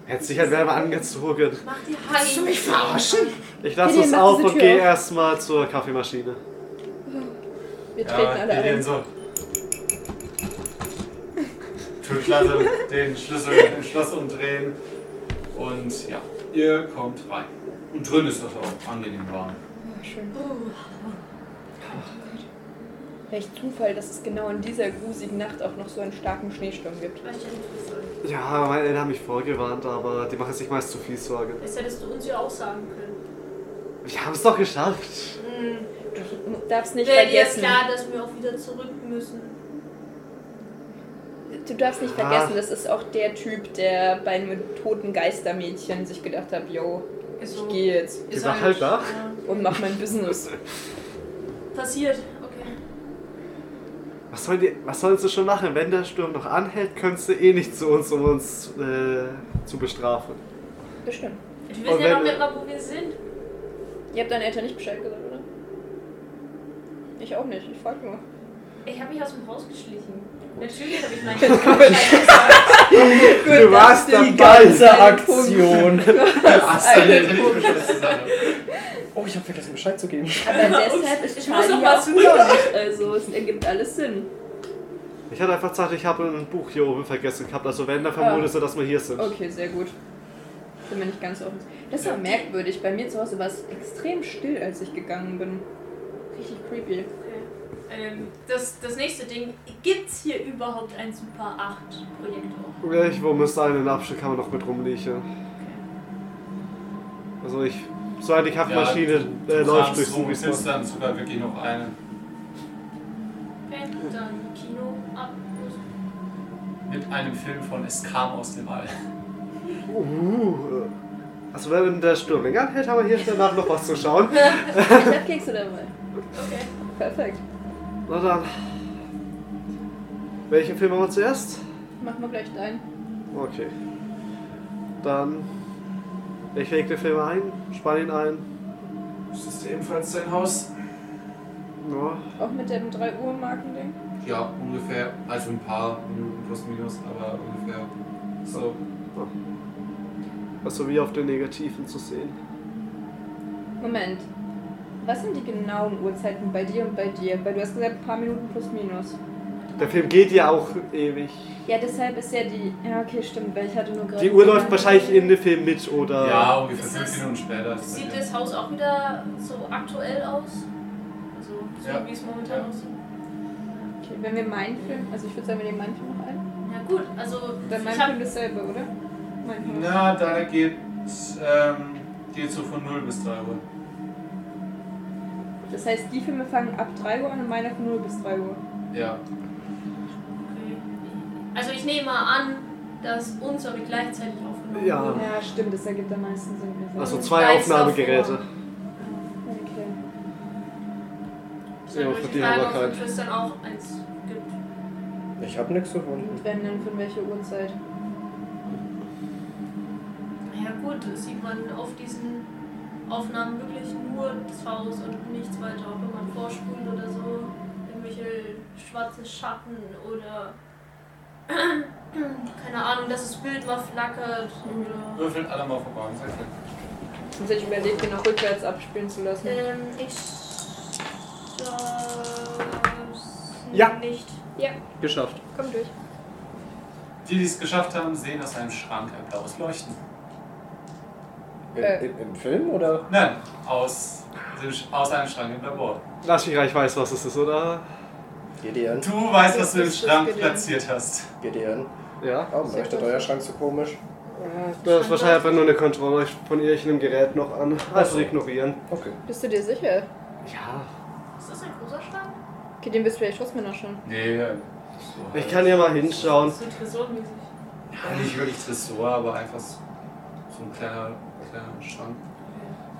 Speaker 3: Hätte sich halt wärmer angezogen.
Speaker 5: Mach die Heizung.
Speaker 3: Ich lasse
Speaker 7: Gideon,
Speaker 3: es
Speaker 7: mach
Speaker 3: auf
Speaker 7: diese
Speaker 3: und
Speaker 7: Tür
Speaker 3: gehe
Speaker 7: auf.
Speaker 3: erstmal zur Kaffeemaschine.
Speaker 2: Wir
Speaker 1: Ja,
Speaker 2: treten alle
Speaker 1: Gideon
Speaker 2: ein.
Speaker 1: so. Türklasse, den Schlüssel im Schloss umdrehen. Und ja, ihr kommt rein. Und drin ist das auch angenehm warm.
Speaker 2: Oh, schön.
Speaker 5: Uh,
Speaker 2: Welch Zufall, dass es genau in dieser grusigen Nacht auch noch so einen starken Schneesturm gibt.
Speaker 5: weißt du, was soll.
Speaker 3: Ja, meine Eltern haben mich vorgewarnt, aber die machen sich meist zu viel Sorgen.
Speaker 5: Vielleicht hättest du uns ja auch sagen können.
Speaker 3: Wir haben es doch geschafft.
Speaker 2: Du darfst nicht
Speaker 5: Hm, Wäre dir
Speaker 2: vergessen.
Speaker 5: klar, dass wir auch wieder zurück müssen.
Speaker 2: Du darfst nicht
Speaker 3: Ah.
Speaker 2: vergessen, das ist auch der Typ, der bei einem toten Geistermädchen sich gedacht hat, yo, ich gehe jetzt
Speaker 3: Die war halt da.
Speaker 2: und mach mein Business.
Speaker 5: Passiert. Okay.
Speaker 3: Was, sollen die, was sollst du schon machen? Wenn der Sturm noch anhält, könntest du eh nicht zu uns, um uns äh, zu bestrafen.
Speaker 2: Bestimmt.
Speaker 5: Wir
Speaker 3: Und
Speaker 5: wissen ja noch
Speaker 3: wenn-
Speaker 5: nicht mal, wo wir sind.
Speaker 2: Ihr habt deinen Eltern nicht Bescheid gesagt, oder? Ich auch nicht, ich frag nur.
Speaker 5: Ich habe mich aus dem Haus geschlichen. Natürlich habe ich meinen Eltern
Speaker 2: Du
Speaker 4: warst
Speaker 2: die
Speaker 4: dabei.
Speaker 2: ganze
Speaker 4: Aktion.
Speaker 1: Astrid, ich
Speaker 4: Oh, ich habe vergessen Bescheid zu geben.
Speaker 2: Aber deshalb ist
Speaker 5: Ich muss
Speaker 2: Charlie
Speaker 5: noch
Speaker 2: ja
Speaker 5: mal
Speaker 2: auch hungrig, also es ergibt alles Sinn.
Speaker 3: Ich hatte einfach gesagt, ich habe ein Buch hier oben vergessen gehabt. Also wenn, dann vermutest du, dass wir hier sind.
Speaker 2: Okay, sehr gut. Sind wir nicht ganz offen. Das war merkwürdig. Bei mir zu Hause war es extrem still, als ich gegangen bin. Richtig creepy.
Speaker 5: Okay. Ähm, das, das nächste Ding, gibt's hier überhaupt einen Super 8 Projektor?
Speaker 3: Irgendwo müsste eine Abstellkammer noch mit rumliegen. Also ich... So eine Kaffeemaschine äh, läuft durchs
Speaker 1: Du kannst
Speaker 3: Suchwiesmann.
Speaker 1: dann sogar wirklich noch eine.
Speaker 5: Okay, dann Kino ab.
Speaker 1: Mit einem Film von Es kam aus dem All.
Speaker 3: Uh, also wenn der Sturm länger anhält, haben wir hier danach noch was zu schauen.
Speaker 2: Ich hab Kekse dabei.
Speaker 5: Okay.
Speaker 2: Perfekt.
Speaker 3: Na dann. Welchen Film haben wir zuerst?
Speaker 2: Machen wir gleich deinen.
Speaker 3: Okay. Dann. Ich lege den Film ein, spann ihn ein.
Speaker 1: Ist das ebenfalls dein Haus?
Speaker 3: Ja.
Speaker 2: Auch mit dem 3 Uhr Markending.
Speaker 1: Ja, ungefähr. Also ein paar Minuten plus minus, aber ungefähr. So.
Speaker 3: Also wie auf den Negativen zu sehen.
Speaker 2: Moment. Was sind die genauen Uhrzeiten bei dir und bei dir? Weil du hast gesagt, ein paar Minuten plus minus.
Speaker 3: Der Film geht ja auch ewig.
Speaker 2: Ja, deshalb ist ja die. Ja, okay, stimmt, weil ich hatte nur gerade.
Speaker 3: Die Uhr läuft wahrscheinlich in den Film mit, oder?
Speaker 1: Ja, ungefähr
Speaker 5: Ist
Speaker 1: fünf
Speaker 5: es-
Speaker 1: Minuten später. ist
Speaker 5: Sieht
Speaker 1: bei dir.
Speaker 5: das Haus auch wieder so aktuell aus? Also, so
Speaker 1: Ja.
Speaker 5: wie es momentan
Speaker 1: Ja.
Speaker 5: aussieht.
Speaker 2: Okay, wenn wir meinen Film. Also ich würde sagen, wir nehmen meinen Film noch ein.
Speaker 5: Na gut, also
Speaker 2: Dann
Speaker 5: ich
Speaker 2: mein
Speaker 5: hab,
Speaker 2: Film dasselbe, oder? Mein Film.
Speaker 1: Na, da geht, ähm, geht so von 0 bis 3 Uhr.
Speaker 2: Das heißt, die Filme fangen ab 3 Uhr an und meine von 0 bis 3 Uhr.
Speaker 1: Ja.
Speaker 5: okay. also ich nehme mal an, dass unsere gleichzeitig aufgenommen
Speaker 3: Ja.
Speaker 5: wurden.
Speaker 2: Ja, stimmt, das ergibt am meisten Sinn.
Speaker 3: Also
Speaker 2: Also,
Speaker 3: zwei
Speaker 5: Eins
Speaker 3: Aufnahmegeräte.
Speaker 5: davor.
Speaker 2: okay.
Speaker 5: Ich
Speaker 3: Ja,
Speaker 5: würde
Speaker 3: von
Speaker 5: die
Speaker 3: denen haben
Speaker 5: Frage,
Speaker 3: wir
Speaker 5: ob
Speaker 3: keinen.
Speaker 5: es dann auch eins gibt.
Speaker 4: Ich habe nichts gefunden.
Speaker 2: Und wenn dann von welcher Uhrzeit?
Speaker 5: Ja gut, Hut sieht man auf diesen Aufnahmen wirklich nur das Haus und nichts weiter. Auch wenn man vorspult oder so, irgendwelche schwarzen Schatten oder keine Ahnung, dass das Bild mal flackert
Speaker 2: Ah.
Speaker 5: oder.
Speaker 1: Würfelt alle mal vorbei. Seid ihr-
Speaker 7: Sonst hätte ich überlegt, den noch rückwärts abspielen zu lassen.
Speaker 5: Ähm, ich. Das
Speaker 3: Ja.
Speaker 5: Nicht.
Speaker 4: Geschafft.
Speaker 7: Komm durch.
Speaker 1: Die, die es geschafft haben, sehen aus einem Schrank ein blaues Leuchten.
Speaker 4: Im,
Speaker 7: Äh.
Speaker 4: im, Im Film oder?
Speaker 1: Nein, aus, dem- aus einem Schrank im Labor.
Speaker 3: Lass mich rein, ich weiß, was es ist, oder?
Speaker 4: Gideon,
Speaker 1: Du weißt, was du im
Speaker 2: Das ist
Speaker 1: Schrank
Speaker 2: Gideon.
Speaker 1: platziert hast.
Speaker 4: Gideon.
Speaker 3: Ja.
Speaker 4: Warum leuchtet euer Schrank so komisch?
Speaker 3: Das ist wahrscheinlich einfach nur eine Kontrolle von irgendeinem Gerät noch an. Also ignorieren.
Speaker 4: Okay.
Speaker 2: Bist du dir sicher?
Speaker 3: Ja.
Speaker 5: Ist das ein großer Schrank?
Speaker 2: Okay, den bist du vielleicht trotzdem noch schon.
Speaker 1: Nee,
Speaker 3: Ich kann ja mal hinschauen.
Speaker 5: So tresormäßig.
Speaker 1: nicht wirklich Tresor, aber einfach so so ein kleiner, kleiner Schrank.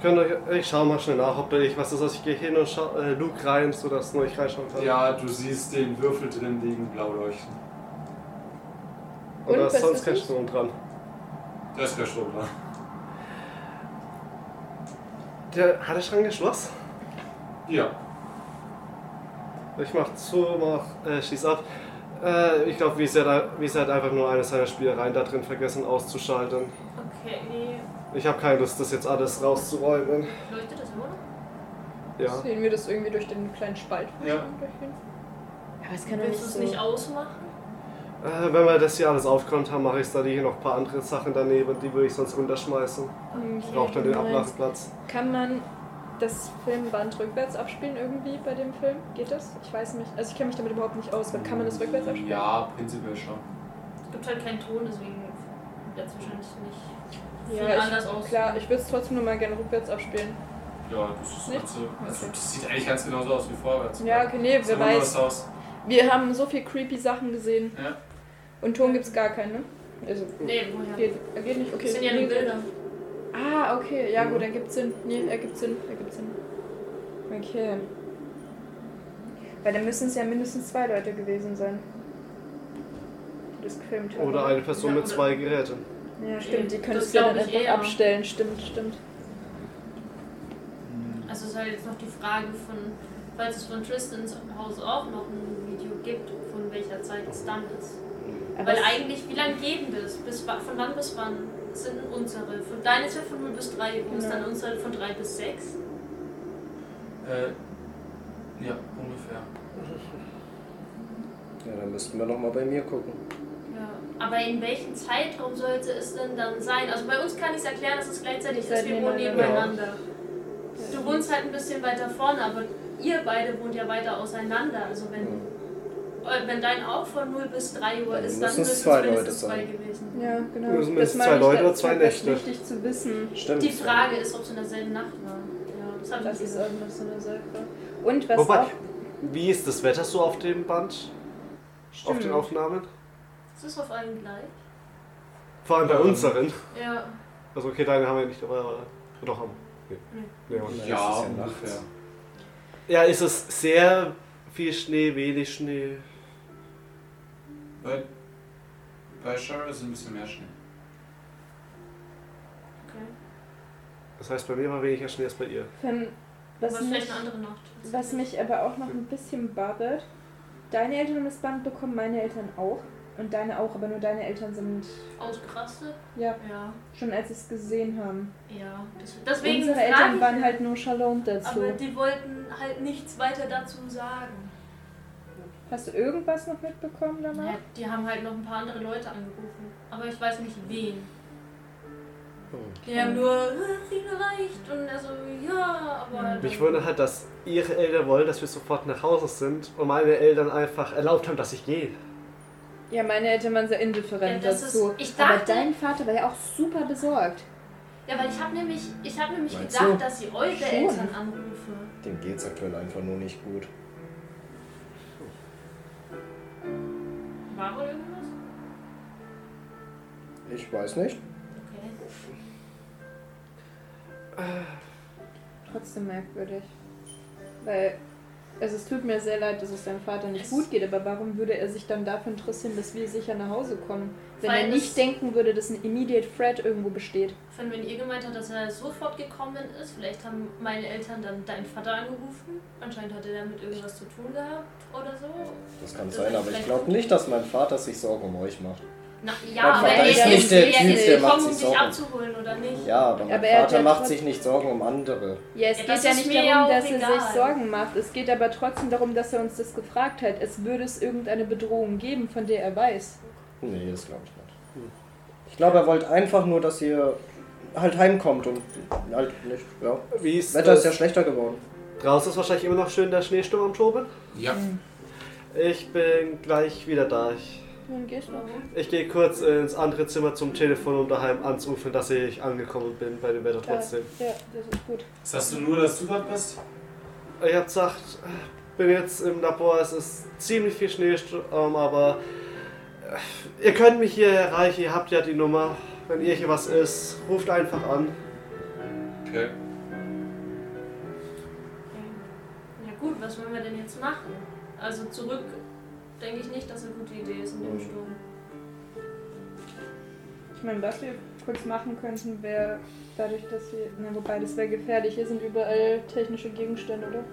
Speaker 3: Könnt ihr, ich schau mal schnell nach, ob da ich was ist. Also ich gehe hin und schau, äh, Luke rein, sodass nur ich reinschauen kann.
Speaker 1: Ja, du siehst den Würfel drin liegen, blau leuchten.
Speaker 3: Und
Speaker 2: Und
Speaker 3: da
Speaker 2: was
Speaker 3: ist sonst
Speaker 2: ist
Speaker 3: kein
Speaker 2: es?
Speaker 3: Strom dran.
Speaker 1: Da ist der Strom dran.
Speaker 3: Der, hat der Schrank ein Schloss?
Speaker 1: Ja.
Speaker 3: Ich mach zu, mach, äh, schieß ab. Äh, ich glaube, Wiese hat, Wiese hat einfach nur eine seiner Spielereien da drin vergessen auszuschalten.
Speaker 5: Okay,
Speaker 3: Ich habe keine Lust, das jetzt alles rauszuräumen.
Speaker 5: leuchtet das immer noch?
Speaker 3: Ja.
Speaker 2: Sehen wir das irgendwie durch den kleinen Spalt?
Speaker 1: Ja.
Speaker 2: Aber es kann doch nicht
Speaker 5: Willst du es
Speaker 2: so...
Speaker 5: nicht ausmachen?
Speaker 3: Äh, wenn wir das hier alles aufgeräumt haben, mache ich da liegen noch ein paar andere Sachen daneben, die würde ich sonst runterschmeißen. Ich brauche dann den
Speaker 2: Nein.
Speaker 3: Ablasseplatz.
Speaker 2: Kann man das Filmband rückwärts abspielen irgendwie bei dem Film? Geht das? Ich weiß nicht. Also ich kenne mich damit überhaupt nicht aus. Aber kann man das rückwärts abspielen?
Speaker 1: Ja, prinzipiell schon.
Speaker 5: Es gibt halt keinen Ton, deswegen wird es wahrscheinlich nicht viel
Speaker 2: Ja,
Speaker 5: anders aus.
Speaker 2: ich, klar. Ich würde es trotzdem nur mal gerne rückwärts abspielen.
Speaker 1: Ja, das ist
Speaker 2: Nicht?
Speaker 1: ganz so. Also, das sieht eigentlich ganz genauso aus wie vorwärts.
Speaker 2: Ja, okay, nee,
Speaker 1: Das ist
Speaker 2: wer
Speaker 1: immer nur
Speaker 2: weiß.
Speaker 1: das Haus.
Speaker 2: Wir haben so viel creepy Sachen gesehen.
Speaker 1: Ja.
Speaker 2: Und Ton gibt's gar keinen, ne? Also,
Speaker 5: Nee, woher?
Speaker 2: geht, geht nicht. Okay.
Speaker 5: Das sind ja nur Bilder.
Speaker 2: Ah, okay. Ja, gut, ergibt Sinn. Nee, ergibt Sinn. Ergibt Sinn.
Speaker 7: Okay. Weil dann müssen es ja mindestens zwei Leute gewesen sein. Die das gefilmt haben.
Speaker 3: Oder eine Person mit zwei Geräten.
Speaker 7: Ja,
Speaker 2: Stimmt, die
Speaker 5: Das
Speaker 2: könntest du ja
Speaker 5: glaub
Speaker 2: dann
Speaker 5: ich
Speaker 2: einfach
Speaker 5: eher.
Speaker 2: abstellen. Stimmt, stimmt.
Speaker 5: Also es ist halt jetzt noch die Frage von, falls es von Tristans Haus auch noch ein Video gibt, von welcher Zeit es dann ist.
Speaker 7: Aber
Speaker 5: Weil
Speaker 7: es-
Speaker 5: eigentlich, wie lange geht das? Bis, wa- von wann bis wann sind unsere? Von deine ist ja von 0 bis 3 und
Speaker 2: Genau.
Speaker 5: dann unsere von 3 bis 6.
Speaker 1: Äh, ja, ungefähr.
Speaker 4: Ja, dann müssten wir nochmal bei mir gucken.
Speaker 5: Ja. Aber in welchem Zeitraum sollte es denn dann sein? Also bei uns kann ich es erklären, dass es gleichzeitig
Speaker 2: Seid
Speaker 5: ist, wir wohnen
Speaker 2: nebeneinander.
Speaker 5: nebeneinander. Du wohnst halt ein bisschen weiter vorne, aber ihr beide wohnt ja weiter auseinander. Also wenn, äh, wenn dein auch von 0 bis 3 Uhr
Speaker 4: Dann
Speaker 5: ist,
Speaker 4: müssen
Speaker 5: dann
Speaker 4: es
Speaker 5: müssen es
Speaker 4: zwei
Speaker 5: mindestens
Speaker 4: Leute
Speaker 5: zwei
Speaker 4: sein.
Speaker 5: gewesen.
Speaker 2: Ja, genau.
Speaker 3: Das sind mindestens
Speaker 2: meine
Speaker 3: zwei
Speaker 2: ich,
Speaker 3: Leute
Speaker 2: das-
Speaker 3: oder zwei
Speaker 2: das ist
Speaker 3: Nächte.
Speaker 2: Wichtig zu wissen.
Speaker 4: Stimmt.
Speaker 5: Die Frage ist, ob es in derselben Nacht war. Ja, das habe ich
Speaker 2: Das
Speaker 5: nicht
Speaker 2: ist
Speaker 5: gesagt.
Speaker 2: auch noch so eine Sache. Und was
Speaker 3: Wobei,
Speaker 2: auch.
Speaker 3: wie ist das Wetter so auf dem Band? Auf den
Speaker 2: Stimmt.
Speaker 3: Aufnahmen?
Speaker 5: Ist es auf allen gleich?
Speaker 3: Vor allem bei
Speaker 1: Ähm.
Speaker 3: unseren.
Speaker 5: Ja.
Speaker 3: Also okay, deine haben wir nicht, aber aber doch haben.
Speaker 5: Nee.
Speaker 3: Nee, haben wir.
Speaker 1: Ja,
Speaker 4: ist es ja
Speaker 1: ungefähr.
Speaker 3: Ja, ist es sehr viel Schnee, wenig Schnee.
Speaker 1: Bei, bei Cheryl ist ein bisschen mehr Schnee.
Speaker 5: Okay.
Speaker 3: Das heißt, bei mir war weniger Schnee als bei ihr.
Speaker 7: Finn, was
Speaker 5: aber vielleicht
Speaker 7: mich,
Speaker 5: eine andere Nacht.
Speaker 7: was mich aber auch noch ein bisschen bothert, deine Eltern haben das Band bekommen, meine Eltern auch. Und deine auch, aber nur deine Eltern sind,
Speaker 5: Ausgerastet?
Speaker 7: ja,
Speaker 5: Ja.
Speaker 7: schon als sie es gesehen haben.
Speaker 5: Ja. Das, deswegen
Speaker 7: Unsere
Speaker 5: frage
Speaker 7: Eltern
Speaker 5: ich
Speaker 7: waren
Speaker 5: ja.
Speaker 7: halt nur schalant dazu.
Speaker 5: Aber die wollten halt nichts weiter dazu sagen.
Speaker 7: Hast du irgendwas noch mitbekommen danach?
Speaker 5: Ja, die haben halt noch ein paar andere Leute angerufen. Aber ich weiß nicht wen.
Speaker 4: Hm.
Speaker 5: Die haben nur, "Ah, sie reicht und also ja,
Speaker 7: Hm.
Speaker 5: aber. dann-
Speaker 3: Mich wundert halt, dass ihre Eltern wollen, dass wir sofort nach Hause sind und meine Eltern einfach erlaubt haben, dass ich gehe.
Speaker 7: Ja, meine Eltern waren sehr indifferent
Speaker 5: Ja, das
Speaker 7: dazu.
Speaker 5: ist- ich
Speaker 7: aber
Speaker 5: dachte-
Speaker 7: dein Vater war ja auch super besorgt.
Speaker 5: Ja, weil ich habe nämlich, ich habe nämlich
Speaker 4: Meinst
Speaker 5: gedacht,
Speaker 4: du?
Speaker 5: dass sie eure
Speaker 7: Schon.
Speaker 5: Eltern anrufen.
Speaker 4: Dem geht's aktuell einfach nur nicht gut.
Speaker 5: War wohl irgendwas?
Speaker 4: Ich weiß nicht.
Speaker 5: Okay.
Speaker 7: Trotzdem merkwürdig. Weil
Speaker 2: Also es tut mir sehr leid, dass es deinem Vater nicht gut geht, aber warum würde er sich dann dafür interessieren, dass wir sicher nach Hause kommen? Wenn
Speaker 5: Weil
Speaker 2: er
Speaker 5: es-
Speaker 2: nicht denken würde, dass ein immediate threat irgendwo besteht.
Speaker 5: Von wenn ihr gemeint habt, dass er sofort gekommen ist, vielleicht haben meine Eltern dann deinen Vater angerufen. Anscheinend hatte er damit irgendwas zu tun gehabt oder so.
Speaker 4: Das kann sein, aber ich glaube nicht, dass mein Vater sich Sorgen um euch macht.
Speaker 5: Na, ja,
Speaker 4: Mein
Speaker 5: aber
Speaker 4: Vater
Speaker 5: er
Speaker 2: ist
Speaker 5: ist,
Speaker 2: nicht
Speaker 4: der
Speaker 5: er
Speaker 4: Typ,
Speaker 5: ist
Speaker 4: der macht
Speaker 5: gekommen, um
Speaker 4: sich
Speaker 5: dich
Speaker 4: Sorgen.
Speaker 5: abzuholen oder nicht.
Speaker 4: Ja, aber mein
Speaker 2: Aber er hat
Speaker 4: Vater
Speaker 2: ja
Speaker 4: macht
Speaker 2: trotz-
Speaker 4: sich nicht Sorgen um andere.
Speaker 2: Ja, es
Speaker 5: Ja, das
Speaker 2: geht ja
Speaker 5: ist
Speaker 2: nicht
Speaker 5: mir ja
Speaker 2: darum,
Speaker 5: auch
Speaker 2: dass er sich
Speaker 5: egal.
Speaker 2: Sorgen macht. Es geht aber trotzdem darum, dass er uns das gefragt hat. Es würde es irgendeine Bedrohung geben, von der er weiß.
Speaker 4: Nee, das glaube ich nicht. Ich glaube, er wollte einfach nur, dass ihr halt heimkommt und halt nicht. Ja.
Speaker 3: Wie ist
Speaker 4: Das Wetter ist ja
Speaker 3: das?
Speaker 4: schlechter geworden.
Speaker 3: Draußen ist wahrscheinlich immer noch schön der Schneesturm am Toben.
Speaker 1: Ja.
Speaker 3: Ich bin gleich wieder da. Ich,
Speaker 2: Nun gehst du.
Speaker 3: ich gehe kurz ins andere Zimmer zum Telefon, um daheim anzurufen, dass ich angekommen bin bei dem Wetter trotzdem.
Speaker 2: Ja, das ist gut.
Speaker 1: Sagst du nur, dass du dort bist?
Speaker 3: Ich habe gesagt, bin jetzt im Labor, es ist ziemlich viel Schneesturm, aber äh, ihr könnt mich hier erreichen, ihr habt ja die Nummer. Wenn ihr hier was ist, ruft einfach an.
Speaker 1: Okay.
Speaker 5: Ja gut, was wollen wir denn jetzt machen? Also zurück denke ich nicht, dass eine gute Idee ist in dem
Speaker 4: Mhm.
Speaker 5: Sturm.
Speaker 2: Ich meine, was wir kurz machen könnten, wäre dadurch, dass wir. Na, wobei, das wäre gefährlich. Hier sind überall technische Gegenstände, oder?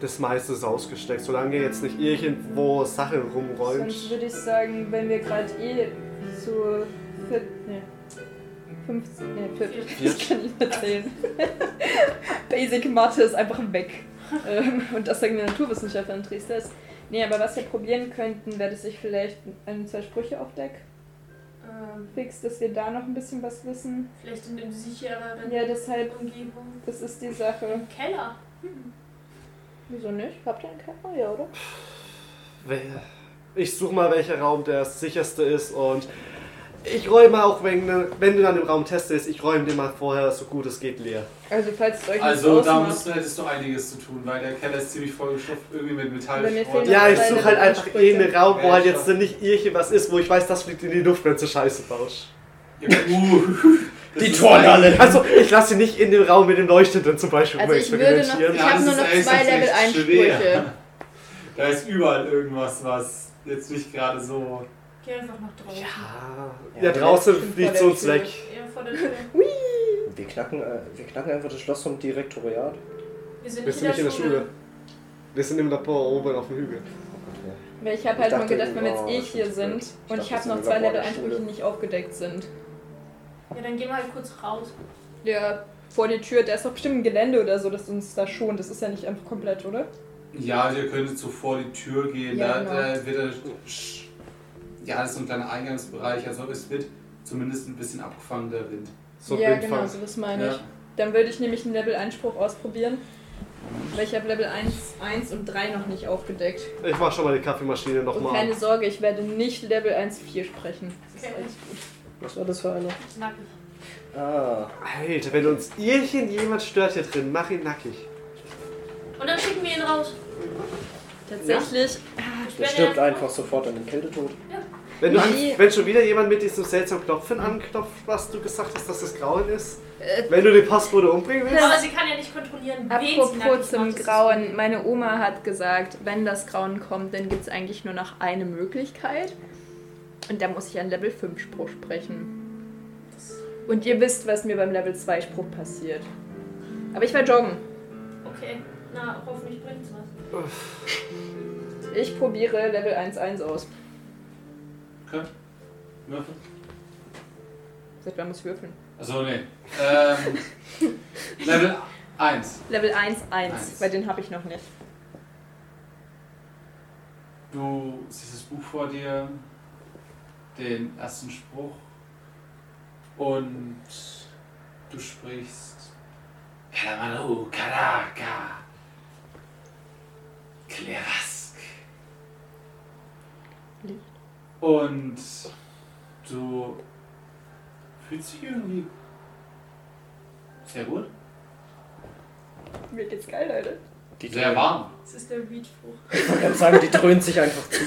Speaker 3: Das meiste ist ausgesteckt, solange ihr jetzt nicht irgendwo Sachen
Speaker 2: Sonst
Speaker 3: rumräumt.
Speaker 2: würde ich sagen, wenn wir gerade eh zu viert, ne, 15, ne, viert,
Speaker 3: Viert.
Speaker 2: ich kann nicht mehr zählen. Basic Mathe ist einfach weg. Ähm, Und das sagen wir Naturwissenschaftler in Triester ist. Nee, aber was wir probieren könnten, wäre, dass ich vielleicht ein, zwei Sprüche aufdeck
Speaker 5: Ähm,
Speaker 2: fix, dass wir da noch ein bisschen was wissen.
Speaker 5: vielleicht in dem sichereren
Speaker 2: Ja, deshalb,
Speaker 5: Umgebung.
Speaker 2: das ist die Sache.
Speaker 5: Im Keller.
Speaker 2: Wieso nicht? Habt ihr einen Keller? Ja, oder?
Speaker 3: Wer- Ich suche mal, welcher Raum der sicherste ist und ich räume auch, wenn, wenn du dann im Raum testest, ich räume den mal vorher so gut es geht leer.
Speaker 2: Also, falls es euch
Speaker 1: Also
Speaker 2: nicht
Speaker 1: da
Speaker 2: ausmacht.
Speaker 1: musst du, hättest du einiges zu tun, weil der Keller ist ziemlich vollgestopft, irgendwie mit
Speaker 2: Bei mir
Speaker 1: Metall.
Speaker 2: fehlen
Speaker 3: Ja, ich
Speaker 2: Weil
Speaker 3: suche
Speaker 2: das
Speaker 3: halt
Speaker 2: ist
Speaker 3: einfach
Speaker 2: Sprüche.
Speaker 3: irgendeinen Raum, wo
Speaker 1: Ja,
Speaker 3: halt
Speaker 1: ich
Speaker 3: jetzt nicht irgendwas ist, wo ich weiß, das fliegt in die Luft, wenn du Scheiße baust.
Speaker 1: Uh, das ist halt- ein-
Speaker 3: Also, ich lasse sie nicht in den Raum mit dem Leuchtenden zum Beispiel
Speaker 10: Also ich würde noch, ich
Speaker 1: Ja,
Speaker 10: habe
Speaker 1: das
Speaker 10: nur
Speaker 1: ist
Speaker 10: noch
Speaker 1: echt-
Speaker 10: zwei
Speaker 1: das ist echt
Speaker 10: Level 1 Sprüche.
Speaker 1: schwer. Da ist überall irgendwas, was jetzt nicht gerade so.
Speaker 5: Geh einfach nach draußen.
Speaker 3: Ah,
Speaker 4: Ja,
Speaker 3: ja,
Speaker 4: ja,
Speaker 3: draußen
Speaker 2: stimmt,
Speaker 3: fliegt
Speaker 2: vor
Speaker 3: es
Speaker 2: der
Speaker 3: uns
Speaker 2: Tür.
Speaker 3: weg.
Speaker 5: Eher vor der Tür.
Speaker 4: Wir knacken, äh, wir knacken einfach das Schloss vom Direktoriat.
Speaker 5: Wir sind
Speaker 3: Wir
Speaker 5: nicht
Speaker 3: sind nicht in der Schule. Wir sind im Labor oben auf dem Hügel.
Speaker 2: Weil ich habe
Speaker 4: Ich
Speaker 2: halt nur
Speaker 4: dachte,
Speaker 2: gedacht, wenn wir jetzt
Speaker 4: wow,
Speaker 2: eh
Speaker 4: das
Speaker 2: hier
Speaker 4: ist
Speaker 2: sind
Speaker 4: blöd. Ich
Speaker 2: und
Speaker 4: dachte,
Speaker 2: ich
Speaker 4: das
Speaker 2: habe noch
Speaker 4: sind
Speaker 2: zwei
Speaker 4: wir
Speaker 2: Level
Speaker 4: vor der
Speaker 2: 1 Sprüche, die
Speaker 4: Schule.
Speaker 2: nicht aufgedeckt sind.
Speaker 5: Ja, dann gehen wir halt kurz raus.
Speaker 2: Ja, vor die Tür, da ist doch bestimmt ein Gelände oder so, das uns da schont. Das ist ja nicht einfach komplett, oder?
Speaker 1: Ja, ihr könntet so vor die Tür gehen, da,
Speaker 2: Ja, genau.
Speaker 1: da wird er. sch- Ja, das ist so ein kleiner Eingangsbereich, also es wird zumindest ein bisschen abgefangen, der Wind.
Speaker 3: So
Speaker 2: ja,
Speaker 3: ein
Speaker 2: genau,
Speaker 3: Windfang.
Speaker 2: so das meine
Speaker 1: Ja.
Speaker 2: ich. Dann würde ich nämlich einen Level 1 Spruch ausprobieren. Weil ich habe Level 1, 1 und 3 noch nicht aufgedeckt.
Speaker 3: Ich mach schon mal die Kaffeemaschine
Speaker 2: Und
Speaker 3: nochmal
Speaker 2: keine
Speaker 3: an.
Speaker 2: Sorge, ich werde nicht Level 1, 4 sprechen. Das ist
Speaker 5: Okay.
Speaker 2: alles gut.
Speaker 4: Was war das für eine?
Speaker 5: Nackig.
Speaker 4: Ah,
Speaker 3: Alter, wenn uns irgendjemand stört hier drin, mach ihn nackig.
Speaker 5: Und dann schicken wir ihn raus.
Speaker 2: Tatsächlich,
Speaker 4: der stirbt einfach sofort an dem Kältetod.
Speaker 3: Wenn, du an,
Speaker 2: Nee.
Speaker 3: wenn schon wieder jemand mit diesem seltsamen Knopfen anklopft, was du gesagt hast, dass das Grauen ist,
Speaker 2: Äh,
Speaker 3: wenn du den Postbote umbringen willst.
Speaker 5: Aber sie kann ja nicht kontrollieren, wen sie nackig
Speaker 10: Apropos zum
Speaker 5: macht. Das ist-
Speaker 10: Grauen. Meine Oma hat gesagt, wenn das Grauen kommt, dann gibt es eigentlich nur noch eine Möglichkeit. Und da muss ich einen Level 5 Spruch sprechen.
Speaker 2: und ihr wisst, was mir beim Level 2 Spruch passiert. Aber ich war joggen.
Speaker 5: Okay, na, hoffentlich bringt's was.
Speaker 2: Ich probiere Level 1, 1 aus.
Speaker 1: Okay. Würfel.
Speaker 2: Seit wann muss ich würfeln?
Speaker 1: Achso, Also, nee. Ähm, Level 1.
Speaker 2: Level 1, 1,
Speaker 1: Eins.
Speaker 2: weil den habe ich noch nicht.
Speaker 1: Du siehst das Buch vor dir, den ersten Spruch und du sprichst Kalamalu, Karaka, Klerask.
Speaker 10: Licht.
Speaker 1: Und du fühlst dich irgendwie sehr gut,
Speaker 2: Mir geht's geil, Leute.
Speaker 1: sehr warm.
Speaker 5: Das ist der Weedspruch.
Speaker 4: Ich kann sagen, die dröhnt sich einfach zu.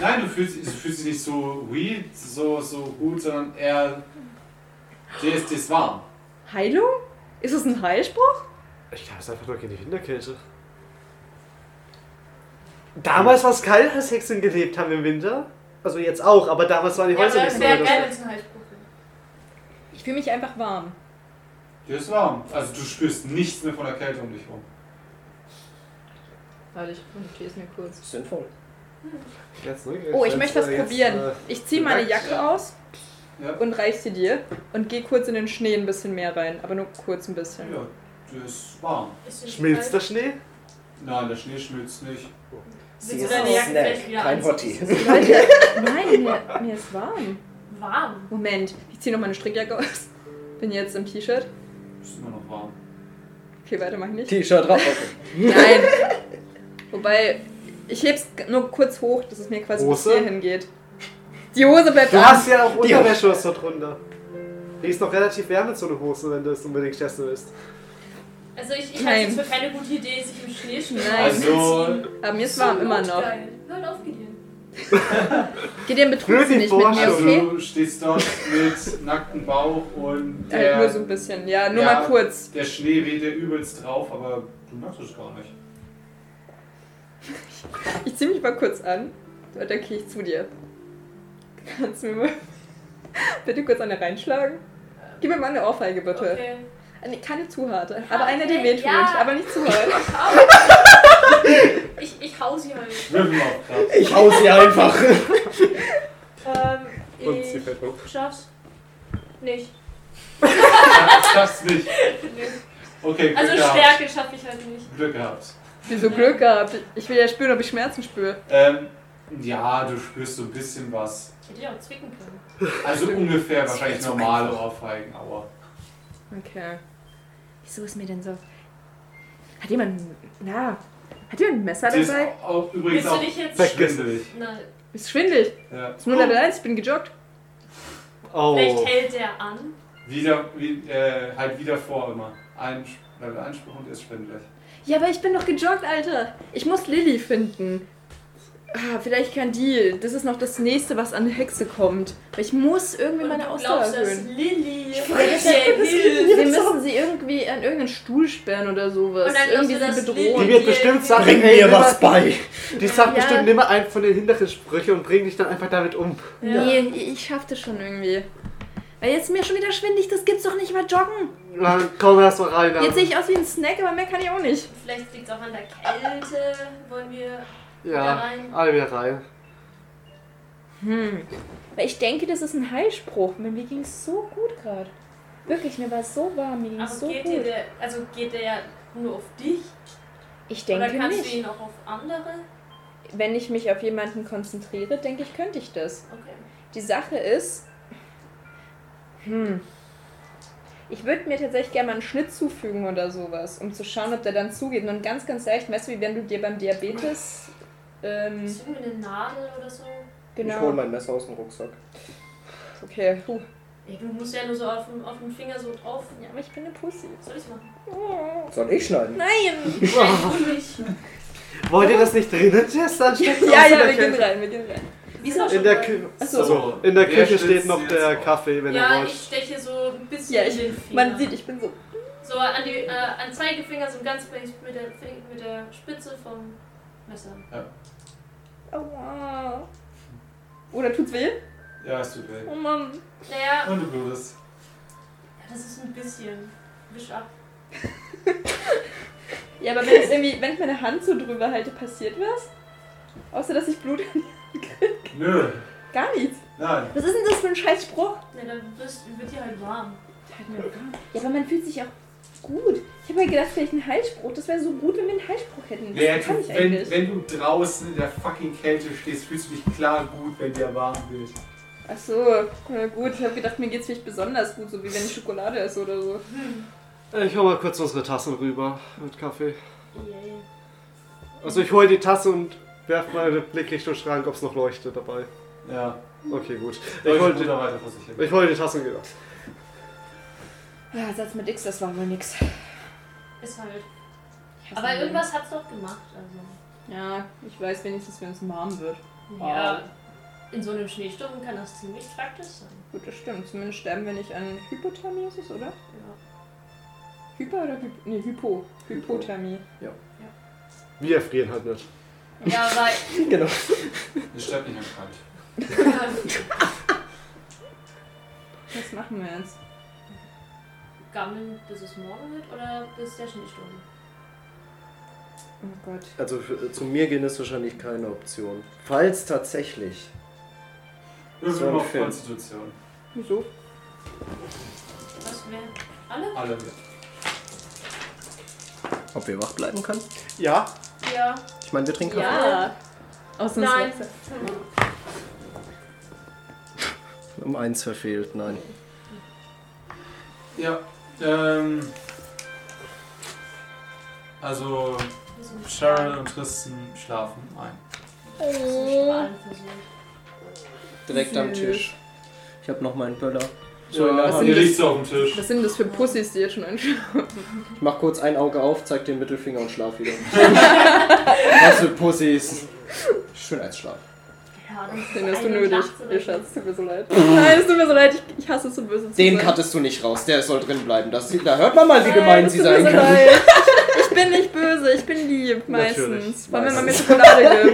Speaker 1: Nein, du fühlst, du fühlst dich nicht so weird, so, so gut, sondern eher. Dir ist dir ist warm.
Speaker 10: Heilung? Ist es ein Heilspruch?
Speaker 3: Ich glaube, es ist einfach nur gegen die Hinterkälte. Damals war es kalt, als Hexen gelebt haben im Winter. Also jetzt auch, aber damals waren die
Speaker 5: Ja, aber
Speaker 3: Häuser
Speaker 5: das
Speaker 3: nicht so
Speaker 5: wäre
Speaker 3: oder so.
Speaker 5: geil, wenn es ein Heißbuch wäre.
Speaker 2: Ich fühle mich einfach warm.
Speaker 1: Dir ist warm. Also du spürst nichts mehr von der Kälte um dich rum.
Speaker 2: Warte, ich es mir kurz.
Speaker 4: Sinnvoll.
Speaker 3: Jetzt, ne?
Speaker 2: Oh, ich
Speaker 3: Jetzt,
Speaker 2: möchte was
Speaker 3: äh, jetzt,
Speaker 2: probieren. Ich ziehe meine
Speaker 3: nackt.
Speaker 2: Jacke aus
Speaker 1: Ja.
Speaker 2: und reich sie dir und gehe kurz in den Schnee ein bisschen mehr rein, aber nur kurz ein bisschen.
Speaker 1: Ja, dir ist warm.
Speaker 5: Ist
Speaker 3: Äh,
Speaker 5: nicht
Speaker 3: schmilzt
Speaker 5: geil.
Speaker 3: der Schnee?
Speaker 1: Nein, der Schnee schmilzt nicht.
Speaker 5: Sie
Speaker 4: Sie
Speaker 5: ist
Speaker 4: ist
Speaker 5: deine
Speaker 4: ein
Speaker 5: Jacke
Speaker 4: Snack,
Speaker 5: gleich wieder
Speaker 4: kein
Speaker 5: an.
Speaker 4: Hottie.
Speaker 2: Leute, nein, mir, mir ist warm.
Speaker 5: Warm.
Speaker 2: Moment, ich ziehe noch meine Strickjacke aus. Bin jetzt im T-Shirt.
Speaker 1: Ist immer noch warm.
Speaker 2: Okay, weiter mach ich nicht.
Speaker 4: T-Shirt drauf. Okay.
Speaker 2: Nein. Wobei, ich heb's nur kurz hoch, dass es mir quasi
Speaker 3: Hose?
Speaker 2: bis hier hingeht. Die Hose bleibt
Speaker 3: Du
Speaker 2: an.
Speaker 3: hast ja auch Unterwäsche was da drunter. Die ist noch relativ wärm mit so einer Hose, wenn du es unbedingt testen willst.
Speaker 5: Also ich, ich
Speaker 2: Nein.
Speaker 5: halte es für keine gute Idee, sich im Schnee schwimmen
Speaker 2: Nein.
Speaker 1: Also,
Speaker 2: Aber mir ist warm immer noch.
Speaker 5: Geil. Hört auf, Gideon.
Speaker 2: Geht ihr in Betrug
Speaker 3: Blöd, die
Speaker 2: nicht mit mir,
Speaker 3: Vorstellung.
Speaker 1: also
Speaker 2: okay?
Speaker 1: du stehst dort mit nacktem Bauch und
Speaker 2: Äh, nur so
Speaker 1: der,
Speaker 2: ein bisschen. Ja, nur
Speaker 1: Ja.
Speaker 2: mal kurz.
Speaker 1: der Schnee weht dir übelst drauf, aber du merkst es gar nicht.
Speaker 2: Ich zieh mich mal kurz an. Und dann gehe ich zu dir. Kannst du mir mal bitte kurz eine reinschlagen? Gib mir mal eine Ohrfeige, bitte. Äh,
Speaker 5: Okay.
Speaker 2: Nee, keine zu harte. Aber eine, die
Speaker 5: Okay,
Speaker 2: wehtut.
Speaker 5: ja.
Speaker 2: Aber nicht zu hart.
Speaker 5: Ich, ich hau sie halt. mal mit.
Speaker 1: Würfel mal auf Kraft.
Speaker 4: Ich hau sie einfach.
Speaker 5: Ähm, ich
Speaker 3: Und sie fällt hoch.
Speaker 5: schaff's nicht.
Speaker 1: Ja, Ich schaff's nicht. Okay, Glück
Speaker 5: Also
Speaker 1: gehabt.
Speaker 5: Stärke schaffe ich halt nicht.
Speaker 1: Glück gehabt.
Speaker 2: Wieso Glück gehabt? Ich will ja spüren, ob ich Schmerzen spüre.
Speaker 1: Ähm, ja, du spürst so ein bisschen was.
Speaker 5: Ich hätte ja auch zwicken können.
Speaker 1: Also ungefähr wahrscheinlich normale Ohrfeigen, aber.
Speaker 2: Okay. Wieso ist mir denn so. Hat jemand. Na. Hat jemand ein Messer
Speaker 1: Sie ist
Speaker 2: dabei?
Speaker 1: auch, übrigens
Speaker 5: Willst du
Speaker 1: auch
Speaker 5: dich jetzt...
Speaker 3: Vergessen.
Speaker 1: schwindelig.
Speaker 5: Na,
Speaker 2: Ist schwindelig.
Speaker 1: Ja.
Speaker 2: Ist nur Level 1, ich bin gejoggt.
Speaker 5: vielleicht
Speaker 3: Oh.
Speaker 5: hält der an.
Speaker 1: Wieder, wie, äh, halt wieder vor immer. Ein Level Einspruch und er ist schwindelig.
Speaker 2: Ja, aber ich bin doch gejoggt, Alter. Ich muss Lilly finden. Ah, vielleicht kann die. Das ist noch das nächste, was an die Hexe kommt. Aber ich muss irgendwie meine
Speaker 5: Und du
Speaker 2: Ausdauer
Speaker 5: glaubst, dass
Speaker 2: erhöhen.
Speaker 5: Lilly... Ich
Speaker 2: weiß
Speaker 5: der hilft.
Speaker 2: Wir müssen sie irgendwie an irgendeinen Stuhl sperren oder sowas.
Speaker 5: Und dann glaubst
Speaker 2: irgendwie
Speaker 5: du, dass
Speaker 2: sie
Speaker 3: Die
Speaker 2: bedrohen.
Speaker 5: Lilly-
Speaker 3: wird bestimmt sagen,
Speaker 4: Bring
Speaker 3: hey,
Speaker 4: mir
Speaker 3: nimm
Speaker 4: was
Speaker 3: mal-
Speaker 4: bei.
Speaker 3: Die sagt
Speaker 2: Ja.
Speaker 3: bestimmt, nimm mal einen von den hinteren Sprüchen und bring dich dann einfach damit um.
Speaker 5: Ja.
Speaker 2: Nee, ich ich schaff das schon irgendwie. Weil jetzt ist mir schon wieder schwindelig, das gibt's doch nicht mal joggen.
Speaker 3: Na, komm erst mal rein. dann.
Speaker 2: Jetzt sehe ich aus wie ein Snack, aber mehr kann ich auch nicht.
Speaker 5: Vielleicht liegt es auch an der Kälte. Wollen wir... wieder
Speaker 3: Ja,
Speaker 5: rein.
Speaker 3: alle wieder rein.
Speaker 2: Hm. Weil ich denke, das ist ein Heilspruch. Mir mir ging's so gut gerade. Wirklich, mir war so warm, mir
Speaker 5: Aber
Speaker 2: ging's so
Speaker 5: geht, dir
Speaker 2: gut.
Speaker 5: der, also geht der nur auf dich?
Speaker 2: Ich
Speaker 5: Oder
Speaker 2: denke
Speaker 5: kannst du
Speaker 2: nicht.
Speaker 5: ihn auch auf andere?
Speaker 2: Wenn ich mich auf jemanden konzentriere, denke ich, könnte ich das.
Speaker 5: Okay.
Speaker 2: Die Sache ist, hm, ich würde mir tatsächlich gerne mal einen Schnitt zufügen oder sowas, um zu schauen, ob der dann zugeht. Und ganz, ganz leicht, weißt du, wie wenn du dir beim Diabetes, ähm,
Speaker 5: Ist irgendwie eine Nadel oder so?
Speaker 4: Ich hol
Speaker 2: genau,
Speaker 4: mein Messer aus dem Rucksack.
Speaker 2: okay, puh.
Speaker 5: Ey, du musst ja nur so auf dem, auf dem Finger so drauf.
Speaker 2: Ja, aber ich bin eine Pussy.
Speaker 5: Soll ich machen?
Speaker 2: Oh.
Speaker 4: Soll ich schneiden?
Speaker 2: Nein!
Speaker 5: Nein, du nicht.
Speaker 3: Wollt ihr das nicht drinnen testen? anstatt
Speaker 2: ja,
Speaker 3: draußen
Speaker 2: ja,
Speaker 3: in
Speaker 2: wir
Speaker 3: der
Speaker 2: gehen
Speaker 3: Kälte?
Speaker 2: rein, wir gehen rein.
Speaker 5: Wieso?
Speaker 3: In der, Kü
Speaker 2: Achso,
Speaker 1: So,
Speaker 3: in der
Speaker 1: wer
Speaker 3: Küche
Speaker 1: stützt
Speaker 3: steht
Speaker 1: sie
Speaker 3: noch
Speaker 1: jetzt
Speaker 3: der
Speaker 1: auf?
Speaker 3: Kaffee, wenn ihr
Speaker 5: Ja,
Speaker 3: wollt.
Speaker 5: ich steche so ein bisschen
Speaker 2: Ja,
Speaker 5: in den
Speaker 2: ich,
Speaker 5: Finger.
Speaker 2: man sieht, ich bin so.
Speaker 5: So an, die, äh, an Zeigefinger so ganz leicht mit der, Fing- mit der Spitze vom Messer.
Speaker 2: Aua. Oder tut's weh?
Speaker 1: Ja, es tut weh.
Speaker 2: Oh Mann.
Speaker 5: Naja, ja,
Speaker 1: Und du blutest.
Speaker 5: das ist ein bisschen. Wisch ab.
Speaker 2: Ja, aber wenn, es irgendwie, wenn ich meine Hand so drüber halte, passiert was? Außer, dass ich Blut
Speaker 1: Nö.
Speaker 2: Gar nichts.
Speaker 1: Nein.
Speaker 2: Was ist denn das für ein Scheißspruch?
Speaker 5: Na, dann wirst, wird dir halt warm.
Speaker 2: Ja, aber man fühlt sich auch gut. Ich habe mir gedacht, vielleicht ein Heilspruch. Das wäre so gut, wenn wir einen Heilspruch hätten. Das
Speaker 1: Wer,
Speaker 2: kann
Speaker 1: du,
Speaker 2: ich
Speaker 1: wenn,
Speaker 2: eigentlich.
Speaker 1: wenn du draußen in der fucking Kälte stehst, fühlst du dich klar gut, wenn dir warm wird.
Speaker 2: Ach so, na gut. Ich habe gedacht, mir geht's vielleicht besonders gut, so wie wenn ich Schokolade esse oder so.
Speaker 3: Äh, Ich hol mal kurz unsere Tassen rüber mit Kaffee.
Speaker 5: Yeah.
Speaker 3: Also ich hole die Tasse und werf mal einen Blick Richtung Schrank, ob es noch leuchtet dabei.
Speaker 1: Ja.
Speaker 3: Okay, gut. Ich
Speaker 1: Ich
Speaker 3: hol
Speaker 1: wollte
Speaker 3: die,
Speaker 1: da weiter vor sich hin.
Speaker 3: ich hol die Tasse und gehe.
Speaker 2: Ja, Satz mit X, das war wohl nix.
Speaker 5: Ist halt. Aber irgendwas hat's doch gemacht. Also.
Speaker 2: Ja, ich weiß wenigstens, wenn es warm wird.
Speaker 5: Ja. In so einem Schneesturm kann das ziemlich praktisch sein.
Speaker 2: Gut, das stimmt. Zumindest sterben wir nicht an Hypothermie, ist es, oder?
Speaker 5: Ja.
Speaker 2: Hyper oder Hypo? Nee, Hypo. Hypothermie.
Speaker 3: Wir frieren halt nicht.
Speaker 5: Ja, weil.
Speaker 4: Genau.
Speaker 1: Ihr sterbt nicht mehr kalt.
Speaker 7: Was machen wir jetzt?
Speaker 5: Gammeln, bis es morgen wird oder bis der Schnee stumm?
Speaker 7: Oh Gott.
Speaker 4: Also für, zu mir gehen ist wahrscheinlich keine Option. Falls tatsächlich.
Speaker 1: Wir
Speaker 4: So ein
Speaker 1: sind auf
Speaker 4: Film.
Speaker 1: Konstitution.
Speaker 7: Wieso?
Speaker 5: Was wäre? Alle?
Speaker 1: Alle mit.
Speaker 4: Ob wir wach bleiben können?
Speaker 3: Ja,
Speaker 5: Ja.
Speaker 4: Ich meine, wir trinken Kaffee.
Speaker 2: Ja. Ausnahmsweise.
Speaker 5: Nein.
Speaker 4: Um eins verfehlt, nein.
Speaker 1: Ja, ähm. Also,
Speaker 5: Wir sind
Speaker 1: Cheryl und Tristan schlafen ein.
Speaker 5: Strahlen versucht.
Speaker 4: Direkt am Tisch. Ich habe noch meinen Böller. So, in der
Speaker 1: ja,
Speaker 4: Hand.
Speaker 1: ihr liegt auf dem Tisch.
Speaker 2: Was sind das für Pussys, die jetzt schon einschlafen?
Speaker 4: Ich mach kurz ein Auge auf, zeig den Mittelfinger und schlaf wieder. Was für Pussys. Schön als Schlaf.
Speaker 5: Ja, dann ist
Speaker 2: Den hast du
Speaker 5: eine
Speaker 2: nötig.
Speaker 5: Nacht oder
Speaker 2: Ihr Schatz, tut mir so leid. Nein, es tut mir so leid. Ich, ich hasse es so böse zu
Speaker 4: Den
Speaker 2: sein.
Speaker 4: cuttest du nicht raus, der soll drin bleiben. Das, da hört man mal, wie
Speaker 2: Nein,
Speaker 4: gemein
Speaker 2: es
Speaker 4: sie
Speaker 2: tut mir
Speaker 4: sein
Speaker 2: so
Speaker 4: kann.
Speaker 2: leid. Ich bin nicht böse, ich bin lieb
Speaker 3: Natürlich.
Speaker 2: meistens. Vor allem, wenn man mir
Speaker 4: Meistens.
Speaker 2: Schokolade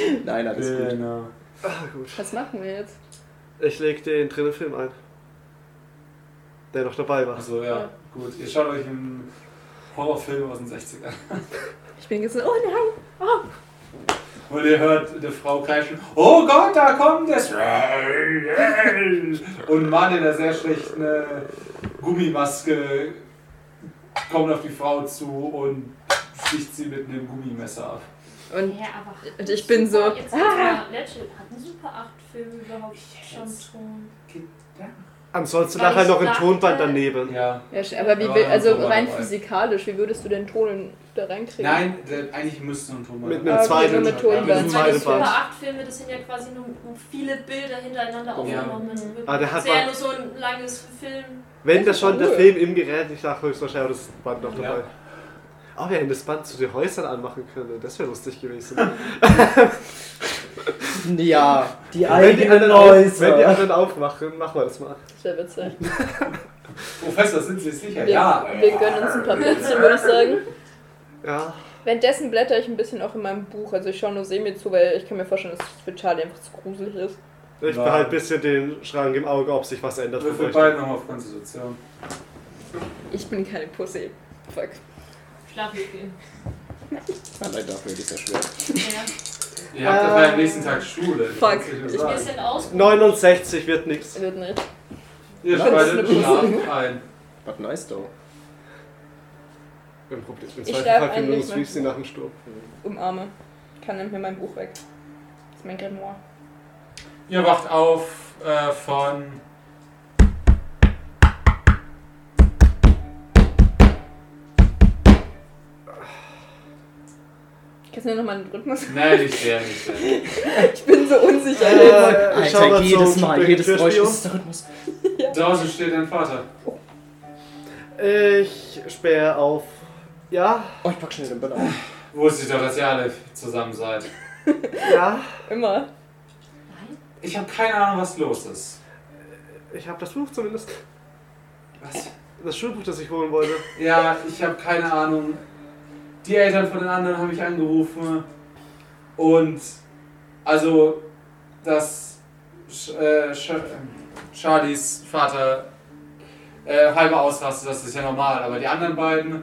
Speaker 2: gibt.
Speaker 4: Nein, alles gut.
Speaker 1: Genau.
Speaker 3: ah, gut.
Speaker 2: Was machen wir jetzt?
Speaker 3: Ich leg den drinnen Film ein. Der noch dabei war.
Speaker 1: Also, ja, gut. Ihr schaut euch einen Horrorfilm aus den 60ern.
Speaker 2: Ich bin jetzt so, oh nein.
Speaker 1: Und ihr hört eine Frau kreischen: Oh Gott, da kommt der Israel! Und ein Mann in einer sehr schlechten äh, Gummimaske kommt auf die Frau zu und sticht sie mit einem Gummimesser ab.
Speaker 2: Und
Speaker 5: Ja, aber
Speaker 2: Und ich bin so,
Speaker 5: Super, Jetzt ah. Legend hat einen Super 8 Film überhaupt schon schon.
Speaker 3: Ansonsten
Speaker 5: Weil
Speaker 3: nachher
Speaker 5: ich
Speaker 3: noch ein
Speaker 5: dachte-
Speaker 3: Tonband daneben.
Speaker 1: Ja.
Speaker 2: Ja, sch- aber wie
Speaker 1: Ja,
Speaker 2: will, also
Speaker 1: vorbei,
Speaker 2: rein
Speaker 1: vorbei.
Speaker 2: physikalisch, wie würdest du den Ton in- da reinkriegen?
Speaker 1: Nein, der, eigentlich müsste ein Tonband.
Speaker 3: Mit einem
Speaker 1: Ja,
Speaker 2: Okay,
Speaker 3: zweiten.
Speaker 2: nur mit Tonband.
Speaker 3: Mit einem
Speaker 5: Ich meine,
Speaker 3: zweiten
Speaker 5: die Super
Speaker 3: Band.
Speaker 5: 8 Filme, das sind ja quasi nur nur viele Bilder hintereinander aufgenommen. Also wirklich
Speaker 3: Ah, der hat
Speaker 5: sehr
Speaker 3: mal-
Speaker 5: nur so ein langes Film.
Speaker 3: Wenn das schon der
Speaker 2: Ruhe.
Speaker 3: Film im Gerät nicht nach höchstwahrscheinlich auch das Band noch
Speaker 1: Ja.
Speaker 3: dabei. Oh, wir hätten das Band zu den Häusern anmachen können. Das wäre lustig gewesen.
Speaker 4: Ja, die
Speaker 3: wenn, die
Speaker 4: eigenen
Speaker 3: anderen auf, wenn die
Speaker 4: Häuser.
Speaker 3: anderen aufmachen, machen wir das mal.
Speaker 2: Das wäre witzig.
Speaker 1: Professor, sind Sie sicher?
Speaker 2: Wir, wir gönnen uns ein paar Plätzchen, würde ich sagen.
Speaker 3: Ja.
Speaker 2: Währenddessen blätter ich ein bisschen auch in meinem Buch. Also ich schaue nur Semi zu, weil ich kann mir vorstellen, dass es für Charlie einfach zu gruselig ist.
Speaker 3: Ich
Speaker 1: Nein.
Speaker 3: behalte ein bisschen den Schrank im Auge, ob sich was ändert.
Speaker 1: Wir
Speaker 3: für
Speaker 1: sind
Speaker 3: euch.
Speaker 1: beide nochmal auf Konstitution.
Speaker 2: Ich bin keine Pussy. Fuck.
Speaker 5: Schlafen gehen.
Speaker 4: Allein Ah, dafür ist ja schwer.
Speaker 5: Ja.
Speaker 1: Ihr habt dafür am nächsten Tag Schule.
Speaker 2: Ähm, Fuck.
Speaker 1: kann's nicht mehr
Speaker 5: Ich
Speaker 1: sagen.
Speaker 5: bisschen aus.
Speaker 3: 69 wird nichts.
Speaker 2: Wird nicht.
Speaker 1: Ihr
Speaker 4: Ja,
Speaker 2: das ist eine
Speaker 1: schneidet
Speaker 2: Pussy.
Speaker 1: schlaft ein.
Speaker 4: But nice though.
Speaker 3: Im Problem. Im
Speaker 2: Ich
Speaker 3: zweiten
Speaker 2: darf
Speaker 3: Fall finden wir
Speaker 2: eigentlich
Speaker 3: uns Lucy nach dem Sturm.
Speaker 2: Umarme. Kann nimmt mir mein Buch weg. Das ist mein Grimoire.
Speaker 1: Ihr wacht auf äh, von.
Speaker 2: Kannst du mir nochmal einen Rhythmus?
Speaker 1: Nein, ich sehe nicht. Sehr.
Speaker 2: Ich bin so unsicher.
Speaker 3: Äh, ich schau mal
Speaker 4: jedes
Speaker 3: zum
Speaker 4: Mal, jedes Geräusch
Speaker 3: Türspion.
Speaker 4: ist der Rhythmus.
Speaker 1: Draußen steht dein Vater.
Speaker 3: Ich sperre auf. Ja,
Speaker 4: Oh, ich pack schnell den Böller auf.
Speaker 1: Wusste ich doch, dass ihr alle zusammen seid.
Speaker 3: ja.
Speaker 2: Immer.
Speaker 1: Ich habe keine Ahnung, was los ist.
Speaker 3: Ich habe das Buch zumindest.
Speaker 1: Was?
Speaker 3: Das Schulbuch, das ich holen wollte.
Speaker 1: Ja, ich habe keine Ahnung. Die Eltern von den anderen haben mich angerufen. Und also, dass Sch- äh, Sch- äh, Charlies Vater äh, halber ausrastet, das ist ja normal. Aber die anderen beiden,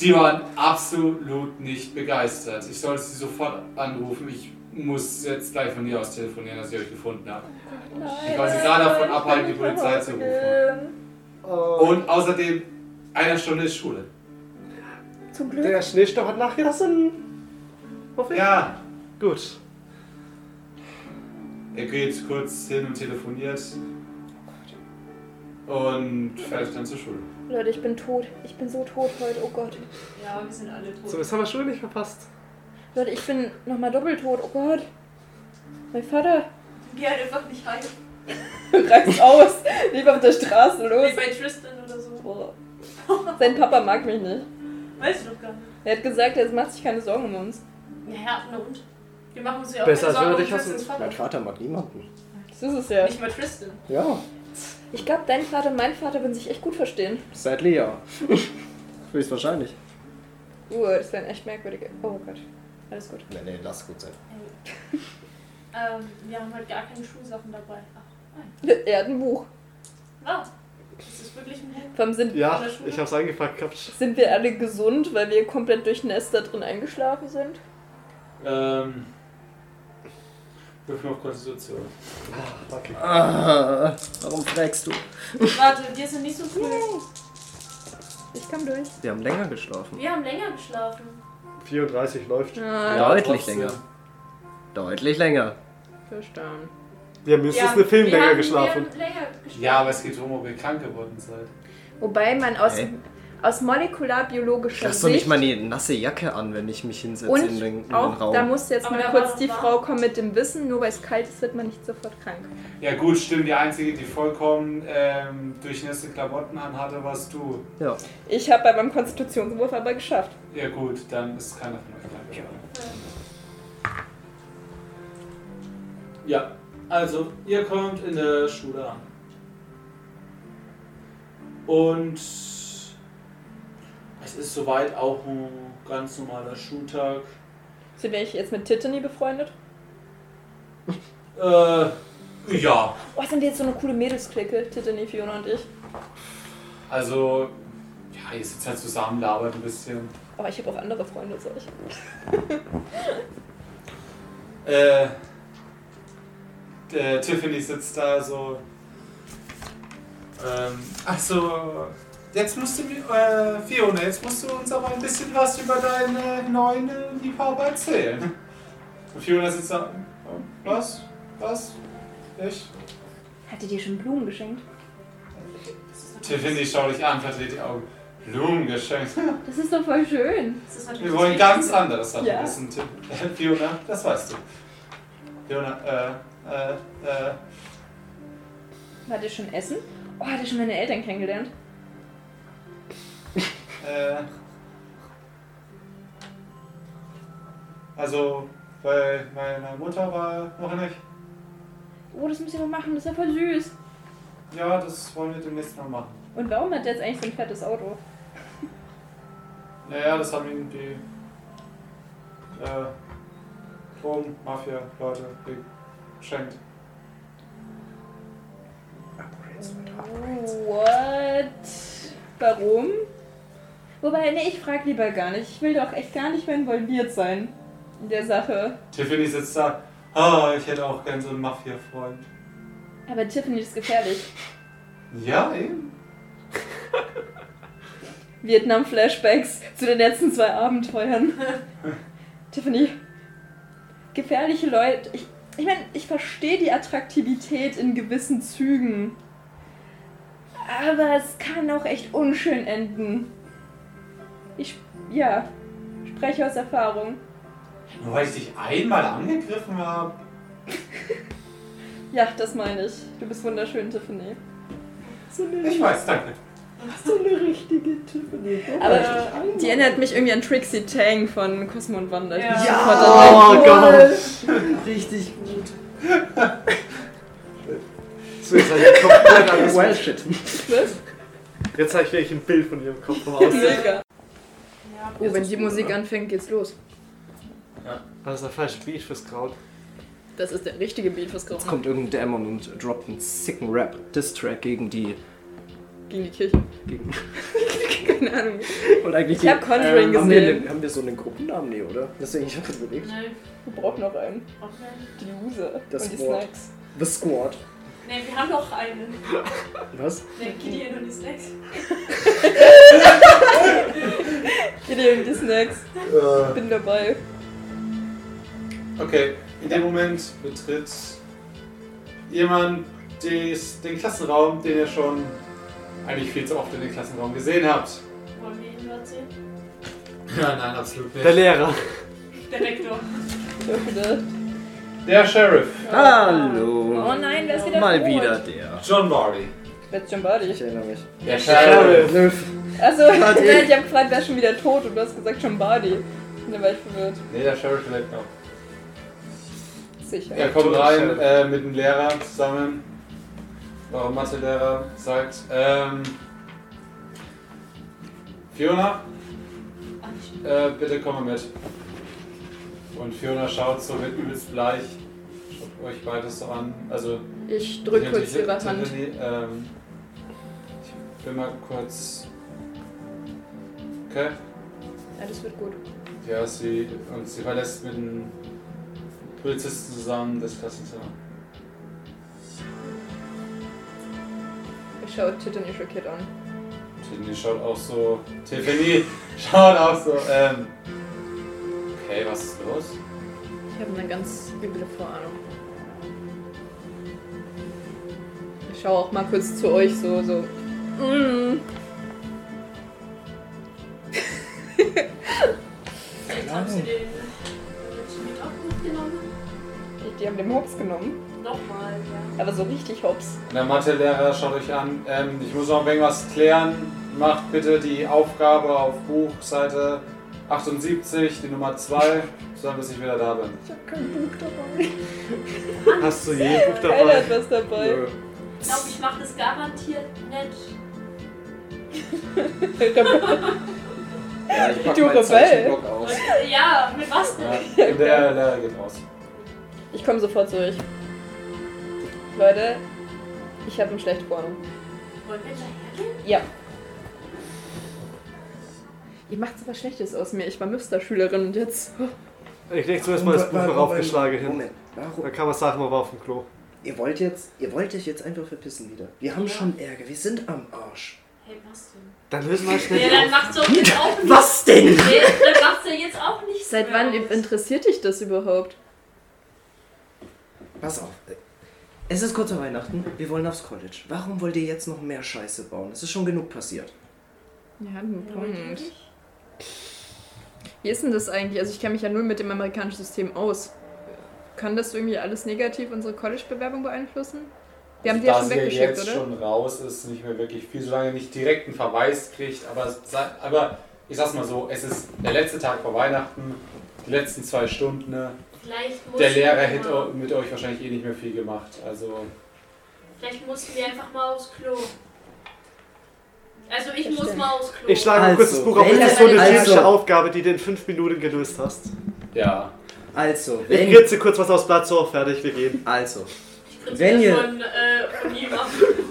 Speaker 1: die waren absolut nicht begeistert. Ich sollte sie sofort anrufen. Ich muss jetzt gleich von hier aus telefonieren, dass ich euch gefunden habe. Ich wollte sie gerade davon abhalten, die Polizei zu rufen.
Speaker 3: Und
Speaker 1: Und außerdem, einer Stunde ist Schule.
Speaker 7: Zum Glück.
Speaker 3: der Schneestau hat nachgelassen. Hoffe ich.
Speaker 1: Ja,
Speaker 3: Gut.
Speaker 1: er geht kurz hin und telefoniert. Und fährt dann zur Schule.
Speaker 2: Leute, ich bin tot. Ich bin so tot heute. Oh Gott.
Speaker 5: Ja, wir sind alle
Speaker 3: So,
Speaker 5: tot.
Speaker 3: jetzt haben wir Schule nicht verpasst.
Speaker 2: Leute, ich bin nochmal doppelt tot. Oh Gott. Mein Vater
Speaker 5: Geh halt einfach nicht heim.
Speaker 2: reißt aus. Lieber auf der Straße
Speaker 5: Wie
Speaker 2: los.
Speaker 5: bei Tristan oder so.
Speaker 2: Boah. Sein Papa mag mich nicht.
Speaker 5: Weißt du doch gar nicht.
Speaker 2: Er hat gesagt, er macht sich keine Sorgen um uns.
Speaker 5: Naja, na und? Wir machen uns ja auch
Speaker 3: Besser,
Speaker 5: keine
Speaker 3: als wenn wir
Speaker 5: Sorgen um
Speaker 3: dich hassen.
Speaker 5: Tristans Vater.
Speaker 4: Mein Vater mag niemanden.
Speaker 2: Das ist es ja.
Speaker 5: Nicht mal Tristan.
Speaker 4: Ja,
Speaker 2: Ich glaube, dein Vater und mein Vater würden sich echt gut verstehen.
Speaker 4: seit Lea. Höchstwahrscheinlich.
Speaker 2: Uhr, Uh, das wären echt merkwürdige. Oh Gott. Alles gut.
Speaker 4: Nee, nee, lass gut sein.
Speaker 5: Ähm, wir haben halt gar keine Schulsachen dabei. Ach, nein.
Speaker 2: Er hat ein Buch.
Speaker 5: Wow. Das ist wirklich ein Hund.
Speaker 2: Vom Sinn.
Speaker 3: Ja,
Speaker 5: Von der Schule?
Speaker 3: ich hab's angepackt gehabt.
Speaker 2: Sind wir alle gesund, weil wir komplett durchnässt da drin eingeschlafen sind?
Speaker 1: Ähm. Wirf mir auf Konstitution.
Speaker 3: Okay.
Speaker 4: Ah, warum fragst du?
Speaker 5: Warte, wir sind nicht so früh.
Speaker 2: Ich kam durch.
Speaker 4: Wir haben länger geschlafen.
Speaker 5: Wir haben länger geschlafen.
Speaker 3: 34 läuft.
Speaker 2: Ah,
Speaker 4: Deutlich
Speaker 1: trotzdem.
Speaker 4: länger. Deutlich länger.
Speaker 11: Verstanden.
Speaker 3: Wir haben
Speaker 5: Wir
Speaker 3: mindestens
Speaker 5: haben-
Speaker 3: eine Film
Speaker 5: wir
Speaker 3: länger
Speaker 5: haben-
Speaker 3: geschlafen.
Speaker 5: Wir haben länger geschlafen.
Speaker 1: Ja, aber es geht darum, ob ihr krank geworden seid.
Speaker 2: Wobei man aus,
Speaker 4: Hä?
Speaker 2: aus molekularbiologischer
Speaker 4: Lass doch
Speaker 2: Sicht.
Speaker 4: nicht meine nasse Jacke an, wenn ich mich hinsetze in
Speaker 2: und
Speaker 4: den, in den
Speaker 2: auch, da
Speaker 4: Raum.
Speaker 2: muss jetzt
Speaker 5: Aber
Speaker 2: mal
Speaker 5: da war
Speaker 2: kurz
Speaker 5: doch
Speaker 2: die
Speaker 5: warm.
Speaker 2: Frau kommen mit dem Wissen, nur weil es kalt ist, wird man nicht sofort krank.
Speaker 1: Ja gut, stimmt. Die einzige, die vollkommen ähm, durchnässte Klamotten anhatte, warst du.
Speaker 4: Ja.
Speaker 2: Ich habe bei meinem Konstitutionswurf aber geschafft.
Speaker 1: Ja gut, dann ist keiner von euch krank geworden. Ja, also ihr kommt in der Schule an. Und es ist soweit auch ein ganz normaler Schultag.
Speaker 2: Sind wir jetzt mit Tiffany befreundet?
Speaker 1: Äh, ja.
Speaker 2: Oh, sind wir jetzt so eine coole Mädelsklicke, Tiffany, Fiona und ich?
Speaker 1: Also, ja, ihr sitzt halt zusammen, labert ein bisschen.
Speaker 2: Aber Oh, ich habe auch andere Freunde als euch.
Speaker 1: Äh, der Tiffany sitzt da so. Ähm, also, jetzt musst du, mir- äh, Fiona, jetzt musst du uns aber ein bisschen was über deine neuen äh, Liebhaber erzählen. Und Fiona sitzt da. äh, Was? Was? Ich?
Speaker 2: Hatte dir schon Blumen geschenkt?
Speaker 1: Tiffany, schau dich an, verdreht die Augen. Blumen geschenkt.
Speaker 2: Das ist doch voll schön.
Speaker 5: Das ist natürlich
Speaker 1: Wir wollen
Speaker 5: das
Speaker 1: ganz anderes haben.
Speaker 2: Ja.
Speaker 1: Das ist ein Tipp. Fiona, das weißt du. Fiona, äh, äh, äh.
Speaker 2: Hat ihr schon Essen? Oh, hat ihr schon meine Eltern kennengelernt?
Speaker 1: Äh, also, bei meiner Mutter war noch nicht.
Speaker 2: Oh, das müsst ihr noch machen, das ist ja voll süß.
Speaker 1: Ja, das wollen wir demnächst noch machen.
Speaker 2: Und warum hat der jetzt eigentlich so ein fettes Auto?
Speaker 1: Naja, das haben ihnen die äh, Drogen-Mafia-Leute geschenkt.
Speaker 2: What? Warum? Wobei, nee, ich frag lieber gar nicht. Ich will doch echt gar nicht mehr involviert sein in der Sache.
Speaker 1: Tiffany sitzt da. Ah, ich hätte auch gern so einen Mafia-Freund.
Speaker 2: Aber Tiffany ist gefährlich.
Speaker 1: Ja, eben.
Speaker 2: Vietnam-Flashbacks zu den letzten zwei Abenteuern. Tiffany, gefährliche Leute. Ich, ich meine, ich verstehe die Attraktivität in gewissen Zügen. Aber es kann auch echt unschön enden. Ich, ja, spreche aus Erfahrung.
Speaker 1: Nur weil ich dich einmal angegriffen habe.
Speaker 2: Ja, das meine ich. Du bist wunderschön, Tiffany. So eine,
Speaker 1: Ich weiß, danke.
Speaker 2: so eine richtige Tiffany. Aber die erinnert mich irgendwie an Trixie Tang von Cosmo und Wanda. Ich
Speaker 5: Ja.
Speaker 2: bin
Speaker 5: Ja.
Speaker 2: sofort dabei.
Speaker 3: Oh Gott.
Speaker 4: Richtig gut.
Speaker 3: So, jetzt hab ich komplett anderes
Speaker 4: Well, shit.
Speaker 2: Was?
Speaker 3: Jetzt habe ich wirklich ein Bild von ihrem Kopf vom Aussehen.
Speaker 2: Mega.
Speaker 5: Ja.
Speaker 11: Oh, wenn die Musik anfängt, geht's los.
Speaker 3: Das ist der falsche Beat fürs Kraut.
Speaker 11: Das ist der richtige Beat fürs
Speaker 4: Jetzt
Speaker 11: Kochen.
Speaker 4: kommt irgendein Dämon und droppt einen sicken Rap-Distrack gegen die.
Speaker 11: Gegen die Kirche.
Speaker 4: Gegen
Speaker 11: Keine Ahnung.
Speaker 4: und eigentlich Ähm,
Speaker 11: Ich hab Conjuring
Speaker 4: haben, wir
Speaker 11: gesehen.
Speaker 4: einen- haben wir so einen Gruppennamen? Nee, oder? Deswegen, ich hab das überlegt.
Speaker 5: Nein,
Speaker 2: Wir brauchen noch einen.
Speaker 5: auch nicht.
Speaker 2: Die User
Speaker 4: Das
Speaker 2: und die
Speaker 4: Wort.
Speaker 2: Snacks.
Speaker 4: The Squad.
Speaker 5: Nee, wir haben noch einen.
Speaker 4: Was?
Speaker 5: Der Gideon und die Snacks.
Speaker 2: Gideon, die Snacks. Ich bin dabei.
Speaker 1: Okay, in dem Moment betritt jemand des, den Klassenraum, den ihr schon eigentlich viel zu oft in den Klassenraum gesehen habt.
Speaker 5: Wollen wir ihn nur erzählen?
Speaker 1: Ja, nein, absolut
Speaker 3: Der Lehrer.
Speaker 5: Der Rektor.
Speaker 2: Ich bitte.
Speaker 1: Der Sheriff,
Speaker 4: Hallo.
Speaker 2: Oh nein, wer ist wieder
Speaker 4: Mal
Speaker 2: rot?
Speaker 4: wieder der.
Speaker 1: John Barley.
Speaker 2: Wer ist John Bardi?
Speaker 4: Ich erinnere mich. Äh,
Speaker 1: Der
Speaker 2: Also, nein, ich hab gefragt, wer ist schon wieder tot und du hast gesagt John Bardi. Und dann war ich verwirrt.
Speaker 1: Nee, der Sheriff vielleicht noch.
Speaker 2: Sicher.
Speaker 1: Er kommt rein äh, mit dem Lehrer zusammen. Euer Mathelehrer sagt, ähm, Fiona,
Speaker 5: Ah, ich
Speaker 1: äh, bitte komme mit. Und Fiona schaut so mit übelst bleich. Schaut euch beides so an. Also
Speaker 2: Ich drück kurz
Speaker 1: Tiffany-
Speaker 2: ihre Hand.
Speaker 1: Tiffany, Ähm, ich will mal kurz. Okay.
Speaker 2: Ja, das wird gut.
Speaker 1: Ja, sie, und sie verlässt mit einem Polizisten zusammen das Klassenzimmer.
Speaker 2: Ich schaue Tiffany schockiert an.
Speaker 1: Tiffany schaut auch so. Tiffany schaut auch so. Ähm, okay, was ist los?
Speaker 2: Ich habe eine ganz üble Vorahnung. Ich schaue auch mal kurz zu euch so, so. Mm.
Speaker 5: Vielleicht haben sie den Chemie auch mitgenommen.
Speaker 2: Die haben den Hops genommen.
Speaker 5: Nochmal, ja.
Speaker 2: Aber so richtig Hops.
Speaker 1: Und der Mathelehrer schaut euch an. Ähm, ich muss noch irgendwas klären. Macht bitte die Aufgabe auf Buchseite 78, die Nummer 2, solange bis ich wieder da bin.
Speaker 2: Ich habe kein Buch dabei.
Speaker 3: Hast du jeden Buch
Speaker 2: Keiner
Speaker 3: dabei?
Speaker 2: hat was dabei.
Speaker 3: Nö.
Speaker 5: Ich glaube, ich mache das garantiert nicht.
Speaker 4: Ja, ich pack
Speaker 2: Du
Speaker 4: meinen
Speaker 2: Rebell.
Speaker 4: Zeichenblock aus.
Speaker 5: Und, ja, mit was denn?
Speaker 1: Ja. Und der Lehrer geht raus.
Speaker 2: Ich komme sofort zu euch. Leute, ich habe eine schlechte Vorahnung.
Speaker 5: Wollen wir hinterhergehen?
Speaker 2: Ja. Ihr macht aber Schlechtes aus mir. Ich war Musterschülerin und jetzt.
Speaker 3: Ich leg zuerst mal das Buch raufgeschlagen hin.
Speaker 4: Moment, warum?
Speaker 3: Dann kann man sagen, man war auf dem Klo.
Speaker 4: Ihr wollt jetzt, ihr wollt euch jetzt einfach verpissen wieder. Wir haben
Speaker 5: Ja.
Speaker 4: schon Ärger, wir sind am Arsch.
Speaker 5: Hey, was denn?
Speaker 3: Dann lösen wir
Speaker 5: Nee,
Speaker 3: schnell
Speaker 5: dann macht's doch jetzt auch nicht.
Speaker 4: Was denn?
Speaker 5: Nee, dann macht's ja jetzt auch nicht.
Speaker 2: Seit wann interessiert dich das überhaupt?
Speaker 4: Pass auf. Es ist kurz vor Weihnachten, wir wollen aufs College. Warum wollt ihr jetzt noch mehr Scheiße bauen? Es ist schon genug passiert.
Speaker 2: Ja, ein Punkt.
Speaker 5: Punkt.
Speaker 2: Wie ist denn das eigentlich? Also ich kenne mich ja nur mit dem amerikanischen System aus. Kann das irgendwie alles negativ unsere College-Bewerbung beeinflussen? Wir haben die ja
Speaker 1: Da
Speaker 2: schon
Speaker 1: sie
Speaker 2: weggeschickt,
Speaker 1: jetzt
Speaker 2: oder?
Speaker 1: schon raus ist, nicht mehr wirklich viel, solange ihr nicht direkt einen Verweis kriegt. Aber, es sei- aber ich sag's mal so, es ist der letzte Tag vor Weihnachten, die letzten zwei Stunden. ne?
Speaker 5: Vielleicht muss
Speaker 1: Der Lehrer
Speaker 5: man
Speaker 1: hätte
Speaker 5: mal-
Speaker 1: au- mit euch wahrscheinlich eh nicht mehr viel gemacht. Also
Speaker 5: Vielleicht mussten wir einfach mal aufs Klo. Also ich
Speaker 2: Das
Speaker 5: muss
Speaker 2: stimmt.
Speaker 5: mal aufs Klo.
Speaker 3: Ich schlage mal kurz das
Speaker 4: Also,
Speaker 3: Buch auf. Ist das so eine
Speaker 5: wenn-
Speaker 3: typische
Speaker 4: also-
Speaker 3: Aufgabe, die du in fünf Minuten gelöst hast?
Speaker 1: ja,
Speaker 4: Also,
Speaker 3: Ich
Speaker 4: wenn.
Speaker 3: kritze kurz was aufs Blatt, so, fertig, wir gehen.
Speaker 4: Also,
Speaker 5: Ich krieg's
Speaker 4: wenn ihr-
Speaker 5: von, äh, von ihm ab.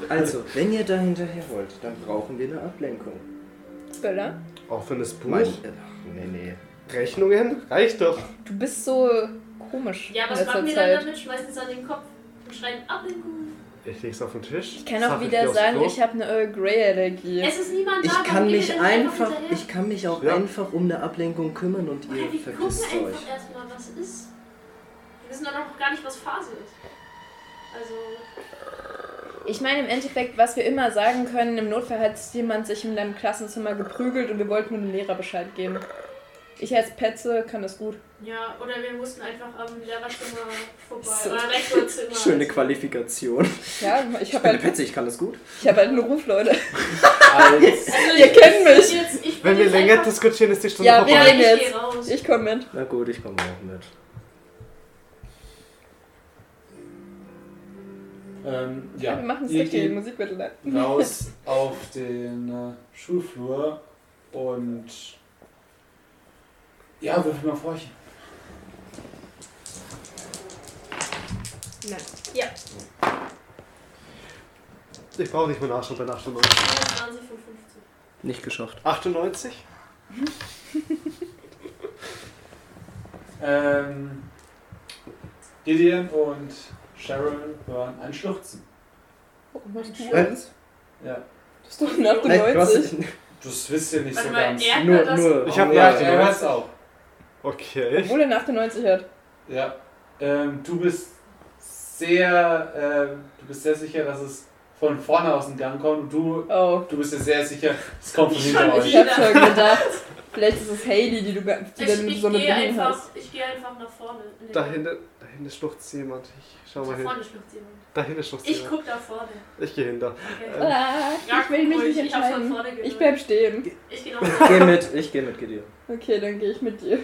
Speaker 4: also, wenn ihr da hinterher wollt, dann brauchen wir eine Ablenkung.
Speaker 2: Böller?
Speaker 3: Auch für das Buch?
Speaker 4: Mein, äh, ach, nee, nee.
Speaker 3: Rechnungen? Reicht doch.
Speaker 2: Du bist so komisch
Speaker 5: Ja,
Speaker 2: in
Speaker 5: was
Speaker 2: letzter
Speaker 5: machen wir dann
Speaker 2: Zeit.
Speaker 5: damit? Schmeißen es an den Kopf und schreien Ablenkung.
Speaker 3: Ich leg's auf den Tisch.
Speaker 2: Ich kann auch wieder sagen, ich habe eine Earl Grey Allergie.
Speaker 5: Es ist niemand da,
Speaker 4: Ich
Speaker 5: warum
Speaker 4: kann
Speaker 5: gehen wir
Speaker 4: mich
Speaker 5: denn
Speaker 4: einfach,
Speaker 5: hinterher?
Speaker 4: ich kann mich auch
Speaker 3: Ja.
Speaker 4: einfach um eine Ablenkung kümmern und
Speaker 5: Oder
Speaker 4: ihr
Speaker 5: wir gucken
Speaker 4: verpisst
Speaker 5: einfach
Speaker 4: euch.
Speaker 5: erstmal, was ist. Wir wissen dann auch noch gar nicht, was Phase ist. Also,
Speaker 2: Ich meine im Endeffekt, was wir immer sagen können, im Notfall hat jemand sich in deinem Klassenzimmer geprügelt und wir wollten nur dem Lehrer Bescheid geben. Ich als Petze kann das gut.
Speaker 5: ja, oder wir mussten einfach am Lehrerzimmer vorbei.
Speaker 2: So.
Speaker 5: Oder Rektorzimmer.
Speaker 4: Schöne Qualifikation.
Speaker 2: Ja, ich
Speaker 4: Ich
Speaker 2: habe
Speaker 4: bin eine
Speaker 2: halt,
Speaker 4: Petze, ich kann das gut.
Speaker 2: ich hab halt einen Ruf, Leute.
Speaker 1: als,
Speaker 5: Also,
Speaker 2: Ihr
Speaker 5: ich-
Speaker 2: kennt
Speaker 5: ich-
Speaker 2: mich.
Speaker 5: Jetzt, ich
Speaker 3: Wenn
Speaker 5: bin
Speaker 3: wir
Speaker 5: jetzt
Speaker 3: länger
Speaker 5: einfach-
Speaker 3: diskutieren, ist die Stunde
Speaker 2: Ja,
Speaker 3: vorbei.
Speaker 2: wir
Speaker 5: Ja, ich
Speaker 2: reden
Speaker 5: geh
Speaker 2: jetzt.
Speaker 5: raus.
Speaker 2: Ich komme mit.
Speaker 4: Na gut, ich komme auch mit.
Speaker 1: ähm,
Speaker 2: Ja,
Speaker 1: ja.
Speaker 2: wir machen es
Speaker 1: Ihr
Speaker 2: richtig, die
Speaker 1: geht
Speaker 2: Musik wird laut.
Speaker 1: raus auf den äh, Schulflur und ja, würfel mal vor euch.
Speaker 2: Nein.
Speaker 3: Ich brauche nicht mehr nachschauen bei 98.
Speaker 5: 25 von 50.
Speaker 4: Nicht geschafft.
Speaker 3: 98?
Speaker 1: Ähm, Gideon und Cheryl hören ein Schluchzen.
Speaker 2: Oh, machst du das?
Speaker 4: Was?
Speaker 1: Ja.
Speaker 2: Das ist doch eine 98.
Speaker 1: Das wisst ihr nicht
Speaker 5: Warte
Speaker 1: so
Speaker 5: mal,
Speaker 1: ganz.
Speaker 5: er
Speaker 4: Nur,
Speaker 5: hört das.
Speaker 4: nur.
Speaker 3: Ich hab
Speaker 1: Ja,
Speaker 3: Ja,
Speaker 1: er hört es auch.
Speaker 3: Okay.
Speaker 2: Obwohl er eine 98 hat.
Speaker 1: Ja. Ähm, du bist sehr, ähm, du bist sehr sicher, dass es von vorne aus dem Gang kommt und du,
Speaker 2: Oh.
Speaker 1: du bist dir sehr sicher, es kommt von hinter
Speaker 2: Ich
Speaker 1: euch.
Speaker 2: hab schon gedacht, vielleicht ist es Haley, die du, ge- die dann
Speaker 5: Ich, ich
Speaker 2: so eine
Speaker 5: gehe
Speaker 2: Bindung hast.
Speaker 5: einfach, ich gehe einfach nach vorne. Nee,
Speaker 3: Da hinten, da hinten schluchzt jemand. Ich schau
Speaker 5: Da
Speaker 3: mal hin.
Speaker 5: vorne schluckt jemand.
Speaker 3: Da hinten schluchzt
Speaker 5: Ich
Speaker 3: jemand.
Speaker 5: guck da vorne.
Speaker 3: Ich gehe hinter.
Speaker 5: Okay.
Speaker 3: Ähm,
Speaker 2: Ah,
Speaker 5: Ja,
Speaker 2: ich will mich
Speaker 5: cool,
Speaker 2: nicht
Speaker 5: ich hab's von
Speaker 2: entscheiden.
Speaker 5: vorne gehört.
Speaker 2: Ich bleib stehen.
Speaker 5: Ich gehe nach
Speaker 4: Ich
Speaker 5: vorne.
Speaker 4: geh mit, ich geh mit Gideon.
Speaker 2: Okay, dann gehe ich mit dir.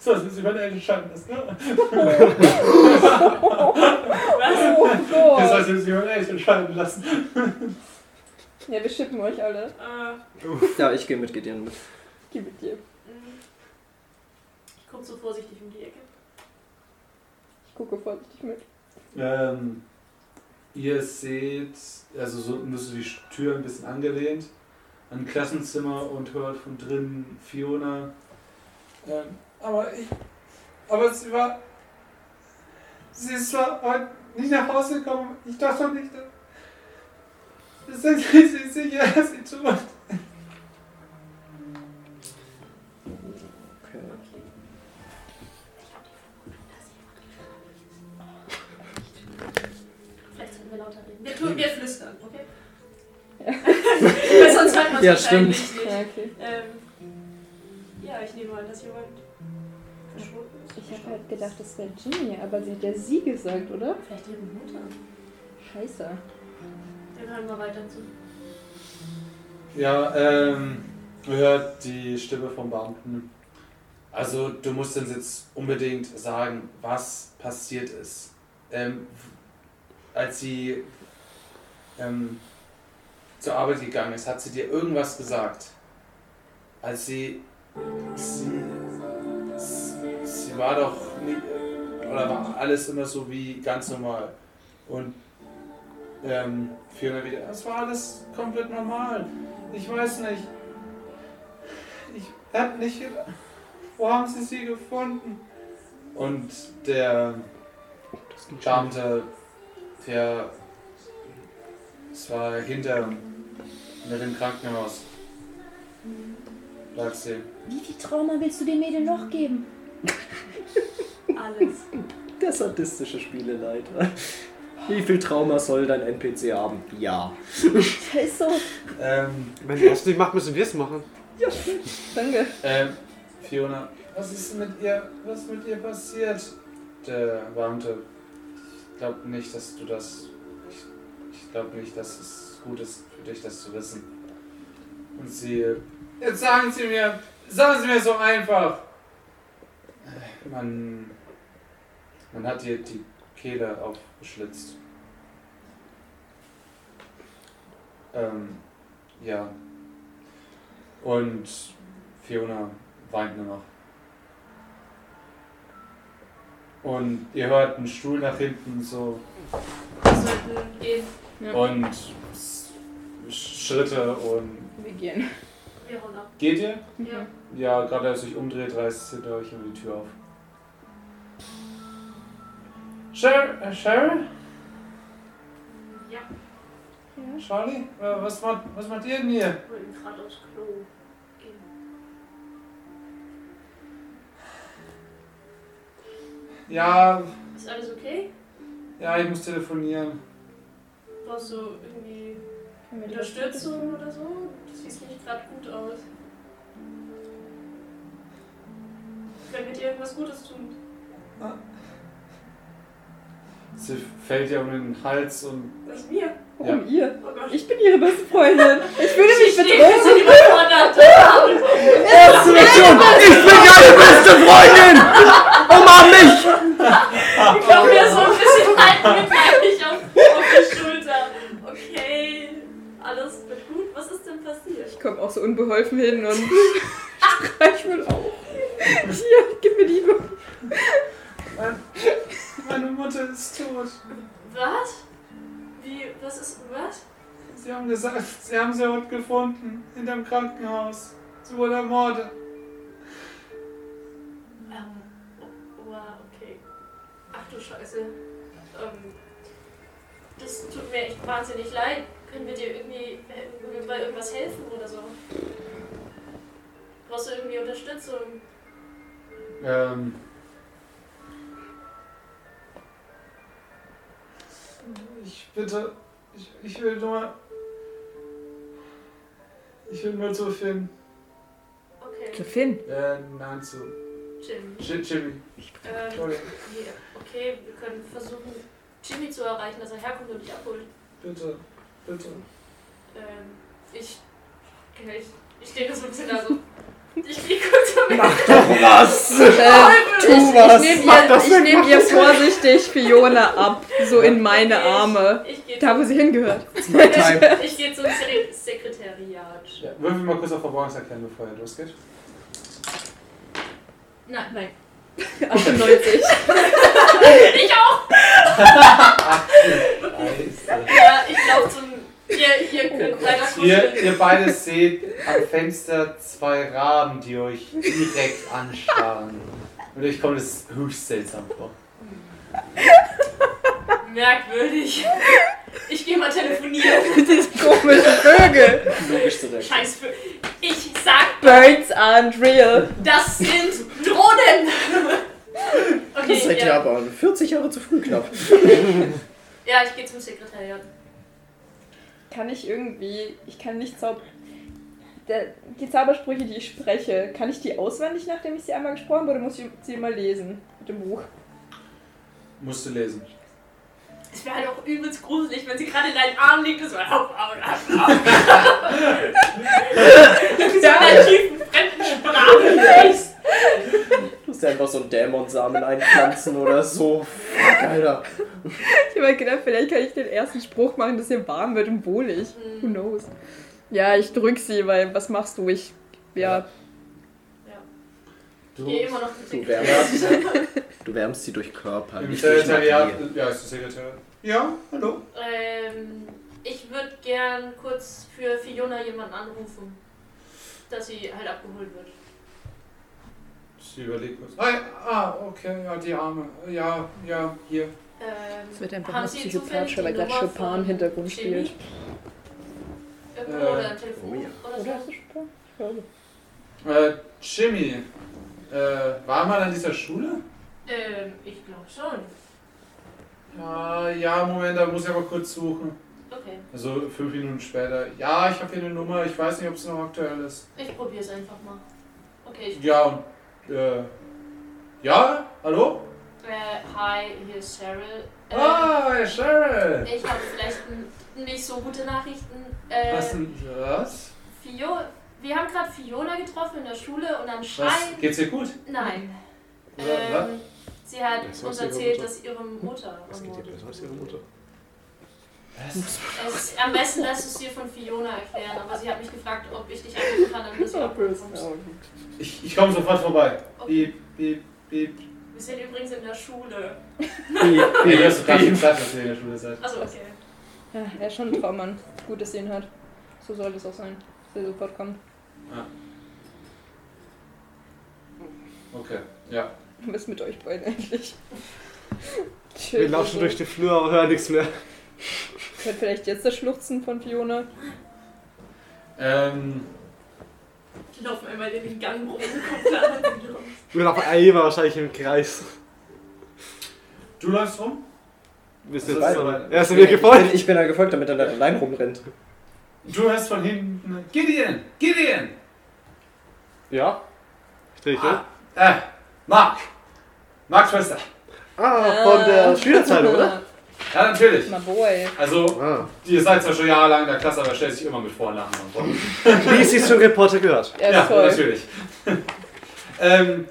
Speaker 1: So, das ist über der Entscheidung. Ne?
Speaker 5: Was?
Speaker 2: Oh
Speaker 1: Das
Speaker 2: Gott.
Speaker 1: heißt, wir müssen über der entscheiden lassen.
Speaker 2: Ja, wir schippen euch alle.
Speaker 5: Äh,
Speaker 4: Ja, ich geh mit Gideon mit.
Speaker 2: Geh mit dir.
Speaker 5: mh, Kommst du vorsichtig um die Ecke?
Speaker 7: Ich gucke vorsichtig mit.
Speaker 1: Ähm, ihr seht, also so müsste die Tür ein bisschen angelehnt, ein Klassenzimmer und hört von drinnen Fiona. Ähm, aber ich, aber sie war, sie ist zwar heute nicht nach Hause gekommen, ich dachte nicht, dass, dass sie sich sicher, dass sie tut.
Speaker 5: Vielleicht sollten wir lauter reden. Wir, tun, wir flüstern, okay?
Speaker 7: Ja.
Speaker 5: Weil sonst hört man
Speaker 4: Ja,
Speaker 5: Nicht.
Speaker 7: Ja, okay.
Speaker 5: Ähm, ja, ich nehme an, dass jemand verschwunden ist.
Speaker 7: Ich habe halt gedacht, das wäre Ginny, aber sie hat ja sie gesagt, oder?
Speaker 5: Vielleicht ihre Mutter.
Speaker 7: Scheiße.
Speaker 5: Wir hören mal weiter zu.
Speaker 1: Ja, ähm, hört die Stimme vom Beamten. Also, du musst uns jetzt unbedingt sagen, was passiert ist. Ähm, als sie ähm, zur Arbeit gegangen ist, hat sie dir irgendwas gesagt. Als sie. Sie, sie war doch nie, Oder war alles immer so wie ganz normal. Und ähm, Fiona wieder. Es war alles komplett normal. Ich weiß nicht. Ich hab nicht. ge- Wo haben sie sie gefunden? Und der Charmte, der. Es war hinter. Mit dem Krankenhaus. Lag sie.
Speaker 12: Wie viel Trauma willst du dem Mädel noch geben?
Speaker 5: Alles.
Speaker 4: Der sadistische Spieleleiter. Wie viel Trauma soll dein NPC haben? Ja.
Speaker 12: Ist so.
Speaker 1: Ähm,
Speaker 3: Wenn ihr das nicht macht, müssen wir es machen.
Speaker 7: Danke.
Speaker 1: ähm, Fiona. Was ist mit ihr. Was ist mit ihr passiert? Der Beamte. Ich glaube nicht, dass du das. Ich, ich glaube nicht, dass es gut ist für dich, das zu wissen. Und sie. Jetzt sagen sie mir. Sagen sie mir so einfach. Man. Man hat ihr die Kehle aufgeschlitzt. Ähm. Ja. Und Fiona weint nur noch. Und ihr hört einen Stuhl nach hinten so
Speaker 5: Wir sollten gehen.
Speaker 7: Ja.
Speaker 1: und S- Schritte und.
Speaker 7: Wir gehen.
Speaker 5: Wir hauen ab.
Speaker 1: Geht ihr?
Speaker 5: Ja.
Speaker 1: Ja, gerade als ich umdreht, reißt es hinter euch immer die Tür auf. Sher- äh, Cheryl?
Speaker 5: Ja,
Speaker 1: Charlie? Äh, Was macht, was macht ihr denn hier?
Speaker 5: wir wollten gerade aufs Klo gehen.
Speaker 1: Ja,
Speaker 5: Ist alles okay?
Speaker 1: ja, ich muss telefonieren.
Speaker 5: Brauchst du irgendwie
Speaker 7: Können wir die-
Speaker 5: Unterstützung oder so? Das sieht nicht gerade gut aus. Können wir dir irgendwas Gutes tun?
Speaker 1: Sie fällt ihr um den Hals und.
Speaker 5: Das mir.
Speaker 7: Warum ihr?
Speaker 5: Oh Gott.
Speaker 7: Ich bin ihre beste Freundin. Ich würde mich
Speaker 5: stehe ein
Speaker 7: bedrohen.
Speaker 5: bisschen überfordert.
Speaker 4: Erste Reaktion! Ich bin deine beste Freundin! Umarm mich!
Speaker 5: Ich glaube, mir ist so ein bisschen halbmitleidig auf, auf die Schulter. Okay, alles wird gut. Was ist denn passiert?
Speaker 7: Ich komme auch so unbeholfen hin und streich wohl auf. Hier, gib mir Liebe.
Speaker 1: Meine Mutter ist tot.
Speaker 5: Was? Wie, was ist, was?
Speaker 1: Sie haben gesagt, sie haben sie heute gefunden. Hinterm Krankenhaus. Sie wurde ermordet.
Speaker 5: Ähm, oh, wow, okay. Ach du Scheiße. Ähm, das tut mir echt wahnsinnig leid. Können wir dir irgendwie äh, bei irgendwas helfen oder so? Brauchst du irgendwie Unterstützung?
Speaker 1: Ähm. Ich bitte. Ich, ich will nur mal. Ich will nur zu Finn.
Speaker 5: Okay,
Speaker 2: Zu Finn.
Speaker 1: Äh, nein, zu.
Speaker 5: Jim.
Speaker 1: Jim- Jimmy.
Speaker 5: Ähm,
Speaker 1: Sorry.
Speaker 5: ja, okay, wir können versuchen, Jimmy zu erreichen, dass er herkommt und dich abholt.
Speaker 1: Bitte. Bitte.
Speaker 5: Ähm, ich. Okay, ich, ich stehe nur so ein bisschen da so. Ich fliege kurz damit.
Speaker 7: Ähm,
Speaker 4: Was?
Speaker 2: tu ich,
Speaker 4: was.
Speaker 2: Ich nehme
Speaker 4: Mach
Speaker 2: ihr, ich nehm ihr vorsichtig Fiona ab, so in meine Arme.
Speaker 5: Ich, ich gehe
Speaker 2: Da, wo sie hingehört.
Speaker 5: ich, ich gehe zum Se- Sekretariat.
Speaker 1: Ja, würfel mal kurz auf Verborgenes erkennen, bevor er losgeht.
Speaker 5: Nein.
Speaker 2: Nein. 98.
Speaker 5: Ich auch!
Speaker 1: Scheiße.
Speaker 5: Ja, ich glaube zum. Ihr,
Speaker 4: Oh
Speaker 5: ihr könnt leider
Speaker 1: Ihr,
Speaker 5: kuscheln.
Speaker 1: ihr beide seht am Fenster zwei Raben, die euch direkt anstarren. Und euch kommt es höchst seltsam vor.
Speaker 5: Merkwürdig. Ich gehe mal telefonieren.
Speaker 2: Komische Vögel.
Speaker 4: Logischste Reaktion.
Speaker 5: Scheiß für. Ich sag,
Speaker 2: Birds aren't real.
Speaker 5: das sind Drohnen! Okay,
Speaker 4: Das halt seid ihr
Speaker 5: ja.
Speaker 4: aber 40 Jahre zu früh knapp.
Speaker 5: ja, ich gehe zum Sekretariat.
Speaker 7: Kann ich irgendwie, ich kann nicht zaubern. Die Zaubersprüche, die ich spreche, kann ich die auswendig, nachdem ich sie einmal gesprochen habe, oder muss ich sie immer lesen mit dem Buch?
Speaker 1: Musst du lesen.
Speaker 5: Es wäre halt auch übelst gruselig, wenn sie gerade in deinen Arm liegt und so. Au, au, au, au.
Speaker 2: Ja.
Speaker 5: In einer tiefen, fremden Sprache liest.
Speaker 4: Du musst ja einfach so einen Dämonsamen einpflanzen oder so. Fuck, Alter.
Speaker 2: Ich habe gedacht, vielleicht kann ich den ersten Spruch machen, dass ihr warm wird und wohlig. Who knows? Ja, ich drück sie, weil was machst du? Ich. Ja.
Speaker 5: Ich gehe immer noch zum
Speaker 4: Du
Speaker 5: Sekretariat.
Speaker 4: wärmst, du wärmst sie durch Körper,
Speaker 1: Im
Speaker 4: nicht durch
Speaker 1: Sekretariat.
Speaker 4: Magie.
Speaker 1: Ja, ist das Sekretariat. Ja, hallo.
Speaker 5: Ähm, ich würde gern kurz für Fiona jemanden anrufen, dass sie halt abgeholt wird.
Speaker 1: Sie überlegt was. Ah, ja, ah, okay, ja, die Arme. Ja, ja, hier.
Speaker 5: Ähm,
Speaker 2: Es wird einfach
Speaker 5: haben
Speaker 2: noch
Speaker 5: Sie
Speaker 2: psychopathisch, weil
Speaker 5: zufällig die
Speaker 2: gleich
Speaker 5: Nummer
Speaker 2: Chopin im
Speaker 5: von
Speaker 2: Hintergrund
Speaker 5: Jimmy?
Speaker 2: spielt.
Speaker 5: Irgendwo
Speaker 1: Äh,
Speaker 5: oder ein Telefon
Speaker 4: oh ja.
Speaker 5: oder so.
Speaker 2: Oder ist das Chopin? Ich glaube.
Speaker 1: Äh, Jimmy, äh, war mal an dieser Schule?
Speaker 5: Ähm, ich glaube schon.
Speaker 1: Ja, Äh, ja, Moment, da muss ich aber kurz suchen.
Speaker 5: Okay,
Speaker 1: Also fünf Minuten später. Ja, ich habe hier eine Nummer, ich weiß nicht, ob es noch aktuell ist.
Speaker 5: ich probiere es einfach mal. Okay, ich,
Speaker 1: Ja, und, äh, ja, hallo?
Speaker 5: äh, hi, hier ist Cheryl. Äh,
Speaker 1: Ah, hey, Cheryl!
Speaker 5: Ich habe vielleicht n- nicht so gute Nachrichten. Äh,
Speaker 1: Was denn das?
Speaker 5: Fio wir haben gerade Fiona getroffen in der Schule und
Speaker 1: Was?
Speaker 5: anscheinend...
Speaker 1: Geht's dir gut?
Speaker 5: Nein.
Speaker 1: Oder,
Speaker 5: Ähm, sie hat
Speaker 3: Was
Speaker 5: uns
Speaker 3: ist ihre
Speaker 5: erzählt,
Speaker 3: Mutter?
Speaker 5: dass ihre Mutter
Speaker 3: Was geht dir
Speaker 5: ermordet
Speaker 3: bitte? Was ist ihre
Speaker 5: wurde.
Speaker 3: Mutter?
Speaker 1: was?
Speaker 5: Es, am besten lässt du es dir von Fiona erklären, aber sie hat mich gefragt, ob ich dich anrufen kann, damit du sie abkommst.
Speaker 1: Ich, ich komme sofort vorbei.
Speaker 5: Okay.
Speaker 1: Beep, beep, beep.
Speaker 5: Wir sind übrigens in der Schule.
Speaker 1: Nee, du hast doch gerade gesagt, dass ihr in der Schule seid.
Speaker 5: Also okay.
Speaker 2: Ja, er ist schon ein Traummann. Gut, dass sie ihn hat. So sollte es auch sein. Dass er sofort kommt.
Speaker 1: Okay, ja.
Speaker 2: Was ist mit euch beiden eigentlich? Chill,
Speaker 3: Wir laufen durch die Flur, aber hören nichts mehr.
Speaker 2: Hört vielleicht jetzt das Schluchzen von Fiona?
Speaker 1: Ähm,
Speaker 5: Die laufen einmal in den Gang rum und kommt dann wieder raus.
Speaker 3: Wir laufen einmal wahrscheinlich im Kreis.
Speaker 1: du läufst rum?
Speaker 3: Wir
Speaker 1: Das
Speaker 3: sind
Speaker 1: ist
Speaker 3: beide.
Speaker 1: aber-
Speaker 3: Er ist mir gefolgt.
Speaker 4: Ich bin, ich bin da gefolgt, damit er nicht allein rumrennt.
Speaker 1: Du hörst von hinten. Gideon! Gideon!
Speaker 3: Ja. Richtig.
Speaker 1: Ah, äh, Mark! Mark Schwester!
Speaker 3: Ah, von der Schülerzeitung, oder?
Speaker 1: Ja, natürlich.
Speaker 2: My boy.
Speaker 1: Also,
Speaker 3: Ah.
Speaker 1: ihr seid zwar schon jahrelang in der Klasse, aber er stellt sich immer mit Vor- und Nachnamen vor.
Speaker 3: Wie sie zum Reporter gehört.
Speaker 2: Er ist
Speaker 1: ja,
Speaker 2: toll.
Speaker 1: natürlich. ähm,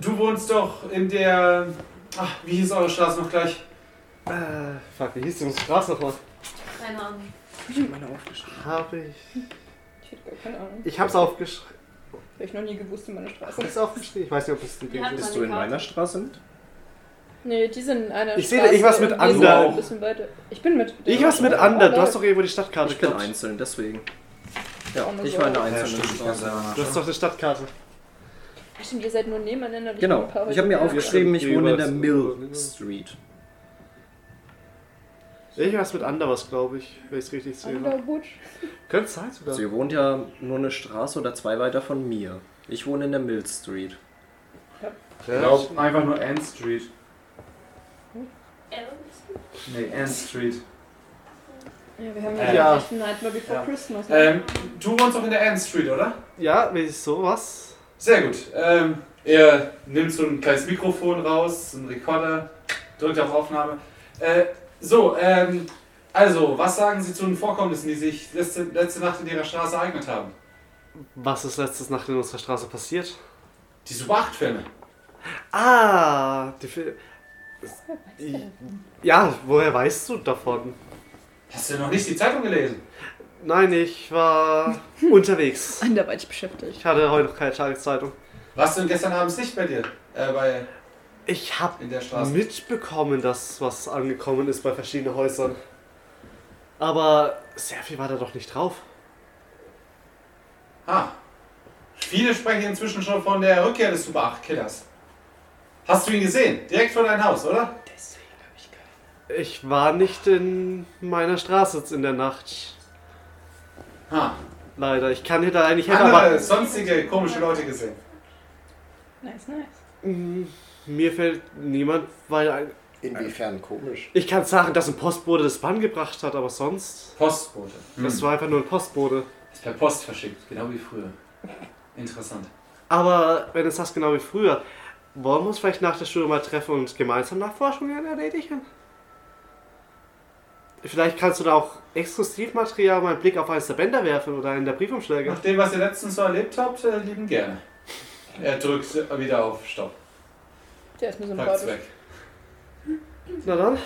Speaker 1: du wohnst doch in der. Ach, wie hieß eure Straße noch gleich?
Speaker 3: Äh, fuck, wie hieß die Straße nochmal?
Speaker 5: Keine Ahnung.
Speaker 3: Habe ich.
Speaker 2: Ich hätte gar keine Ahnung.
Speaker 3: Ich hab's aufgeschrieben.
Speaker 2: Hab ich noch nie gewusst in meiner Straße.
Speaker 3: Hab's aufgeschrieben. Ich weiß nicht, ob es ein Ding
Speaker 5: Ja.
Speaker 3: ist.
Speaker 4: Bist du in meiner Straße mit?
Speaker 2: Nee, die sind in einer
Speaker 3: Ich sehe
Speaker 2: Straße
Speaker 3: irgendwas mit
Speaker 2: und wir sind
Speaker 3: Ander.
Speaker 2: Ein bisschen weiter. Ich bin mit.
Speaker 3: Ich was mit anderen. Du hast doch irgendwo die Stadtkarte
Speaker 4: Ich bin
Speaker 3: gehabt.
Speaker 4: einzeln, deswegen. Ja,
Speaker 5: oh
Speaker 2: Ohne
Speaker 4: ich
Speaker 2: so.
Speaker 4: war in der
Speaker 1: Ja,
Speaker 4: einzelnen
Speaker 1: stimmt, ich kann's
Speaker 4: Straße.
Speaker 1: selber
Speaker 3: Du hast
Speaker 1: nachschauen.
Speaker 3: doch eine Stadtkarte.
Speaker 2: Ach stimmt, ihr seid nur nebeneinander. und bin
Speaker 4: Genau.
Speaker 2: ein paar
Speaker 4: Ich habe mir
Speaker 2: Häuser
Speaker 4: aufgeschrieben, ich wohne in der
Speaker 3: Ja.
Speaker 4: Mill
Speaker 13: genau.
Speaker 4: Street.
Speaker 3: Irgendwas mit anderen, was glaube ich, wenn ich es richtig
Speaker 2: weiter.
Speaker 3: sehe.
Speaker 2: Underwood.
Speaker 3: Könnte sein sogar.
Speaker 4: Also ihr wohnt ja nur eine Straße oder zwei weiter von mir. Ich wohne in der Mill Street.
Speaker 1: Ich glaube, einfach nur Ann Street.
Speaker 5: Äh,
Speaker 1: Nee, Ann Street.
Speaker 2: Ja, wir haben
Speaker 1: Äh,
Speaker 2: ja
Speaker 3: ja.
Speaker 2: die echten Nightmare Before
Speaker 1: Ja.
Speaker 2: Christmas.
Speaker 1: Ähm, du wohnst doch in der Ann Street, oder?
Speaker 3: Ja, wenn ich sowas.
Speaker 1: Sehr gut. Ähm, er nimmt so ein kleines Mikrofon raus, so einen Rekorder, drückt auf Aufnahme. Äh, so, ähm, also, was sagen Sie zu den Vorkommnissen, die sich letzte, letzte Nacht in Ihrer Straße ereignet haben?
Speaker 3: Was ist letztes Nacht in unserer Straße passiert?
Speaker 1: Die Super 8-Filme.
Speaker 3: Ah, die Fil Ja, woher weißt du davon?
Speaker 1: Hast du noch nicht die Zeitung gelesen?
Speaker 3: Nein, ich war unterwegs.
Speaker 2: Anderweitig beschäftigt.
Speaker 3: Ich hatte heute noch keine Tageszeitung.
Speaker 1: Warst du denn gestern abends nicht bei dir? Äh, bei,
Speaker 3: Ich habe
Speaker 1: in der Straße?
Speaker 3: mitbekommen, dass was angekommen ist bei verschiedenen Häusern. Aber sehr viel war da doch nicht drauf.
Speaker 1: Ah. Viele sprechen inzwischen schon von der Rückkehr des Super 8 Killers. Hast du ihn gesehen? Direkt vor deinem Haus, oder?
Speaker 3: Ich war nicht in meiner Straße in der Nacht.
Speaker 1: Ha.
Speaker 3: Leider. Ich kann hinter eigentlich hätte
Speaker 1: Andere
Speaker 3: aber.
Speaker 1: sonstige komische Leute gesehen.
Speaker 7: Nice, nice.
Speaker 3: Mm, Mir fällt niemand, weil ein-
Speaker 13: Inwiefern komisch.
Speaker 3: ich kann sagen, dass ein Postbote das Band gebracht hat, aber sonst.
Speaker 1: Postbote.
Speaker 3: Das war einfach nur ein Postbote.
Speaker 1: Ist per Post verschickt, genau wie früher. Interessant.
Speaker 3: Aber wenn es das genau wie früher, wollen wir uns vielleicht nach der Schule mal treffen und gemeinsam Nachforschungen erledigen? Vielleicht kannst du da auch Exklusivmaterial mal einen Blick auf eines der Bänder werfen oder einen der Briefumschläge.
Speaker 1: Nach dem, was ihr letztens so erlebt habt, äh, lieben gerne. Er drückt wieder auf Stopp.
Speaker 2: Der ist mir so
Speaker 1: Packt's
Speaker 2: ein
Speaker 1: weg.
Speaker 3: Na dann,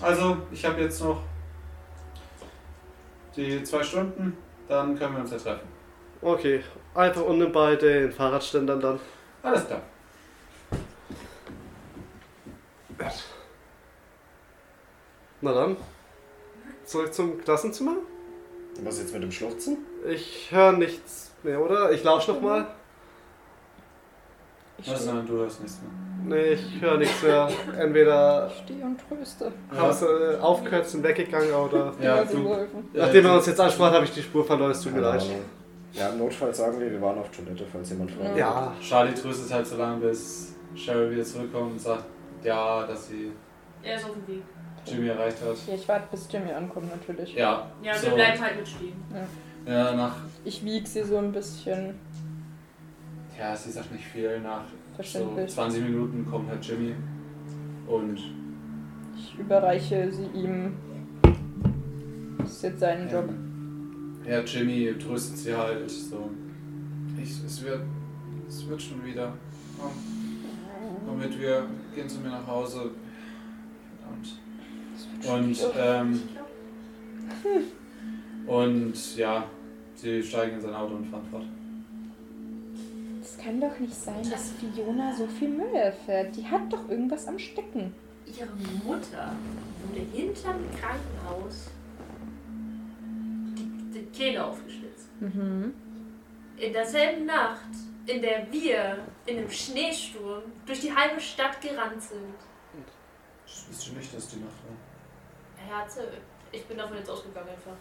Speaker 1: Also, ich habe jetzt noch die zwei Stunden, dann können wir uns ja treffen.
Speaker 3: okay. Einfach unten bei den Fahrradständern dann.
Speaker 1: Alles klar.
Speaker 3: Na dann. Zurück zum Klassenzimmer.
Speaker 13: Was jetzt mit dem Schluchzen?
Speaker 3: Ich höre nichts mehr, oder? Ich lausche nochmal.
Speaker 2: Ich
Speaker 1: Was, nein, du hörst nichts mehr.
Speaker 3: Nee, ich höre nichts mehr. Entweder
Speaker 2: stehe und tröste.
Speaker 3: haben sie äh, aufgehört und weggegangen oder.
Speaker 1: Ja,
Speaker 2: Also
Speaker 1: du,
Speaker 2: Wolfen.
Speaker 3: Nachdem er uns jetzt ansprach, habe ich die Spur verloren. Es tut mir
Speaker 13: Keine
Speaker 3: leid.
Speaker 13: Ahnung. Ja, notfalls sagen wir, wir waren auf Toilette, falls jemand fragt.
Speaker 3: Ja,
Speaker 1: Charlie tröstet halt so lange, bis Cheryl wieder zurückkommt und sagt, ja, dass sie
Speaker 5: Er ist auf dem Weg.
Speaker 1: Jimmy erreicht hat.
Speaker 2: Ja, ich warte, bis Jimmy ankommt, natürlich.
Speaker 1: Ja,
Speaker 5: Ja,
Speaker 1: so.
Speaker 5: wir bleiben halt mit stehen.
Speaker 1: Ja, nach,
Speaker 2: Ich wiege sie so ein bisschen
Speaker 1: ja, sie sagt nicht viel. Nach so
Speaker 2: verständlich.
Speaker 1: 20 Minuten kommt halt Jimmy und
Speaker 2: Ich überreiche sie ihm. Das ist jetzt sein Job.
Speaker 1: ähm, ja, Jimmy tröstet sie halt so. Ich, es wird, es wird schon wieder. Komm, komm mit, wir gehen zu mir nach Hause. Verdammt. Und,
Speaker 3: Hm.
Speaker 1: ähm, und ja, sie steigen in sein Auto und fahren fort.
Speaker 7: Das kann doch nicht sein, dass Fiona so viel Müll erfährt. Die hat doch irgendwas am Stecken.
Speaker 5: Ihre Mutter wurde hinterm Krankenhaus die, die Kehle aufgeschlitzt.
Speaker 2: Mhm.
Speaker 5: In derselben Nacht, in der wir in einem Schneesturm durch die halbe Stadt gerannt sind.
Speaker 1: Wisst ihr nicht, dass die Nacht war?
Speaker 5: Herze, ich bin davon jetzt ausgegangen einfach.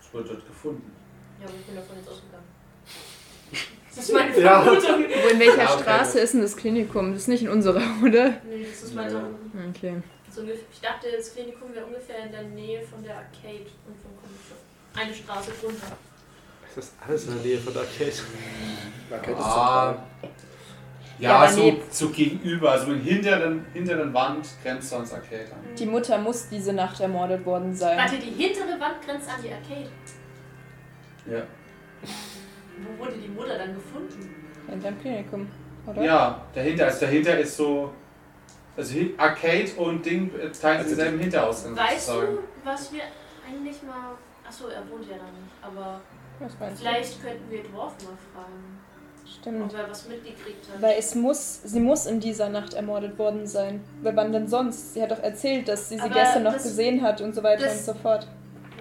Speaker 1: Es wurde dort gefunden.
Speaker 5: Ja, aber ich bin davon jetzt ausgegangen. Das ist meine
Speaker 3: Ja.
Speaker 5: Vermutung.
Speaker 2: Wo, in welcher
Speaker 1: Ja, okay.
Speaker 2: Straße ist denn das Klinikum? Das ist nicht in unserer, oder?
Speaker 5: Nee, das ist meine
Speaker 1: Ja.
Speaker 5: Vermutung.
Speaker 2: Okay.
Speaker 5: So ungefähr- ich dachte, das Klinikum wäre ungefähr in der Nähe von der Arcade und vom Computer. Eine Straße runter.
Speaker 3: es ist alles in der Nähe von der Kate.
Speaker 13: Man kennt es
Speaker 1: Ah.
Speaker 13: zentral.
Speaker 2: Ja,
Speaker 1: Ja,
Speaker 2: aber
Speaker 1: so,
Speaker 2: nee.
Speaker 1: so gegenüber, also im hinteren, hinteren Wand grenzt sonst Arcade an.
Speaker 2: Die Mutter muss diese Nacht ermordet worden sein.
Speaker 5: Warte, die hintere Wand grenzt an die Arcade.
Speaker 1: Ja.
Speaker 5: Wo wurde die Mutter dann gefunden?
Speaker 2: In deinem Klinikum, oder?
Speaker 1: Ja, dahinter, also dahinter ist so. Also hin- Arcade und Ding äh, teilen sich
Speaker 13: Also
Speaker 1: selben Hinterhaus an,
Speaker 5: Weißt
Speaker 1: sozusagen.
Speaker 5: du, was wir eigentlich mal. Achso, er wohnt ja da nicht. Aber
Speaker 2: Was meinst du?
Speaker 5: vielleicht könnten wir Dwarf mal fragen, ob
Speaker 2: Stimmt.
Speaker 5: er was mitgekriegt hat.
Speaker 2: Hm. Weil es muss, sie muss in dieser Nacht ermordet worden sein. Weil wann denn sonst? Sie hat doch erzählt, dass sie sie
Speaker 5: Aber
Speaker 2: gestern noch
Speaker 5: das-
Speaker 2: gesehen hat und so weiter
Speaker 5: das-
Speaker 2: und so fort.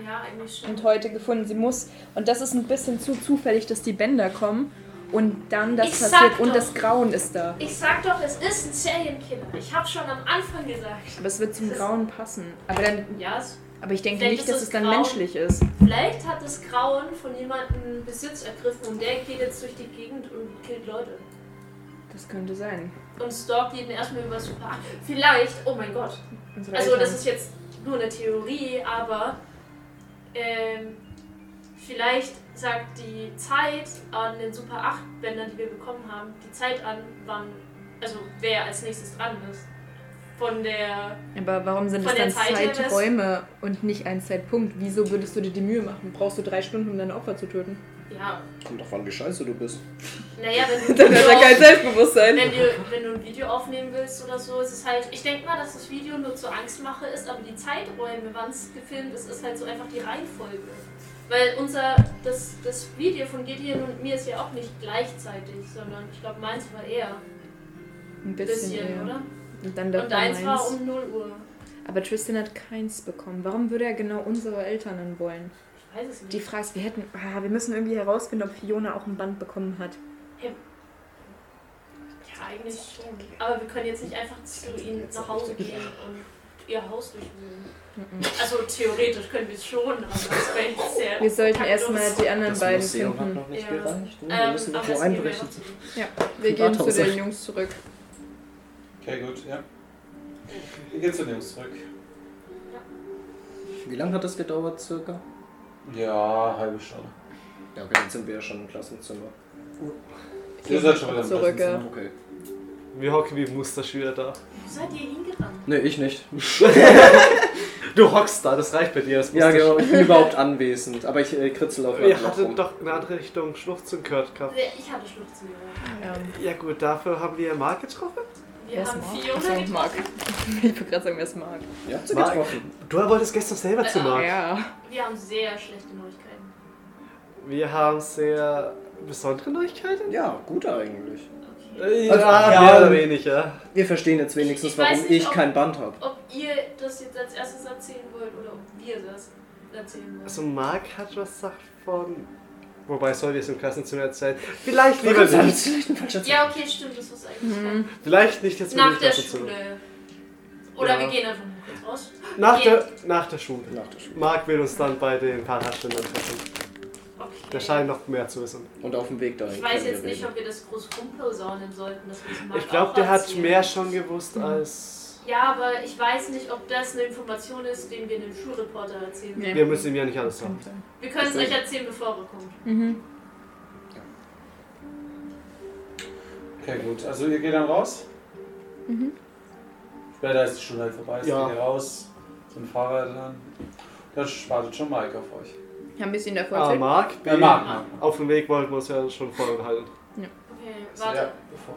Speaker 5: ja, eigentlich schon.
Speaker 2: Und heute gefunden. Sie muss. Und das ist ein bisschen zu zufällig, dass die Bänder kommen und dann das
Speaker 5: Ich sag
Speaker 2: passiert und
Speaker 5: doch.
Speaker 2: das Grauen ist da.
Speaker 5: Ich sag doch, es ist ein Serienkiller. Ich hab's schon am Anfang gesagt.
Speaker 2: Aber es wird zum
Speaker 5: Das-
Speaker 2: Grauen passen. Aber, dann,
Speaker 5: Ja, es
Speaker 2: aber ich denke
Speaker 5: Vielleicht
Speaker 2: nicht,
Speaker 5: ist
Speaker 2: dass
Speaker 5: das
Speaker 2: es dann
Speaker 5: Grauen-
Speaker 2: menschlich ist.
Speaker 5: Vielleicht hat das Grauen von jemandem Besitz ergriffen und der geht jetzt durch die Gegend und killt Leute.
Speaker 2: Das könnte sein.
Speaker 5: Und stalkt jeden erstmal über Super 8. Vielleicht, oh mein Gott.
Speaker 2: Unsere
Speaker 5: Also, das
Speaker 2: Eltern-
Speaker 5: ist jetzt nur eine Theorie, aber ähm, vielleicht sagt die Zeit an den Super 8-Bändern, die wir bekommen haben, die Zeit an, wann, also wer als nächstes dran ist. Von der.
Speaker 2: Aber warum sind
Speaker 5: Von
Speaker 2: es
Speaker 5: der
Speaker 2: dann
Speaker 5: Zeit her wär's-
Speaker 2: Zeiträume und nicht ein Zeitpunkt? Wieso würdest du dir die Mühe machen? Brauchst du drei Stunden, um dein Opfer zu töten?
Speaker 5: Ja.
Speaker 13: Kommt doch, wann gescheiße du bist.
Speaker 5: Naja, wenn
Speaker 2: Dann hat er kein Selbstbewusstsein.
Speaker 5: Wenn du, wenn du ein Video aufnehmen willst oder so, ist es halt. Ich denke mal, dass das Video nur zur Angstmache ist, aber die Zeiträume, wann es gefilmt ist, ist halt so einfach die Reihenfolge. Weil unser, das, das Video von Gideon und mir ist ja auch nicht gleichzeitig, sondern ich glaube, meins war eher
Speaker 2: Ein
Speaker 5: ein
Speaker 2: bisschen,
Speaker 5: bisschen,
Speaker 2: ja.
Speaker 5: oder?
Speaker 2: Und dann
Speaker 5: Und
Speaker 2: doch
Speaker 5: deins
Speaker 2: eins.
Speaker 5: war um 0 Uhr.
Speaker 2: Aber Tristan hat keins bekommen. Warum würde er genau unsere Eltern dann wollen?
Speaker 5: Ich weiß es nicht.
Speaker 2: Die Frage ist, wir hätten. Ah, wir müssen irgendwie herausfinden, ob Fiona auch ein Band bekommen hat.
Speaker 5: ja, eigentlich schon. Aber wir können jetzt nicht einfach zu ihnen nach Hause gehen und ihr Haus durchwühlen.
Speaker 2: Mhm.
Speaker 5: Also theoretisch können wir es schon, aber das wäre jetzt sehr.
Speaker 2: Wir sollten
Speaker 5: kacklos.
Speaker 2: erstmal die anderen
Speaker 13: Das
Speaker 2: beiden
Speaker 13: Museum hat
Speaker 2: finden.
Speaker 13: noch nicht
Speaker 5: Ja.
Speaker 13: gereicht.
Speaker 4: Oh,
Speaker 13: ne? Wir
Speaker 5: Ähm,
Speaker 13: müssen
Speaker 5: aber
Speaker 13: noch wo
Speaker 5: das gehen wir
Speaker 13: einbrechen.
Speaker 5: noch zu.
Speaker 2: Ja, wir gehen zu den Jungs zurück.
Speaker 1: Okay, gut, ja. Wir gehen zu den Jungs zurück.
Speaker 4: Wie lange hat das gedauert, circa?
Speaker 1: Ja, halbe Stunde.
Speaker 4: Ja, okay, dann sind wir ja schon im Klassenzimmer.
Speaker 1: Ihr seid schon wieder im
Speaker 2: Zurück, ja.
Speaker 4: Okay.
Speaker 3: Wir hocken wie Musterschüler da.
Speaker 5: Wo seid ihr hingerannt?
Speaker 4: Nee, ich nicht.
Speaker 3: Du hockst da, das reicht bei dir. Das
Speaker 4: Ja,
Speaker 3: Musterschüler-
Speaker 4: genau, ich bin überhaupt anwesend. Aber ich äh, kritzel auf
Speaker 3: Ihr
Speaker 4: meinem Loch
Speaker 3: hattet
Speaker 4: rum.
Speaker 3: genau. doch in eine andere Richtung Schluchzen gehört gehabt.
Speaker 5: Nee, Ich hatte Schluchzen gehört.
Speaker 2: Ja.
Speaker 3: Ja gut, dafür haben wir Mark getroffen.
Speaker 5: Wir haben Fiona
Speaker 2: Ach so,
Speaker 5: getroffen.
Speaker 2: Ähm, Mark. Ich würde gerade sagen, wer ist Mark? Ah,
Speaker 4: Ja, habt ihr
Speaker 3: Mark.
Speaker 4: getroffen.
Speaker 3: Du wolltest gestern selber zu Mark.
Speaker 2: Ja.
Speaker 5: Wir haben sehr schlechte Neuigkeiten.
Speaker 3: Wir haben sehr besondere Neuigkeiten.
Speaker 4: Ja, gut eigentlich.
Speaker 5: Okay.
Speaker 3: Ja,
Speaker 4: ja,
Speaker 3: mehr oder
Speaker 4: ähm,
Speaker 3: weniger.
Speaker 4: Wir verstehen jetzt wenigstens,
Speaker 5: Ich weiß
Speaker 4: warum
Speaker 5: nicht,
Speaker 4: ich
Speaker 5: ob-
Speaker 4: kein Band habe.
Speaker 5: Ob ihr das jetzt als erstes erzählen wollt oder ob wir das erzählen wollen.
Speaker 3: Also Mark hat was gesagt von... Wobei, soll wir es im Klassenzimmer erzählen? Vielleicht lieber
Speaker 4: Das
Speaker 3: nicht.
Speaker 4: ist vielleicht ein falscher
Speaker 5: Ja, okay, stimmt, das ist eigentlich
Speaker 3: Vielleicht nicht jetzt
Speaker 5: klar.
Speaker 3: mit dem
Speaker 5: nach der
Speaker 3: Klassenzimmer.
Speaker 5: Schule. Oder
Speaker 3: Ja.
Speaker 5: wir gehen einfach mal kurz raus.
Speaker 3: Nach
Speaker 5: Geht.
Speaker 3: der, nach der Schule.
Speaker 4: Nach der Schule.
Speaker 3: Mark will uns dann bei den Fahrradständern treffen.
Speaker 5: Okay.
Speaker 3: Der scheint noch mehr zu wissen.
Speaker 4: Und auf dem Weg dahin.
Speaker 5: ich weiß
Speaker 4: können wir
Speaker 5: jetzt nicht,
Speaker 4: reden.
Speaker 5: ob wir das groß rumpersaunen sollten, dass wir das Mark
Speaker 3: Ich glaube,
Speaker 5: auch Mhm.
Speaker 3: der hat
Speaker 5: erzählen.
Speaker 3: mehr schon gewusst als...
Speaker 5: Ja, aber ich weiß nicht, ob das eine Information ist, den wir dem Schulreporter erzählen.
Speaker 2: Nee.
Speaker 3: Wir müssen ihm ja nicht alles sagen.
Speaker 5: Wir können es euch erzählen, bevor wir kommen.
Speaker 2: Mhm.
Speaker 1: Okay, gut. Also ihr geht dann raus? Mhm. Später ist die Schule halt vorbei.
Speaker 3: Ja.
Speaker 1: Ja. Geht ihr raus zum Fahrrad dann. Da wartet schon Mike auf euch.
Speaker 2: Haben wir es ihnen davor
Speaker 3: Ah,
Speaker 2: erzählt?
Speaker 3: Mark,
Speaker 1: Äh, Mark, Mark.
Speaker 3: auf dem Weg wollten wir uns ja schon vorenthalten.
Speaker 5: Okay,
Speaker 1: Ja,
Speaker 5: warte.
Speaker 1: bevor.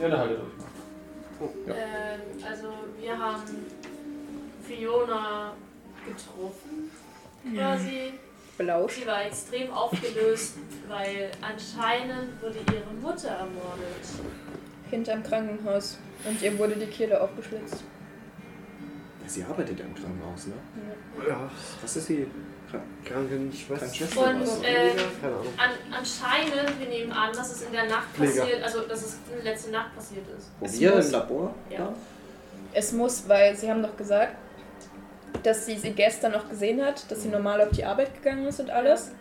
Speaker 1: Ja, dann haltet euch mal.
Speaker 4: Ja.
Speaker 5: Ähm, also, wir haben Fiona getroffen, quasi.
Speaker 2: Belauscht.
Speaker 5: Sie war extrem aufgelöst, weil anscheinend wurde ihre Mutter ermordet.
Speaker 2: Hinterm Krankenhaus. Und ihr wurde die Kehle aufgeschlitzt.
Speaker 4: Sie arbeitet ja im Krankenhaus, ne?
Speaker 3: Ja,
Speaker 4: Was ist sie?
Speaker 3: Krankenschwester.
Speaker 4: Krankenschwester?
Speaker 5: Und äh,
Speaker 3: Keine Ahnung.
Speaker 5: an, anscheinend, wir nehmen an, dass es in der Nacht
Speaker 3: Pfleger.
Speaker 5: passiert, also dass es in der letzten Nacht passiert ist.
Speaker 4: Wo
Speaker 2: es
Speaker 4: wir
Speaker 2: muss-
Speaker 4: im Labor?
Speaker 5: Ja.
Speaker 2: Es muss, weil sie haben doch gesagt, dass sie sie gestern noch gesehen hat, dass sie normal auf die Arbeit gegangen ist und alles.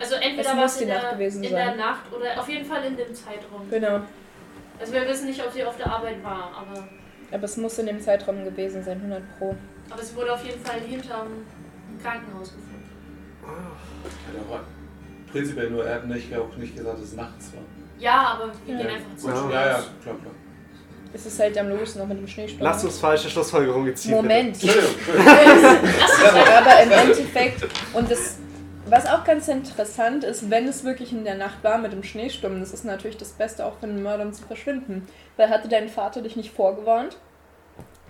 Speaker 5: Also
Speaker 2: Es
Speaker 5: entweder
Speaker 2: muss
Speaker 5: war es
Speaker 2: die
Speaker 5: in,
Speaker 2: Nacht
Speaker 5: der,
Speaker 2: gewesen
Speaker 5: in
Speaker 2: sein.
Speaker 5: der Nacht oder auf jeden Fall in dem Zeitraum.
Speaker 2: Genau.
Speaker 5: Also wir wissen nicht, ob sie auf der Arbeit war, aber,
Speaker 2: Aber es muss in dem Zeitraum gewesen sein, 100 Pro.
Speaker 5: aber sie wurde auf jeden Fall hinterm Krankenhaus gefunden.
Speaker 1: Hat aber prinzipiell nur, er hat nicht, auch nicht gesagt, dass es nachts war.
Speaker 5: Ja, aber wir
Speaker 2: Ja.
Speaker 5: gehen einfach zurück.
Speaker 3: Ja.
Speaker 1: Gut, ja, ja, klar, klar.
Speaker 2: Es ist halt am logischsten noch mit dem Schneesturm.
Speaker 3: Lass uns falsche Schlussfolgerungen ziehen.
Speaker 2: Moment.
Speaker 1: Entschuldigung, Entschuldigung.
Speaker 2: Aber im Endeffekt, und das, was auch ganz interessant ist, wenn es wirklich in der Nacht war mit dem Schneesturm, das ist natürlich das Beste auch für den Mörder, um zu verschwinden. Weil hatte dein Vater dich nicht vorgewarnt?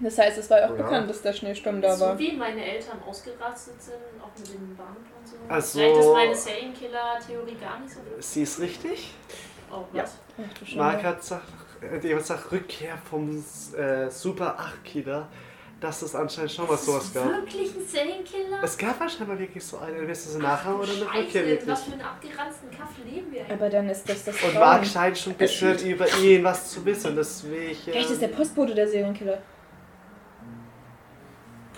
Speaker 2: Das heißt, es war ja auch
Speaker 3: Ja.
Speaker 2: bekannt, dass der Schneesturm da
Speaker 5: So
Speaker 2: war.
Speaker 5: wie meine Eltern ausgerastet sind, auch mit dem Band und so.
Speaker 3: Ach so.
Speaker 5: Vielleicht ist meine Serienkiller-Theorie gar nicht so
Speaker 3: bitte.
Speaker 5: gut.
Speaker 3: Sie ist richtig.
Speaker 5: Oh, was?
Speaker 3: Ja.
Speaker 2: Ach du Schande.
Speaker 3: Mark hat gesagt, äh, jemand sagt Rückkehr vom äh, Super 8 Killer, dass es anscheinend schon mal sowas gab.
Speaker 5: Wirklich ein Serienkiller?
Speaker 3: Es gab anscheinend wirklich so einen, wirst du sie nachher oder eine Rückkehr
Speaker 5: Scheiße,
Speaker 3: wirklich.
Speaker 5: was für einen abgeranzten Kaff leben wir eigentlich?
Speaker 2: Aber dann ist das das
Speaker 3: Und
Speaker 2: Traum.
Speaker 3: Mark scheint schon ein bisschen über ihn was zu wissen, deswegen.
Speaker 2: Vielleicht ist der Postbote der Serienkiller.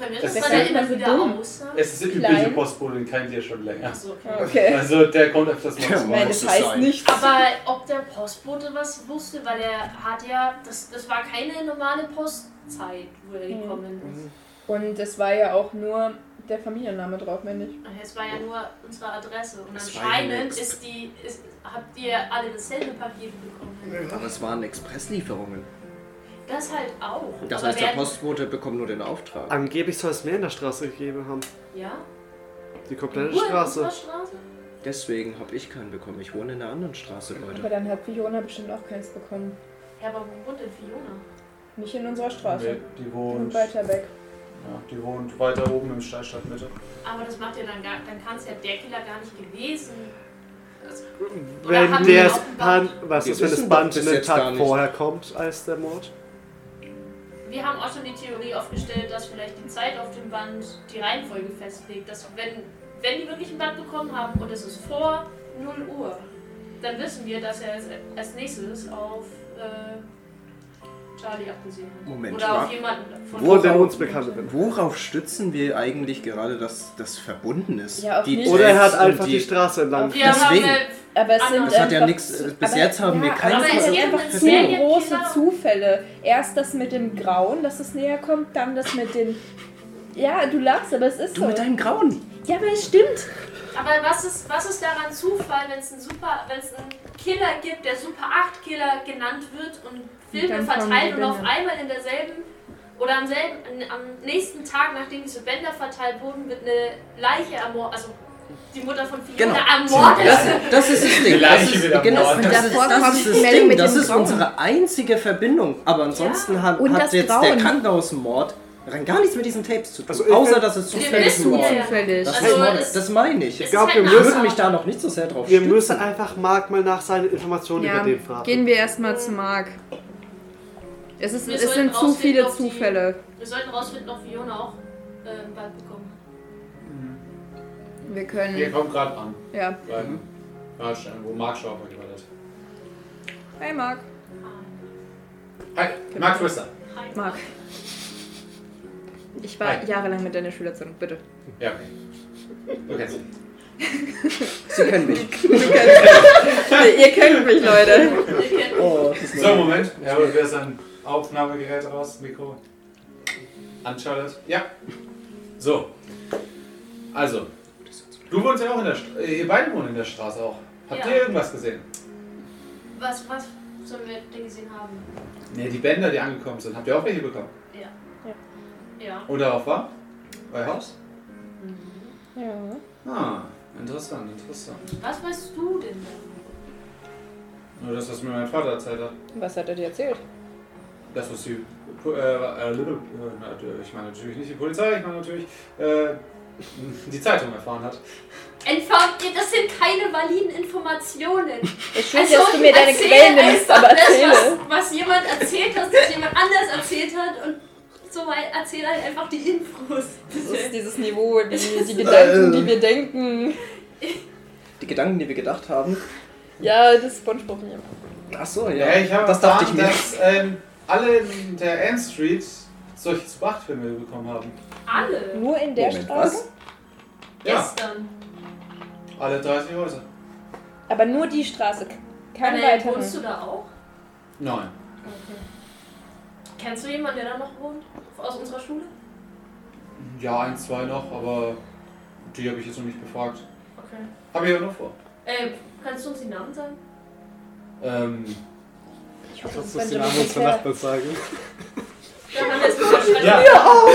Speaker 5: Können wir
Speaker 1: Das
Speaker 5: das
Speaker 1: ist
Speaker 5: mal da
Speaker 2: ja
Speaker 5: immer
Speaker 2: immer so
Speaker 5: wieder
Speaker 2: dumm.
Speaker 5: aussagen?
Speaker 1: Es ist
Speaker 2: Klein.
Speaker 1: übliche Postbotin, kennt ihr schon länger.
Speaker 5: Achso, okay.
Speaker 2: Okay.
Speaker 1: Also der kommt öfters mal
Speaker 4: Ja,
Speaker 1: zu.
Speaker 2: Nein,
Speaker 4: muss
Speaker 2: das
Speaker 4: es
Speaker 2: heißt
Speaker 4: sein.
Speaker 2: nichts.
Speaker 5: Aber ob der Postbote was wusste, weil er hat ja, das, das war keine normale Postzeit, wo er gekommen
Speaker 2: Und es war ja auch nur der Familienname drauf, meine ich.
Speaker 5: ist. Es war ja nur unsere Adresse und
Speaker 4: Es war ja
Speaker 5: anscheinend
Speaker 4: nix.
Speaker 5: ist die, ist, habt ihr alle dasselbe Paket bekommen.
Speaker 4: Aber es waren Expresslieferungen.
Speaker 5: Das halt auch.
Speaker 4: Das
Speaker 5: Aber
Speaker 4: heißt, der
Speaker 5: wer-
Speaker 4: Postbote bekommt nur den Auftrag.
Speaker 3: Angeblich soll es mehr in der Straße gegeben haben.
Speaker 5: Ja?
Speaker 3: Die komplette
Speaker 5: Nur in unserer
Speaker 3: Straße.
Speaker 5: Straße?
Speaker 4: Deswegen habe ich keinen bekommen. Ich wohne in einer anderen Straße,
Speaker 2: Aber
Speaker 4: Leute.
Speaker 2: dann hat Fiona bestimmt auch keins bekommen.
Speaker 5: Ja, aber wo wohnt denn Fiona?
Speaker 2: Nicht in unserer Straße.
Speaker 1: Die
Speaker 2: Und
Speaker 1: wohnt
Speaker 2: weiter weg.
Speaker 1: Ja, die wohnt weiter oben im Stadtstadtmitte.
Speaker 5: Aber das macht ja dann gar, dann kann es ja der Killer gar nicht gewesen. Das, Oder
Speaker 3: Wenn
Speaker 5: haben
Speaker 3: der
Speaker 5: die auch ein
Speaker 3: Band,
Speaker 5: Band?
Speaker 3: was
Speaker 4: Wir
Speaker 3: ist, wenn das
Speaker 4: wissen doch
Speaker 3: Band
Speaker 4: bis
Speaker 3: einen
Speaker 4: jetzt gar
Speaker 3: Tag
Speaker 4: nicht.
Speaker 3: vorher kommt als der Mord?
Speaker 5: wir haben auch schon die Theorie aufgestellt, dass vielleicht die Zeit auf dem Band die Reihenfolge festlegt. Dass wenn, wenn die wirklich ein Band bekommen haben und es ist vor 0 Uhr, dann wissen wir, dass er als, als nächstes auf äh, Charlie abgesehen hat.
Speaker 4: Moment
Speaker 5: Oder
Speaker 4: mal.
Speaker 5: auf jemanden von
Speaker 3: Wo der
Speaker 5: Charlie.
Speaker 3: uns bekannt wird.
Speaker 4: Worauf stützen wir eigentlich gerade, dass das verbunden ist?
Speaker 2: Ja, auf nicht-
Speaker 3: Oder er hat
Speaker 4: Tracks und
Speaker 3: einfach die Straße entlang.
Speaker 5: Wir haben
Speaker 4: Deswegen.
Speaker 5: eine
Speaker 7: Aber es sind
Speaker 5: Das
Speaker 4: Ah, hat ja
Speaker 7: einfach
Speaker 4: nichts-
Speaker 7: zu-
Speaker 4: bis jetzt haben wir keinen
Speaker 7: Aber es
Speaker 5: Fall
Speaker 7: sind einfach
Speaker 5: verstanden.
Speaker 7: sehr
Speaker 5: Ja.
Speaker 7: große
Speaker 5: Genau.
Speaker 7: Zufälle. Erst das mit dem Grauen, dass es näher kommt, dann das mit den. Ja, du lachst, aber es ist
Speaker 4: Du
Speaker 7: so.
Speaker 4: mit deinem Grauen.
Speaker 7: Ja, aber es stimmt.
Speaker 5: Aber was ist, was ist daran Zufall, wenn es einen Super, wenn es einen Killer gibt, der Super 8 Killer genannt wird und Filme
Speaker 2: dann kommen
Speaker 5: verteilt
Speaker 2: die
Speaker 5: und auf
Speaker 2: Bänder.
Speaker 5: einmal in derselben oder am selben, an- am nächsten Tag, nachdem diese Bänder verteilt wurden, wird eine Leiche ermordet, also die Mutter von
Speaker 4: Genau.
Speaker 5: Fiona
Speaker 4: Das,
Speaker 5: ermordet.
Speaker 4: das ist das Ding. Das
Speaker 1: Gleich
Speaker 4: ist,
Speaker 1: wieder
Speaker 4: genau,
Speaker 1: Mord.
Speaker 4: das ist,
Speaker 2: Davor
Speaker 4: das
Speaker 2: kommt
Speaker 4: ist
Speaker 2: die
Speaker 4: das
Speaker 2: Meldung
Speaker 4: Ding.
Speaker 2: mit
Speaker 4: Das
Speaker 2: dem
Speaker 4: ist
Speaker 2: Grauen.
Speaker 4: unsere einzige Verbindung. Aber ansonsten hat,
Speaker 2: Und
Speaker 4: hat
Speaker 2: das
Speaker 4: jetzt der
Speaker 2: Grauen.
Speaker 4: Krankenhausmord rein gar nichts mit diesem Tapes zu tun.
Speaker 3: Also ich
Speaker 4: außer,
Speaker 3: find-
Speaker 4: dass es
Speaker 5: Wir
Speaker 4: zufällig
Speaker 5: wissen
Speaker 4: ein Mord
Speaker 5: ja,
Speaker 4: ist.
Speaker 5: ja.
Speaker 2: Zufällig.
Speaker 4: Das,
Speaker 5: Also,
Speaker 4: ist-
Speaker 5: es-
Speaker 4: das meine ich.
Speaker 5: Es
Speaker 4: Ich
Speaker 5: ist
Speaker 3: glaub,
Speaker 5: halt
Speaker 3: wir
Speaker 5: eine
Speaker 3: müssen
Speaker 5: Ausnahme.
Speaker 4: würde mich da noch nicht so sehr drauf
Speaker 3: Wir
Speaker 4: stützen.
Speaker 3: müssen einfach Mark mal nach seinen Informationen Also, über
Speaker 2: Ja,
Speaker 3: den fragen.
Speaker 2: gehen wir erstmal zu Mark. Es, ist,
Speaker 5: Wir
Speaker 2: es
Speaker 5: sollten
Speaker 2: sind zu viele
Speaker 5: rausfinden, ob die-
Speaker 2: Zufälle.
Speaker 5: Wir sollten rausfinden, ob Fiona auch äh, ein Band bekommen hat.
Speaker 2: Wir können.
Speaker 1: Wir kommen gerade an.
Speaker 2: Ja.
Speaker 1: Bei Radstein, Ah, wo Mark Schauer gewartet.
Speaker 2: Hey Mark.
Speaker 5: Ah,
Speaker 1: Hi, Mark Twister.
Speaker 5: Hi.
Speaker 2: Mark. Ich war
Speaker 1: Hi.
Speaker 2: jahrelang mit deiner Schülerzeitung, bitte.
Speaker 1: Ja, okay. Du kennst ihn.
Speaker 4: Sie können mich.
Speaker 2: Ihr kennt mich, Leute.
Speaker 4: Oh, das ist
Speaker 1: So, Moment. Ja, aber wer ist ein Aufnahmegerät raus? Mikro. Anschaltet. Ja. So. Also. Du wohnst ja auch in der Straße. Ihr beide wohnt in der Straße auch. Habt
Speaker 5: Ja.
Speaker 1: ihr irgendwas gesehen?
Speaker 5: Was, was sollen wir denn gesehen haben?
Speaker 1: Ne, die Bänder, die angekommen sind. Habt ihr auch welche bekommen?
Speaker 5: Ja. Ja.
Speaker 1: Oder auf war? Euer Haus?
Speaker 7: Ja.
Speaker 1: Ah, interessant, interessant.
Speaker 5: Was weißt du denn?
Speaker 1: Nur das, was mir mein Vater erzählt hat.
Speaker 7: Was hat er dir erzählt?
Speaker 1: Das, was die. Äh, äh, äh, na, ich meine natürlich nicht die Polizei, ich meine natürlich äh, die Zeitung erfahren hat.
Speaker 5: Entfernt ihr, das sind keine validen Informationen.
Speaker 7: Es stimmt,
Speaker 2: Also,
Speaker 7: dass du mir deine
Speaker 5: erzähl
Speaker 7: Quellen nimmst,
Speaker 5: einfach
Speaker 7: aber
Speaker 5: das,
Speaker 7: erzähle.
Speaker 5: Was, was jemand erzählt hat, das jemand anders erzählt hat und so weit erzähl halt einfach die Infos.
Speaker 2: Das ist dieses Niveau, die, die Gedanken, die wir denken.
Speaker 4: Die Gedanken, die wir gedacht haben.
Speaker 2: Ja, das ist SpongeBob mir.
Speaker 4: Ach so, ja.
Speaker 1: Ja, ich habe
Speaker 4: das dachte ich
Speaker 1: erfahren,
Speaker 4: mir.
Speaker 1: dass ähm, alle in der Ann Street solche Zubachtfilme bekommen haben.
Speaker 5: Alle.
Speaker 7: Nur in der
Speaker 4: Moment,
Speaker 7: Straße?
Speaker 4: was?
Speaker 1: Ja,
Speaker 5: Gestern.
Speaker 1: alle 30 Häuser.
Speaker 7: Aber nur die Straße. Keine
Speaker 5: Anne,
Speaker 7: weiteren.
Speaker 5: wohnst du da auch?
Speaker 1: Nein.
Speaker 5: Kennst du jemanden, der da noch wohnt? Aus unserer Schule?
Speaker 1: Ja, ein, zwei noch, aber die habe ich jetzt noch nicht befragt.
Speaker 5: Okay.
Speaker 1: Habe ich aber noch vor.
Speaker 5: Äh, kannst du uns den Namen sagen?
Speaker 1: Ähm,
Speaker 7: Ich hoffe,
Speaker 3: Das
Speaker 7: ist
Speaker 3: muss den
Speaker 7: Benjamin
Speaker 3: Namen unserer
Speaker 7: Kerr.
Speaker 3: Nachbarn sagen.
Speaker 5: Ja, man jetzt gesagt,
Speaker 1: ja,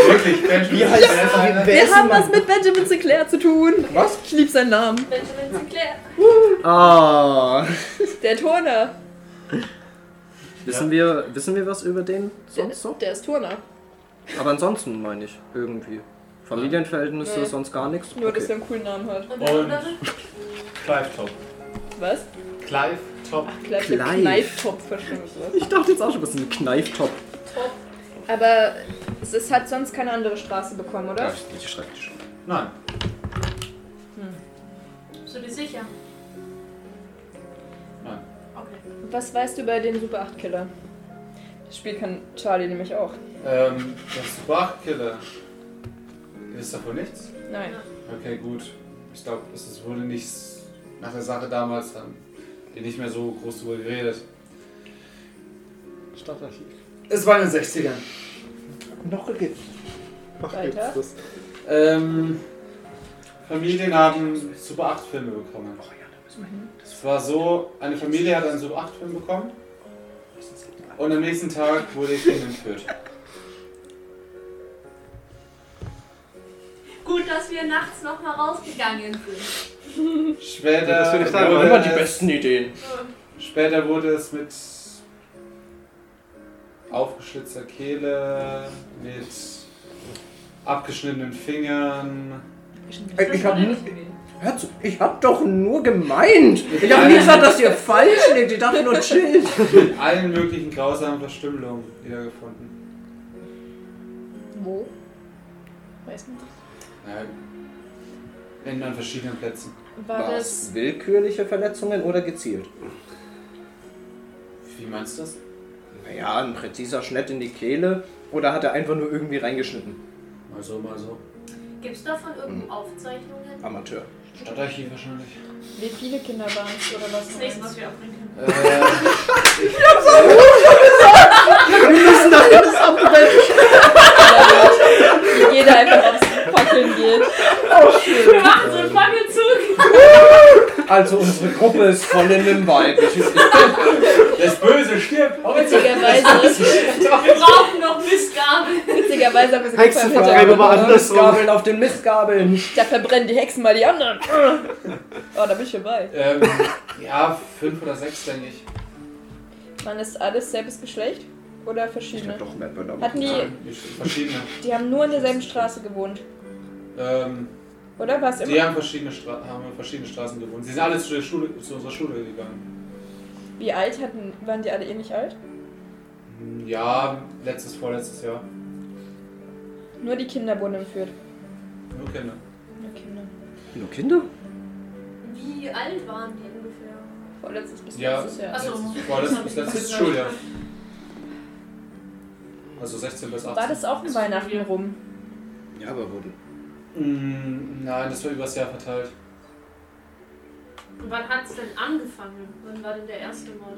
Speaker 1: wirklich, Benjamin.
Speaker 4: Wie heißt der?
Speaker 1: Ja.
Speaker 4: Wer ist
Speaker 2: Wir haben
Speaker 4: Mann?
Speaker 2: was mit Benjamin Sinclair zu tun.
Speaker 4: Was?
Speaker 2: Ich lieb seinen Namen.
Speaker 5: Benjamin Sinclair.
Speaker 4: Ah.
Speaker 2: Der Turner.
Speaker 4: Wissen, wir, wissen wir was über den
Speaker 2: Der,
Speaker 4: sonst so?
Speaker 2: der ist Turner.
Speaker 4: Aber ansonsten meine ich irgendwie. Familienverhältnisse,
Speaker 2: Nee.
Speaker 4: sonst gar nichts.
Speaker 2: Nur, dass
Speaker 4: Okay.
Speaker 2: er einen coolen Namen hat.
Speaker 5: Und der
Speaker 1: Und-
Speaker 5: andere?
Speaker 1: Clive Top.
Speaker 2: Was?
Speaker 1: Clive Top.
Speaker 2: Kleid.
Speaker 4: Kleid.
Speaker 2: Kneiftopf verschwindet was.
Speaker 4: Ich dachte jetzt auch schon, was ist ein Kneiftop?
Speaker 5: Top.
Speaker 2: Aber es, es hat sonst keine andere Straße bekommen, oder?
Speaker 4: Ich schreibe die schon.
Speaker 1: Nein.
Speaker 2: Hm.
Speaker 5: Bist du dir sicher?
Speaker 1: Nein.
Speaker 5: Okay.
Speaker 2: Was weißt du über den Super 8 Killer? Das Spiel kann Charlie nämlich auch.
Speaker 1: Ähm, der Zubachtkiller. Ihr wisst davon nichts?
Speaker 2: Nein.
Speaker 1: Okay, gut. Ich glaube, es ist- wurde nicht nach der Sache damals dann nicht mehr so groß drüber geredet.
Speaker 3: Stadtarchiv.
Speaker 1: Es war in den 60ern.
Speaker 4: Noch gibt
Speaker 3: Ach,
Speaker 2: Weiter.
Speaker 3: gibt's das.
Speaker 1: Ähm, Familien haben Super 8 Filme bekommen. Es war so, eine Familie hat einen Super 8 Film bekommen und am nächsten Tag wurde ich ihnen entführt.
Speaker 5: Gut, dass wir nachts nochmal rausgegangen sind.
Speaker 1: Später,
Speaker 3: Das finde ich dann
Speaker 1: wurde
Speaker 4: immer die
Speaker 1: es-
Speaker 4: besten Ideen.
Speaker 1: später wurde es mit aufgeschlitzter Kehle, mit abgeschnittenen Fingern.
Speaker 4: Ich hab, hör zu, ich hab doch nur gemeint. Ich hab nie gesagt, dass ihr falsch liegt. Ich dachte nur chill.
Speaker 1: Mit allen möglichen grausamen Verstümmelungen wiedergefunden.
Speaker 2: Wo? Weiß nicht.
Speaker 1: Naja, in an verschiedenen Plätzen.
Speaker 5: War das.
Speaker 4: willkürliche Verletzungen oder gezielt?
Speaker 1: Wie meinst du das?
Speaker 4: Naja, ein präziser Schnitt in die Kehle. Oder hat er einfach nur irgendwie reingeschnitten?
Speaker 1: Mal so, mal so.
Speaker 5: Gibt es davon irgendeine Aufzeichnungen?
Speaker 4: Amateur.
Speaker 1: Stadtarchiv wahrscheinlich.
Speaker 2: Wie viele Kinder waren es oder was?
Speaker 5: Das nächste, was wir abbringen können.
Speaker 1: Äh, ich
Speaker 2: Wie jeder einfach aufs Fackeln geht.
Speaker 5: Wir machen so einen Fackelzug.
Speaker 4: Also unsere Gruppe ist voll in dem Wald.
Speaker 1: das Böse stirbt!
Speaker 2: Witzigerweise,
Speaker 5: Wir brauchen noch Mistgabel.
Speaker 2: witzigerweise haben wir so
Speaker 3: Hexen
Speaker 2: gefallen.
Speaker 3: vertreiben aber andersrum.
Speaker 4: Mistgabeln auf den Mistgabeln.
Speaker 2: Da verbrennen die Hexen mal die anderen. Oh, da bin ich schon bei.
Speaker 1: Ähm, ja, fünf oder sechs, denke ich.
Speaker 2: Man ist alles selbes Geschlecht oder
Speaker 4: Ich
Speaker 2: verschiedene?
Speaker 4: hab doch mehr benommen.
Speaker 2: Hatten die,
Speaker 1: Nein, die Ähm, verschiedene.
Speaker 2: die haben nur in derselben Straße gewohnt,
Speaker 1: Ähm,
Speaker 2: oder? War es
Speaker 1: die
Speaker 2: immer?
Speaker 1: haben verschiedene, Stra haben in verschiedenen Straßen gewohnt. Sie sind alle zu, der Schule, zu unserer Schule gegangen.
Speaker 2: Wie alt hatten, waren die alle ähnlich alt?
Speaker 1: Hm, Ja, letztes, vorletztes Jahr.
Speaker 2: Nur die Kinder wurden entführt.
Speaker 1: Nur Kinder.
Speaker 2: Nur Kinder.
Speaker 4: Nur Kinder?
Speaker 5: Wie alt waren die ungefähr?
Speaker 2: Vorletztes bis
Speaker 1: Ja.
Speaker 2: letztes Jahr.
Speaker 5: Achso.
Speaker 1: Letztes, vorletztes bis letztes Schuljahr. Also 16 bis 18.
Speaker 2: War das auch um Weihnachten rum?
Speaker 4: Ja, aber wurden.
Speaker 1: Hm, nein, das war übers Jahr verteilt.
Speaker 5: Und wann hat es denn angefangen? Wann war denn der erste Mord?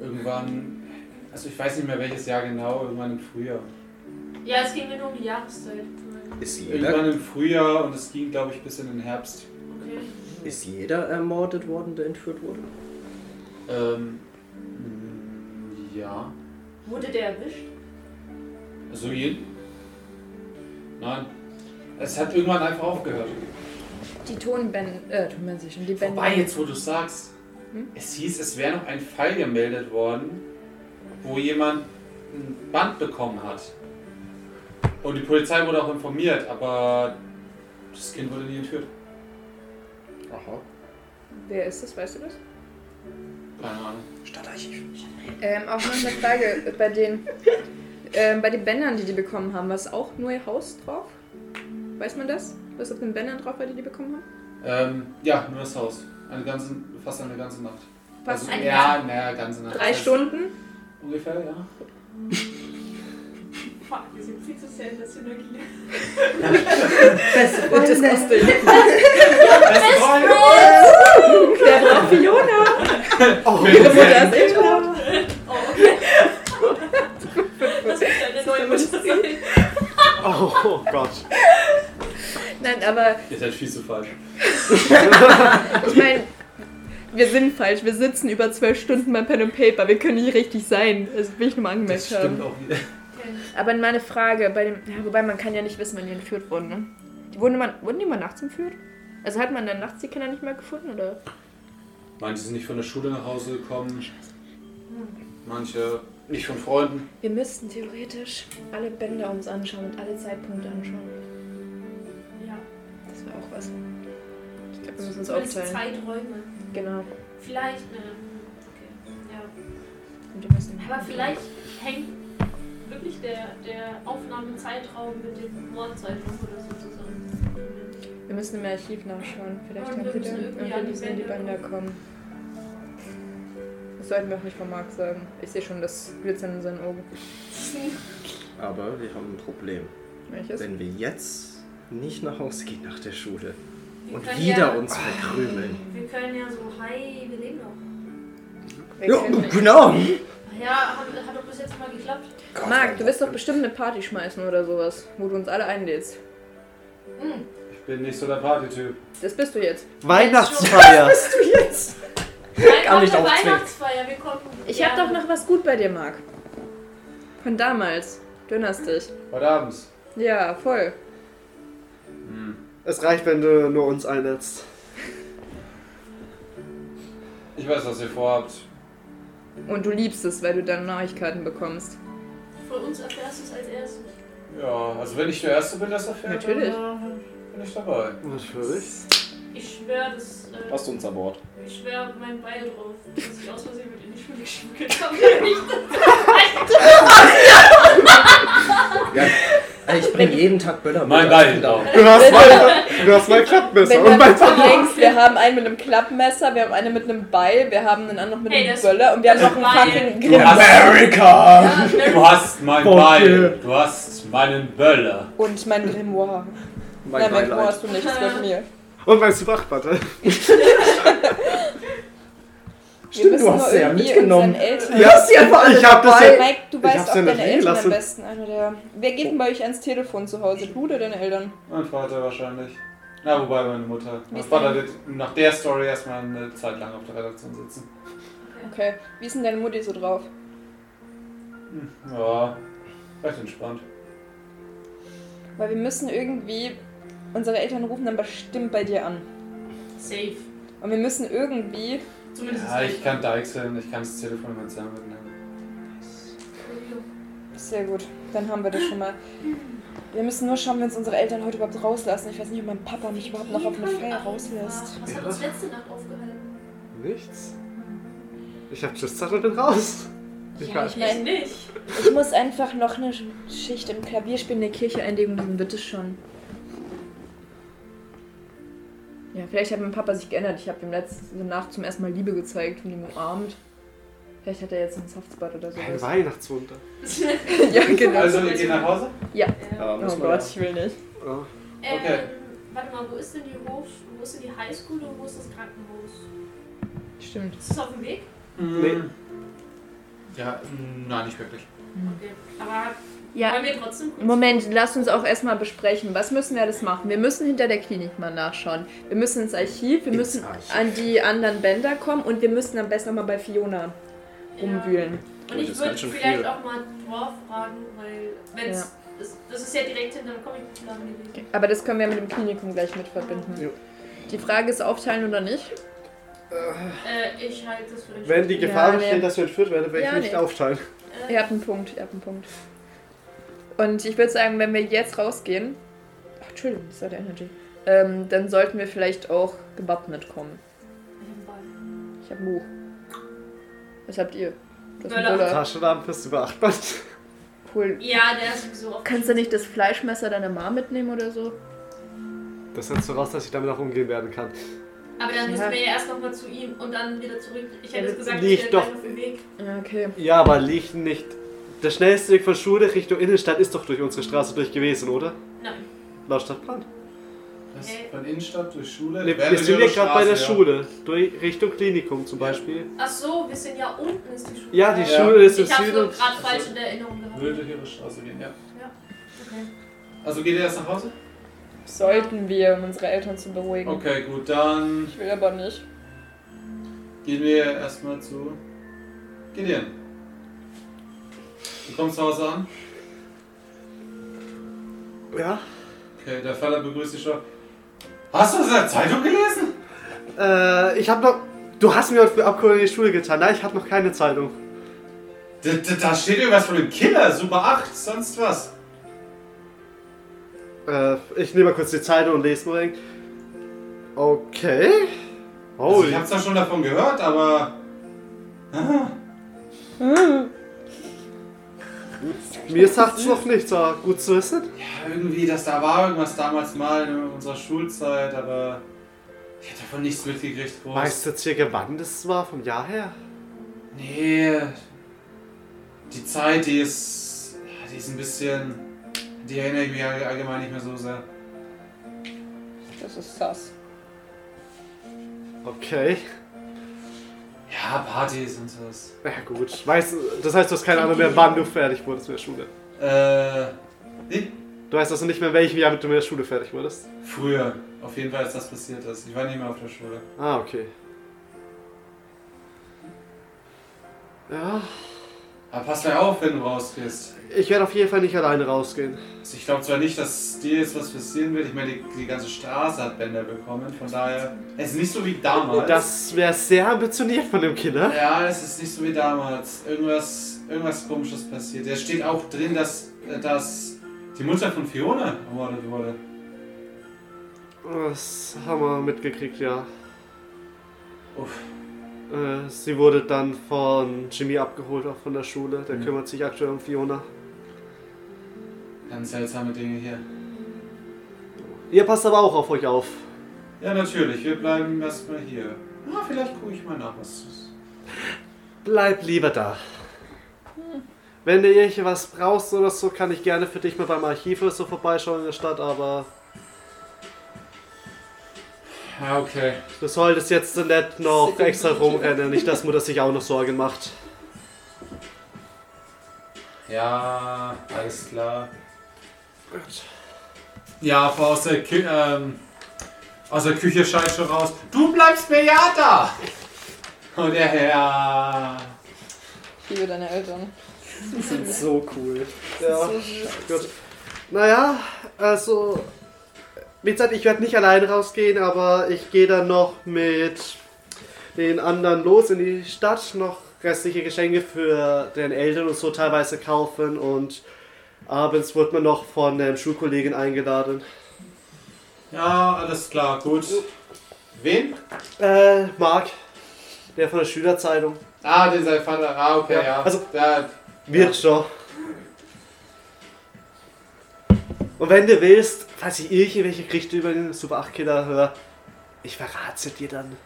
Speaker 1: Irgendwann, also ich weiß nicht mehr welches Jahr genau, irgendwann im Frühjahr.
Speaker 5: Ja, es ging mir nur um die Jahreszeit.
Speaker 4: Ist jeder,
Speaker 1: Irgendwann im Frühjahr und es ging, glaube ich, bis in den Herbst.
Speaker 5: Okay.
Speaker 4: ist jeder ermordet worden, der entführt wurde?
Speaker 1: Ähm, mm, ja.
Speaker 5: Wurde der erwischt?
Speaker 1: Also jeden? Nein. Es hat irgendwann einfach aufgehört.
Speaker 2: Die Tonbänder, äh, Tonbänder, sich schon, die Bänder.
Speaker 1: Wobei, jetzt wo du sagst,
Speaker 2: Hm?
Speaker 1: es hieß, es wäre noch ein Fall gemeldet worden, wo jemand ein Band bekommen hat. Und die Polizei wurde auch informiert, aber das Kind wurde nie entführt.
Speaker 4: Aha.
Speaker 2: Wer ist das, weißt du das?
Speaker 1: Keine Ahnung.
Speaker 4: Stadtarchiv.
Speaker 2: Ähm, auch noch eine Frage äh, bei den, ähm, bei den Bändern, die die bekommen haben, war es auch nur ihr Haus drauf? Weiß man das? Was auf den Bändern drauf war, die die bekommen haben?
Speaker 1: Ähm, ja, nur das Haus. Eine ganze, fast eine ganze Nacht.
Speaker 2: Fast
Speaker 1: also, ja, naja, ganze Nacht.
Speaker 2: drei
Speaker 1: Das heißt,
Speaker 2: Stunden?
Speaker 1: Ungefähr, ja.
Speaker 5: Fuck, wir sind viel zu sensationell.
Speaker 2: Das ist lustig.
Speaker 1: Best Freund!
Speaker 2: Der braucht Fiona.
Speaker 3: Oh,
Speaker 2: Ihre Mutter ist eh tot.
Speaker 5: Oh, okay. das ist eine neue Musik.
Speaker 3: oh, oh Gott.
Speaker 2: Nein, aber
Speaker 1: Ihr seid halt viel zu falsch.
Speaker 2: ich meine, wir sind falsch. Wir sitzen über zwölf Stunden bei Pen and Paper. Wir können nicht richtig sein. Das will ich nur mal
Speaker 1: Das
Speaker 2: angemerkt
Speaker 1: stimmt
Speaker 2: haben.
Speaker 1: auch wieder.
Speaker 2: Aber meine Frage, bei dem, ja, wobei man kann ja nicht wissen, wann die entführt wurden. Ne? Die wurden, immer, wurden die mal nachts entführt? Also hat man dann nachts die Kinder nicht mehr gefunden oder?
Speaker 1: Manche sind nicht von der Schule nach Hause gekommen.
Speaker 5: Hm,
Speaker 1: Manche nicht von Freunden.
Speaker 2: Wir müssten theoretisch alle Bänder uns anschauen und alle Zeitpunkte anschauen.
Speaker 5: Ja,
Speaker 2: Das wäre auch was. Ich glaube, wir müssen uns
Speaker 5: zumindest die
Speaker 2: aufteilen.
Speaker 5: Zeiträume.
Speaker 2: Genau.
Speaker 5: Vielleicht, ähm, okay. Ja.
Speaker 2: Und wir müssen
Speaker 5: Aber vielleicht hängt wirklich der, der Aufnahmezeitraum mit dem Mordzeitraum oder so zusammen.
Speaker 2: Wir müssen im Archiv nachschauen. Vielleicht
Speaker 5: Und
Speaker 2: haben
Speaker 5: wir
Speaker 2: wir
Speaker 5: müssen
Speaker 2: dann
Speaker 5: irgendwie
Speaker 2: irgendwie
Speaker 5: an die
Speaker 2: müssen in die
Speaker 5: Bänder
Speaker 2: Bänder kommen. Das sollten wir auch nicht von Marc sagen. Ich sehe schon das Glitzern in seinen Augen.
Speaker 4: Aber wir haben ein Problem.
Speaker 2: Welches?
Speaker 4: Wenn wir jetzt nicht nach Hause gehen nach der Schule
Speaker 5: Wir
Speaker 4: und
Speaker 5: können
Speaker 4: wieder
Speaker 5: ja,
Speaker 4: uns verkrümeln.
Speaker 5: Wir können ja so, hi, wir leben noch.
Speaker 4: Ja,
Speaker 2: Wechseln wir-
Speaker 4: genau.
Speaker 5: Ja, hat, hat doch bis jetzt mal geklappt.
Speaker 2: Marc, du wirst doch bestimmt eine Party schmeißen oder sowas, wo du uns alle einlädst. Hm.
Speaker 1: Ich bin nicht so der Partytyp.
Speaker 2: Das bist du jetzt.
Speaker 3: Weihnachtsfeier.
Speaker 5: Einfach
Speaker 4: nicht
Speaker 5: eine
Speaker 4: aufzwingen.
Speaker 5: Weihnachtsfeier, wir konnten.
Speaker 2: Ich habe doch noch was gut bei dir, Marc. Von damals. Du erinnerst dich.
Speaker 1: Heute abends.
Speaker 2: Ja, voll.
Speaker 1: Hm.
Speaker 3: Es reicht, wenn du nur uns einlädst.
Speaker 1: Ich weiß, was ihr vorhabt.
Speaker 2: Und du liebst es, weil du dann Neuigkeiten bekommst.
Speaker 5: Von uns erfährst du es als erstes.
Speaker 1: Ja, also wenn ich der Erste bin, der es erfährt,
Speaker 2: Natürlich.
Speaker 1: dann äh, bin ich dabei.
Speaker 3: Natürlich.
Speaker 5: Ich schwöre, das. Äh,
Speaker 13: Lasst uns an Bord.
Speaker 5: Ich schwöre mein Beil drauf, dass ich aus Versehen mit in die Schule geschmuggelt habe. wenn ich das-
Speaker 4: Ich bringe jeden Tag Böller
Speaker 1: Mein Bein.
Speaker 4: Genau.
Speaker 3: Du hast mein, du hast mein Klappmesser
Speaker 2: Wenn
Speaker 3: und
Speaker 2: du
Speaker 3: mein Ver
Speaker 2: denkst, wir haben einen mit einem Klappmesser, wir haben einen mit einem Beil, wir haben einen anderen mit
Speaker 5: Hey,
Speaker 2: einem
Speaker 5: das-
Speaker 2: Böller und wir haben
Speaker 5: das
Speaker 2: noch einen
Speaker 5: Beil.
Speaker 2: fucking
Speaker 1: Du
Speaker 2: Grimm.
Speaker 1: hast,
Speaker 6: America!
Speaker 5: Ja,
Speaker 1: du hast mein
Speaker 3: Fuck
Speaker 1: Beil,
Speaker 3: yeah.
Speaker 1: du hast meinen Böller.
Speaker 2: Und mein Grimoire.
Speaker 4: Mein
Speaker 2: Nein, mein Grimoire
Speaker 4: Highlight.
Speaker 2: hast du nicht, das gehört mir.
Speaker 3: und mein Zubachtbatte.
Speaker 2: Wir
Speaker 4: Stimmt,
Speaker 2: müssen
Speaker 4: du hast
Speaker 2: nur
Speaker 4: sie ja
Speaker 2: irgendwie
Speaker 4: mitgenommen.
Speaker 2: unseren Eltern-
Speaker 3: Ja,
Speaker 4: hast sie einfach alle
Speaker 3: ich hab das ja.
Speaker 2: Mike, du
Speaker 3: Ich
Speaker 2: weißt
Speaker 3: hab's
Speaker 2: auch
Speaker 3: ja noch
Speaker 2: deine
Speaker 3: nie
Speaker 2: Eltern am
Speaker 3: lassen.
Speaker 2: besten. Einer der. Wer geht denn bei euch ans Telefon zu Hause? Du oder deine Eltern?
Speaker 1: Mein Vater wahrscheinlich. Na, wobei meine Mutter.
Speaker 2: Wie
Speaker 1: Mein
Speaker 2: ist
Speaker 1: Vater
Speaker 2: dein-
Speaker 1: wird nach der Story erstmal eine Zeit lang auf der Redaktion sitzen.
Speaker 2: Okay. Wie ist denn deine Mutti so drauf?
Speaker 1: Hm, Ja, recht entspannt.
Speaker 2: Weil wir müssen irgendwie. Unsere Eltern rufen dann bestimmt bei dir an.
Speaker 5: Safe.
Speaker 2: Und wir müssen irgendwie.
Speaker 5: Zumindest
Speaker 1: Ja,
Speaker 5: ist
Speaker 1: ich kann Deichseln, ich kann das Telefon mit Sam mitnehmen.
Speaker 2: Sehr gut, dann haben wir das schon mal. Wir müssen nur schauen, wenn es unsere Eltern heute überhaupt rauslassen. Ich weiß nicht, ob mein Papa mich überhaupt noch auf eine Feier rauslässt.
Speaker 5: Was hat uns letzte Nacht aufgehalten?
Speaker 3: Nichts. Ich hab Tschüss gesagt und bin raus. Egal.
Speaker 2: Ich meine,
Speaker 5: nicht.
Speaker 2: ich muss einfach noch eine Schicht im Klavierspiel in der Kirche einlegen, dann wird es schon. Ja, vielleicht hat mein Papa sich geändert. Ich habe ihm letzte Nacht zum ersten Mal Liebe gezeigt und ihn umarmt. Vielleicht hat er jetzt einen Softspot oder so.
Speaker 3: Ein Weihnachtswunder.
Speaker 2: ja, genau.
Speaker 1: Also, wir gehen nach Hause?
Speaker 4: Ja,
Speaker 2: Oh
Speaker 4: muss man
Speaker 2: Gott, ich will nicht.
Speaker 3: Oh.
Speaker 5: Ähm,
Speaker 1: Okay.
Speaker 5: Warte mal, wo ist denn die Hof, wo ist denn die Highschool und wo ist das Krankenhaus?
Speaker 2: Stimmt.
Speaker 5: Ist das auf dem Weg?
Speaker 1: Hm.
Speaker 3: Nee.
Speaker 1: Ja, mm, nein, nicht wirklich.
Speaker 5: Okay. Aber
Speaker 2: Ja,
Speaker 5: wollen wir trotzdem kurz.
Speaker 2: Moment, lasst uns auch erstmal besprechen. Was müssen wir alles machen? Wir müssen hinter der Klinik mal nachschauen. Wir müssen ins Archiv, wir müssen
Speaker 4: Archiv.
Speaker 2: an die anderen Bänder kommen und wir müssen am besten nochmal bei Fiona
Speaker 5: Ja.
Speaker 2: rumwühlen.
Speaker 5: Und
Speaker 4: das
Speaker 5: ich
Speaker 4: ist
Speaker 5: würde
Speaker 4: ganz schön
Speaker 5: vielleicht
Speaker 4: viel.
Speaker 5: auch mal Dwarf fragen, weil wenn
Speaker 2: Ja.
Speaker 5: das, das ist ja direkt hinter dem Comicplan gewesen.
Speaker 2: Aber das können wir mit dem Klinikum gleich mit verbinden.
Speaker 3: Jo.
Speaker 2: Die Frage ist, aufteilen oder nicht?
Speaker 5: Äh, ich halte das für den
Speaker 3: Wenn die
Speaker 2: Ja,
Speaker 3: Gefahr
Speaker 2: nee.
Speaker 3: besteht, dass wir entführt werden, werde ich
Speaker 2: Ja,
Speaker 3: nicht
Speaker 2: nee.
Speaker 3: aufteilen.
Speaker 5: äh,
Speaker 2: Ihr habt einen Punkt, ihr habt einen Punkt. Und ich würde sagen, wenn wir jetzt rausgehen, ach, Entschuldigung, das war der Energy, ähm, dann sollten wir vielleicht auch gewappnet kommen. Ich habe ein Buch. Was habt ihr? Das ist ein
Speaker 5: Böller.
Speaker 2: Böller.
Speaker 3: Taschenlampe ist beachtbar.
Speaker 2: Cool.
Speaker 5: Ja, der ist sowieso auf.
Speaker 2: Kannst du nicht das Fleischmesser deiner Mama mitnehmen oder so?
Speaker 3: Das setzt voraus, dass ich damit auch umgehen werden kann.
Speaker 5: Aber dann müssen
Speaker 2: Ja.
Speaker 5: wir ja erst nochmal zu ihm und dann wieder zurück. Ich hätte
Speaker 2: Ja,
Speaker 5: jetzt gesagt,
Speaker 3: nicht
Speaker 5: ich
Speaker 3: doch.
Speaker 5: auf dem Weg.
Speaker 2: Ja, okay.
Speaker 3: Ja, aber liegt nicht. Der schnellste Weg von Schule Richtung Innenstadt ist doch durch unsere Straße durch gewesen, oder?
Speaker 5: Nein.
Speaker 3: Laut Stadtplan.
Speaker 1: Äh, Das
Speaker 5: Okay.
Speaker 1: von Innenstadt durch Schule.
Speaker 3: Nee,
Speaker 1: Werdet
Speaker 3: wir sind
Speaker 1: ihr
Speaker 3: ja gerade bei der
Speaker 1: Straße, ja.
Speaker 3: Schule. Durch Richtung Klinikum zum
Speaker 1: Ja.
Speaker 3: Beispiel.
Speaker 5: Ach so, wir sind ja unten ist die Schule.
Speaker 3: Ja, die
Speaker 1: Ja.
Speaker 3: Schule ist im
Speaker 5: Ich habe
Speaker 3: Süden.
Speaker 5: gerade falsch in der Erinnerung gehabt.
Speaker 1: Würde durch ihre Straße gehen, ja.
Speaker 5: Okay.
Speaker 1: Also geht ihr erst nach Hause?
Speaker 2: Sollten wir, um unsere Eltern zu beruhigen.
Speaker 1: Okay, gut, dann
Speaker 2: Ich will aber nicht.
Speaker 1: gehen wir erstmal zu Gideon. Du kommst zu Hause an?
Speaker 3: Ja.
Speaker 1: Okay, der Vater begrüßt dich schon. Hast du seine Zeitung gelesen?
Speaker 3: Äh, ich hab noch. Du hast mir heute für Abkühlung in die Schule getan. Nein, ich hab noch keine Zeitung.
Speaker 1: Da, da, da steht irgendwas von dem Killer, Super 8, sonst was.
Speaker 3: Äh, ich nehme mal kurz die Zeitung und lese mal. Okay.
Speaker 1: Also
Speaker 3: Oh,
Speaker 1: ich
Speaker 3: ja.
Speaker 1: hab zwar schon davon gehört, aber. Ah,
Speaker 3: mir sagt's noch nichts, aber gut zu wissen.
Speaker 1: ja, irgendwie, dass da war irgendwas damals mal in unserer Schulzeit, aber. Ich hab davon nichts mitgekriegt, groß.
Speaker 3: Weißt du jetzt circa wann das war? Vom Jahr her?
Speaker 1: Nee. Die Zeit, die ist. Die ist ein bisschen. Die erinnere ich mich all- allgemein nicht mehr so sehr.
Speaker 2: Das ist sass.
Speaker 3: Okay.
Speaker 1: Ja, Partys und sowas.
Speaker 3: Na gut. Weißt, du- das heißt, du hast keine Ahnung mehr, wann du fertig wurdest mit der Schule.
Speaker 1: Äh. Nee.
Speaker 3: Du weißt also nicht mehr, in welchem Jahr du mit der Schule fertig wurdest.
Speaker 1: Früher. Auf jeden Fall, als das passiert ist. Ich war nicht mehr auf der Schule.
Speaker 3: Ah, okay. Ja.
Speaker 1: Aber pass mal auf, wenn du rausgehst.
Speaker 3: Ich werde auf jeden Fall nicht alleine rausgehen.
Speaker 1: Also ich glaube zwar nicht, dass dir jetzt was passieren wird. Ich meine, die, die ganze Straße hat Bänder bekommen. Von daher. Es ist nicht so wie damals.
Speaker 3: Das wäre sehr ambitioniert von dem Kind, ne?
Speaker 1: Ja, es ist nicht so wie damals. Irgendwas, irgendwas komisches passiert. Da steht auch drin, äh, dass, dass Die Mutter von Fiona ermordet wurde.
Speaker 3: Oh, Das haben wir mitgekriegt, ja.
Speaker 1: Uff.
Speaker 3: Äh, Sie wurde dann von Jimmy abgeholt, auch von der Schule. Der kümmert sich aktuell um Fiona.
Speaker 1: Ganz seltsame Dinge hier.
Speaker 3: Ihr passt aber auch auf euch auf.
Speaker 1: Ja, natürlich, wir bleiben erstmal hier. Ah, vielleicht gucke ich mal nach, was ist.
Speaker 3: Bleib lieber da. Wenn du irgendwas brauchst oder so, kann ich gerne für dich mal beim Archiv oder so vorbeischauen in der Stadt, aber
Speaker 1: Ja, okay.
Speaker 3: du solltest jetzt nicht noch
Speaker 2: Second
Speaker 3: extra rumrennen. Nicht, dass Mutter sich auch noch Sorgen macht.
Speaker 1: Ja, alles klar. Ja, aber aus der, Kü ähm, aus der Küche schreit schon raus, du bleibst Beata! Und der Herr...
Speaker 2: Ich liebe deine Eltern.
Speaker 4: Die sind so cool.
Speaker 3: Ja, gut. Naja, also. Wie gesagt, ich werde nicht allein rausgehen, aber ich gehe dann noch mit den anderen los in die Stadt, noch restliche Geschenke für den Eltern und so teilweise kaufen und abends wird man noch von einem Schulkollegen eingeladen.
Speaker 1: Ja, alles klar, gut. Wen?
Speaker 3: Äh, Marc, der von der Schülerzeitung.
Speaker 1: Ah, den sein Vater. Ah, okay, ja.
Speaker 3: Ja, also-
Speaker 1: da,
Speaker 3: Wird schon. Und wenn du willst, falls ich irgendwelche Gerichte über den Super 8 Killer höre, ich verrate sie dir dann.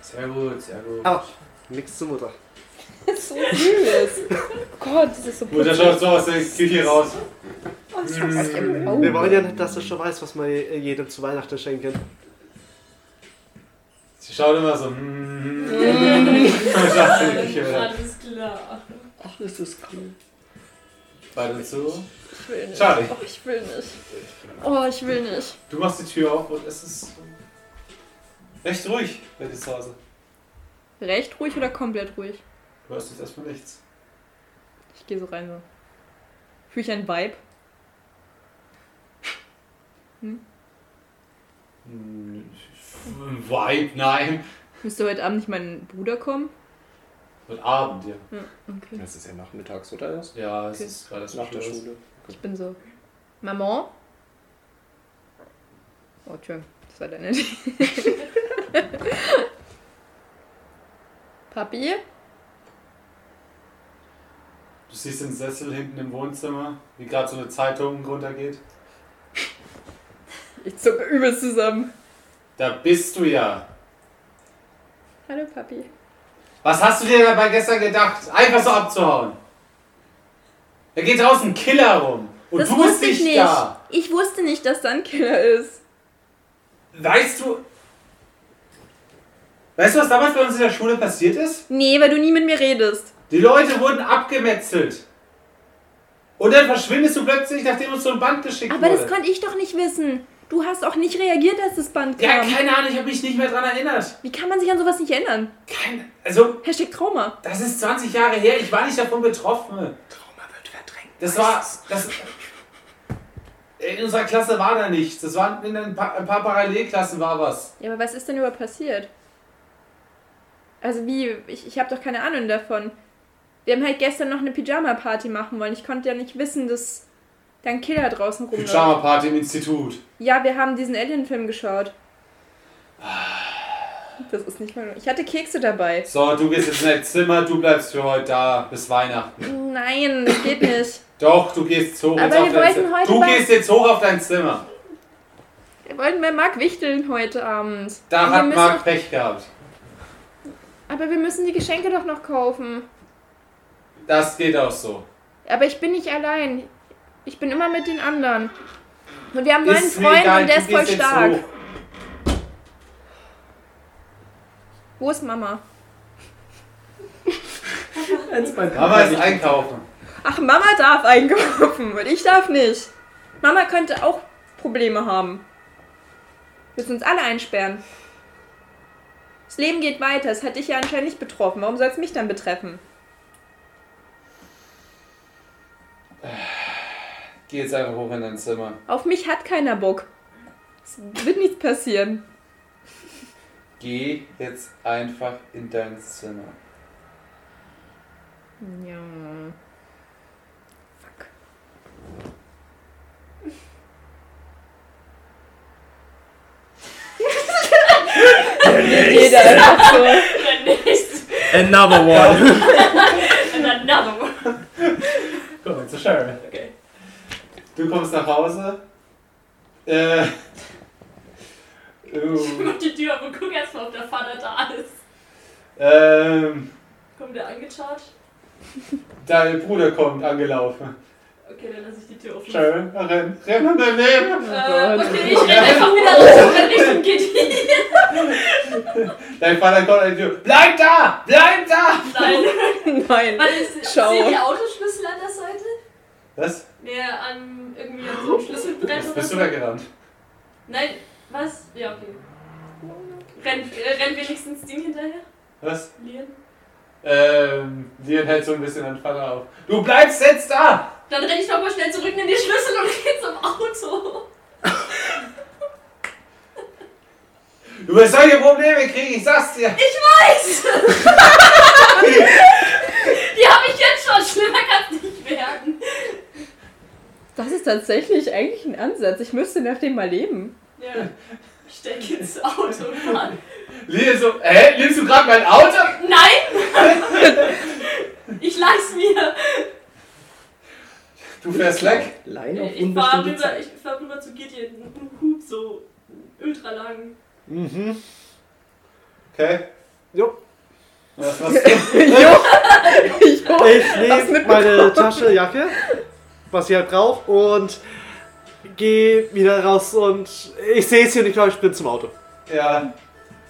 Speaker 1: sehr gut, sehr gut.
Speaker 3: Aber nix zur Mutter.
Speaker 2: Das ist so süß. Gott, das ist so
Speaker 1: Mutter schaut so aus der Küche raus.
Speaker 3: Wir wollen ja nicht, dass du schon weißt, was wir jedem zu Weihnachten schenken.
Speaker 1: Sie schaut immer so... Mm, und schaut in die Küche wieder.
Speaker 5: Alles klar.
Speaker 2: Ach, das ist cool.
Speaker 1: Weiter zu.
Speaker 2: Ich will nicht.
Speaker 1: Schade.
Speaker 2: Oh, ich will nicht. Oh, ich will nicht.
Speaker 1: Du machst die Tür auf und es ist recht ruhig bei dir zu Hause.
Speaker 2: Recht ruhig oder komplett ruhig?
Speaker 1: Du hörst jetzt erstmal nichts.
Speaker 2: Ich gehe so rein so. Fühle ich ein Vibe?
Speaker 1: Hm, Vibe, nein.
Speaker 2: Müsste heute Abend nicht mein Bruder kommen?
Speaker 1: Und Abend, ja.
Speaker 2: Okay.
Speaker 13: Das ist ja nachmittags, oder erst?
Speaker 1: Ja, es
Speaker 2: Okay.
Speaker 1: ist gerade so
Speaker 13: Nach der
Speaker 1: los.
Speaker 13: Schule.
Speaker 2: Ich bin so. Maman? Oh, tschö. Das war deine Idee. Papi?
Speaker 1: Du siehst den Sessel hinten im Wohnzimmer, wie gerade so eine Zeitung runtergeht.
Speaker 2: Ich zucke übelst zusammen.
Speaker 1: Da bist du ja.
Speaker 2: Hallo, Papi.
Speaker 1: Was hast du dir dabei gestern gedacht? Einfach so abzuhauen. Da geht draußen ein Killer rum. Und
Speaker 2: das
Speaker 1: du bist
Speaker 2: wusste ich
Speaker 1: nicht,
Speaker 2: nicht.
Speaker 1: da.
Speaker 2: Ich wusste nicht, dass da ein Killer ist.
Speaker 1: Weißt du. Weißt du, was damals bei uns in der Schule passiert ist?
Speaker 2: Nee, weil du nie mit mir redest.
Speaker 1: Die Leute wurden abgemetzelt. Und dann verschwindest du plötzlich, nachdem uns so ein Band geschickt
Speaker 2: Aber
Speaker 1: wurde.
Speaker 2: das konnte ich doch nicht wissen. Du hast auch nicht reagiert, als das Band
Speaker 1: ja,
Speaker 2: kam.
Speaker 1: keine Ahnung, ich habe mich nicht mehr dran erinnert.
Speaker 2: Wie kann man sich an sowas nicht erinnern?
Speaker 1: Kein, also,
Speaker 2: Hashtag Trauma.
Speaker 1: das ist 20 Jahre her, ich war nicht davon betroffen. Trauma wird verdrängt. Das war. Das, in unserer Klasse war da nichts. Das waren in ein paar, ein paar Parallelklassen war was.
Speaker 2: Ja, aber was ist denn überhaupt passiert? Also wie? Ich, ich habe doch keine Ahnung davon. Wir haben halt gestern noch eine Pyjama-Party machen wollen. Ich konnte ja nicht wissen, dass da ein Killer draußen rumläuft.
Speaker 1: Pyjama-Party im Institut.
Speaker 2: Ja, wir haben diesen Alien-Film geschaut. Das ist nicht mal... Ich hatte Kekse dabei.
Speaker 1: So, du gehst jetzt in dein Zimmer, du bleibst für heute da bis Weihnachten.
Speaker 2: Nein, das geht nicht.
Speaker 1: Doch, du gehst hoch
Speaker 2: Aber
Speaker 1: jetzt auf
Speaker 2: wir
Speaker 1: dein
Speaker 2: wollten
Speaker 1: Zimmer.
Speaker 2: heute
Speaker 1: Du
Speaker 2: was-
Speaker 1: gehst jetzt hoch auf dein Zimmer.
Speaker 2: Wir wollten bei Marc wichteln heute Abend.
Speaker 1: Da
Speaker 2: Und wir
Speaker 1: hat
Speaker 2: müssen
Speaker 1: Marc Pech gehabt.
Speaker 2: Doch, aber wir müssen die Geschenke doch noch kaufen.
Speaker 1: Das geht auch so.
Speaker 2: Aber ich bin nicht allein. Ich bin immer mit den anderen. Und wir haben einen neuen
Speaker 1: Ist mir
Speaker 2: Freund
Speaker 1: egal,
Speaker 2: und der
Speaker 1: du
Speaker 2: ist voll
Speaker 1: gehst jetzt
Speaker 2: stark.
Speaker 1: hoch.
Speaker 2: Wo ist Mama?
Speaker 1: Mama ist einkaufen.
Speaker 2: Ach, Mama darf einkaufen und ich darf nicht. Mama könnte auch Probleme haben. Wir müssen uns alle einsperren. Das Leben geht weiter. Es hat dich ja anscheinend nicht betroffen. Warum soll es mich dann betreffen?
Speaker 1: Geh jetzt einfach hoch in dein Zimmer.
Speaker 2: Auf mich hat keiner Bock. Es wird nichts passieren.
Speaker 1: Geh jetzt einfach in dein Zimmer.
Speaker 2: Ja. Fuck. Jeder einfach so.
Speaker 5: Wenn nicht,
Speaker 4: Another one.
Speaker 5: dann another one.
Speaker 14: Going to Sharon.
Speaker 5: Okay.
Speaker 1: Du kommst nach Hause. Äh.
Speaker 5: Ich
Speaker 1: Uh,
Speaker 5: mach die Tür, aber guck erst mal, ob der Vater da ist.
Speaker 1: ähm,
Speaker 5: Kommt der angecharged?
Speaker 1: dein Bruder kommt angelaufen.
Speaker 5: Okay, dann lasse ich die Tür offen.
Speaker 1: Sharon, renn, renn an dein Leben.
Speaker 5: Äh, okay, ich renne einfach wieder raus, wenn nicht und geht hin.
Speaker 1: Dein Vater kommt an die Tür. Bleib da! Bleib da!
Speaker 5: Nein.
Speaker 2: Nein.
Speaker 5: Warte, ist,
Speaker 2: Schau.
Speaker 5: sehen die Autoschlüssel an der Seite?
Speaker 1: Was?
Speaker 5: Nee, an irgendwie an so einem Schlüsselbrett oder
Speaker 1: Bist du
Speaker 5: so.
Speaker 1: weggerannt?
Speaker 5: Nein, was? Ja, okay. Rennt äh, renn wenigstens Ding hinterher?
Speaker 1: Was?
Speaker 5: Lian?
Speaker 1: Ähm, Leon hält so ein bisschen an den Vater auf. Du bleibst jetzt da!
Speaker 5: Dann renn ich nochmal schnell zurück in die Schlüssel und geh zum Auto.
Speaker 1: Du wirst solche Probleme kriegen, ich sag's dir!
Speaker 5: Ich weiß! die habe ich jetzt schon, schlimmer kann's nicht werden.
Speaker 2: Das ist tatsächlich eigentlich ein Ansatz. Ich müsste nach dem mal leben.
Speaker 5: Ja. Ich denke ins Auto und fahr.
Speaker 1: Leon so, hä? Nimmst du gerade mein Auto?
Speaker 5: Nein! ich leih's mir!
Speaker 1: Du fährst weg?
Speaker 4: Line auf
Speaker 5: Ich fahr
Speaker 4: unbestimmte
Speaker 5: rüber, ich
Speaker 4: Zeit.
Speaker 5: fahr rüber zu Gideon. Hub so ultra lang.
Speaker 1: Okay.
Speaker 3: Jo.
Speaker 1: Was machst du?
Speaker 2: Oh, Äh,
Speaker 3: Ich nehme meine Tasche, Jacke, was ich halt drauf und gehe wieder raus und ich sehe es hier nicht, aber ich bin zum Auto.
Speaker 1: Ja.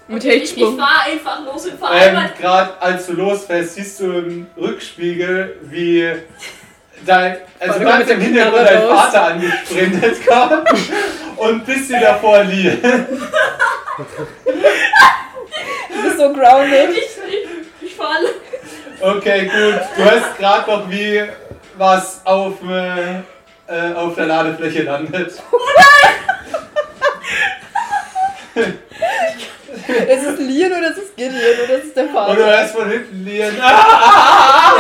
Speaker 2: Mit
Speaker 5: Ich, ich
Speaker 2: Hechtsprung.
Speaker 5: fahr einfach los und fahr
Speaker 1: Ähm,
Speaker 5: einmal.
Speaker 1: gerade als du losfährst, siehst du im Rückspiegel, wie dein, also ganz
Speaker 2: Warte, mit
Speaker 1: im
Speaker 2: dem
Speaker 1: Hintergrund
Speaker 2: Knarre
Speaker 1: dein
Speaker 2: raus.
Speaker 1: Vater angesprintet kam und ein bisschen davor lief.
Speaker 2: Du bist so grounded.
Speaker 5: Ich, ich, ich fahr los.
Speaker 1: Okay, gut. Du hörst gerade noch, wie was auf, äh, äh, auf der Ladefläche landet.
Speaker 2: Es ist Lian oder es ist Gideon oder es ist der
Speaker 1: Und du
Speaker 2: Vater.
Speaker 1: hörst von hinten Leon. Ah!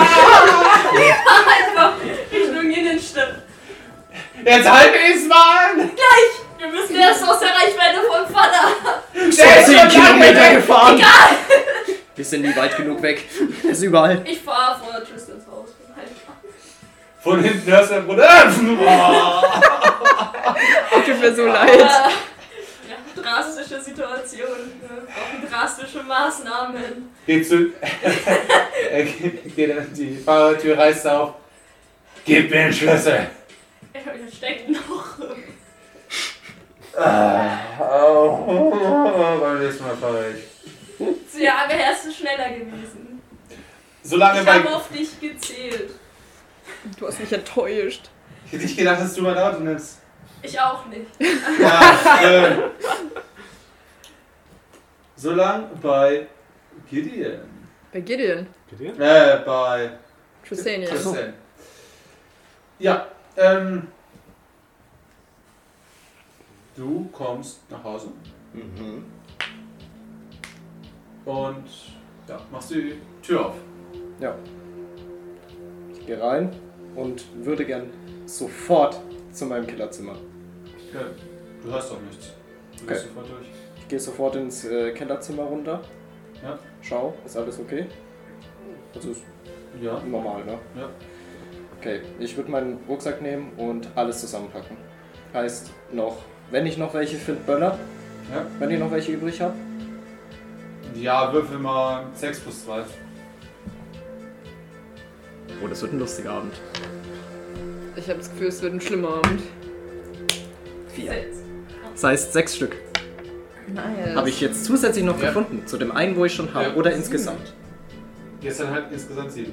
Speaker 5: einfach Richtung Gideon stimmen.
Speaker 1: Jetzt halt ich's mal an!
Speaker 5: Gleich! Wir müssen erst aus der Reichweite vom Vater.
Speaker 1: Der ist schon
Speaker 4: Kilometer
Speaker 1: lange weg!
Speaker 4: gefahren. Wir sind nie weit genug weg. Er ist überall.
Speaker 5: Ich fahr vor Tristans Haus.
Speaker 1: Von hinten hörst du "Äh, dein Bruder. Ah!
Speaker 2: Das tut mir so leid.
Speaker 5: Ja, drastische Situation. Wir brauchen drastische Maßnahmen.
Speaker 1: Geht zu. Er geht an die Fahrertür, reißt auf. Gib mir den Schlüssel!
Speaker 5: Ja, da steckt noch.
Speaker 1: Oh, oh, oh, beim nächsten Mal fahre ich.
Speaker 5: Ja, wärst du schneller gewesen.
Speaker 1: Solange
Speaker 5: Ich
Speaker 1: bei.
Speaker 5: habe auf dich gezählt.
Speaker 2: Du hast mich enttäuscht.
Speaker 1: Ich hätte nicht gedacht, dass du mein Auto nimmst.
Speaker 5: Ich auch nicht.
Speaker 1: Ja, äh, Solange bei Gideon.
Speaker 2: Bei Gideon.
Speaker 1: Äh, bei.
Speaker 2: Tristanian.
Speaker 1: Christian. Ja, ähm. Du kommst nach Hause
Speaker 4: Mhm.
Speaker 1: und ja, machst die Tür auf.
Speaker 4: Ich gehe rein und würde gern sofort zu meinem Kellerzimmer.
Speaker 1: Okay. Du hörst doch nichts. Du
Speaker 4: Okay.
Speaker 1: gehst sofort durch.
Speaker 4: Ich gehe sofort ins äh, Kellerzimmer runter.
Speaker 1: Ja.
Speaker 4: Schau, ist alles okay? Das ist
Speaker 1: Ja.
Speaker 4: normal, ne?
Speaker 1: Ja.
Speaker 4: Okay, ich würde meinen Rucksack nehmen und alles zusammenpacken. Heißt noch, wenn ich noch welche finde, Böller.
Speaker 1: Ja.
Speaker 4: Wenn ich noch welche übrig habe.
Speaker 1: Ja, würfel mal 6 plus 2.
Speaker 4: Oh, das wird ein lustiger Abend.
Speaker 2: Ich habe das Gefühl, es wird ein schlimmer Abend.
Speaker 4: Vier. Das heißt sechs Stück.
Speaker 2: Nice.
Speaker 4: Äh, Habe ich jetzt zusätzlich noch
Speaker 1: Ja.
Speaker 4: gefunden. Zu dem einen, wo ich schon habe.
Speaker 1: Ja.
Speaker 4: Oder insgesamt.
Speaker 1: Gestern halt insgesamt 7.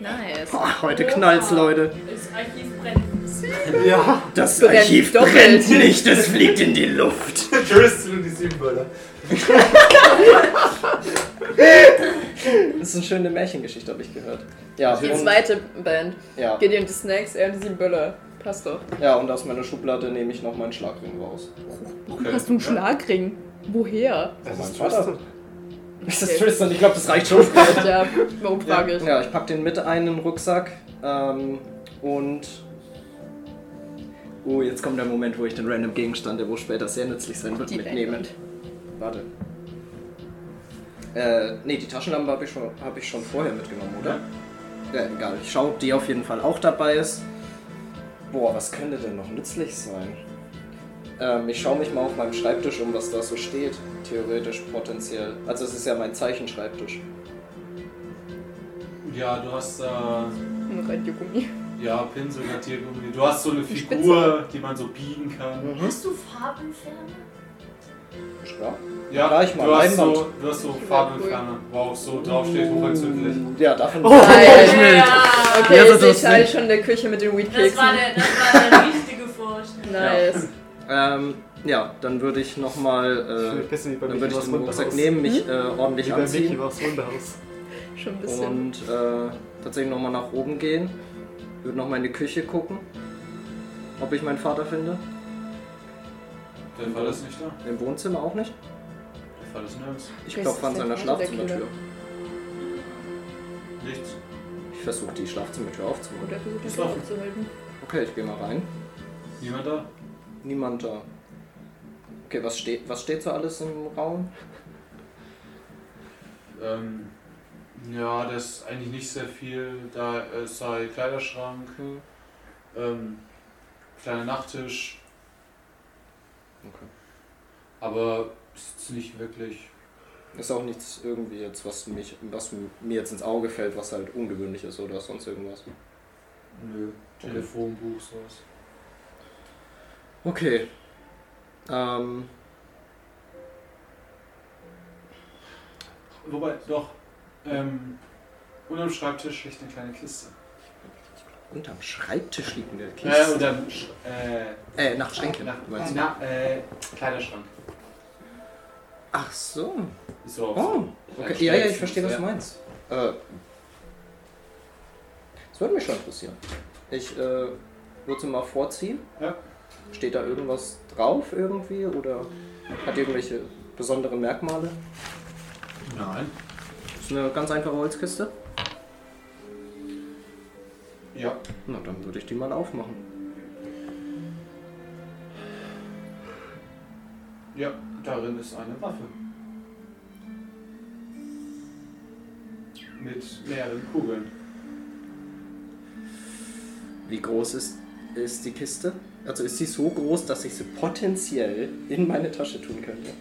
Speaker 2: Nice.
Speaker 4: Boah, heute knallt's, Leute.
Speaker 5: Das Archiv brennt.
Speaker 3: Ja.
Speaker 4: Das
Speaker 2: Brennt
Speaker 4: Archiv
Speaker 2: doppelt.
Speaker 4: brennt nicht, es fliegt in die Luft.
Speaker 1: Tristan und die 7 Böller.
Speaker 4: Das ist eine schöne Märchengeschichte, habe ich gehört. Ja,
Speaker 2: Die
Speaker 4: und,
Speaker 2: zweite Band.
Speaker 4: ja,
Speaker 2: Gideon die Snacks, er und die sieben Böller. Passt doch.
Speaker 4: ja, und aus meiner Schublade nehme ich noch meinen Schlagring raus.
Speaker 1: Okay.
Speaker 2: Hast du einen Schlagring? Woher?
Speaker 3: Das
Speaker 4: mein
Speaker 3: ist
Speaker 4: Vater.
Speaker 3: Tristan.
Speaker 4: Das
Speaker 2: Okay.
Speaker 4: ist Tristan, ich glaube, das reicht schon.
Speaker 2: Ja, warum frage ich?
Speaker 4: ja, ich packe den mit ein in den Rucksack ähm, und... Oh, jetzt kommt der Moment, wo ich den random Gegenstand, der wo später sehr nützlich sein wird,
Speaker 2: Die
Speaker 4: mitnehme.
Speaker 2: Band.
Speaker 4: Warte. Äh, nee, die Taschenlampe habe ich, schon- hab ich schon vorher mitgenommen, oder? Ja, egal. Ich schaue, ob die auf jeden Fall auch dabei ist. Boah, was könnte denn noch nützlich sein? Ähm, ich schaue mich mal auf meinem Schreibtisch um, was da so steht. Theoretisch, potenziell. Also es ist ja mein Zeichenschreibtisch.
Speaker 1: Ja, du hast da.
Speaker 2: Ein Radiergummi.
Speaker 1: Ja, Pinsel, Radiergummi. Du hast so eine
Speaker 2: Die
Speaker 1: Figur, die man so biegen kann.
Speaker 5: Hast du Farbenferne?
Speaker 4: Ja,
Speaker 1: Ja,
Speaker 4: Da ich mal
Speaker 1: du, hast
Speaker 4: Leinwand.
Speaker 1: so, du hast so Farbenferne, wo auch so draufsteht, hochentzündlich.
Speaker 4: Ja, davon.
Speaker 1: Oh,
Speaker 2: Nein. Okay, jetzt ist halt schon in der Küche mit den Weedkeksen.
Speaker 5: Das war der, das war der richtige Vorschlag.
Speaker 2: Nice.
Speaker 4: Ähm, ja, dann würde ich nochmal. Äh,
Speaker 3: bisschen wie bei Mickey
Speaker 4: dann würde ich
Speaker 3: Maus
Speaker 4: den
Speaker 3: Wunderhaus.
Speaker 4: Rucksack nehmen, mich
Speaker 3: Hm?
Speaker 4: äh, ordentlich
Speaker 3: Wie bei Mickey
Speaker 4: anziehen.
Speaker 3: Maus Wunderhaus.
Speaker 2: Schon ein bisschen.
Speaker 4: Und äh, tatsächlich nochmal nach oben gehen. Würde nochmal in die Küche gucken, ob ich meinen Vater finde.
Speaker 1: Der Vater ist nicht da.
Speaker 4: Im Wohnzimmer auch nicht.
Speaker 1: Der Vater ist nirgends.
Speaker 4: Ich
Speaker 2: Wer ist
Speaker 4: klopfe an
Speaker 2: der
Speaker 4: seiner
Speaker 2: Vater der Kinder?
Speaker 4: Schlafzimmertür.
Speaker 1: Nichts.
Speaker 4: Ich versuche die Schlafzimmertür aufzumachen.
Speaker 2: Oder versucht
Speaker 1: Ist
Speaker 2: das
Speaker 1: offen.
Speaker 2: um aufzuhalten.
Speaker 4: Okay, ich gehe mal rein.
Speaker 1: Niemand da?
Speaker 4: Niemand da. Okay, was steht, was steht so alles im Raum?
Speaker 1: Ähm, ja, da ist eigentlich nicht sehr viel. Da ist halt Kleiderschrank,
Speaker 4: Hm,
Speaker 1: ähm, kleiner Nachttisch,
Speaker 4: Okay.
Speaker 1: aber ist jetzt nicht wirklich.
Speaker 4: Ist auch nichts irgendwie jetzt, was, mich, was mir jetzt ins Auge fällt, was halt ungewöhnlich ist oder sonst irgendwas.
Speaker 1: Nö.
Speaker 4: Okay.
Speaker 1: Telefonbuch, sowas.
Speaker 4: Okay. Ähm,
Speaker 1: Wobei, doch, ähm, unterm Schreibtisch liegt eine kleine Kiste.
Speaker 4: unterm Schreibtisch liegt eine Kiste.
Speaker 1: Äh, unterm Sch äh,
Speaker 4: Äh, nach Schränke,
Speaker 1: na,
Speaker 4: meinst du?
Speaker 1: na, äh, Kleiderschrank.
Speaker 4: Ach so.
Speaker 1: Ist so Äh, auf
Speaker 4: Oh,
Speaker 1: so
Speaker 4: okay.
Speaker 1: kleinen
Speaker 4: Ja, ja,
Speaker 1: Stelzen,
Speaker 4: ich verstehe, was
Speaker 1: ja.
Speaker 4: du meinst. Äh, das würde mich schon interessieren. Ich äh, würde sie mal vorziehen.
Speaker 1: Ja.
Speaker 4: Steht da irgendwas drauf irgendwie oder hat die irgendwelche besonderen Merkmale?
Speaker 1: Nein.
Speaker 4: Ist eine ganz einfache Holzkiste.
Speaker 1: Ja.
Speaker 4: Na, dann würde ich die mal aufmachen.
Speaker 1: Ja, darin ist eine Waffe. Mit mehreren Kugeln.
Speaker 4: Wie groß ist, ist die Kiste? Also ist sie so groß, dass ich sie potenziell in meine Tasche tun könnte?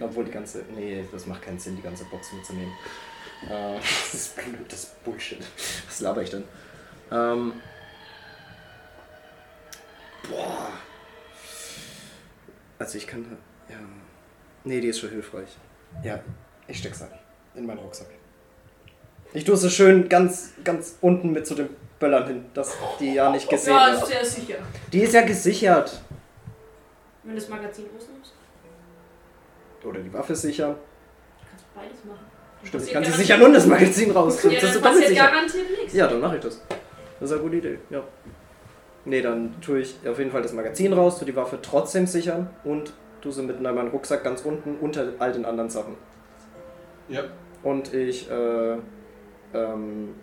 Speaker 4: Obwohl die ganze. Nee, das macht keinen Sinn, die ganze Box mitzunehmen. Äh, das ist blödes Bullshit. Was laber ich denn? Ähm, boah. Also ich kann. da- Ja. Nee, die ist schon hilfreich. Ja, ich steck's ein. In meinen Rucksack. Ich tue sie schön ganz, ganz unten mit zu den Böllern hin, dass die ja nicht gesehen
Speaker 5: Ja, ist
Speaker 4: wird.
Speaker 5: sehr sicher.
Speaker 4: Die ist ja gesichert.
Speaker 5: Wenn du das Magazin ausnimmst,
Speaker 4: Oder die Waffe ist sicher.
Speaker 5: kannst du beides machen.
Speaker 4: Stimmt, ich
Speaker 5: Passiert
Speaker 4: kann sie
Speaker 5: garantiert-
Speaker 4: sicher nur in das Magazin rausnehmen. das
Speaker 5: Ja, dann
Speaker 4: ist doppelt
Speaker 5: passiert
Speaker 4: sicher.
Speaker 5: garantiert nichts.
Speaker 4: Ja, dann mache ich das. Das ist eine gute Idee, ja. Nee, dann tue ich auf jeden Fall das Magazin raus, tue die Waffe trotzdem sichern und tue sie mitten in meinen Rucksack ganz unten unter all den anderen Sachen.
Speaker 1: Ja.
Speaker 4: Und ich äh, ähm,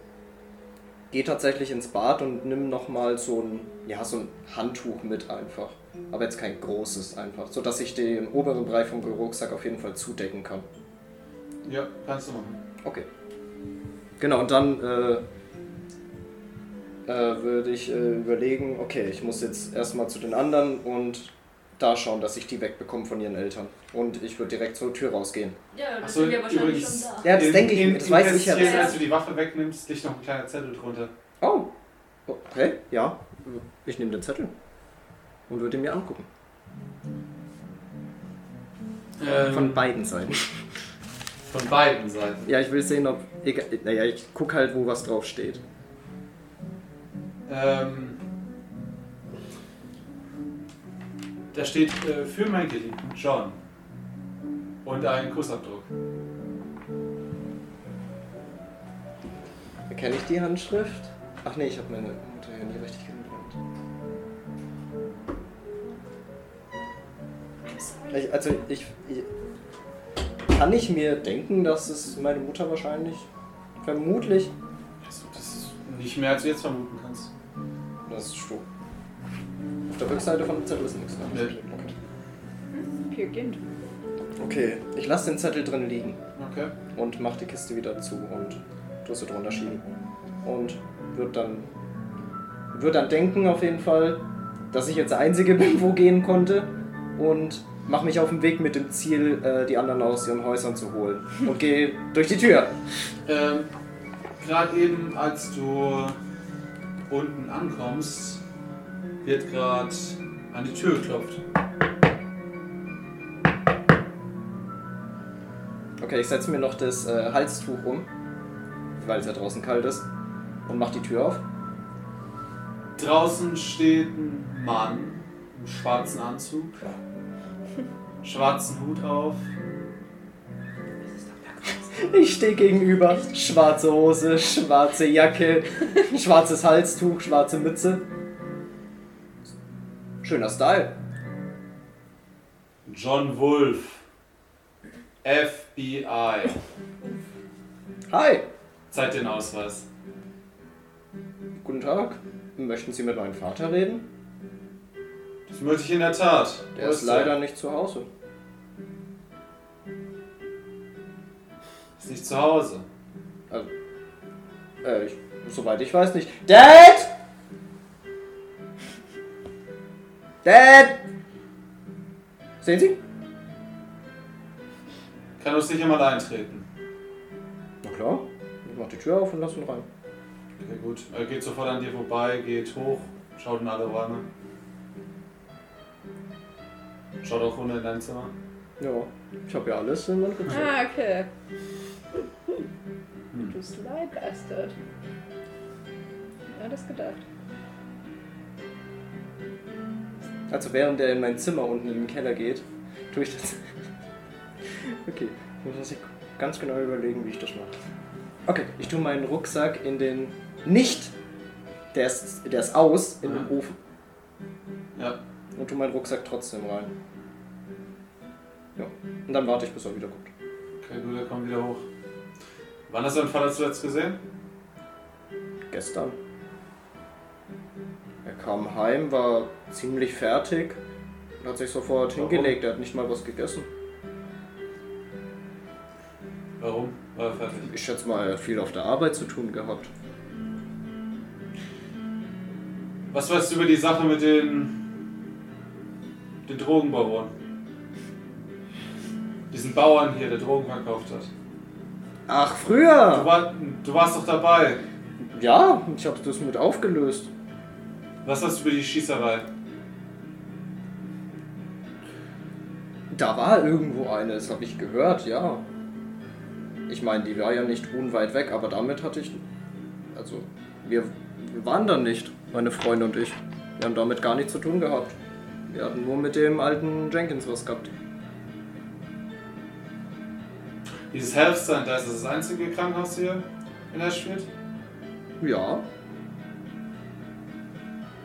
Speaker 4: gehe tatsächlich ins Bad und nimm nochmal so ein, ja, so ein Handtuch mit einfach. Aber jetzt kein großes einfach, sodass ich den oberen Bereich vom Rucksack auf jeden Fall zudecken kann.
Speaker 1: Ja, kannst du machen.
Speaker 4: Okay. Genau, und dann äh, äh, würde ich äh, überlegen, okay, ich muss jetzt erstmal zu den anderen und da schauen, dass ich die wegbekomme von ihren Eltern. Und ich würde direkt zur Tür rausgehen.
Speaker 5: Ja,
Speaker 1: Ach
Speaker 5: das
Speaker 1: so,
Speaker 5: sind wir wahrscheinlich
Speaker 1: übrigens-
Speaker 5: schon da.
Speaker 4: Ja, das
Speaker 1: In-
Speaker 4: denke ich,
Speaker 1: in-
Speaker 4: mir, das weiß ich ja.
Speaker 1: investieren, Als du die Waffe wegnimmst, liegt noch ein kleiner Zettel drunter.
Speaker 4: Oh, okay, ja. Ich nehme den Zettel und würde ihn mir angucken.
Speaker 1: Ähm.
Speaker 4: Von beiden Seiten.
Speaker 1: von beiden Seiten.
Speaker 4: Ja, ich will sehen, ob... Egal, naja, ich gucke halt, wo was drauf steht.
Speaker 1: Ähm, da steht äh, für meinen geliebten John. Und ein Kussabdruck.
Speaker 4: Erkenne ich die Handschrift? Ach nee, ich habe meine Mutter ja nie richtig kennengelernt. Ich, also ich, ich. Kann ich mir denken, dass es meine Mutter wahrscheinlich. Vermutlich.
Speaker 1: Also, das ist nicht mehr, als du jetzt vermuten kannst.
Speaker 4: Das ist Stuhl. Auf der Rückseite von dem Zettel ist nichts. dran.
Speaker 1: Nee.
Speaker 4: Okay.
Speaker 7: Peer Kind.
Speaker 4: Okay. Okay, ich lasse den Zettel drin liegen.
Speaker 1: Okay.
Speaker 4: Und mach die Kiste wieder zu und tust sie drunter schieben. Und wird dann, wird dann denken auf jeden Fall, dass ich jetzt der Einzige bin, wo gehen konnte. Und mach mich auf den Weg mit dem Ziel, äh, die anderen aus ihren Häusern zu holen. Und gehe durch die Tür.
Speaker 1: Ähm, gerade eben, als du unten ankommst, wird gerade an die Tür geklopft.
Speaker 4: Okay, ich setze mir noch das äh, Halstuch um, weil es ja draußen kalt ist, und mach die Tür auf.
Speaker 1: Draußen steht ein Mann im schwarzen Anzug, schwarzen Hut auf.
Speaker 4: Ich stehe gegenüber, schwarze Hose, schwarze Jacke, schwarzes Halstuch, schwarze Mütze. Schöner Style.
Speaker 1: John Wolf, FBI.
Speaker 4: Hi,
Speaker 1: Zeig den Ausweis.
Speaker 4: guten Tag. Möchten Sie mit meinem Vater reden?
Speaker 1: Das möchte ich in der Tat.
Speaker 4: Der
Speaker 1: Wo
Speaker 4: ist leider nicht zu Hause.
Speaker 1: Ist nicht zu Hause.
Speaker 4: Also, äh, ich, soweit ich weiß nicht. Dad! Dad! Sehen Sie?
Speaker 1: Kann uns nicht jemand eintreten.
Speaker 4: Na klar. Ich mach die Tür auf und lass ihn rein.
Speaker 1: Okay, gut. Er Äh, geht sofort an dir vorbei, geht hoch, schaut in alle Räume. Schaut auch runter in dein Zimmer.
Speaker 4: Ja, ich habe ja alles in meinem Rezept.
Speaker 7: Ah, okay.
Speaker 1: Hm.
Speaker 7: Du Slybastard. Ja, das gedacht.
Speaker 4: Also während er in mein Zimmer unten in den Keller geht, tue ich das. okay, ich muss ich ganz genau überlegen, wie ich das mache. Okay, ich tue meinen Rucksack in den nicht, der ist, der ist aus, in den Ofen
Speaker 1: Ja.
Speaker 4: und tue meinen Rucksack trotzdem rein. Ja, und dann warte ich, bis er wieder kommt.
Speaker 1: Okay, gut, er kommt wieder hoch. Wann hast du deinen Vater zuletzt gesehen?
Speaker 4: Gestern. Er kam heim, war ziemlich fertig und hat sich sofort
Speaker 1: Warum?
Speaker 4: hingelegt. Er hat nicht mal was gegessen.
Speaker 1: Warum? War er fertig?
Speaker 4: Ich schätze mal, er hat viel auf der Arbeit zu tun gehabt.
Speaker 1: Was weißt du über die Sache mit den, den Drogenbaronen? Diesen Bauern hier, der Drogen verkauft hat.
Speaker 4: Ach, früher!
Speaker 1: Du, war, du warst doch dabei.
Speaker 4: Ja, ich habe das mit aufgelöst.
Speaker 1: Was weißt du über die Schießerei?
Speaker 4: Da war irgendwo eine, das habe ich gehört, ja. Ich meine, die war ja nicht unweit weg, aber damit hatte ich. Also, wir, wir waren da nicht, meine Freunde und ich. Wir haben damit gar nichts zu tun gehabt. Wir hatten nur mit dem alten Jenkins was gehabt.
Speaker 1: Dieses Health Center, ist das das einzige Krankenhaus hier in Ashfield?
Speaker 4: Ja.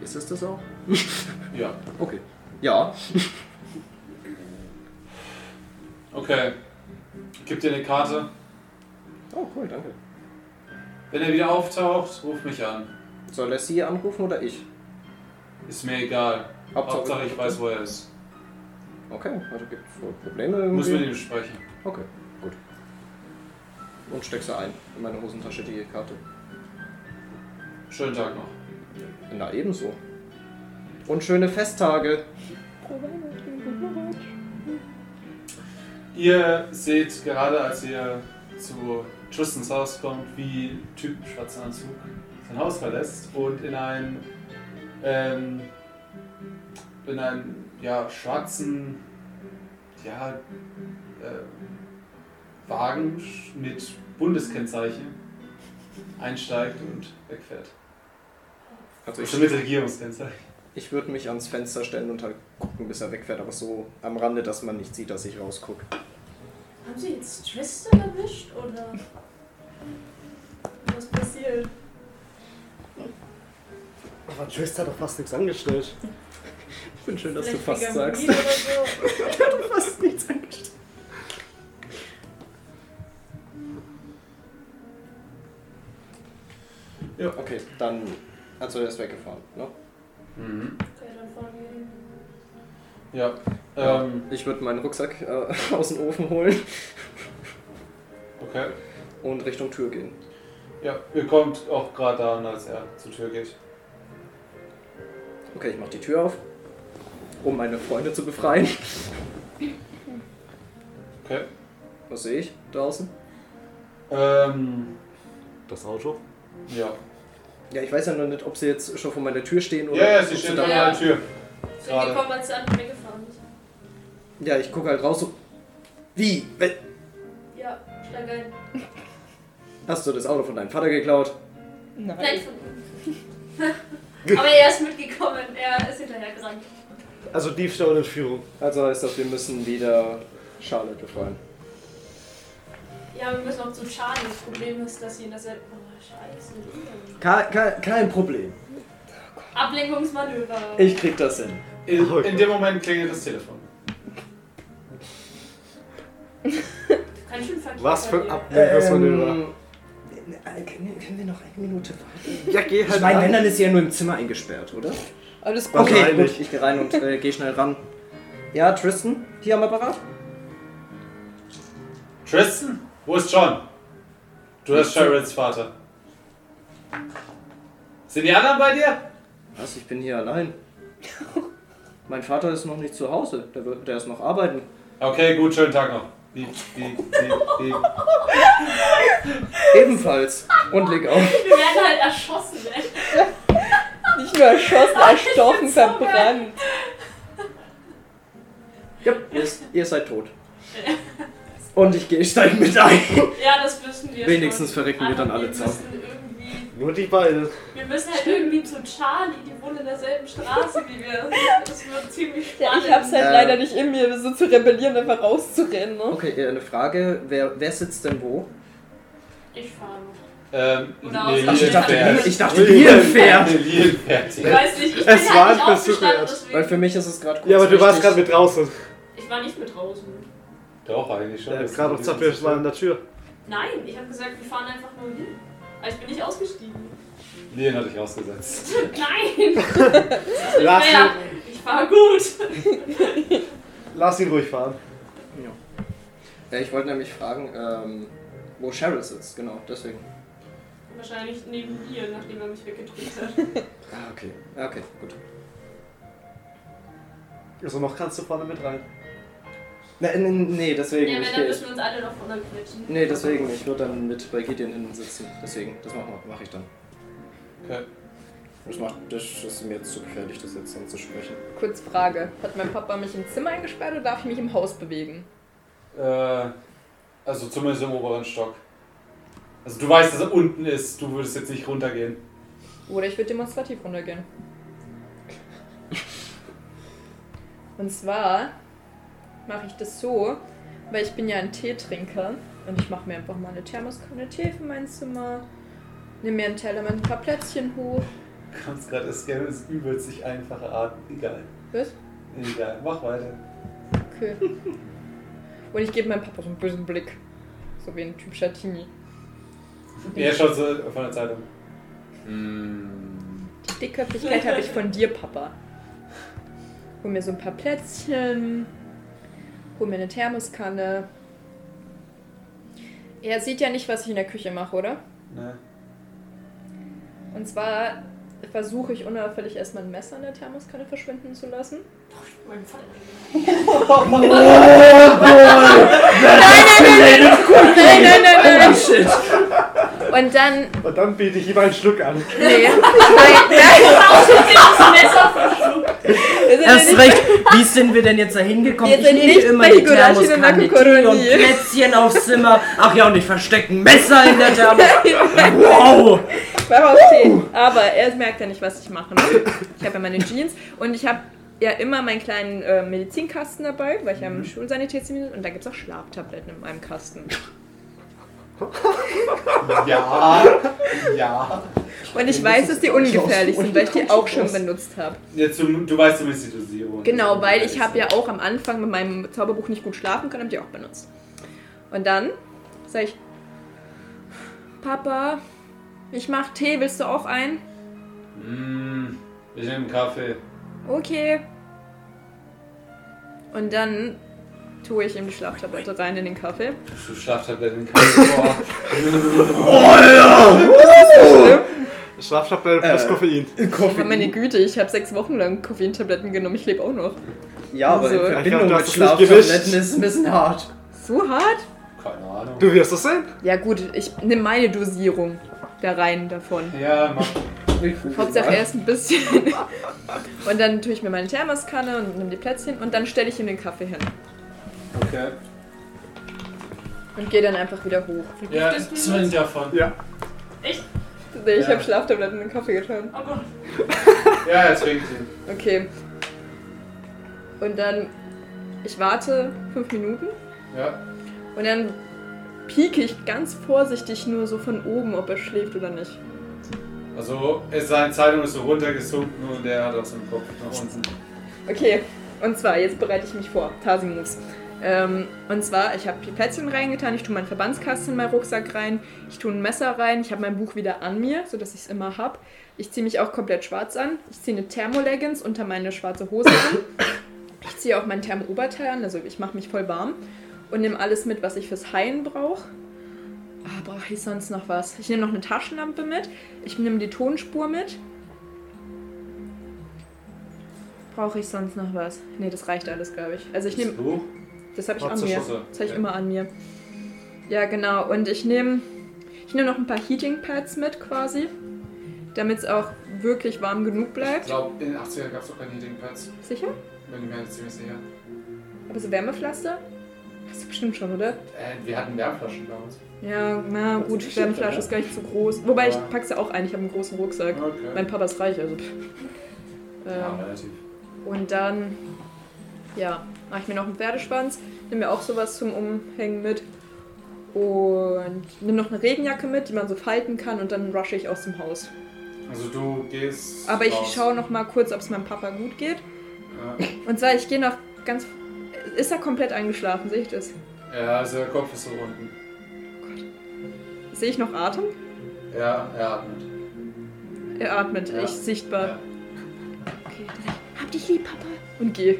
Speaker 4: Ist es das auch?
Speaker 1: Ja.
Speaker 4: Okay. Ja.
Speaker 1: Okay. Ich geb dir eine Karte.
Speaker 4: Oh, cool, danke.
Speaker 1: Wenn er wieder auftaucht, ruf mich an.
Speaker 4: Soll er sie anrufen oder ich?
Speaker 1: Ist mir egal.
Speaker 4: Hauptsache-
Speaker 1: Hauptsache ich weiß, wo er ist.
Speaker 4: Okay, also gibt es wohl Probleme irgendwie.
Speaker 1: Muss mit ihm sprechen.
Speaker 4: Okay, gut. Und steck sie ein in meine Hosentasche, die Karte.
Speaker 1: Schönen Tag noch.
Speaker 4: Na, ebenso. Und schöne Festtage.
Speaker 1: Ihr seht gerade, als ihr zu Tristans Haus kommt, wie ein Typ im schwarzen Anzug sein Haus verlässt und in einen, ähm, in einen ja, schwarzen ja, äh, Wagen mit Bundeskennzeichen einsteigt und wegfährt.
Speaker 4: Also ich,
Speaker 1: Also mit Regierungskennzeichen.
Speaker 4: ich würde mich ans Fenster stellen und halt gucken, bis er wegfährt, aber so am Rande, dass man nicht sieht, dass ich rausgucke.
Speaker 5: Haben Sie jetzt Tristan erwischt oder was passiert?
Speaker 3: Aber Trist hat doch fast nichts angestellt.
Speaker 4: Ich bin schön, dass
Speaker 5: Vielleicht
Speaker 4: du fast sagst.
Speaker 5: Vegamobil Oder so.
Speaker 4: Ich hatte fast nichts angestellt. Ja, okay, dann. Also er ist weggefahren, ne?
Speaker 1: Mhm.
Speaker 5: Okay, dann fahren wir hin.
Speaker 1: Ja, ähm,
Speaker 4: Ja,
Speaker 15: Ähm.
Speaker 4: ich würde meinen Rucksack äh, aus dem Ofen holen.
Speaker 1: Okay.
Speaker 4: Und Richtung Tür gehen.
Speaker 1: Ja, ihr kommt auch gerade da an, als er zur Tür geht.
Speaker 4: Okay, ich mache die Tür auf, um meine Freunde zu befreien.
Speaker 1: Okay.
Speaker 4: Was sehe ich draußen?
Speaker 1: Ähm.
Speaker 15: Das Auto?
Speaker 1: Ja.
Speaker 4: Ja, ich weiß ja noch nicht, ob sie jetzt schon vor meiner Tür stehen oder.
Speaker 1: Ja, ja, sie
Speaker 4: ob
Speaker 1: steht
Speaker 4: da-
Speaker 1: an der Tür.
Speaker 5: Sind
Speaker 4: Gerade.
Speaker 5: gekommen, als du an mir gefahren bist.
Speaker 4: Ja, ich gucke halt raus so. Wie? Wel-
Speaker 5: Ja, steig ein.
Speaker 4: Hast du das Auto von deinem Vater geklaut?
Speaker 5: Nein. von ihm. Aber er ist mitgekommen, er ist hinterhergerannt.
Speaker 4: Also Diebstahl und Führung. Also heißt das, wir müssen wieder Charlotte befreien.
Speaker 5: Ja, wir müssen auch zum Schaden. Das Problem ist, dass sie in derselben. Oh, scheiße.
Speaker 4: Kein, kein, kein Problem.
Speaker 5: Ablenkungsmanöver.
Speaker 4: Ich krieg das hin.
Speaker 1: In, in dem Moment klingelt das Telefon.
Speaker 5: Ganz schön verkehrt
Speaker 3: Was für
Speaker 5: bei
Speaker 3: ein
Speaker 5: dir.
Speaker 3: Ablenkungsmanöver.
Speaker 4: Ähm, äh, Können wir noch eine Minute warten?
Speaker 3: Ja, geh
Speaker 4: ich
Speaker 3: halt
Speaker 4: meine,
Speaker 3: rein.
Speaker 4: wenn, dann ist sie ja nur im Zimmer eingesperrt, oder?
Speaker 2: Alles
Speaker 3: gut.
Speaker 4: Okay,
Speaker 3: Wahrscheinlich.
Speaker 4: gut. Ich gehe rein und äh, gehe schnell ran. Ja, Tristan, hier am Apparat.
Speaker 1: Tristan? Wo ist John? Du hast Sherrils Vater. Sind die anderen bei dir?
Speaker 4: Was? Ich bin hier allein. mein Vater ist noch nicht zu Hause. Der, wird- der ist noch arbeiten.
Speaker 1: Okay, gut, schönen Tag noch. Wie, wie, wie, wie.
Speaker 4: Ebenfalls. Und leg auf.
Speaker 5: Wir werden halt erschossen, ey.
Speaker 2: Nicht nur erschossen, erstochen, verbrannt.
Speaker 4: Ja, ihr, ihr seid tot. Und ich gehe steig mit ein.
Speaker 5: Ja, das wissen wir
Speaker 4: Wenigstens
Speaker 5: schon.
Speaker 4: verrecken wir dann
Speaker 5: Aber
Speaker 4: alle zusammen.
Speaker 5: müssen irgendwie-
Speaker 3: Nur die beiden.
Speaker 5: Wir müssen halt irgendwie zu Charlie, die wohnt in derselben Straße wie wir. Das wird ziemlich
Speaker 2: Ja,
Speaker 5: spannend.
Speaker 2: ich hab's halt
Speaker 4: Äh.
Speaker 2: leider nicht in mir, so zu rebellieren, einfach rauszurennen, ne?
Speaker 4: Okay, äh, eine Frage. Wer, wer sitzt denn wo?
Speaker 5: Ich fahre noch.
Speaker 1: Ähm,
Speaker 5: Oder
Speaker 1: Lilien
Speaker 5: aus- Ach, ich dachte,
Speaker 1: fährt.
Speaker 4: ich dachte, Lilien fährt.
Speaker 1: Lilien fährt.
Speaker 5: Ich weiß nicht, ich bin
Speaker 3: Es
Speaker 5: halt
Speaker 3: war
Speaker 5: nicht
Speaker 3: ein Versuch
Speaker 5: aufgestanden,
Speaker 3: wert.
Speaker 5: deswegen.
Speaker 4: Weil für mich ist es gerade kurz
Speaker 3: Ja, aber du warst
Speaker 4: wichtig.
Speaker 3: gerade mit draußen.
Speaker 5: Ich war nicht mit draußen.
Speaker 1: Doch, eigentlich schon.
Speaker 3: Ja, gerade noch Zappel war an der Tür.
Speaker 5: Nein, ich habe gesagt, wir fahren einfach nur hin. Aber ich bin nicht ausgestiegen.
Speaker 1: Lilien hatte ich rausgesetzt.
Speaker 5: Nein!
Speaker 3: Lass
Speaker 5: Naja, ich war gut.
Speaker 3: Lass ihn ruhig fahren.
Speaker 4: Ja. ja ich wollte nämlich fragen, ähm, wo Cheryl sitzt, genau, deswegen.
Speaker 5: Wahrscheinlich neben dir, nachdem er mich weggedrückt hat.
Speaker 4: Ah, okay. Ja, Okay, gut.
Speaker 3: Also noch kannst du vorne mit rein.
Speaker 4: Nee, nee, nee deswegen.
Speaker 5: Ja, wenn,
Speaker 4: ich
Speaker 5: dann
Speaker 4: geh-
Speaker 5: müssen wir uns alle noch runterquetschen.
Speaker 4: nee, deswegen. Ich würde dann mit bei Gideon innen sitzen. Deswegen, das mache mach ich dann.
Speaker 1: Okay.
Speaker 4: Das, macht, das ist mir jetzt zu gefährlich, das jetzt anzusprechen.
Speaker 2: Kurz Frage. Hat mein Papa mich im Zimmer eingesperrt oder darf ich mich im Haus bewegen?
Speaker 1: Äh, also zumindest im oberen Stock. Also du weißt, dass er unten ist. Du würdest jetzt nicht runtergehen.
Speaker 2: Oder ich würde demonstrativ runtergehen. Und zwar mache ich das so, weil ich bin ja ein Teetrinker und ich mache mir einfach mal eine Thermoskanne Tee für mein Zimmer, nehme mir einen Teller mit ein paar Plätzchen hoch.
Speaker 1: Du kannst gerade das Game ist übelst sich einfache Art. Egal.
Speaker 2: Was?
Speaker 1: Egal. Mach weiter.
Speaker 2: Okay. Und ich gebe meinem Papa so einen bösen Blick. So wie ein Typ Schatini.
Speaker 1: Er schaut so von der Zeitung. Hm.
Speaker 2: Die Dickköpfigkeit habe ich von dir, Papa. Hol mir so ein paar Plätzchen. Hol mir eine Thermoskanne. Er sieht ja nicht, was ich in der Küche mache, oder?
Speaker 1: Ne?
Speaker 2: Und zwar versuche ich unauffällig erstmal ein Messer in der Thermoskanne verschwinden zu lassen.
Speaker 5: Mein Vater.
Speaker 2: Nein, nein, nein, nein! Shit. Und dann.
Speaker 3: Und dann biete ich ihm einen Schluck an.
Speaker 2: Nee. Nein, nein.
Speaker 5: Das Messer verschluckt.
Speaker 2: Wir sind ja
Speaker 4: Erst
Speaker 2: nicht-
Speaker 4: recht, wie sind wir denn jetzt da hingekommen?
Speaker 2: Wir
Speaker 4: Ich
Speaker 2: sind
Speaker 4: nehme
Speaker 2: nicht
Speaker 4: immer
Speaker 2: bei
Speaker 4: die
Speaker 2: Higurashi und
Speaker 4: Thermoskanne
Speaker 2: Naku
Speaker 4: Tee und
Speaker 2: Koronie.
Speaker 4: Plätzchen aufs Zimmer. Ach ja, und ich verstecke ein Messer in der Thermoskanne. Wow!
Speaker 2: Darauf stehen. Aber er merkt ja nicht, was ich mache. ne? Ich habe ja meine Jeans und ich habe ja immer meinen kleinen äh, Medizinkasten dabei, weil ich ja
Speaker 4: Mhm.
Speaker 2: im Schulsanitätsdienst bin und da gibt es auch Schlaftabletten in meinem Kasten.
Speaker 1: Ja. ja.
Speaker 2: Und ich weiß, dass die ungefährlich sind, weil ich die auch schon benutzt habe.
Speaker 1: Jetzt, du, du weißt zumindest die Dosierung. Also,
Speaker 2: Genau, weil ich habe ja auch am Anfang mit meinem Zauberbuch nicht gut schlafen können, habe die auch benutzt. Und dann sage ich, Papa, ich mache Tee, willst du auch einen?
Speaker 1: Hm. Ich nehme einen Kaffee.
Speaker 2: Okay. Und dann tue ich ihm die Schlaftablette rein in den Kaffee.
Speaker 1: Du Schlaftabletten kannst du vor.
Speaker 3: Schlaftabletten plus
Speaker 4: Äh,
Speaker 3: Koffein.
Speaker 2: Aber Oh, meine Güte, ich habe sechs Wochen lang Koffeintabletten genommen, ich lebe auch noch.
Speaker 4: Ja, aber in
Speaker 2: Also-
Speaker 4: Verbindung
Speaker 3: Ich hab
Speaker 4: mit
Speaker 3: das nicht gewischt.
Speaker 4: Schlaftabletten ist ein bisschen hart.
Speaker 2: So hart?
Speaker 1: Keine Ahnung.
Speaker 3: Du wirst das sehen.
Speaker 2: Ja gut, ich nehme meine Dosierung da rein davon.
Speaker 1: Ja, mach.
Speaker 2: Hauptsache erst ein bisschen. Und dann tue ich mir meine Thermoskanne und nehme die Plätzchen und dann stelle ich ihm den Kaffee hin.
Speaker 1: Okay.
Speaker 2: Und gehe dann einfach wieder hoch.
Speaker 1: Ja, zwing davon.
Speaker 3: Ja.
Speaker 2: Nee, ich
Speaker 1: Ja.
Speaker 2: habe Schlaftabletten in den Kaffee getan.
Speaker 5: Oh Gott.
Speaker 1: Ja, er zwingt ihn.
Speaker 2: Okay. Und dann, ich warte fünf Minuten
Speaker 1: Ja.
Speaker 2: und dann pieke ich ganz vorsichtig nur so von oben, ob er schläft oder nicht.
Speaker 1: Also, es- seine Zeitung ist so runtergesunken und er hat aus dem Kopf nach unten.
Speaker 2: Okay, und zwar, jetzt bereite ich mich vor. Tasimos. Ähm, und zwar, ich habe die Plätzchen reingetan, ich tue meinen Verbandskasten in meinen Rucksack rein, ich tue ein Messer rein, ich habe mein Buch wieder an mir, sodass ich es immer habe. Ich ziehe mich auch komplett schwarz an. Ich ziehe eine Thermoleggings unter meine schwarze Hose an. Ich ziehe auch mein Thermooberteil an, also ich mache mich voll warm. Und nehme alles mit, was ich fürs Heilen brauche. Ah, brauche ich sonst noch was? Ich nehme noch eine Taschenlampe mit. Ich nehme die Tonspur mit. Brauche ich sonst noch was? Nee, das reicht alles, glaube ich. Also ich nehme
Speaker 1: Das Buch?
Speaker 2: das habe ich
Speaker 1: Schwarze
Speaker 2: an mir.
Speaker 1: Schüssel.
Speaker 2: Das habe ich
Speaker 1: Ja.
Speaker 2: immer an mir. Ja, genau. Und ich nehme ich nehm noch ein paar Heating Pads mit quasi, damit es auch wirklich warm genug
Speaker 1: Ich
Speaker 2: bleibt.
Speaker 1: glaube, in den 80ern gab es doch keine Heating Pads.
Speaker 2: Sicher?
Speaker 1: Bin ich mir jetzt ziemlich sicher.
Speaker 2: Aber so Wärmepflaster? Hast du bestimmt schon, oder?
Speaker 1: Äh, wir hatten Wärmflaschen damals.
Speaker 2: Ja, na gut,
Speaker 13: sicher,
Speaker 2: Wärmeflasche ist gar nicht so groß. Wobei, ich packe sie auch ein, ich habe einen großen Rucksack.
Speaker 1: Okay.
Speaker 2: Mein Papa ist reich, also. pff.
Speaker 1: ja,
Speaker 2: Ähm,
Speaker 1: relativ.
Speaker 2: Und dann, ja, mache ich mir noch einen Pferdeschwanz, nehme mir auch sowas zum Umhängen mit und nehme noch eine Regenjacke mit, die man so falten kann und dann rushe ich aus dem Haus.
Speaker 1: Also, du gehst.
Speaker 2: Aber ich
Speaker 1: raus.
Speaker 2: schaue noch mal kurz, ob es meinem Papa gut geht.
Speaker 1: Ja.
Speaker 2: Und zwar, ich gehe noch ganz... Ist er komplett eingeschlafen? Sehe ich das?
Speaker 1: Ja, also der Kopf ist so unten.
Speaker 2: Sehe ich noch Atem?
Speaker 1: Ja, er atmet.
Speaker 2: Er atmet,
Speaker 1: Ja.
Speaker 2: ich sichtbar.
Speaker 1: Ja.
Speaker 2: Okay, dann sag ich, hab dich lieb, Papa. Und geh.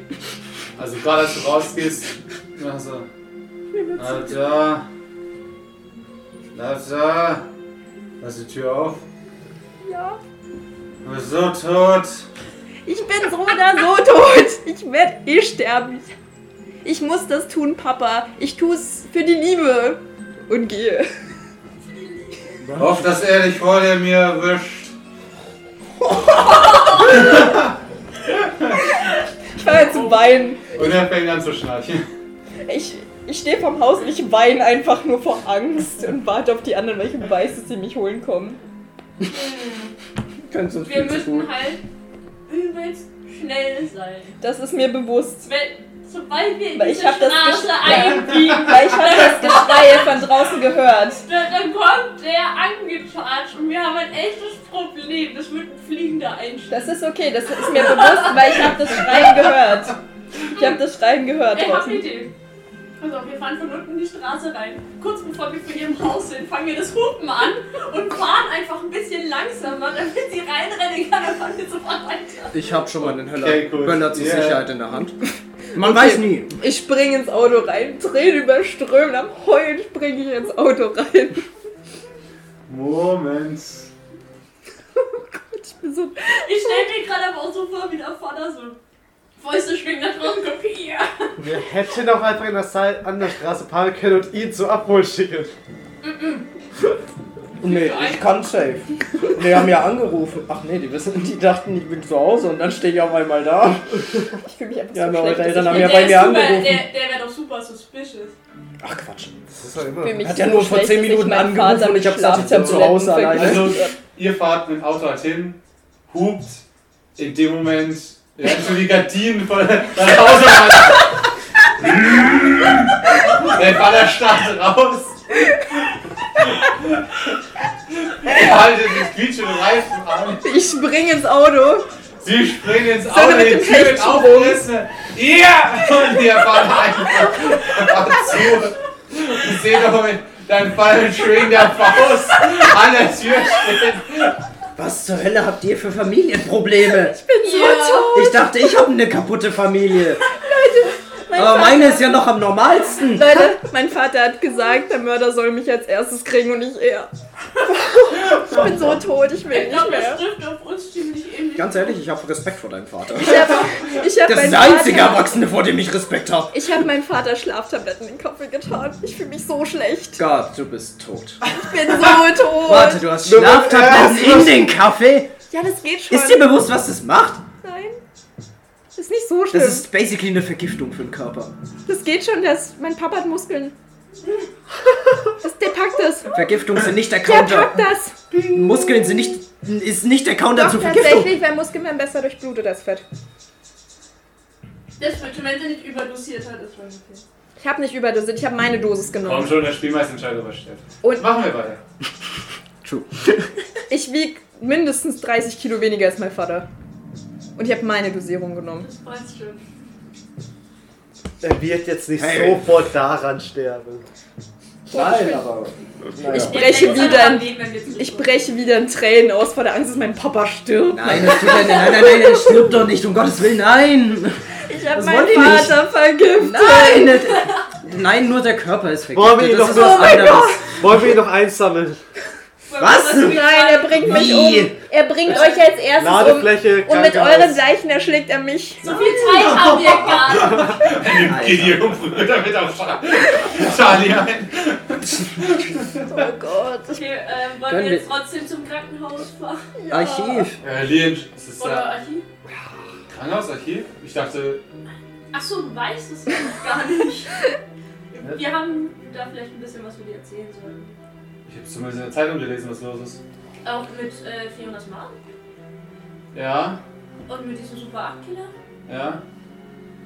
Speaker 1: Also gerade als du rausgehst, machst du. Alter! Alter! Lass die Tür auf.
Speaker 2: Ja.
Speaker 1: Du bist so tot!
Speaker 2: Ich bin so oder so tot. Ich werde eh sterben. Ich muss das tun, Papa. Ich tue es für die Liebe. Und gehe.
Speaker 1: Hoff, dass er dich vor der mir erwischt.
Speaker 2: Ich fange an zu weinen.
Speaker 1: Und er fängt an zu schnarchen.
Speaker 2: Ich, ich stehe vorm Haus und ich weine einfach nur vor Angst und warte auf die anderen, weil ich weiß, dass sie mich holen kommen.
Speaker 4: Könntest uns
Speaker 5: Wir
Speaker 4: viel zu gut.
Speaker 5: müssen halt übelst schnell sein.
Speaker 2: Das ist mir bewusst.
Speaker 5: Wenn, sobald wir in
Speaker 2: Weil ich
Speaker 5: diese
Speaker 2: hab das
Speaker 5: Straße
Speaker 2: gesch-
Speaker 5: einbiegen,
Speaker 2: Weil ich habe das Geschrei von draußen gehört.
Speaker 5: da- dann kommt der angecharged und wir haben ein echtes Problem. Das wird ein fliegender Einschlag.
Speaker 2: Das ist okay, das ist mir bewusst, weil ich habe das Schreien gehört. Ich habe das Schreien gehört
Speaker 5: Ich hab eine
Speaker 2: draußen.
Speaker 5: Idee. Pass auf, wir fahren von unten in die Straße rein. Kurz bevor wir vor ihrem Haus sind, fangen wir das Hupen an und fahren einfach ein bisschen langsamer, damit sie reinrennen kann und dann wir sofort weiter.
Speaker 4: Ich hab schon mal den Höller,
Speaker 1: Okay, cool.
Speaker 4: Böller zur
Speaker 1: Yeah.
Speaker 4: Sicherheit in der Hand. Man weiß nie.
Speaker 2: Ich springe ins Auto rein, Tränen überströmen, am Heulen springe ich ins Auto rein.
Speaker 1: Moment.
Speaker 2: Ich bin so,
Speaker 5: Ich stell mir gerade aber auch so vor, wie der Vater so Fäuste schwingen nach draußen kommt. "Hier."
Speaker 3: Wir hätten auch einfach in der Zeit an der Straße parken können und ihn zur Abholung schicken.
Speaker 4: Nee, ich kann safe. Die haben ja angerufen. Ach nee, die wissen, die dachten, ich bin zu Hause und dann stehe ich auf einmal da.
Speaker 2: ich fühle mich einfach
Speaker 4: Ja,
Speaker 2: so
Speaker 4: aber
Speaker 2: schlecht.
Speaker 4: eure
Speaker 2: dass
Speaker 4: Eltern
Speaker 2: ich
Speaker 4: haben
Speaker 2: mich-
Speaker 4: ja
Speaker 5: Der
Speaker 4: bei
Speaker 5: ist
Speaker 4: mir
Speaker 5: super-
Speaker 4: angerufen.
Speaker 5: Der, der wäre doch super suspicious.
Speaker 4: Ach Quatsch.
Speaker 3: Das ist doch immer.
Speaker 2: fühle mich
Speaker 4: Hat ja
Speaker 2: so
Speaker 4: nur vor
Speaker 2: schlecht,
Speaker 4: 10
Speaker 2: dass ich
Speaker 4: Minuten
Speaker 2: meinen
Speaker 4: angerufen
Speaker 2: Vater
Speaker 4: und ich hab gesagt, ich bin zu
Speaker 2: Schlaftabletten
Speaker 4: Hause alleine.
Speaker 2: vergiftet
Speaker 1: Also, ihr fahrt mit dem Auto halt hin, hupt, in dem Moment rennt so die Gardinen von der Hause Der Baller starrt raus. Ihr haltet mit quietschenden Reifen an.
Speaker 2: Ich springe ins Auto.
Speaker 1: Sie springen ins
Speaker 2: Sollen
Speaker 1: Auto,
Speaker 2: wir
Speaker 1: die
Speaker 2: mit dem
Speaker 1: Tür wird
Speaker 2: Hecht
Speaker 1: aufgerissen. Ja! Und ihr Baller einfach zu. Ich sehe doch mit deinem Fall schwingen der Faust an der Tür steht.
Speaker 4: Was zur Hölle habt ihr für Familienprobleme?
Speaker 2: Ich bin so tot.
Speaker 4: Ich dachte, ich habe eine kaputte Familie. Aber meine ist ja noch am normalsten.
Speaker 2: Leute, mein Vater hat gesagt, der Mörder soll mich als erstes kriegen und nicht er. ich bin so tot, ich will
Speaker 5: Ich
Speaker 2: nicht
Speaker 5: glaube,
Speaker 2: mehr.
Speaker 5: das trifft auf uns ziemlich ähnlich.
Speaker 4: Ganz ehrlich, ich habe Respekt vor deinem Vater.
Speaker 2: Ich hab- ich hab
Speaker 4: das ist
Speaker 2: meinen
Speaker 4: der einzige
Speaker 2: Vater-
Speaker 4: Erwachsene, vor dem ich Respekt habe.
Speaker 2: Ich habe meinem Vater Schlaftabletten in den Kopf getan. Ich fühle mich so schlecht.
Speaker 4: Gott, du bist tot.
Speaker 2: Ich bin so tot.
Speaker 4: Warte, du hast Schlaftabletten in den Kaffee?
Speaker 2: Ja, das geht schon.
Speaker 4: Ist dir bewusst, was das macht?
Speaker 2: Nein. Ist nicht so schlimm.
Speaker 4: Das
Speaker 2: Das,
Speaker 4: ist basically eine Vergiftung für den Körper.
Speaker 2: geht schon, das, mein Papa hat Muskeln. Das, der packt das.
Speaker 4: Vergiftung sind nicht der
Speaker 2: Der packt
Speaker 4: Counter.
Speaker 2: das.
Speaker 4: Muskeln sind nicht, ist nicht der Counter
Speaker 2: Doch,
Speaker 4: zur Vergiftung.
Speaker 2: Also tatsächlich, weil Muskeln werden besser durchblutet, das Fett.
Speaker 5: Das wird, wenn sie nicht überdosiert hat, ist schon okay.
Speaker 2: Ich habe nicht überdosiert, ich habe meine Dosis
Speaker 14: Komm
Speaker 2: genommen.
Speaker 14: schon, der Spielmeisterentscheider überstellt.
Speaker 2: Und-
Speaker 14: machen wir weiter.
Speaker 4: True.
Speaker 2: Ich wiege mindestens 30 Kilo weniger als mein Vater. Und ich habe meine Dosierung genommen.
Speaker 5: Das weiß ich schon.
Speaker 3: Er wird jetzt nicht
Speaker 4: Hey.
Speaker 3: sofort daran sterben.
Speaker 13: Nein, aber.
Speaker 2: Ich
Speaker 13: Naja.
Speaker 2: breche
Speaker 5: Extra
Speaker 2: wieder,
Speaker 5: dran gehen, wenn wir zu
Speaker 2: ich breche wieder in Tränen aus vor der Angst, dass mein Papa stirbt.
Speaker 4: Nein, das tut er nicht. nein, nein, nein, er stirbt doch nicht, um Gottes Willen, nein!
Speaker 2: Ich habe
Speaker 4: Das
Speaker 2: meinen
Speaker 4: wollt ihr nicht.
Speaker 2: Vater vergiftet.
Speaker 4: Nein! das- Nein, nur der Körper ist
Speaker 3: Wollen wir
Speaker 4: vergiftet,
Speaker 3: ihn
Speaker 4: das
Speaker 3: noch,
Speaker 4: ist
Speaker 2: Oh
Speaker 4: was anderes.
Speaker 3: wollen wir ihn noch einsammeln?
Speaker 4: Was?
Speaker 2: Nein, er bringt mich
Speaker 4: Wie?
Speaker 2: um. Er bringt euch als erstes um.
Speaker 3: Ladefläche,
Speaker 2: Und mit
Speaker 3: Krankenhaus.
Speaker 2: euren Leichen erschlägt er mich.
Speaker 5: So viel Zeit haben wir gar nicht.
Speaker 1: Gideon brüllt damit auf Scha- Charlie ein.
Speaker 2: Oh Gott.
Speaker 5: Okay, ähm, wollen
Speaker 4: Können
Speaker 5: wir jetzt
Speaker 4: wir-
Speaker 5: trotzdem zum Krankenhaus fahren?
Speaker 4: Archiv.
Speaker 1: Äh, Lien, ist das
Speaker 5: Oder
Speaker 1: da
Speaker 5: Archiv?
Speaker 1: Krankenhausarchiv? Ich dachte,
Speaker 5: Achso, du weißt es gar nicht. Wir haben da vielleicht ein bisschen was für die erzählen sollen.
Speaker 1: ich habe zumindest in der Zeitung gelesen, was los ist.
Speaker 5: Auch mit äh, Fionas Mann
Speaker 1: Ja,
Speaker 5: und mit diesem Super 8-Killer.
Speaker 1: ja,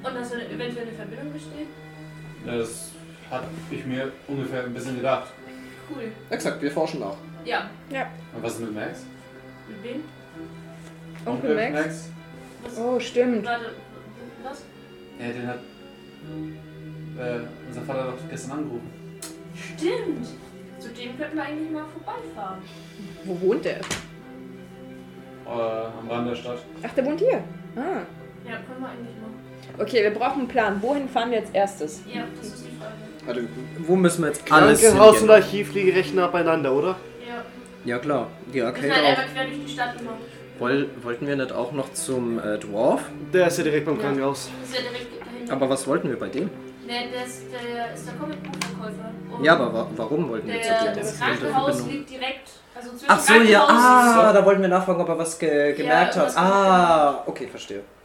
Speaker 5: Und dass dann eventuell eine Verbindung besteht.
Speaker 1: das hat ich mir ungefähr ein bisschen gedacht.
Speaker 5: Cool.
Speaker 4: Exakt, wir forschen nach.
Speaker 5: Ja.
Speaker 1: Und was ist mit Max?
Speaker 5: Mit wem?
Speaker 2: Onkel Max?
Speaker 5: Was?
Speaker 2: Oh, stimmt.
Speaker 5: Warte, was?
Speaker 1: Ja, den hat äh, unser Vater doch gestern angerufen.
Speaker 5: Stimmt. Zu dem könnten wir eigentlich mal vorbeifahren.
Speaker 2: Wo wohnt der?
Speaker 1: Äh, am Rand der Stadt.
Speaker 2: Ach, der wohnt hier. Ah.
Speaker 5: Ja, können wir eigentlich mal.
Speaker 2: Okay, wir brauchen einen Plan. Wohin fahren wir als erstes?
Speaker 5: Ja, das ist die Frage.
Speaker 4: Warte, wo müssen wir jetzt alles
Speaker 3: Krankenhaus und
Speaker 4: hingehen?
Speaker 3: Archiv liegen recht nah beieinander, oder?
Speaker 5: Ja.
Speaker 4: Ja klar, die
Speaker 5: Wir müssen
Speaker 4: Arcade
Speaker 5: halt
Speaker 4: auch.
Speaker 5: einfach quer durch die Stadt immer.
Speaker 4: Woll, wollten wir nicht auch noch zum äh, Dwarf?
Speaker 3: Der ist ja direkt beim
Speaker 5: Ja.
Speaker 3: Krankenhaus.
Speaker 5: Das ist ja direkt dahinter.
Speaker 4: Aber was wollten wir bei dem?
Speaker 5: Ne, das der ist der Comicbuchverkäufer. Und
Speaker 4: Ja, aber wa warum wollten wir zu
Speaker 5: der,
Speaker 4: dem?
Speaker 5: das
Speaker 4: Mit der
Speaker 5: Krankenhaus
Speaker 4: Verbindung.
Speaker 5: liegt direkt, also zwischen
Speaker 4: Ach so, ja,
Speaker 5: Krankenhaus
Speaker 4: ah, da wollten wir nachfragen, ob er was ge gemerkt hat.
Speaker 5: irgendwas
Speaker 4: Ah, okay, verstehe.